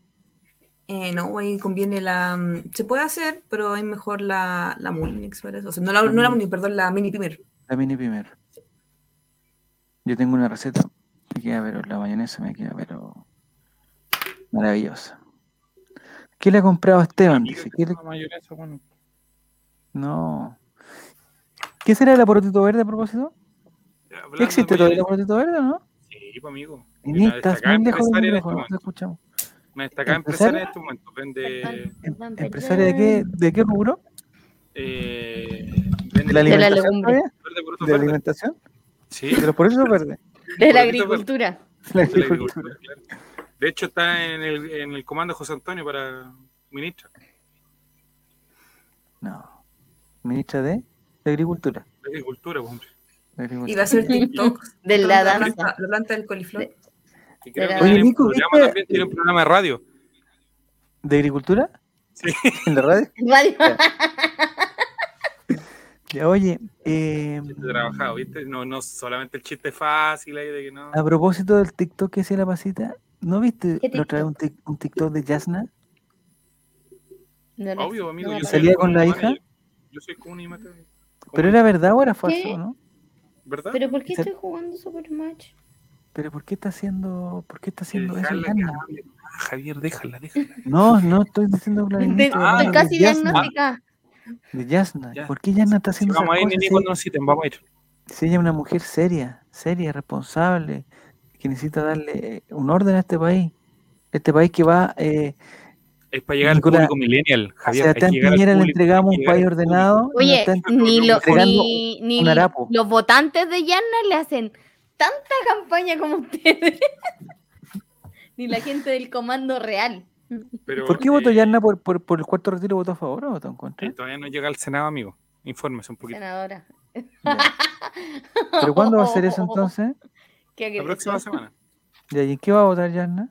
Speaker 5: Eh, no, ahí conviene la. mm, Se puede hacer, pero es mejor la, la Mullinix para eso. O sea, no la, no la
Speaker 1: Mm.
Speaker 5: Mullinix, perdón, la Mini Pimer.
Speaker 1: La mini primer. Yo tengo una receta. Me queda, pero la mayonesa me queda, pero maravillosa. ¿Qué le ha comprado a Esteban?
Speaker 2: Amiga
Speaker 1: Dice,
Speaker 2: que
Speaker 1: ¿qué le-
Speaker 2: toma mayonesa, Ah, bueno.
Speaker 1: No. ¿Qué será el aparatito verde a propósito?
Speaker 2: Hablando de
Speaker 1: ¿Existe todavía el
Speaker 2: mayonesa,
Speaker 1: aparatito verde o no?
Speaker 2: Sí, pues, amigo.
Speaker 1: Ni
Speaker 2: Una
Speaker 1: estás
Speaker 2: destacada
Speaker 1: muy lejos del
Speaker 2: empresaria en este
Speaker 1: micrófono, no te
Speaker 2: momento.
Speaker 1: escuchamos.
Speaker 2: Una destacada
Speaker 1: ¿Empresaria?
Speaker 2: empresaria en este momento. Vende,
Speaker 4: Perdón, perdón, perdón.
Speaker 1: ¿Empresaria de qué, de qué rubro?
Speaker 2: eh,
Speaker 1: ¿De la
Speaker 2: vende
Speaker 3: De la
Speaker 1: alimentación?
Speaker 3: legumbre.
Speaker 1: todavía?
Speaker 2: verde
Speaker 1: ¿De
Speaker 2: por
Speaker 1: la
Speaker 2: verde.
Speaker 1: alimentación?
Speaker 2: Sí,
Speaker 1: ¿De los por eso verde?
Speaker 3: De la
Speaker 2: Gordito, pero-
Speaker 3: agricultura.
Speaker 1: La
Speaker 2: de la
Speaker 1: agricultura.
Speaker 2: agricultura, claro. De hecho, está en el, en el comando José Antonio para ministra
Speaker 1: No. Ministra de, de Agricultura.
Speaker 2: de Agricultura. pues, hombre.
Speaker 1: de
Speaker 5: Y va
Speaker 1: agricultura.
Speaker 5: a ser TikTok.
Speaker 3: De la
Speaker 5: planta-
Speaker 3: danza.
Speaker 5: planta- La planta del coliflor.
Speaker 2: Que creo que
Speaker 3: Era-
Speaker 1: Oye,
Speaker 2: tiene un
Speaker 1: Nico,
Speaker 2: programa
Speaker 1: ¿viste?
Speaker 2: también, tiene un programa de radio.
Speaker 1: ¿De agricultura?
Speaker 2: Sí.
Speaker 1: ¿En la radio?
Speaker 3: Radio.
Speaker 1: Ya, oye, eh,
Speaker 2: Chiste trabajado, ¿viste? No, no solamente el chiste fácil ahí de que no.
Speaker 1: a propósito del TikTok que hacía la pasita, ¿no viste
Speaker 3: ¿Qué
Speaker 1: la otra vez un, tic- un TikTok de Jasna?
Speaker 3: No lo
Speaker 2: Obvio,
Speaker 3: sé,
Speaker 2: amigo.
Speaker 3: no
Speaker 2: yo
Speaker 3: me
Speaker 2: soy
Speaker 1: ¿Salía
Speaker 2: el
Speaker 1: con la
Speaker 2: community
Speaker 1: hija?
Speaker 2: manager. Yo soy community manager.
Speaker 1: ¿Pero era verdad o era falso,
Speaker 3: ¿Qué?
Speaker 1: no?
Speaker 2: ¿Verdad?
Speaker 3: ¿Pero por qué
Speaker 1: Ese-
Speaker 3: estoy jugando Supermatch?
Speaker 1: ¿Pero por qué está haciendo, por qué está haciendo eso,
Speaker 2: Dejala que
Speaker 1: Jasna?
Speaker 2: hable. Ah, Javier, déjala, déjala.
Speaker 1: No, no estoy diciendo claramente.
Speaker 3: Estoy
Speaker 1: estoy hablando de
Speaker 3: casi
Speaker 1: Yasna,
Speaker 3: diagnosticada.
Speaker 1: De Yasna.
Speaker 2: Ya.
Speaker 1: ¿Por qué Yasna está
Speaker 2: Si
Speaker 1: haciendo esas
Speaker 2: vamos a ir,
Speaker 1: cosas?
Speaker 2: ni
Speaker 1: Si-
Speaker 2: cuando nos citen, vamos a ir.
Speaker 1: si ella es una mujer seria, seria, responsable, que necesita darle eh, un orden a este país. Este país que va, eh,
Speaker 2: Es para llegar al
Speaker 1: Nicolás,
Speaker 2: público millennial, Javier.
Speaker 1: a
Speaker 2: hay que
Speaker 1: Sebastián
Speaker 2: llegar al
Speaker 1: Piñera le
Speaker 2: público,
Speaker 1: entregamos
Speaker 2: hay que
Speaker 1: un
Speaker 2: llegar
Speaker 1: país
Speaker 2: al público.
Speaker 1: ordenado. y
Speaker 3: Oye,
Speaker 1: no está-
Speaker 3: ni, lo-
Speaker 1: entregando
Speaker 3: ni, ni
Speaker 1: un harapo.
Speaker 3: los votantes de Yarna le hacen tanta campaña como ustedes. ni la gente del comando real.
Speaker 2: Pero,
Speaker 1: ¿Por qué
Speaker 2: eh,
Speaker 1: votó Yarna por, por, por el cuarto retiro? ¿Votó a favor o votó en contra?
Speaker 4: ¿Ah?
Speaker 2: eh, todavía no llega al Senado, amigo. Infórmese un poquito.
Speaker 4: Senadora.
Speaker 1: Ya. ¿Pero cuándo va a ser eso entonces?
Speaker 4: ¿Qué
Speaker 2: La
Speaker 4: crees?
Speaker 2: próxima semana.
Speaker 1: ¿Y ahí en qué va a votar Yarna?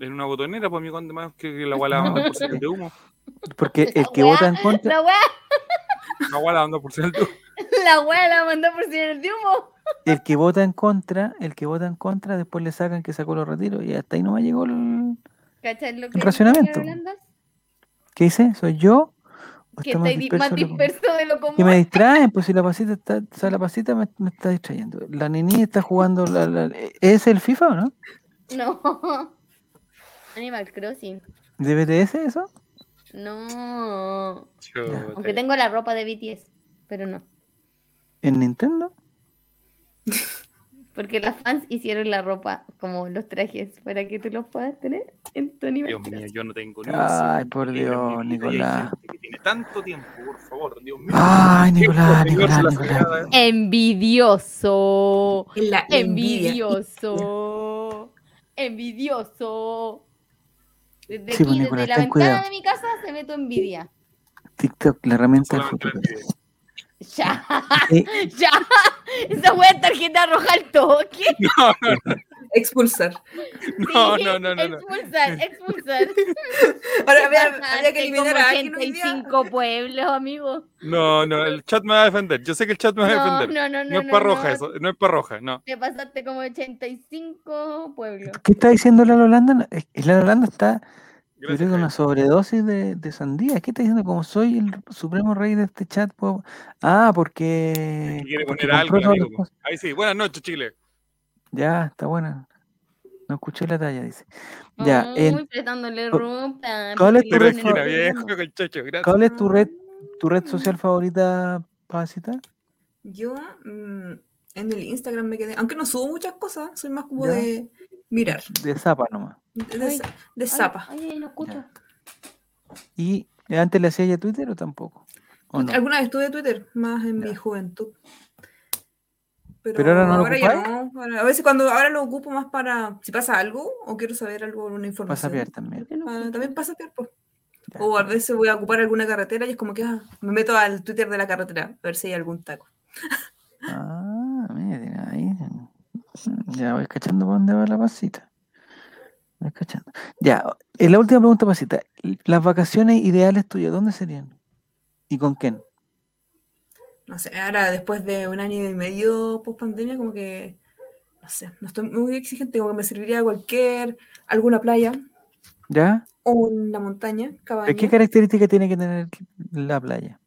Speaker 2: En una botonera, pues, amigo, ¿dónde más que que la guala anda por ser de humo.
Speaker 1: Porque el que
Speaker 4: La
Speaker 1: vota en contra.
Speaker 4: La wea,
Speaker 2: La guala anda por ser de humo.
Speaker 4: la wea la mandó por si era el de humo.
Speaker 1: el que vota en contra, el que vota en contra, después le sacan que sacó los retiros y hasta ahí nomás llegó el...
Speaker 4: ¿Cachai lo que
Speaker 1: El racionamiento.
Speaker 4: estoy hablando?
Speaker 1: ¿Qué dice? ¿Soy yo? ¿O
Speaker 4: Que
Speaker 1: está más
Speaker 4: estoy di- más
Speaker 1: disperso lo-
Speaker 4: disperso de lo común.
Speaker 1: Que me distraen, pues si la pasita está, o sea, la pasita me, me está distrayendo. La niña está jugando la- la- ¿Es el FIFA o no?
Speaker 4: No. Animal Crossing.
Speaker 1: ¿De BTS eso?
Speaker 4: No.
Speaker 2: Chuta.
Speaker 4: Aunque tengo la ropa de BTS, pero no.
Speaker 1: ¿En Nintendo?
Speaker 4: Porque las fans hicieron la ropa, como los trajes, para que tú los puedas tener en tu Animal
Speaker 2: Dios mío,
Speaker 4: Crossing.
Speaker 2: yo no tengo ni una
Speaker 1: Ay, por
Speaker 2: idea,
Speaker 1: Dios,
Speaker 2: mi
Speaker 1: Nicolás.
Speaker 2: vida, y hay gente que Tiene tanto tiempo, por favor, Dios mío.
Speaker 1: Ay, Nicolás,
Speaker 2: Por Dios,
Speaker 1: Nicolás,
Speaker 2: la eh.
Speaker 1: Nicolás.
Speaker 2: sagrada-
Speaker 4: Envidioso.
Speaker 5: Es la envidia.
Speaker 4: Envidioso. Envidioso. Desde
Speaker 1: Sí, pues,
Speaker 4: aquí,
Speaker 1: Nicolás, ten
Speaker 4: desde la ventana
Speaker 1: cuidado.
Speaker 4: de mi casa, se ve tu envidia.
Speaker 1: TikTok, la herramienta del
Speaker 2: solamente
Speaker 1: futuro.
Speaker 2: la envidia.
Speaker 4: Ya,
Speaker 1: Eh,
Speaker 4: ya. Esa wea es tarjeta roja al toque.
Speaker 5: Expulsar.
Speaker 2: No,
Speaker 4: Sí,
Speaker 2: no, no, no, no.
Speaker 4: Expulsar, expulsar.
Speaker 5: Ahora había, había
Speaker 4: Bastante,
Speaker 5: que eliminar
Speaker 4: como
Speaker 5: a alguien hoy día.
Speaker 4: 85 pueblos, amigo.
Speaker 2: No, no, el chat me va a defender. Yo sé que el chat me va a
Speaker 4: No,
Speaker 2: defender.
Speaker 4: no, no, no.
Speaker 2: No es
Speaker 4: no,
Speaker 2: para roja
Speaker 4: no.
Speaker 2: eso, no es para roja, no.
Speaker 4: Te pasaste como 85 pueblos.
Speaker 1: ¿Qué está diciendo la Holanda? Es que La Holanda está Yo
Speaker 2: Gracias,
Speaker 1: creo que una
Speaker 2: Javier.
Speaker 1: sobredosis de, de sandía. ¿Qué está diciendo? Como soy el supremo rey de este chat. puedo- Ah,
Speaker 2: Es
Speaker 1: porque.
Speaker 2: que quiere
Speaker 1: porque
Speaker 2: poner
Speaker 1: compró
Speaker 2: algo, el
Speaker 1: todas las
Speaker 2: amigo.
Speaker 1: cosas.
Speaker 2: Ahí sí, buenas noches, Chile.
Speaker 1: Ya, está buena. No escuché la talla, dice. Ya, en- Oh.
Speaker 4: Uy, prestándole
Speaker 1: co-
Speaker 4: ropa.
Speaker 1: ¿cuál es tu
Speaker 4: porque
Speaker 1: red
Speaker 2: Te
Speaker 4: le ponen
Speaker 2: refina,
Speaker 1: fa-
Speaker 4: el
Speaker 2: viejo,
Speaker 4: dedo.
Speaker 2: conchacho, gracias.
Speaker 1: ¿Cuál es tu red, tu red social favorita, Pasita?
Speaker 5: Yo mm, en el Instagram me quedé, aunque no subo muchas cosas, soy más como
Speaker 1: Ya.
Speaker 5: de mirar,
Speaker 1: De Zapa nomás.
Speaker 5: de, de
Speaker 4: Ay,
Speaker 5: sa- de
Speaker 4: Ay,
Speaker 5: zapa.
Speaker 4: Ay, no escucho.
Speaker 1: ¿Y antes le hacía ya Twitter o tampoco? ¿O no?
Speaker 5: Alguna vez tuve Twitter, más en mi
Speaker 1: Ya.
Speaker 5: juventud.
Speaker 1: Pero ahora no lo
Speaker 5: ya
Speaker 1: ocupáis.
Speaker 5: no. ahora- a veces cuando ahora lo ocupo más para si pasa algo o quiero saber algo, alguna
Speaker 1: Para
Speaker 5: información.
Speaker 1: sapear también.
Speaker 4: ¿Por qué no
Speaker 5: Ah,
Speaker 4: escucho?
Speaker 5: también pasa tiempo.
Speaker 1: Ya.
Speaker 5: O a veces voy a ocupar alguna carretera y es como que ah, me meto al Twitter de la carretera a ver si hay algún taco.
Speaker 1: Ah, miren, ahí. Ya voy cachando por dónde va la pasita. Voy cachando. Ya, eh, la última pregunta, pasita. L- Las vacaciones ideales tuyas, ¿dónde serían? ¿Y con quién?
Speaker 5: No sé, ahora después de un año y medio post pandemia, como que, no sé, no estoy muy exigente, como que me serviría cualquier, alguna playa
Speaker 1: ¿Ya?
Speaker 5: o una montaña, cabaña,
Speaker 1: ¿Pero ¿Qué característica tiene que tener la playa?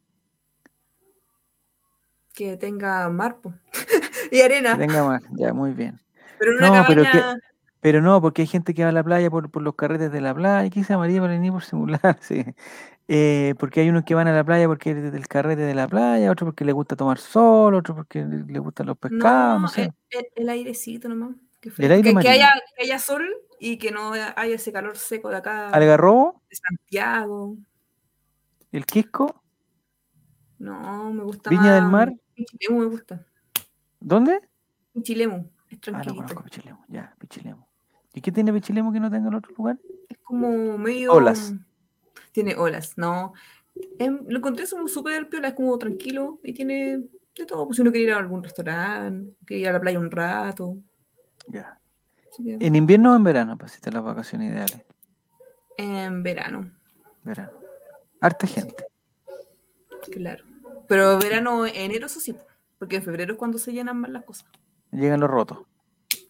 Speaker 5: que tenga mar po, y arena,
Speaker 1: Que tenga mar. Ya, muy bien.
Speaker 5: pero en una
Speaker 1: No, pero que-
Speaker 5: cabaña,
Speaker 1: Pero no, porque hay gente que va a la playa por, por los carretes de la playa. ¿Qué dice María Valení por simular? Sí. Eh, porque hay unos que van a la playa porque es del carrete de la playa, otros porque les gusta tomar sol, otros porque le le gustan los pescados, no,
Speaker 5: no,
Speaker 1: sé.
Speaker 5: el, el- el airecito nomás, que, fresco,
Speaker 1: aire
Speaker 5: que- que,
Speaker 1: marino.
Speaker 5: haya, que haya sol y que no haya ese calor seco de acá,
Speaker 1: Ah. Algarrobo,
Speaker 5: de Santiago,
Speaker 1: el Quisco,
Speaker 5: no, me gusta
Speaker 1: Viña del
Speaker 5: más,
Speaker 1: Mar.
Speaker 5: Pichilemu me gusta,
Speaker 1: ¿dónde?
Speaker 5: Pichilemu, es
Speaker 1: Ah, no
Speaker 5: tranquilito,
Speaker 1: conozco Pichilemu, ya, Pichilemu. ¿Y qué tiene Pichilemu que no tenga en otro lugar?
Speaker 5: es como medio...
Speaker 1: Olas.
Speaker 5: Tiene olas, no. Em, lo encontré es un súper piola, es como tranquilo y tiene de todo. Pues si uno quiere ir a algún restaurante, quiere ir a la playa un rato.
Speaker 1: Ya.
Speaker 5: así que,
Speaker 1: ¿En invierno o en verano pasaste las vacaciones ideales?
Speaker 5: en verano,
Speaker 1: Verano. Harta gente.
Speaker 5: claro. Pero verano, enero, eso sí, po, porque en febrero es cuando se llenan más las cosas.
Speaker 1: Llegan los rotos.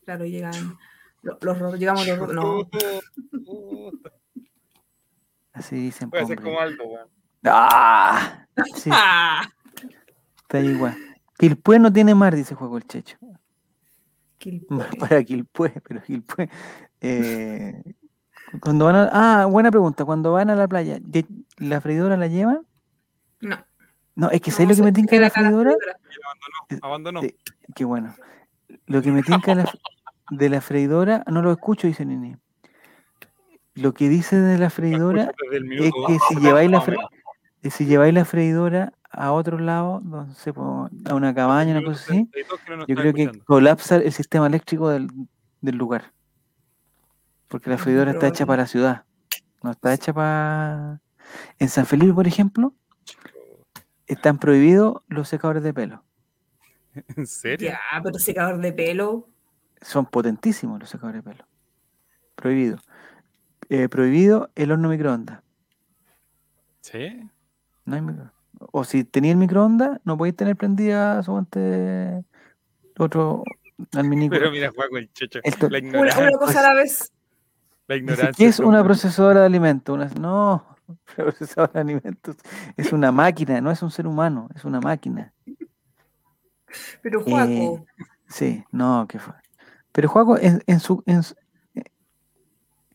Speaker 5: Claro, llegan lo- los, ro- llegamos los ro-
Speaker 2: Uh,
Speaker 5: No,
Speaker 1: Así dicen.
Speaker 2: Voy a
Speaker 1: po,
Speaker 2: hacer
Speaker 1: hombre.
Speaker 2: como algo, weón.
Speaker 1: ¡Ah! Sí,
Speaker 5: ¡Ah!
Speaker 1: está igual. Quilpué no tiene mar, dice Juego el Checho.
Speaker 5: Quilpué.
Speaker 1: Mar para Quilpué, pero Quilpué. eh, cuando van a- ah, buena pregunta. Cuando van a la playa, ¿de- ¿la freidora la llevan?
Speaker 5: No,
Speaker 1: No, es que
Speaker 5: no,
Speaker 1: ¿sabes lo que
Speaker 5: se
Speaker 1: me tinca de la
Speaker 5: queda acá la
Speaker 1: freidora?
Speaker 5: freidora.
Speaker 2: Abandonó.
Speaker 1: Sí. Qué bueno. Lo que me tinca de la, de la freidora, no lo escucho, dice Nini. Lo que dice de la freidora
Speaker 2: Desde el
Speaker 1: es
Speaker 2: minuto
Speaker 1: que
Speaker 2: dos.
Speaker 1: si lleváis la,
Speaker 2: Más o
Speaker 1: fre-
Speaker 2: menos.
Speaker 1: que si lleváis la freidora a otro lado, no sé, po, a una cabaña, una
Speaker 2: Minuto
Speaker 1: cosa así,
Speaker 2: 32 que no nos
Speaker 1: yo
Speaker 2: está
Speaker 1: creo que
Speaker 2: escuchando.
Speaker 1: colapsa el sistema eléctrico del, del lugar. Porque la freidora está hecha
Speaker 5: probable.
Speaker 1: para la ciudad. No está hecha para... En San Felipe, por ejemplo, están prohibidos los secadores de pelo.
Speaker 2: ¿En serio?
Speaker 5: Ya, pero secador de pelo.
Speaker 1: Son potentísimos los secadores de pelo. Prohibido. Eh, prohibido el horno microondas.
Speaker 2: Sí.
Speaker 1: No hay micro- O si tenía el microondas, no podéis tener prendida suponte otro alminículo.
Speaker 2: Pero mira, Juaco, el chocho.
Speaker 1: Esto-
Speaker 2: La
Speaker 5: Una,
Speaker 2: ignorancia.
Speaker 5: una cosa a la vez.
Speaker 2: La
Speaker 1: Dice,
Speaker 2: ignorancia
Speaker 1: ¿Qué es una
Speaker 2: triunfa.
Speaker 1: procesadora de alimentos? Una- No, procesadora de alimentos. Es una máquina, no es un ser humano, es una máquina.
Speaker 5: Pero Juaco,
Speaker 1: Eh. Sí, no, qué fue. Pero Juaco, ¿en, en su, en, su-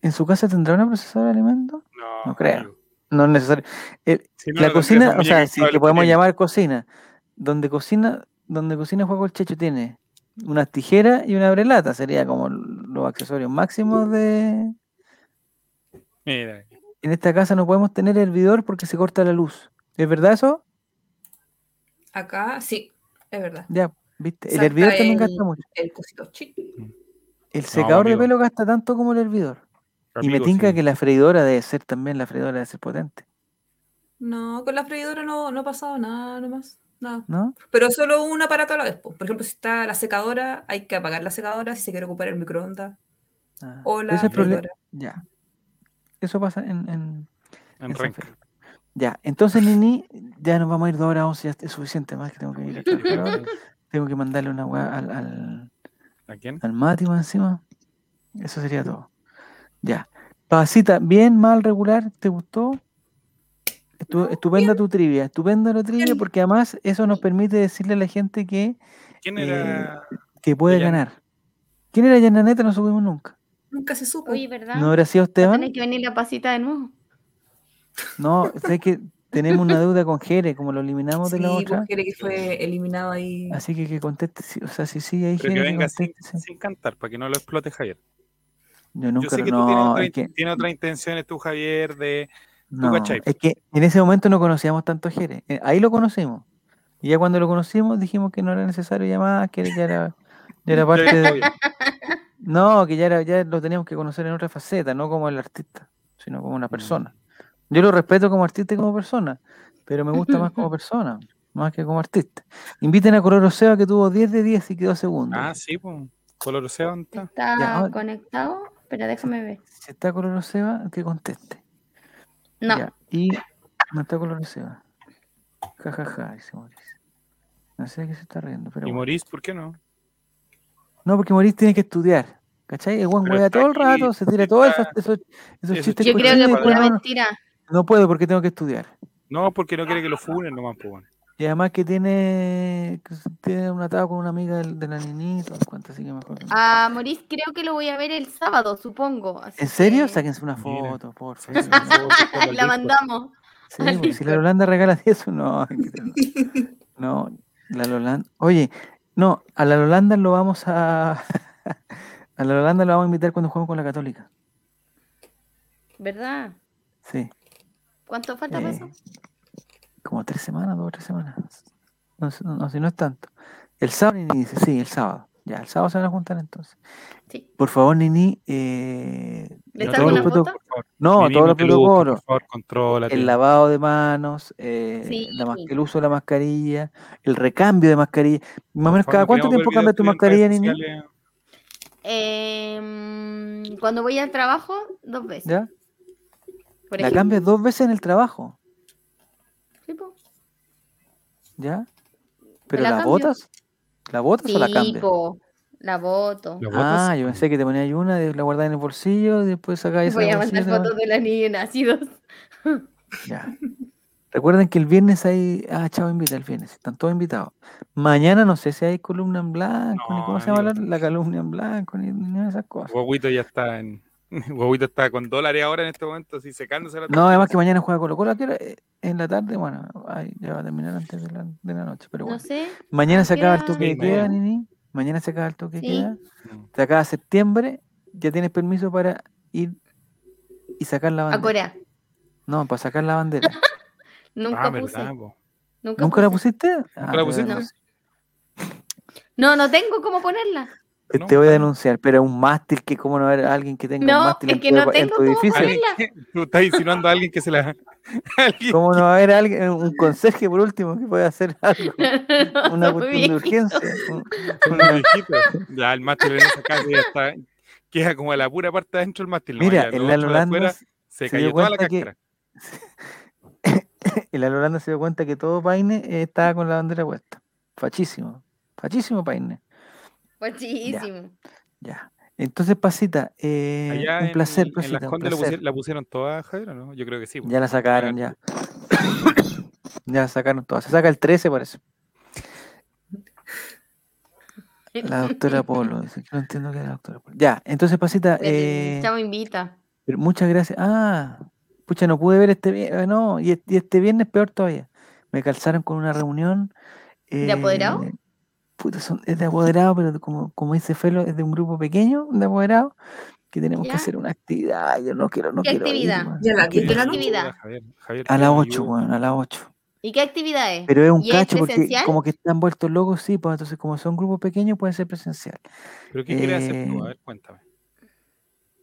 Speaker 1: en su casa tendrá una procesadora de alimentos?
Speaker 2: No,
Speaker 1: no creo.
Speaker 2: amigo.
Speaker 1: No es necesario. El-
Speaker 2: Si no,
Speaker 1: la
Speaker 2: no tendría
Speaker 1: cocina, o
Speaker 2: familia
Speaker 1: sea,
Speaker 2: que
Speaker 1: si
Speaker 2: sabe
Speaker 1: le
Speaker 2: lo
Speaker 1: podemos
Speaker 2: tiene.
Speaker 1: llamar cocina, donde cocina, donde cocina Juaco el Checho tiene unas tijeras y una brelata, sería como los accesorios máximos de,
Speaker 2: Mira,
Speaker 1: en esta casa no podemos tener hervidor porque se corta la luz. ¿Es verdad eso?
Speaker 5: acá sí, es verdad.
Speaker 1: Ya, viste. El
Speaker 5: Salta
Speaker 1: hervidor también
Speaker 5: el-
Speaker 1: gasta mucho.
Speaker 5: El cosito chic.
Speaker 1: El secador de
Speaker 2: amigo.
Speaker 1: pelo gasta tanto como el hervidor. y me
Speaker 2: amigo,
Speaker 1: tinca
Speaker 2: sí.
Speaker 1: que la freidora debe ser también, la freidora debe ser potente,
Speaker 5: No, con la freidora no, no ha pasado nada nomás. Nada.
Speaker 1: ¿no?
Speaker 5: Pero solo un aparato a la vez. po. Por ejemplo, si está la secadora, hay que apagar la secadora si se quiere ocupar el microondas.
Speaker 1: Ah,
Speaker 5: O
Speaker 1: pero
Speaker 5: la
Speaker 1: ese es proble-
Speaker 5: freidora.
Speaker 1: Ya. Eso pasa en, en-
Speaker 2: En
Speaker 1: en San
Speaker 2: renca.
Speaker 1: Felipe. Ya, entonces Nini, ya nos vamos a ir dos horas once, ya es suficiente más que tengo que ir al calculador. Tengo que mandarle una weá al, al,
Speaker 2: ¿A quién?
Speaker 1: al Mati más encima. Eso sería todo. Ya. Pasita, bien, mal, regular, ¿te gustó? Estu- estupenda tu trivia, estupenda la trivia,
Speaker 5: Bien.
Speaker 1: porque además eso nos permite decirle a la gente que,
Speaker 2: ¿Quién
Speaker 1: Eh,
Speaker 2: era?
Speaker 1: que puede
Speaker 2: Jan.
Speaker 1: ganar. ¿Quién era Yananeta? No subimos nunca.
Speaker 5: Nunca se supo.
Speaker 4: Oye, ¿verdad?
Speaker 1: ¿No habrá sido Esteban?
Speaker 4: Tienes que venir la pasita de nuevo.
Speaker 1: No, sé que tenemos una deuda con Jere, como lo eliminamos de
Speaker 5: Sí,
Speaker 1: la
Speaker 5: pues,
Speaker 1: otra.
Speaker 5: quiere que fue eliminado ahí.
Speaker 1: Así que que conteste, sí, o sea, si sigue ahí
Speaker 2: Pero que
Speaker 1: Jere, que
Speaker 2: venga sin,
Speaker 1: conteste, sí.
Speaker 2: sin cantar, para que no lo explote Javier.
Speaker 1: Yo
Speaker 2: Yo
Speaker 1: nunca,
Speaker 2: sé que tú tienes,
Speaker 1: no,
Speaker 2: otra,
Speaker 1: es que,
Speaker 2: tienes otras intenciones, tú, Javier, de.
Speaker 1: No,
Speaker 2: cachai?
Speaker 1: es que en ese momento no conocíamos tanto a Jerez. Eh, Ahí lo conocimos. Y ya cuando lo conocimos dijimos que no era necesario ya más, que ya era, ya era parte
Speaker 2: de-
Speaker 1: de... No, que ya, era, ya lo teníamos que conocer en otra faceta, no como el artista, sino como una
Speaker 2: Mm.
Speaker 1: persona. Yo lo respeto como artista y como persona, pero me gusta más como persona, más que como artista. Inviten a Color Oseo que tuvo 10 de 10 y quedó segundo.
Speaker 2: Ah, sí, pues. Color Ocean está.
Speaker 4: Está
Speaker 1: Ya, ahora-
Speaker 4: conectado, pero déjame ver.
Speaker 1: Si está Color Oseo, que conteste.
Speaker 4: No,
Speaker 1: Ya, y no está color se va. Ja, ja, ja, dice Moris. No sé de qué se está riendo, pero.
Speaker 2: ¿Y
Speaker 1: bueno.
Speaker 2: Morís, por qué no?
Speaker 1: No, porque Moris tiene que estudiar. ¿Cachai? El buen
Speaker 2: Pero
Speaker 1: hueá
Speaker 2: está
Speaker 1: todo el
Speaker 2: aquí,
Speaker 1: rato, se tira todos esos,
Speaker 2: está-
Speaker 1: esos, esos
Speaker 2: esos
Speaker 1: chistes
Speaker 4: yo creo
Speaker 1: cochinos
Speaker 4: que
Speaker 1: y
Speaker 4: es
Speaker 1: después,
Speaker 4: pura
Speaker 1: Pues no, no,
Speaker 4: mentira.
Speaker 1: no puedo porque tengo que estudiar.
Speaker 2: No, porque no quiere que lo funen nomás, pues bueno.
Speaker 1: Y además que tiene, que se- tiene un atado con una amiga del- de, la niñita, cuánto, así que mejor. que no.
Speaker 4: A Moris Ah, creo que lo voy a ver el sábado, supongo. así
Speaker 1: ¿En serio?
Speaker 4: que
Speaker 1: Sáquense una
Speaker 2: Mira.
Speaker 1: foto, por favor.
Speaker 2: Sí, por favor, por favor, al
Speaker 4: La
Speaker 2: Discord.
Speaker 4: mandamos.
Speaker 1: Sí, porque si la Holanda regala eso, no. hay que tener- No, la Holanda. Oye, no, a la Holanda lo vamos a. A la Holanda lo vamos a invitar cuando juguemos con la Católica.
Speaker 4: ¿Verdad?
Speaker 1: Sí.
Speaker 4: ¿Cuánto falta para
Speaker 1: eh,
Speaker 4: eso?
Speaker 1: como tres semanas, dos o tres semanas. No, sé- no, si no es tanto. El sábado, Nini dice, sí, el sábado. Ya, el sábado se van a juntar entonces.
Speaker 4: Sí.
Speaker 1: Por favor, Nini, eh,
Speaker 4: ¿Le
Speaker 1: no,
Speaker 4: saco
Speaker 1: todos
Speaker 4: una
Speaker 1: los proto-
Speaker 4: foto?
Speaker 1: no,
Speaker 2: Nini,
Speaker 1: todos los
Speaker 2: te luces,
Speaker 1: protocolos.
Speaker 2: Por favor, contrólate.
Speaker 1: el lavado de manos, eh,
Speaker 4: Sí.
Speaker 1: la mas- el uso de la mascarilla, el recambio de mascarilla. Más o menos,
Speaker 2: Por favor,
Speaker 1: ¿cada
Speaker 2: no
Speaker 1: cuánto
Speaker 2: queremos
Speaker 1: tiempo
Speaker 2: ver
Speaker 1: cambias tu
Speaker 2: videos tuyos
Speaker 1: mascarilla,
Speaker 2: en
Speaker 1: Nini?
Speaker 2: redes sociales.
Speaker 4: Em, cuando voy al trabajo, dos veces.
Speaker 1: ¿Ya?
Speaker 4: por
Speaker 1: La
Speaker 4: ejemplo.
Speaker 1: cambias dos veces en el trabajo,
Speaker 4: Sí, po.
Speaker 1: ¿ya? ¿Pero
Speaker 4: la
Speaker 1: la,
Speaker 4: cambio.
Speaker 1: botas? ¿La botas o la
Speaker 4: Sí,
Speaker 1: cambias?
Speaker 4: po, La voto.
Speaker 2: ¿Lo botas?
Speaker 1: Ah, yo pensé que te ponías una, de- la guardabas en el bolsillo, y después sacabas esa
Speaker 4: Voy
Speaker 1: del
Speaker 4: a
Speaker 1: bolsillo,
Speaker 4: mandar
Speaker 1: te la-
Speaker 4: fotos de la niña en ácidos.
Speaker 1: Ya. Recuerden que el viernes hay. Ah, Chavo invita el viernes, están todos invitados. Mañana no sé si hay columna en blanco, ni
Speaker 2: No,
Speaker 1: cómo se llama la,
Speaker 2: amigo.
Speaker 1: la columna en blanco, ni, ni nada de esas cosas.
Speaker 2: Guaguito ya está en. Guaguito está con dólares ahora en este momento, así secándose la
Speaker 1: No, además que mañana juega Colo Colo, ¿a qué hora? Eh, en la tarde, bueno, ay, ya va a terminar antes de la, de la noche, pero
Speaker 4: No
Speaker 1: bueno.
Speaker 4: sé.
Speaker 1: Mañana se
Speaker 4: ¿a qué
Speaker 1: acaba el
Speaker 4: hora?
Speaker 1: toque
Speaker 2: Sí,
Speaker 1: de queda,
Speaker 2: mañana.
Speaker 1: Nini. Mañana se acaba el toque de
Speaker 4: Sí.
Speaker 1: queda.
Speaker 2: Mm.
Speaker 1: Se acaba septiembre, ya tienes permiso para ir y sacar la
Speaker 4: A
Speaker 1: bandera.
Speaker 4: Corea.
Speaker 1: No, para sacar la bandera.
Speaker 4: Nunca
Speaker 2: Ah,
Speaker 4: puse.
Speaker 2: verdad, po.
Speaker 4: Nunca,
Speaker 1: ¿Nunca la
Speaker 4: puse.
Speaker 1: pusiste? Ah,
Speaker 2: la
Speaker 1: te voy a
Speaker 2: pusiste?
Speaker 1: dar-
Speaker 4: No, no tengo cómo ponerla.
Speaker 1: Te, te voy a denunciar, pero un mástil que cómo no haber alguien que tenga un
Speaker 3: No,
Speaker 1: mástil
Speaker 3: es
Speaker 1: en
Speaker 3: que
Speaker 1: tu-
Speaker 3: no
Speaker 1: en
Speaker 3: tengo
Speaker 1: tu
Speaker 3: cómo
Speaker 1: edificio.
Speaker 3: ponerlo.
Speaker 2: Alguien que- Tú estás insinuando a alguien que se la. alguien
Speaker 1: ¿Cómo no va a haber alguien, un conserje por último que pueda hacer algo? Una
Speaker 3: Son
Speaker 1: cuestión
Speaker 3: muy
Speaker 1: de
Speaker 3: viejitos.
Speaker 1: urgencia. un-
Speaker 2: que-
Speaker 1: una-
Speaker 2: viejito. Ya, el mástil en esa casa ya está. Queda como a la pura parte de adentro el mástil. ¿no?
Speaker 1: Mira,
Speaker 2: Ya,
Speaker 1: el
Speaker 2: lo otro de
Speaker 1: Lalo Landa
Speaker 2: afuera se
Speaker 1: se dio
Speaker 2: cayó toda la
Speaker 1: cuenta que-
Speaker 2: cáscara.
Speaker 1: el Lalo Landa se dio cuenta que todo Paine eh, estaba con la bandera puesta. Fachísimo. Fachísimo Paine.
Speaker 3: Muchísimo.
Speaker 1: Ya. Entonces, Pasita, eh,
Speaker 2: Allá
Speaker 1: un
Speaker 2: en-
Speaker 1: placer,
Speaker 2: en,
Speaker 1: Pasita,
Speaker 2: las
Speaker 1: un
Speaker 2: Condes la
Speaker 1: placer.
Speaker 2: pusieron, la pusieron toda, Javier, ¿o ¿no? Yo creo que sí. pues.
Speaker 1: Ya la sacaron, ya. ya la sacaron todas. Se saca el 13, parece. La doctora Polo. dice que No entiendo qué es la doctora Polo. Ya, entonces, Pasita, eh,
Speaker 3: Chavo invita.
Speaker 1: pero muchas gracias. Ah, pucha, no pude ver este viernes. No, y, e- y este viernes peor todavía. Me calzaron con una reunión.
Speaker 3: ¿De apoderado?
Speaker 1: eh, Puta, son- es de apoderado, pero como, como dice Felo, es de un grupo pequeño de apoderado que tenemos
Speaker 3: ¿Ya?
Speaker 1: que hacer una actividad. Yo no quiero, no
Speaker 3: ¿Qué
Speaker 1: quiero ir,
Speaker 3: actividad?
Speaker 1: weón.
Speaker 5: Ya la
Speaker 1: No quiero.
Speaker 5: quité. ¿De la noche?
Speaker 3: actividad?
Speaker 2: pues, Javier, Javier,
Speaker 1: A
Speaker 2: te
Speaker 1: las
Speaker 2: ayudo.
Speaker 1: 8, weón, a las 8.
Speaker 3: ¿Y qué actividad es?
Speaker 1: Pero es un
Speaker 3: ¿Y es
Speaker 1: cacho porque
Speaker 3: presencial?
Speaker 1: como que están vueltos locos, sí, pues entonces como son grupos pequeños puede ser presencial.
Speaker 2: ¿Pero qué quieres hacer tú?
Speaker 1: Eh,
Speaker 2: A ver, cuéntame.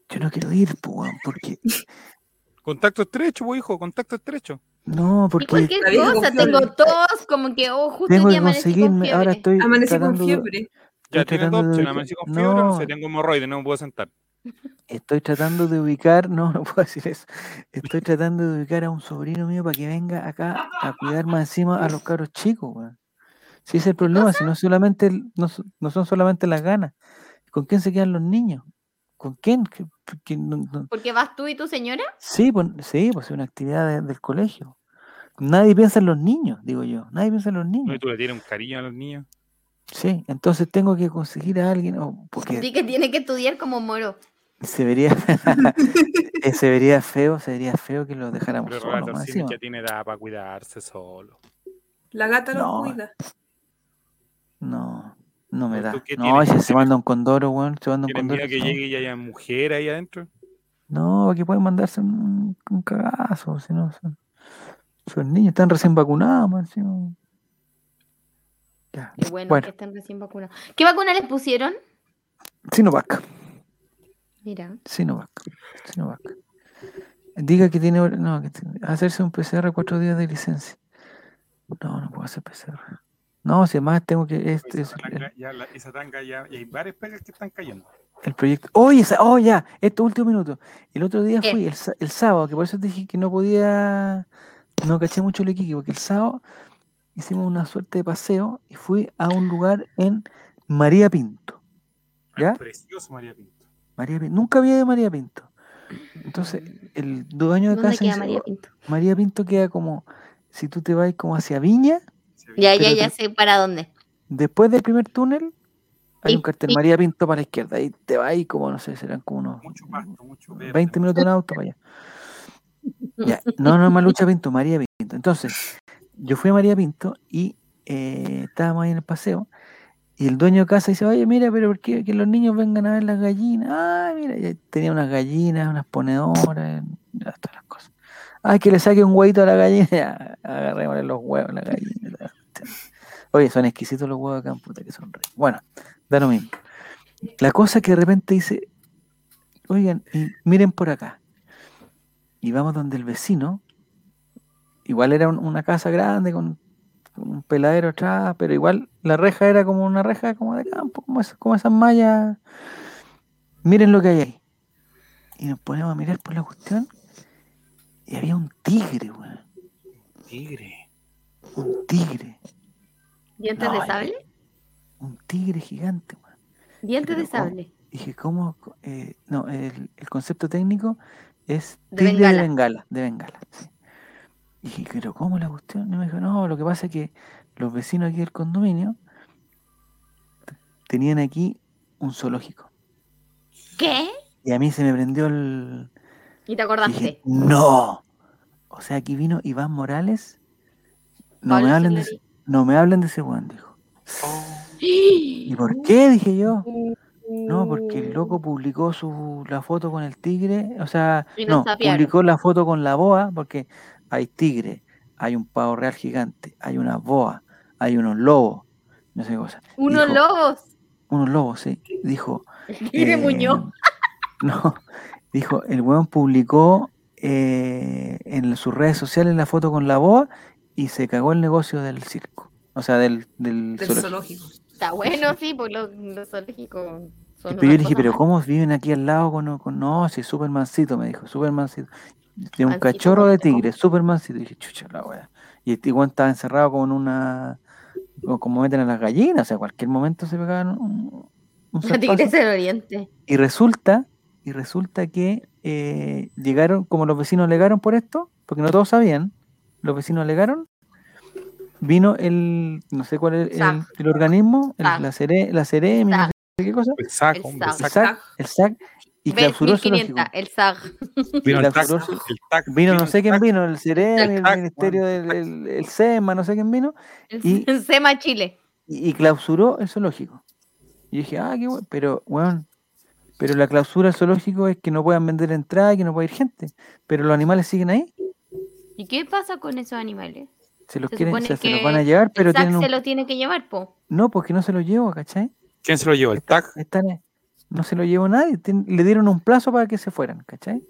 Speaker 1: Yo no quiero ir, pues, weón, porque...
Speaker 2: Contacto estrecho, pues, hijo, contacto estrecho.
Speaker 1: No,
Speaker 3: Y
Speaker 1: porque
Speaker 3: cualquier
Speaker 5: La vieja
Speaker 3: cosa,
Speaker 5: confiable.
Speaker 3: tengo tos, como que, oh, justo
Speaker 1: tengo
Speaker 3: hoy día
Speaker 1: que
Speaker 3: amanecí con
Speaker 1: conseguirme,
Speaker 3: fiebre.
Speaker 1: ahora estoy
Speaker 5: Amanecí con
Speaker 1: tratando de-
Speaker 5: fiebre.
Speaker 2: Ya
Speaker 1: Estoy
Speaker 2: tienes dos
Speaker 1: tratando de
Speaker 2: opciones,
Speaker 1: ubicar-
Speaker 2: amanecí con fiebre, no sé,
Speaker 1: No.
Speaker 2: tengo hemorroides, no me puedo sentar.
Speaker 1: Estoy tratando de ubicar, no, no puedo decir eso. Estoy tratando de ubicar a un sobrino mío para que venga acá a cuidar más encima a los cabros chicos, weón. Si ese es el problema, si no solamente, el- no, so- no son solamente las ganas. ¿Con quién se quedan los niños? ¿Con quién? Que- que no- no-
Speaker 3: Porque vas tú y tu señora.
Speaker 1: Sí, pues, sí, pues es una actividad de- del colegio. Nadie piensa en los niños, digo yo. Nadie piensa en los
Speaker 2: No, y
Speaker 1: niños.
Speaker 2: tú le tienes un cariño a los niños.
Speaker 1: Sí, entonces tengo que conseguir a alguien, o- porque
Speaker 3: Así que tiene que estudiar como moro.
Speaker 1: se vería, eh, se vería feo, se vería feo que los dejáramos
Speaker 2: Pero
Speaker 1: solos.
Speaker 2: Roberto
Speaker 1: pues, más
Speaker 2: Orsini
Speaker 1: encima.
Speaker 2: ya tiene edad para cuidarse solo.
Speaker 5: La gata los
Speaker 1: No.
Speaker 5: cuida.
Speaker 1: No, no me
Speaker 2: Pero
Speaker 1: da.
Speaker 2: tú, ¿qué
Speaker 1: No,
Speaker 2: tienes?
Speaker 1: ella se manda un condoro, weón. Se manda un
Speaker 2: ¿Tienes
Speaker 1: condoro.
Speaker 2: miedo que
Speaker 1: no.
Speaker 2: llegue y haya mujer ahí adentro?
Speaker 1: No, que pueden mandarse un, un cagazo, si no son, son niños, están recién vacunados, más encima. Ya.
Speaker 3: Qué bueno,
Speaker 1: Bueno,
Speaker 3: que están recién vacunados. ¿Qué vacuna les pusieron?
Speaker 1: Sinovac.
Speaker 3: Mira.
Speaker 1: Sinovac. Sinovac. Diga que tiene. hor- No, que tiene- hacerse un PCR cuatro días de licencia. No, no puedo hacer PCR. No, si más tengo que. Este, es
Speaker 2: esa,
Speaker 1: el,
Speaker 2: tanga, ya, la- esa tanga ya, y hay varias pegas que están cayendo.
Speaker 1: el proyecto. ¡Oye! esa- ¡Oh, ya! Este último minuto. El otro día
Speaker 3: ¿Qué?
Speaker 1: fui, el, sa- el sábado, que por eso te dije que no podía. No caché mucho el equipo, porque el sábado hicimos una suerte de paseo y fui a un lugar en María Pinto.
Speaker 2: Ay,
Speaker 1: ¿Ya?
Speaker 2: Precioso, María Pinto.
Speaker 1: María Pinto. Nunca había ido a María Pinto. Entonces, el dueño de
Speaker 3: ¿Dónde
Speaker 1: casa
Speaker 3: queda
Speaker 1: dice,
Speaker 3: María
Speaker 1: "Oh,
Speaker 3: Pinto?
Speaker 1: María Pinto queda como, si tú te vas como hacia Viña,
Speaker 2: Se ve-
Speaker 3: Ya, ya,
Speaker 1: Pero
Speaker 3: ya
Speaker 1: tú-
Speaker 3: sé para dónde.
Speaker 1: después del primer túnel, hay
Speaker 3: Sí,
Speaker 1: un cartel
Speaker 3: sí.
Speaker 1: María Pinto para la izquierda, y te vas ahí como, no sé, serán como unos
Speaker 2: Mucho pasto, mucho verde.
Speaker 1: 20 minutos en auto para allá. Ya, No, no, Malucha Pinto, María Pinto. Entonces, yo fui a María Pinto y eh, estábamos ahí en el paseo. Y el dueño de casa dice, oye, mira, pero ¿por qué que los niños vengan a ver las gallinas? Ah, mira, y tenía unas gallinas, unas ponedoras, ya, todas las cosas. Ay, que le saque un huevito a la gallina. Ya, agarrémosle los huevos a la gallina. la cuestión. Oye, son exquisitos los huevos de campo, puta que son ricos. Bueno, da lo mismo. La cosa es que de repente dice, oigan, y miren por acá. Y vamos donde el vecino, igual era un- una casa grande con, con un peladero atrás, pero igual la reja era como una reja como de campo, como, esas- como esas mallas. Miren lo que hay ahí. Y nos ponemos a mirar por la cuestión. Y había un tigre, weón.
Speaker 2: Tigre.
Speaker 1: Un tigre.
Speaker 3: ¿Dientes
Speaker 1: No,
Speaker 3: de
Speaker 1: eh.
Speaker 3: sable?
Speaker 1: Un tigre gigante, weón.
Speaker 3: Dientes de
Speaker 1: pero ¿cómo?
Speaker 3: sable.
Speaker 1: Dije, ¿cómo? co- eh, no, el, el concepto técnico es
Speaker 3: De
Speaker 1: tigre de
Speaker 3: bengala.
Speaker 1: bengala, de bengala. sí. Dije, ¿pero cómo la cuestión? Y me dijo, no, lo que pasa es que los vecinos aquí del condominio t- tenían aquí un zoológico.
Speaker 3: ¿Qué?
Speaker 1: Y a mí se me prendió el.
Speaker 3: Y te
Speaker 1: Dije,
Speaker 3: acordaste.
Speaker 1: ¡No! O sea, aquí vino Iván Morales. No
Speaker 3: Pablo
Speaker 1: me hablen de,
Speaker 3: Solari.
Speaker 1: ese- no me hablen de ese weón, dijo. ¿Y por qué? Dije yo. No, porque el
Speaker 3: Uh.
Speaker 1: loco publicó su, la foto con el tigre, o sea,
Speaker 3: Y lo
Speaker 1: no,
Speaker 3: sapearon.
Speaker 1: publicó la foto con la boa, porque hay tigre, hay un pavo real gigante, hay una boa, hay unos lobos, no sé qué cosa.
Speaker 3: Unos
Speaker 1: Dijo,
Speaker 3: lobos.
Speaker 1: unos lobos, sí. Dijo.
Speaker 3: Tigre
Speaker 1: eh,
Speaker 3: Muñoz.
Speaker 1: No, dijo, el weón publicó eh, en sus redes sociales la foto con la boa y se cagó el negocio del circo. O sea, del, del,
Speaker 5: Del
Speaker 1: zoológico.
Speaker 5: zoológico.
Speaker 3: Está bueno, sí, pues los, los zoológicos son.
Speaker 1: Pero pues yo
Speaker 3: una
Speaker 1: le dije,
Speaker 3: cosa
Speaker 1: pero
Speaker 3: más.
Speaker 1: ¿cómo viven aquí al lado con, con- no, si Supermancito, me dijo, Supermancito. De un
Speaker 3: Mancito,
Speaker 1: cachorro de
Speaker 3: mancito.
Speaker 1: tigre, Supermancito. Y dije, chucha la wea. Y este igual estaba encerrado con una, o como meten a las gallinas, o sea, cualquier momento se pegaban un, un
Speaker 3: La tigresa
Speaker 1: zarpazo.
Speaker 3: del Oriente.
Speaker 1: Y resulta, y resulta que eh, llegaron, como los vecinos alegaron por esto, porque no todos sabían, los vecinos alegaron, vino el, no sé cuál es el,
Speaker 3: SAG.
Speaker 1: el organismo, el-
Speaker 3: SAG.
Speaker 1: la CERE, la CEREMI, no
Speaker 3: SAG.
Speaker 1: sé qué cosa,
Speaker 2: El saco,
Speaker 3: El
Speaker 2: hombre,
Speaker 1: el
Speaker 2: el
Speaker 3: saco.
Speaker 2: saco.
Speaker 1: SAC, el SAC, y
Speaker 3: Ve-
Speaker 1: clausturó el
Speaker 3: 1500,
Speaker 1: zoológico.
Speaker 3: el SAG.
Speaker 2: Vino el tac,
Speaker 1: clausuró el-
Speaker 2: el tac,
Speaker 1: Vino no sé
Speaker 2: el
Speaker 1: quién
Speaker 2: tac.
Speaker 1: vino, el CEREMI,
Speaker 2: SAC,
Speaker 1: el
Speaker 2: weón,
Speaker 1: Ministerio del el, el SEMA, no sé quién vino,
Speaker 3: El,
Speaker 1: Y-
Speaker 3: el SEMA Chile.
Speaker 1: y, y clausuró el zoológico. Y dije, ah, qué bueno, pero, weón, pero la clausura del zoológico es que no puedan vender entrada y que no pueda ir gente, pero los animales siguen ahí.
Speaker 3: ¿Y qué pasa con esos animales?
Speaker 1: se los
Speaker 3: Se
Speaker 1: quieren, o
Speaker 3: supone
Speaker 1: sea, se los
Speaker 3: que
Speaker 1: van a llevar, pero
Speaker 3: el SAC
Speaker 1: tienen un...
Speaker 3: se lo tiene que llevar, po.
Speaker 1: No, porque no se los llevo, ¿cachai?
Speaker 2: ¿Quién se lo llevó? El tac.
Speaker 1: Están, eh, no se lo llevó nadie, tien- le dieron un plazo para que se fueran, ¿cachai?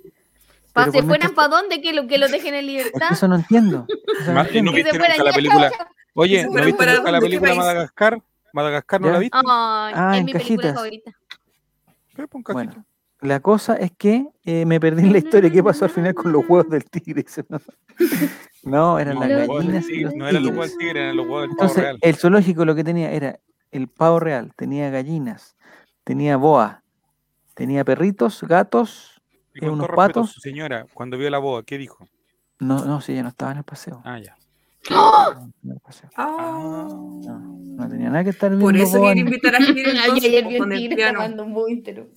Speaker 3: Pa,
Speaker 1: Pero por
Speaker 3: ¿Se fueran
Speaker 1: mientras-
Speaker 3: para dónde? Que lo, que lo dejen en
Speaker 1: Es que
Speaker 3: libertad.
Speaker 1: eso no entiendo. eso no
Speaker 2: Más que no
Speaker 1: entiendo.
Speaker 3: Que se
Speaker 2: viste
Speaker 3: fueran
Speaker 2: nunca la
Speaker 3: ya,
Speaker 2: película. Oye,
Speaker 5: se
Speaker 2: ¿no
Speaker 5: fueran
Speaker 2: viste
Speaker 5: para
Speaker 2: nunca la
Speaker 5: dónde, qué
Speaker 2: película
Speaker 5: país?
Speaker 2: Madagascar? ¿Madagascar no
Speaker 1: Ya.
Speaker 2: la viste?
Speaker 3: Ay,
Speaker 1: Ah,
Speaker 3: es
Speaker 1: en
Speaker 3: mi película
Speaker 1: cajitas.
Speaker 3: favorita.
Speaker 2: Ve, pon cajita.
Speaker 1: Bueno, la cosa es que eh, me perdí en la historia. ¿Qué pasó al final con los huevos del tigre? Eso no- No, eran
Speaker 2: No,
Speaker 1: las
Speaker 2: los
Speaker 3: Los
Speaker 2: huevos del
Speaker 1: gallinas y
Speaker 2: tigre,
Speaker 1: los
Speaker 2: No eran los huevos
Speaker 1: tigres.
Speaker 2: del tigre, eran los huevos del pavo
Speaker 1: Entonces,
Speaker 2: real.
Speaker 1: el zoológico lo que tenía era el pavo real, tenía gallinas, tenía boa, tenía perritos, gatos.
Speaker 2: Y con
Speaker 1: eh, unos
Speaker 2: todo respeto,
Speaker 1: patos.
Speaker 2: su señora, cuando vio la boa, ¿qué dijo?
Speaker 1: No, no, sí, ya no estaba en el paseo.
Speaker 2: Ah, ya.
Speaker 1: no, no, en el paseo.
Speaker 5: Ah.
Speaker 1: No tenía nada que estar viendo
Speaker 5: Por eso
Speaker 1: boa
Speaker 5: quiero
Speaker 1: ni-
Speaker 5: invitar a Jere
Speaker 3: Ay,
Speaker 5: entonces,
Speaker 3: ayer vi un
Speaker 5: con el
Speaker 3: tigre
Speaker 5: piano
Speaker 4: tomando un bus inter-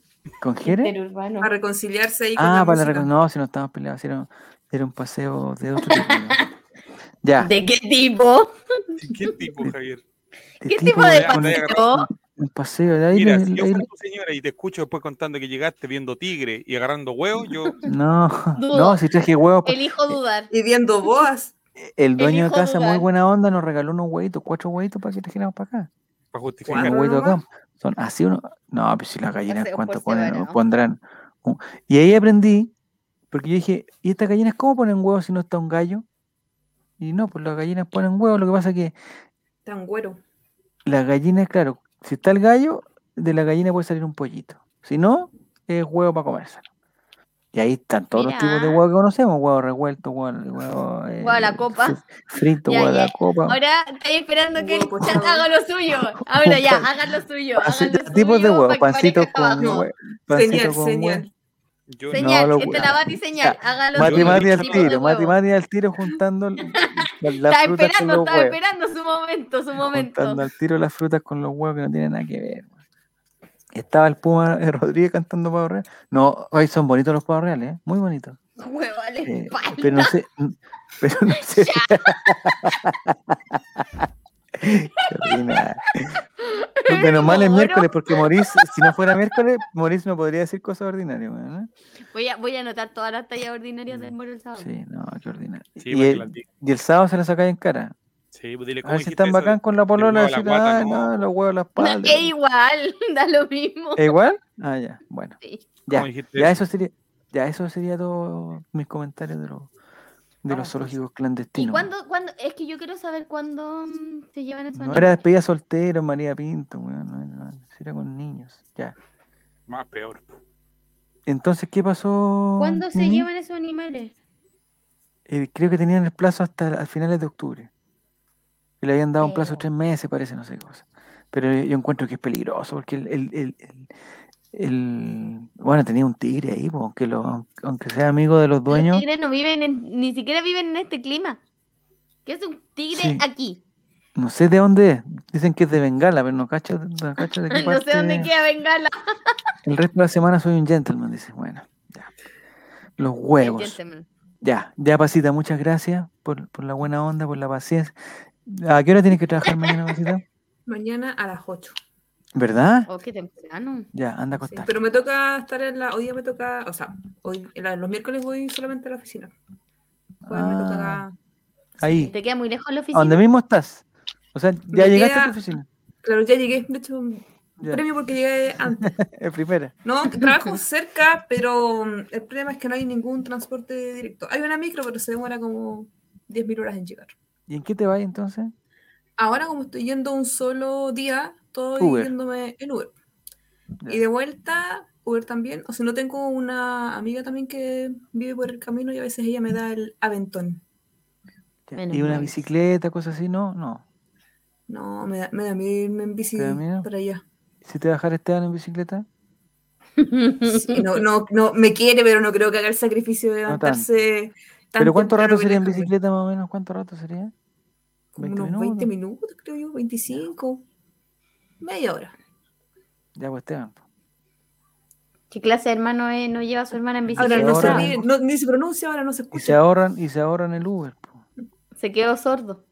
Speaker 1: con Jere.
Speaker 4: interurbano.
Speaker 5: a reconciliarse ahí con
Speaker 1: Ah,
Speaker 5: la
Speaker 1: para
Speaker 5: música.
Speaker 1: la No, si no estábamos peleados, si era, era un paseo de otro tipo. ya.
Speaker 3: ¿De qué tipo?
Speaker 2: ¿Qué tipo, Javier?
Speaker 1: de
Speaker 3: ¿Qué tipo de
Speaker 2: de-
Speaker 3: paseo?
Speaker 1: Un paseo de ahí.
Speaker 2: Mira,
Speaker 1: el-
Speaker 2: si yo
Speaker 1: ahí-
Speaker 2: fuera tu señora y te escucho después contando que llegaste viendo tigre y agarrando huevos, yo
Speaker 1: No,
Speaker 3: Dudo.
Speaker 1: no, si traje huevos. pa-
Speaker 3: Elijo
Speaker 1: Eh,
Speaker 3: dudar.
Speaker 5: Y viendo boas.
Speaker 1: El dueño de
Speaker 3: elijo
Speaker 1: casa, muy
Speaker 3: dudar.
Speaker 1: buena onda, nos regaló unos huevitos, cuatro huevitos para que trajéramos para acá.
Speaker 2: para
Speaker 1: Unos
Speaker 2: justificar.
Speaker 5: Claro,
Speaker 1: huevitos
Speaker 5: nomás.
Speaker 1: acá. Son así uno. No, pues si las gallinas,
Speaker 3: Paseos por
Speaker 1: ¿cuánto ponen,
Speaker 3: semana, ¿no?
Speaker 1: pondrán? Un- Y ahí aprendí, porque yo dije, ¿y estas gallinas cómo ponen huevos si no está un gallo? Y no, pues las gallinas ponen huevos, lo que pasa es que
Speaker 5: Tan güero.
Speaker 1: La gallina, claro, si está el gallo, de la gallina puede salir un pollito. Si no, es huevo para comérselo. Y ahí están todos los tipos de
Speaker 3: Mirá.
Speaker 1: huevo que conocemos: huevo revuelto, huevo, huevo, eh,
Speaker 3: a la copa.
Speaker 1: fri- frito,
Speaker 3: Ya,
Speaker 1: huevo a la
Speaker 3: ya.
Speaker 1: copa.
Speaker 3: Ahora estoy esperando que el
Speaker 5: Huevo
Speaker 3: chat
Speaker 5: pochado.
Speaker 3: haga lo suyo. Ahora ya, hagan lo suyo.
Speaker 1: Así,
Speaker 3: hagan lo
Speaker 1: tipos de
Speaker 3: suyo
Speaker 1: huevo:
Speaker 3: para que parezca
Speaker 1: pancito con
Speaker 3: trabajo.
Speaker 1: hue- pancito
Speaker 5: Señal,
Speaker 1: con
Speaker 5: señal.
Speaker 2: Yo no,
Speaker 3: Señal,
Speaker 1: lo-
Speaker 3: esta es la bati señal. Hágalo
Speaker 2: Mati,
Speaker 1: Mati,
Speaker 2: Yo no
Speaker 1: Mati
Speaker 2: he
Speaker 1: al
Speaker 2: dicho
Speaker 1: tiro,
Speaker 2: nada.
Speaker 1: Mati, Mati al tiro juntando l- la- las
Speaker 3: Estaba
Speaker 1: frutas con
Speaker 3: esperando,
Speaker 1: los
Speaker 3: estaba
Speaker 1: huevos.
Speaker 3: esperando su momento, su momento.
Speaker 1: Juntando al tiro las frutas con los huevos que no tienen nada que ver. Estaba el Puma eh, Rodríguez cantando pavo real. No, hoy son bonitos los pavos reales, ¿eh? muy bonitos.
Speaker 3: Huevo a la
Speaker 1: Eh,
Speaker 3: espalda.
Speaker 1: pero no sé. n- Pero no sé. Qué ordinaria. Pues Menos mal es
Speaker 3: Moro.
Speaker 1: miércoles, porque Morís, si no fuera miércoles, Morís no podría decir cosas ordinarias. weón, ¿eh?
Speaker 3: Voy a, voy a anotar todas las tallas ordinarias del
Speaker 1: Mm,
Speaker 3: Moro el sábado.
Speaker 1: Sí, no, qué ordinario.
Speaker 2: sí,
Speaker 1: y,
Speaker 2: para que la
Speaker 1: el,
Speaker 2: diga.
Speaker 1: y el sábado se la saca en cara.
Speaker 2: Sí, pues dile
Speaker 1: A
Speaker 2: cómo
Speaker 1: ver si
Speaker 2: dijiste
Speaker 1: están
Speaker 2: eso.
Speaker 1: bacán con la polola,
Speaker 2: huevo a la
Speaker 1: decir,
Speaker 2: guata,
Speaker 1: ah,
Speaker 2: no.
Speaker 1: no, los huevos a la
Speaker 3: No,
Speaker 1: espalda.
Speaker 3: es igual, da lo mismo.
Speaker 1: ¿Es igual? Ah, ya, bueno.
Speaker 3: Sí.
Speaker 1: Ya,
Speaker 2: ¿Cómo dijiste
Speaker 1: ya
Speaker 2: eso?
Speaker 1: eso sería, ya eso sería todos mis comentarios de los, de los
Speaker 5: Vamos,
Speaker 1: zoológicos
Speaker 3: Ah, pues. ¿Y
Speaker 1: clandestinos.
Speaker 3: cuándo, cuándo? Es que yo quiero saber cuándo mm, se llevan esos
Speaker 1: No era
Speaker 3: animales.
Speaker 1: despedida soltero, María Pinto, weón. No, no, no, era con niños. Ya.
Speaker 2: Más peor.
Speaker 1: Entonces, ¿qué pasó?
Speaker 3: ¿Cuándo se
Speaker 1: Nini?
Speaker 3: llevan esos animales?
Speaker 1: Eh, creo que tenían el plazo hasta a finales de octubre. Y le habían dado un plazo de
Speaker 3: Pero-
Speaker 1: tres meses, parece, no sé qué cosa. Pero yo encuentro que es peligroso porque el. el- el- el- el- bueno, tenía un tigre ahí, po, aunque, lo, aunque sea amigo de los
Speaker 3: Los
Speaker 1: dueños.
Speaker 3: tigres no viven, en- ni siquiera viven en este clima. ¿Qué es un tigre
Speaker 1: Sí.
Speaker 3: aquí?
Speaker 1: No sé de dónde es. Dicen que es de Bengala, pero no cacho, no cacho de qué
Speaker 3: no sé dónde
Speaker 1: parte-
Speaker 3: queda Bengala.
Speaker 1: El resto de la semana soy un gentleman, dice. Bueno, ya. Los huevos.
Speaker 3: Gentleman.
Speaker 1: Ya, ya, Pasita, muchas gracias por, por la buena onda, por la paciencia. ¿A qué hora tienes que trabajar mañana, Pasita?
Speaker 5: Mañana a las 8.
Speaker 1: ¿Verdad?
Speaker 3: Oh, qué temprano.
Speaker 1: Ya, anda a
Speaker 5: Sí,
Speaker 1: acostar.
Speaker 5: pero me toca estar en la. Hoy día me toca. O sea, hoy, la- los miércoles voy solamente a la oficina. Hoy me toca
Speaker 1: Ah,
Speaker 5: la-
Speaker 1: ahí,
Speaker 3: ¿Te queda muy lejos la
Speaker 1: a
Speaker 3: oficina?
Speaker 1: donde mismo estás. O sea, ya
Speaker 5: Me
Speaker 1: llegaste a
Speaker 5: queda-
Speaker 1: tu oficina.
Speaker 5: Claro, ya llegué. De hecho,
Speaker 1: Ya.
Speaker 5: Premio porque llegué antes.
Speaker 1: Es primera.
Speaker 5: No, trabajo cerca, pero mm, el problema es que no hay ningún transporte directo. Hay una micro, pero se demora como 10.000 horas en llegar.
Speaker 1: ¿Y en qué te vas entonces?
Speaker 5: Ahora, como estoy yendo un solo día, estoy
Speaker 1: Uber.
Speaker 5: yéndome en Uber.
Speaker 1: Ya.
Speaker 5: Y de vuelta, Uber también. O si no, tengo una amiga también que vive por el camino y a veces ella me da el aventón.
Speaker 1: Ya,
Speaker 8: Menos
Speaker 1: ¿Y una
Speaker 8: mal.
Speaker 1: bicicleta, cosas así? No, no.
Speaker 5: No, me da, me da miedo irme en bici
Speaker 1: ¿Te da miedo?
Speaker 5: para allá.
Speaker 1: ¿Si te bajar Esteban este en bicicleta?
Speaker 5: Sí, no, no, no, me quiere, pero no creo que haga el sacrificio de
Speaker 1: No tanto.
Speaker 5: levantarse. tan
Speaker 1: ¿Pero cuánto
Speaker 5: temprano
Speaker 1: rato
Speaker 5: para ir
Speaker 1: sería
Speaker 5: a
Speaker 1: en
Speaker 5: correr.
Speaker 1: bicicleta más o menos? ¿Cuánto rato sería?
Speaker 5: Como
Speaker 1: 20
Speaker 5: unos
Speaker 1: minutos.
Speaker 5: 20 minutos, creo yo, 25, media hora.
Speaker 1: Ya, pues Esteban. po.
Speaker 8: ¿Qué clase de hermano es? no lleva a su hermana en bicicleta?
Speaker 5: Ahora
Speaker 1: se
Speaker 5: no se
Speaker 1: ahorra.
Speaker 5: ríe, no- ni se pronuncia, ahora no se
Speaker 1: Y se
Speaker 5: escucha.
Speaker 1: ahorran, y se ahorran el Uber. po.
Speaker 8: Se quedó sordo.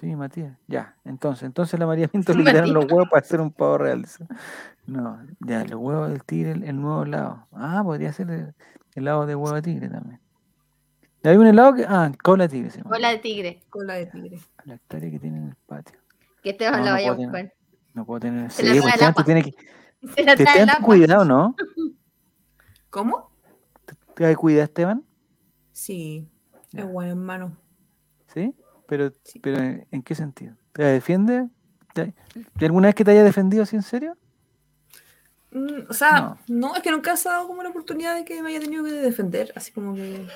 Speaker 1: Sí, Matías. Ya, entonces, entonces la María Pinto le quitaron los huevos para hacer un pavo real. dice. No, ya, los huevos del tigre, el, el nuevo helado. Ah, podría ser el helado de huevo de tigre también. ¿Y hay un helado que. Ah, cola de tigre se llama.
Speaker 8: Cola de tigre.
Speaker 5: Cola de tigre.
Speaker 1: La hectárea que tiene en el patio.
Speaker 8: Que Esteban
Speaker 1: No,
Speaker 8: la
Speaker 1: no
Speaker 8: vaya a
Speaker 1: puedo
Speaker 8: buscar.
Speaker 1: No puedo tener.
Speaker 8: Se la
Speaker 1: Sí,
Speaker 8: trae
Speaker 1: pues,
Speaker 8: el
Speaker 1: Esteban, tú
Speaker 8: agua.
Speaker 1: tienes que.
Speaker 8: Se la trae
Speaker 1: Te
Speaker 8: el
Speaker 1: Esteban, ten
Speaker 8: agua.
Speaker 1: cuidado, ¿no?
Speaker 5: ¿Cómo?
Speaker 1: Te cuidado, Esteban.
Speaker 5: Sí,
Speaker 1: Ya.
Speaker 5: es guay, hermano.
Speaker 1: ¿Sí? Pero,
Speaker 5: Sí.
Speaker 1: pero eh, ¿en en qué sentido? ¿Te la defiende? ¿Te- ¿Y alguna vez que te haya defendido así en serio?
Speaker 5: Mm, o sea, no. es que nunca se ha dado como la oportunidad de que me haya tenido que defender, así como que,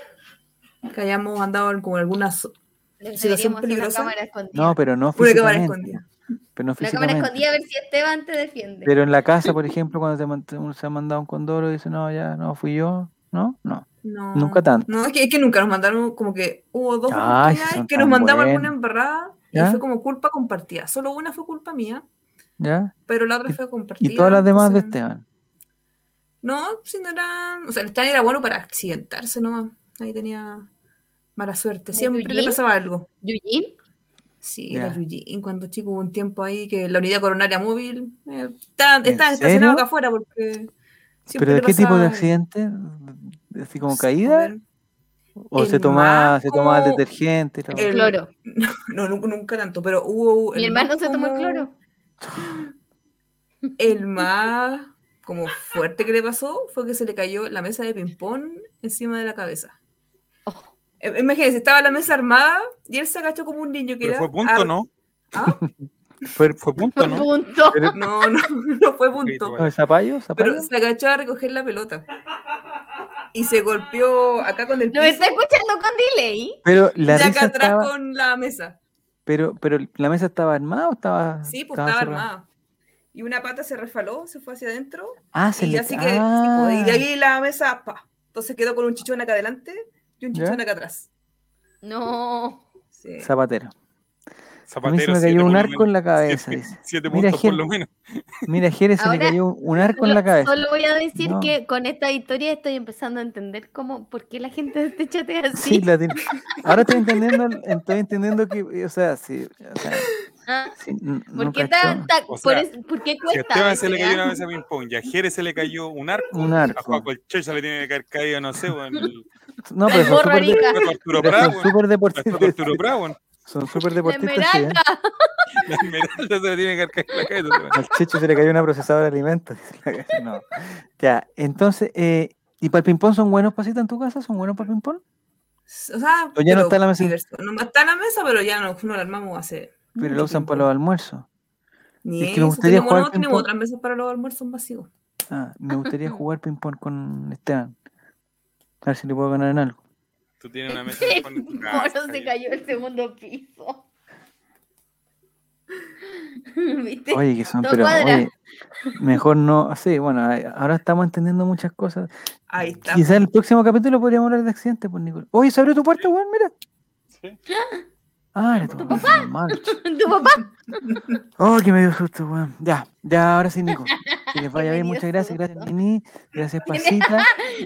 Speaker 5: que hayamos andado en como en alguna so- situación
Speaker 4: Deberíamos hacer una
Speaker 5: peligrosa.
Speaker 4: cámara escondida.
Speaker 1: No, pero no
Speaker 5: Una cámara
Speaker 1: físicamente.
Speaker 5: escondida.
Speaker 1: Pero no
Speaker 4: Una cámara
Speaker 1: físicamente.
Speaker 4: escondida a ver si Esteban te defiende.
Speaker 1: Pero en la casa, por ejemplo, cuando te man- te- uno se ha mandado un condoro y dice, no, ya, no, fui yo. No, no.
Speaker 5: No,
Speaker 1: Nunca tanto.
Speaker 5: No, es que, es que nunca nos mandaron, como que hubo dos
Speaker 1: Ay, si son
Speaker 5: oportunidades que
Speaker 1: tan
Speaker 5: nos mandaban alguna
Speaker 1: buenos.
Speaker 5: embarrada
Speaker 1: ¿Ya?
Speaker 5: y fue como culpa compartida. Solo una fue culpa mía,
Speaker 1: ¿Ya?
Speaker 5: pero la otra
Speaker 1: Y-
Speaker 5: fue compartida.
Speaker 1: Y todas las demás de este
Speaker 5: entonces-
Speaker 1: Esteban.
Speaker 5: No, si no eran. O sea, el Stan era bueno para accidentarse nomás. Ahí tenía mala suerte. Siempre le
Speaker 3: Eugene?
Speaker 5: pasaba algo.
Speaker 3: ¿Eugene?
Speaker 5: Sí,
Speaker 1: Ya.
Speaker 5: era Eugene. Cuando chico hubo un tiempo ahí que la unidad coronaria móvil eh, está-
Speaker 1: ¿En
Speaker 5: estaba
Speaker 1: serio?
Speaker 5: estacionada acá afuera porque. siempre
Speaker 1: ¿Pero de
Speaker 5: le
Speaker 1: qué tipo
Speaker 5: pasaba
Speaker 1: de
Speaker 5: algo.
Speaker 1: accidente? ¿Así como
Speaker 5: Sí,
Speaker 1: caída?
Speaker 5: bueno,
Speaker 1: ¿O se
Speaker 5: el
Speaker 1: tomaba,
Speaker 5: más
Speaker 1: se tomaba
Speaker 5: como
Speaker 1: detergente? y todo?
Speaker 5: el-
Speaker 8: Cloro.
Speaker 5: No, nunca, nunca tanto, pero hubo.
Speaker 8: Mi
Speaker 5: el más
Speaker 8: hermano se tomó el
Speaker 5: como-
Speaker 8: cloro.
Speaker 5: El más como fuerte que le pasó fue que se le cayó la mesa de ping-pong encima de la cabeza.
Speaker 8: Oh.
Speaker 5: Im- Imagínense, estaba la mesa armada y él se agachó como un niño que
Speaker 2: Pero
Speaker 5: era
Speaker 2: fue punto,
Speaker 5: ar-
Speaker 2: ¿no?
Speaker 5: ¿Ah?
Speaker 2: Fue, fue punto,
Speaker 8: Por
Speaker 2: ¿no?
Speaker 8: punto.
Speaker 5: No, no, no fue punto.
Speaker 1: ¿O el zapallo? ¿Zapallo?
Speaker 5: Pero se agachó a recoger la pelota. Y se golpeó acá con el
Speaker 8: ¿Lo me
Speaker 5: piso
Speaker 8: está escuchando con delay?
Speaker 1: Pero la
Speaker 5: y
Speaker 1: risa
Speaker 5: acá atrás
Speaker 1: estaba...
Speaker 5: con la mesa.
Speaker 1: Pero, pero la mesa estaba armada o estaba.
Speaker 5: Sí, pues estaba
Speaker 1: cerrada?
Speaker 5: armada. Y una pata se resfaló, se fue hacia adentro
Speaker 1: Ah, se
Speaker 5: Y
Speaker 1: le
Speaker 5: así que, sí,
Speaker 1: ah,
Speaker 5: pues, y de ahí la mesa, pa. Entonces quedó con un chichón acá adelante y un
Speaker 1: ¿Ya?
Speaker 5: chichón acá atrás.
Speaker 8: No.
Speaker 5: Sí.
Speaker 1: Zapatero. A mí se
Speaker 2: Zapatero,
Speaker 1: me
Speaker 2: siete
Speaker 1: cayó
Speaker 2: por
Speaker 1: un
Speaker 2: lo
Speaker 1: arco en
Speaker 2: menos.
Speaker 1: la cabeza,
Speaker 2: Siete-
Speaker 1: dice.
Speaker 2: Siete
Speaker 1: Mira,
Speaker 2: puntos por
Speaker 1: gente.
Speaker 2: lo menos.
Speaker 1: Mira, Jerez se le
Speaker 8: Ahora,
Speaker 1: cayó un arco en
Speaker 8: Lo-
Speaker 1: la cabeza.
Speaker 8: Solo voy a decir
Speaker 1: No.
Speaker 8: que con esta historia estoy empezando a entender cómo, por qué la gente te chatea así.
Speaker 1: Sí, la tiene- Ahora estoy entendiendo, estoy entendiendo que, o sea, sí, o sea,
Speaker 8: Ah,
Speaker 1: sí, n- no
Speaker 8: ¿Por qué,
Speaker 1: cacho.
Speaker 8: tan- tan-
Speaker 2: O
Speaker 8: por,
Speaker 2: sea,
Speaker 8: es- por qué
Speaker 2: Si a
Speaker 8: cuesta? ¿eh?
Speaker 2: Esteban se le
Speaker 8: ¿verdad?
Speaker 2: cayó una mesa de ping-pong, y a Jerez se le cayó un arco,
Speaker 1: Un
Speaker 2: a
Speaker 1: arco.
Speaker 2: Juaco el Che se le tiene que caer caído, no sé, weón. el-
Speaker 1: No, pero son
Speaker 8: Borro
Speaker 1: súper de-
Speaker 8: arica.
Speaker 2: a
Speaker 1: pero
Speaker 2: Arturo Bravo,
Speaker 1: son
Speaker 2: weón.
Speaker 1: súper
Speaker 2: A Arturo
Speaker 1: deportistas.
Speaker 2: Bravo, weón.
Speaker 1: Son súper
Speaker 8: La
Speaker 1: deportistas. sí, ¿eh?
Speaker 8: esmeralda.
Speaker 2: la esmeralda se le tiene que caer caído la cabeza. weón.
Speaker 1: Al Checho se le cayó una procesadora de alimentos. dice la Gaby. No. Ya, entonces, eh, ¿y para el ping-pong son buenos pasitas en tu casa? ¿Son buenos para el ping-pong?
Speaker 5: O sea,
Speaker 1: Pero ya no
Speaker 5: pero
Speaker 1: está la mesa.
Speaker 5: diverso. No está la mesa, pero ya no, no la armamos hace.
Speaker 1: Pero
Speaker 5: mucho
Speaker 1: lo usan para
Speaker 5: tiempo.
Speaker 1: los almuerzos.
Speaker 5: Ni
Speaker 1: es que me
Speaker 5: eso,
Speaker 1: gustaría
Speaker 5: tenemos,
Speaker 1: jugar
Speaker 5: no, tenemos
Speaker 1: ping-pong.
Speaker 5: otras mesas para los almuerzos vacíos.
Speaker 1: Ah, me gustaría jugar ping-pong con Esteban. A ver si le puedo ganar en algo.
Speaker 2: Tú tienes una mesa de ping-pong en tu casa,
Speaker 8: Moro se
Speaker 2: Javier.
Speaker 8: cayó el segundo piso. ¿Viste?
Speaker 1: Oye, que son,
Speaker 8: Dos
Speaker 1: pero
Speaker 8: cuadras.
Speaker 1: oye, mejor no. Sí, bueno, ahí- ahora estamos entendiendo muchas cosas.
Speaker 5: Ahí está.
Speaker 1: Quizás en el próximo capítulo podríamos hablar de accidentes, pues, Nicolás. Oye, se abrió tu puerta, weón, mira.
Speaker 2: Sí.
Speaker 1: Ah, era tu papá. Mal.
Speaker 8: ¿Tu papá?
Speaker 1: Oh, que me dio susto, weón. Ya, ya, ahora sí, Nico. Que les vaya
Speaker 8: me
Speaker 1: bien,
Speaker 8: dio
Speaker 1: muchas gracias. Gracias,
Speaker 8: susto.
Speaker 1: Nini. Gracias, Pasita.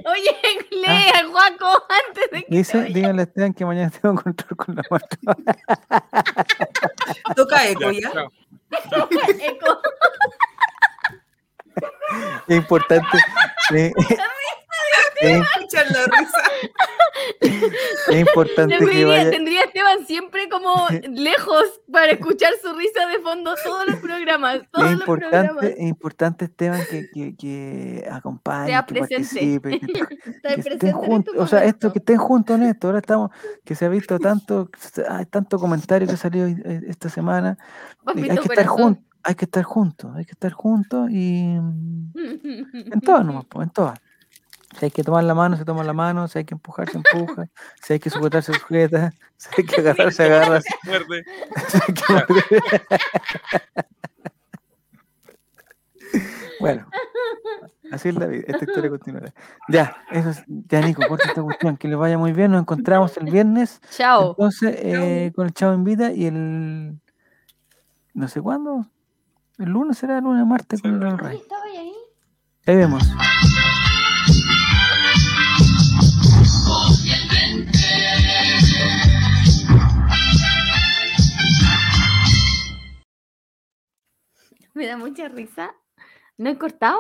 Speaker 8: Oye, lea, Juaco, antes de que.
Speaker 1: Ah. Dice, díganle a Esteban que mañana tengo encontrar con la muestra.
Speaker 5: Toca eco,
Speaker 2: Ya,
Speaker 5: ¿ya?
Speaker 2: chao.
Speaker 8: Eco.
Speaker 1: Es importante. eh, eh,
Speaker 5: Escuchar la risa.
Speaker 1: Es importante que
Speaker 3: Tendría,
Speaker 1: vaya.
Speaker 3: tendría a Esteban siempre como lejos para escuchar su risa de fondo todos los programas. Todos
Speaker 1: Es
Speaker 3: los programas.
Speaker 1: importante, es importante, Esteban, que, que, que acompañe,
Speaker 3: Sea
Speaker 1: que
Speaker 3: presente.
Speaker 1: participe, que,
Speaker 3: Estar
Speaker 1: que
Speaker 3: presente
Speaker 1: estén
Speaker 3: en este
Speaker 1: juntos,
Speaker 3: estos
Speaker 1: o sea, esto,
Speaker 3: momentos.
Speaker 1: que estén juntos en esto. Ahora estamos, que se ha visto tanto, hay tanto comentario que salió hoy- eh, esta semana. Eh, Hay
Speaker 3: Papito
Speaker 1: que estar
Speaker 3: corazón.
Speaker 1: juntos, hay que estar juntos, hay que estar juntos y mm, en todas nomás, po, en todas. Si hay que tomar la mano, se toma la mano, si hay que empujar, se empuja, si hay que sujetar, se sujeta, si hay que agarrar, se agarra, si
Speaker 2: Muerde.
Speaker 1: hay que morder. Bueno, así es la vida, esta historia continuará. Ya, eso es, ya Nico, corta esta cuestión, que les vaya muy bien, nos encontramos el viernes.
Speaker 3: Chao.
Speaker 1: Entonces, eh, con el Chavo Invita y el. No sé cuándo. El lunes será el lunes, martes con el All
Speaker 4: Oye,
Speaker 1: Right.
Speaker 4: ¿Estaba ahí?
Speaker 1: Ahí vemos.
Speaker 3: Me da mucha risa. ¿No he cortado?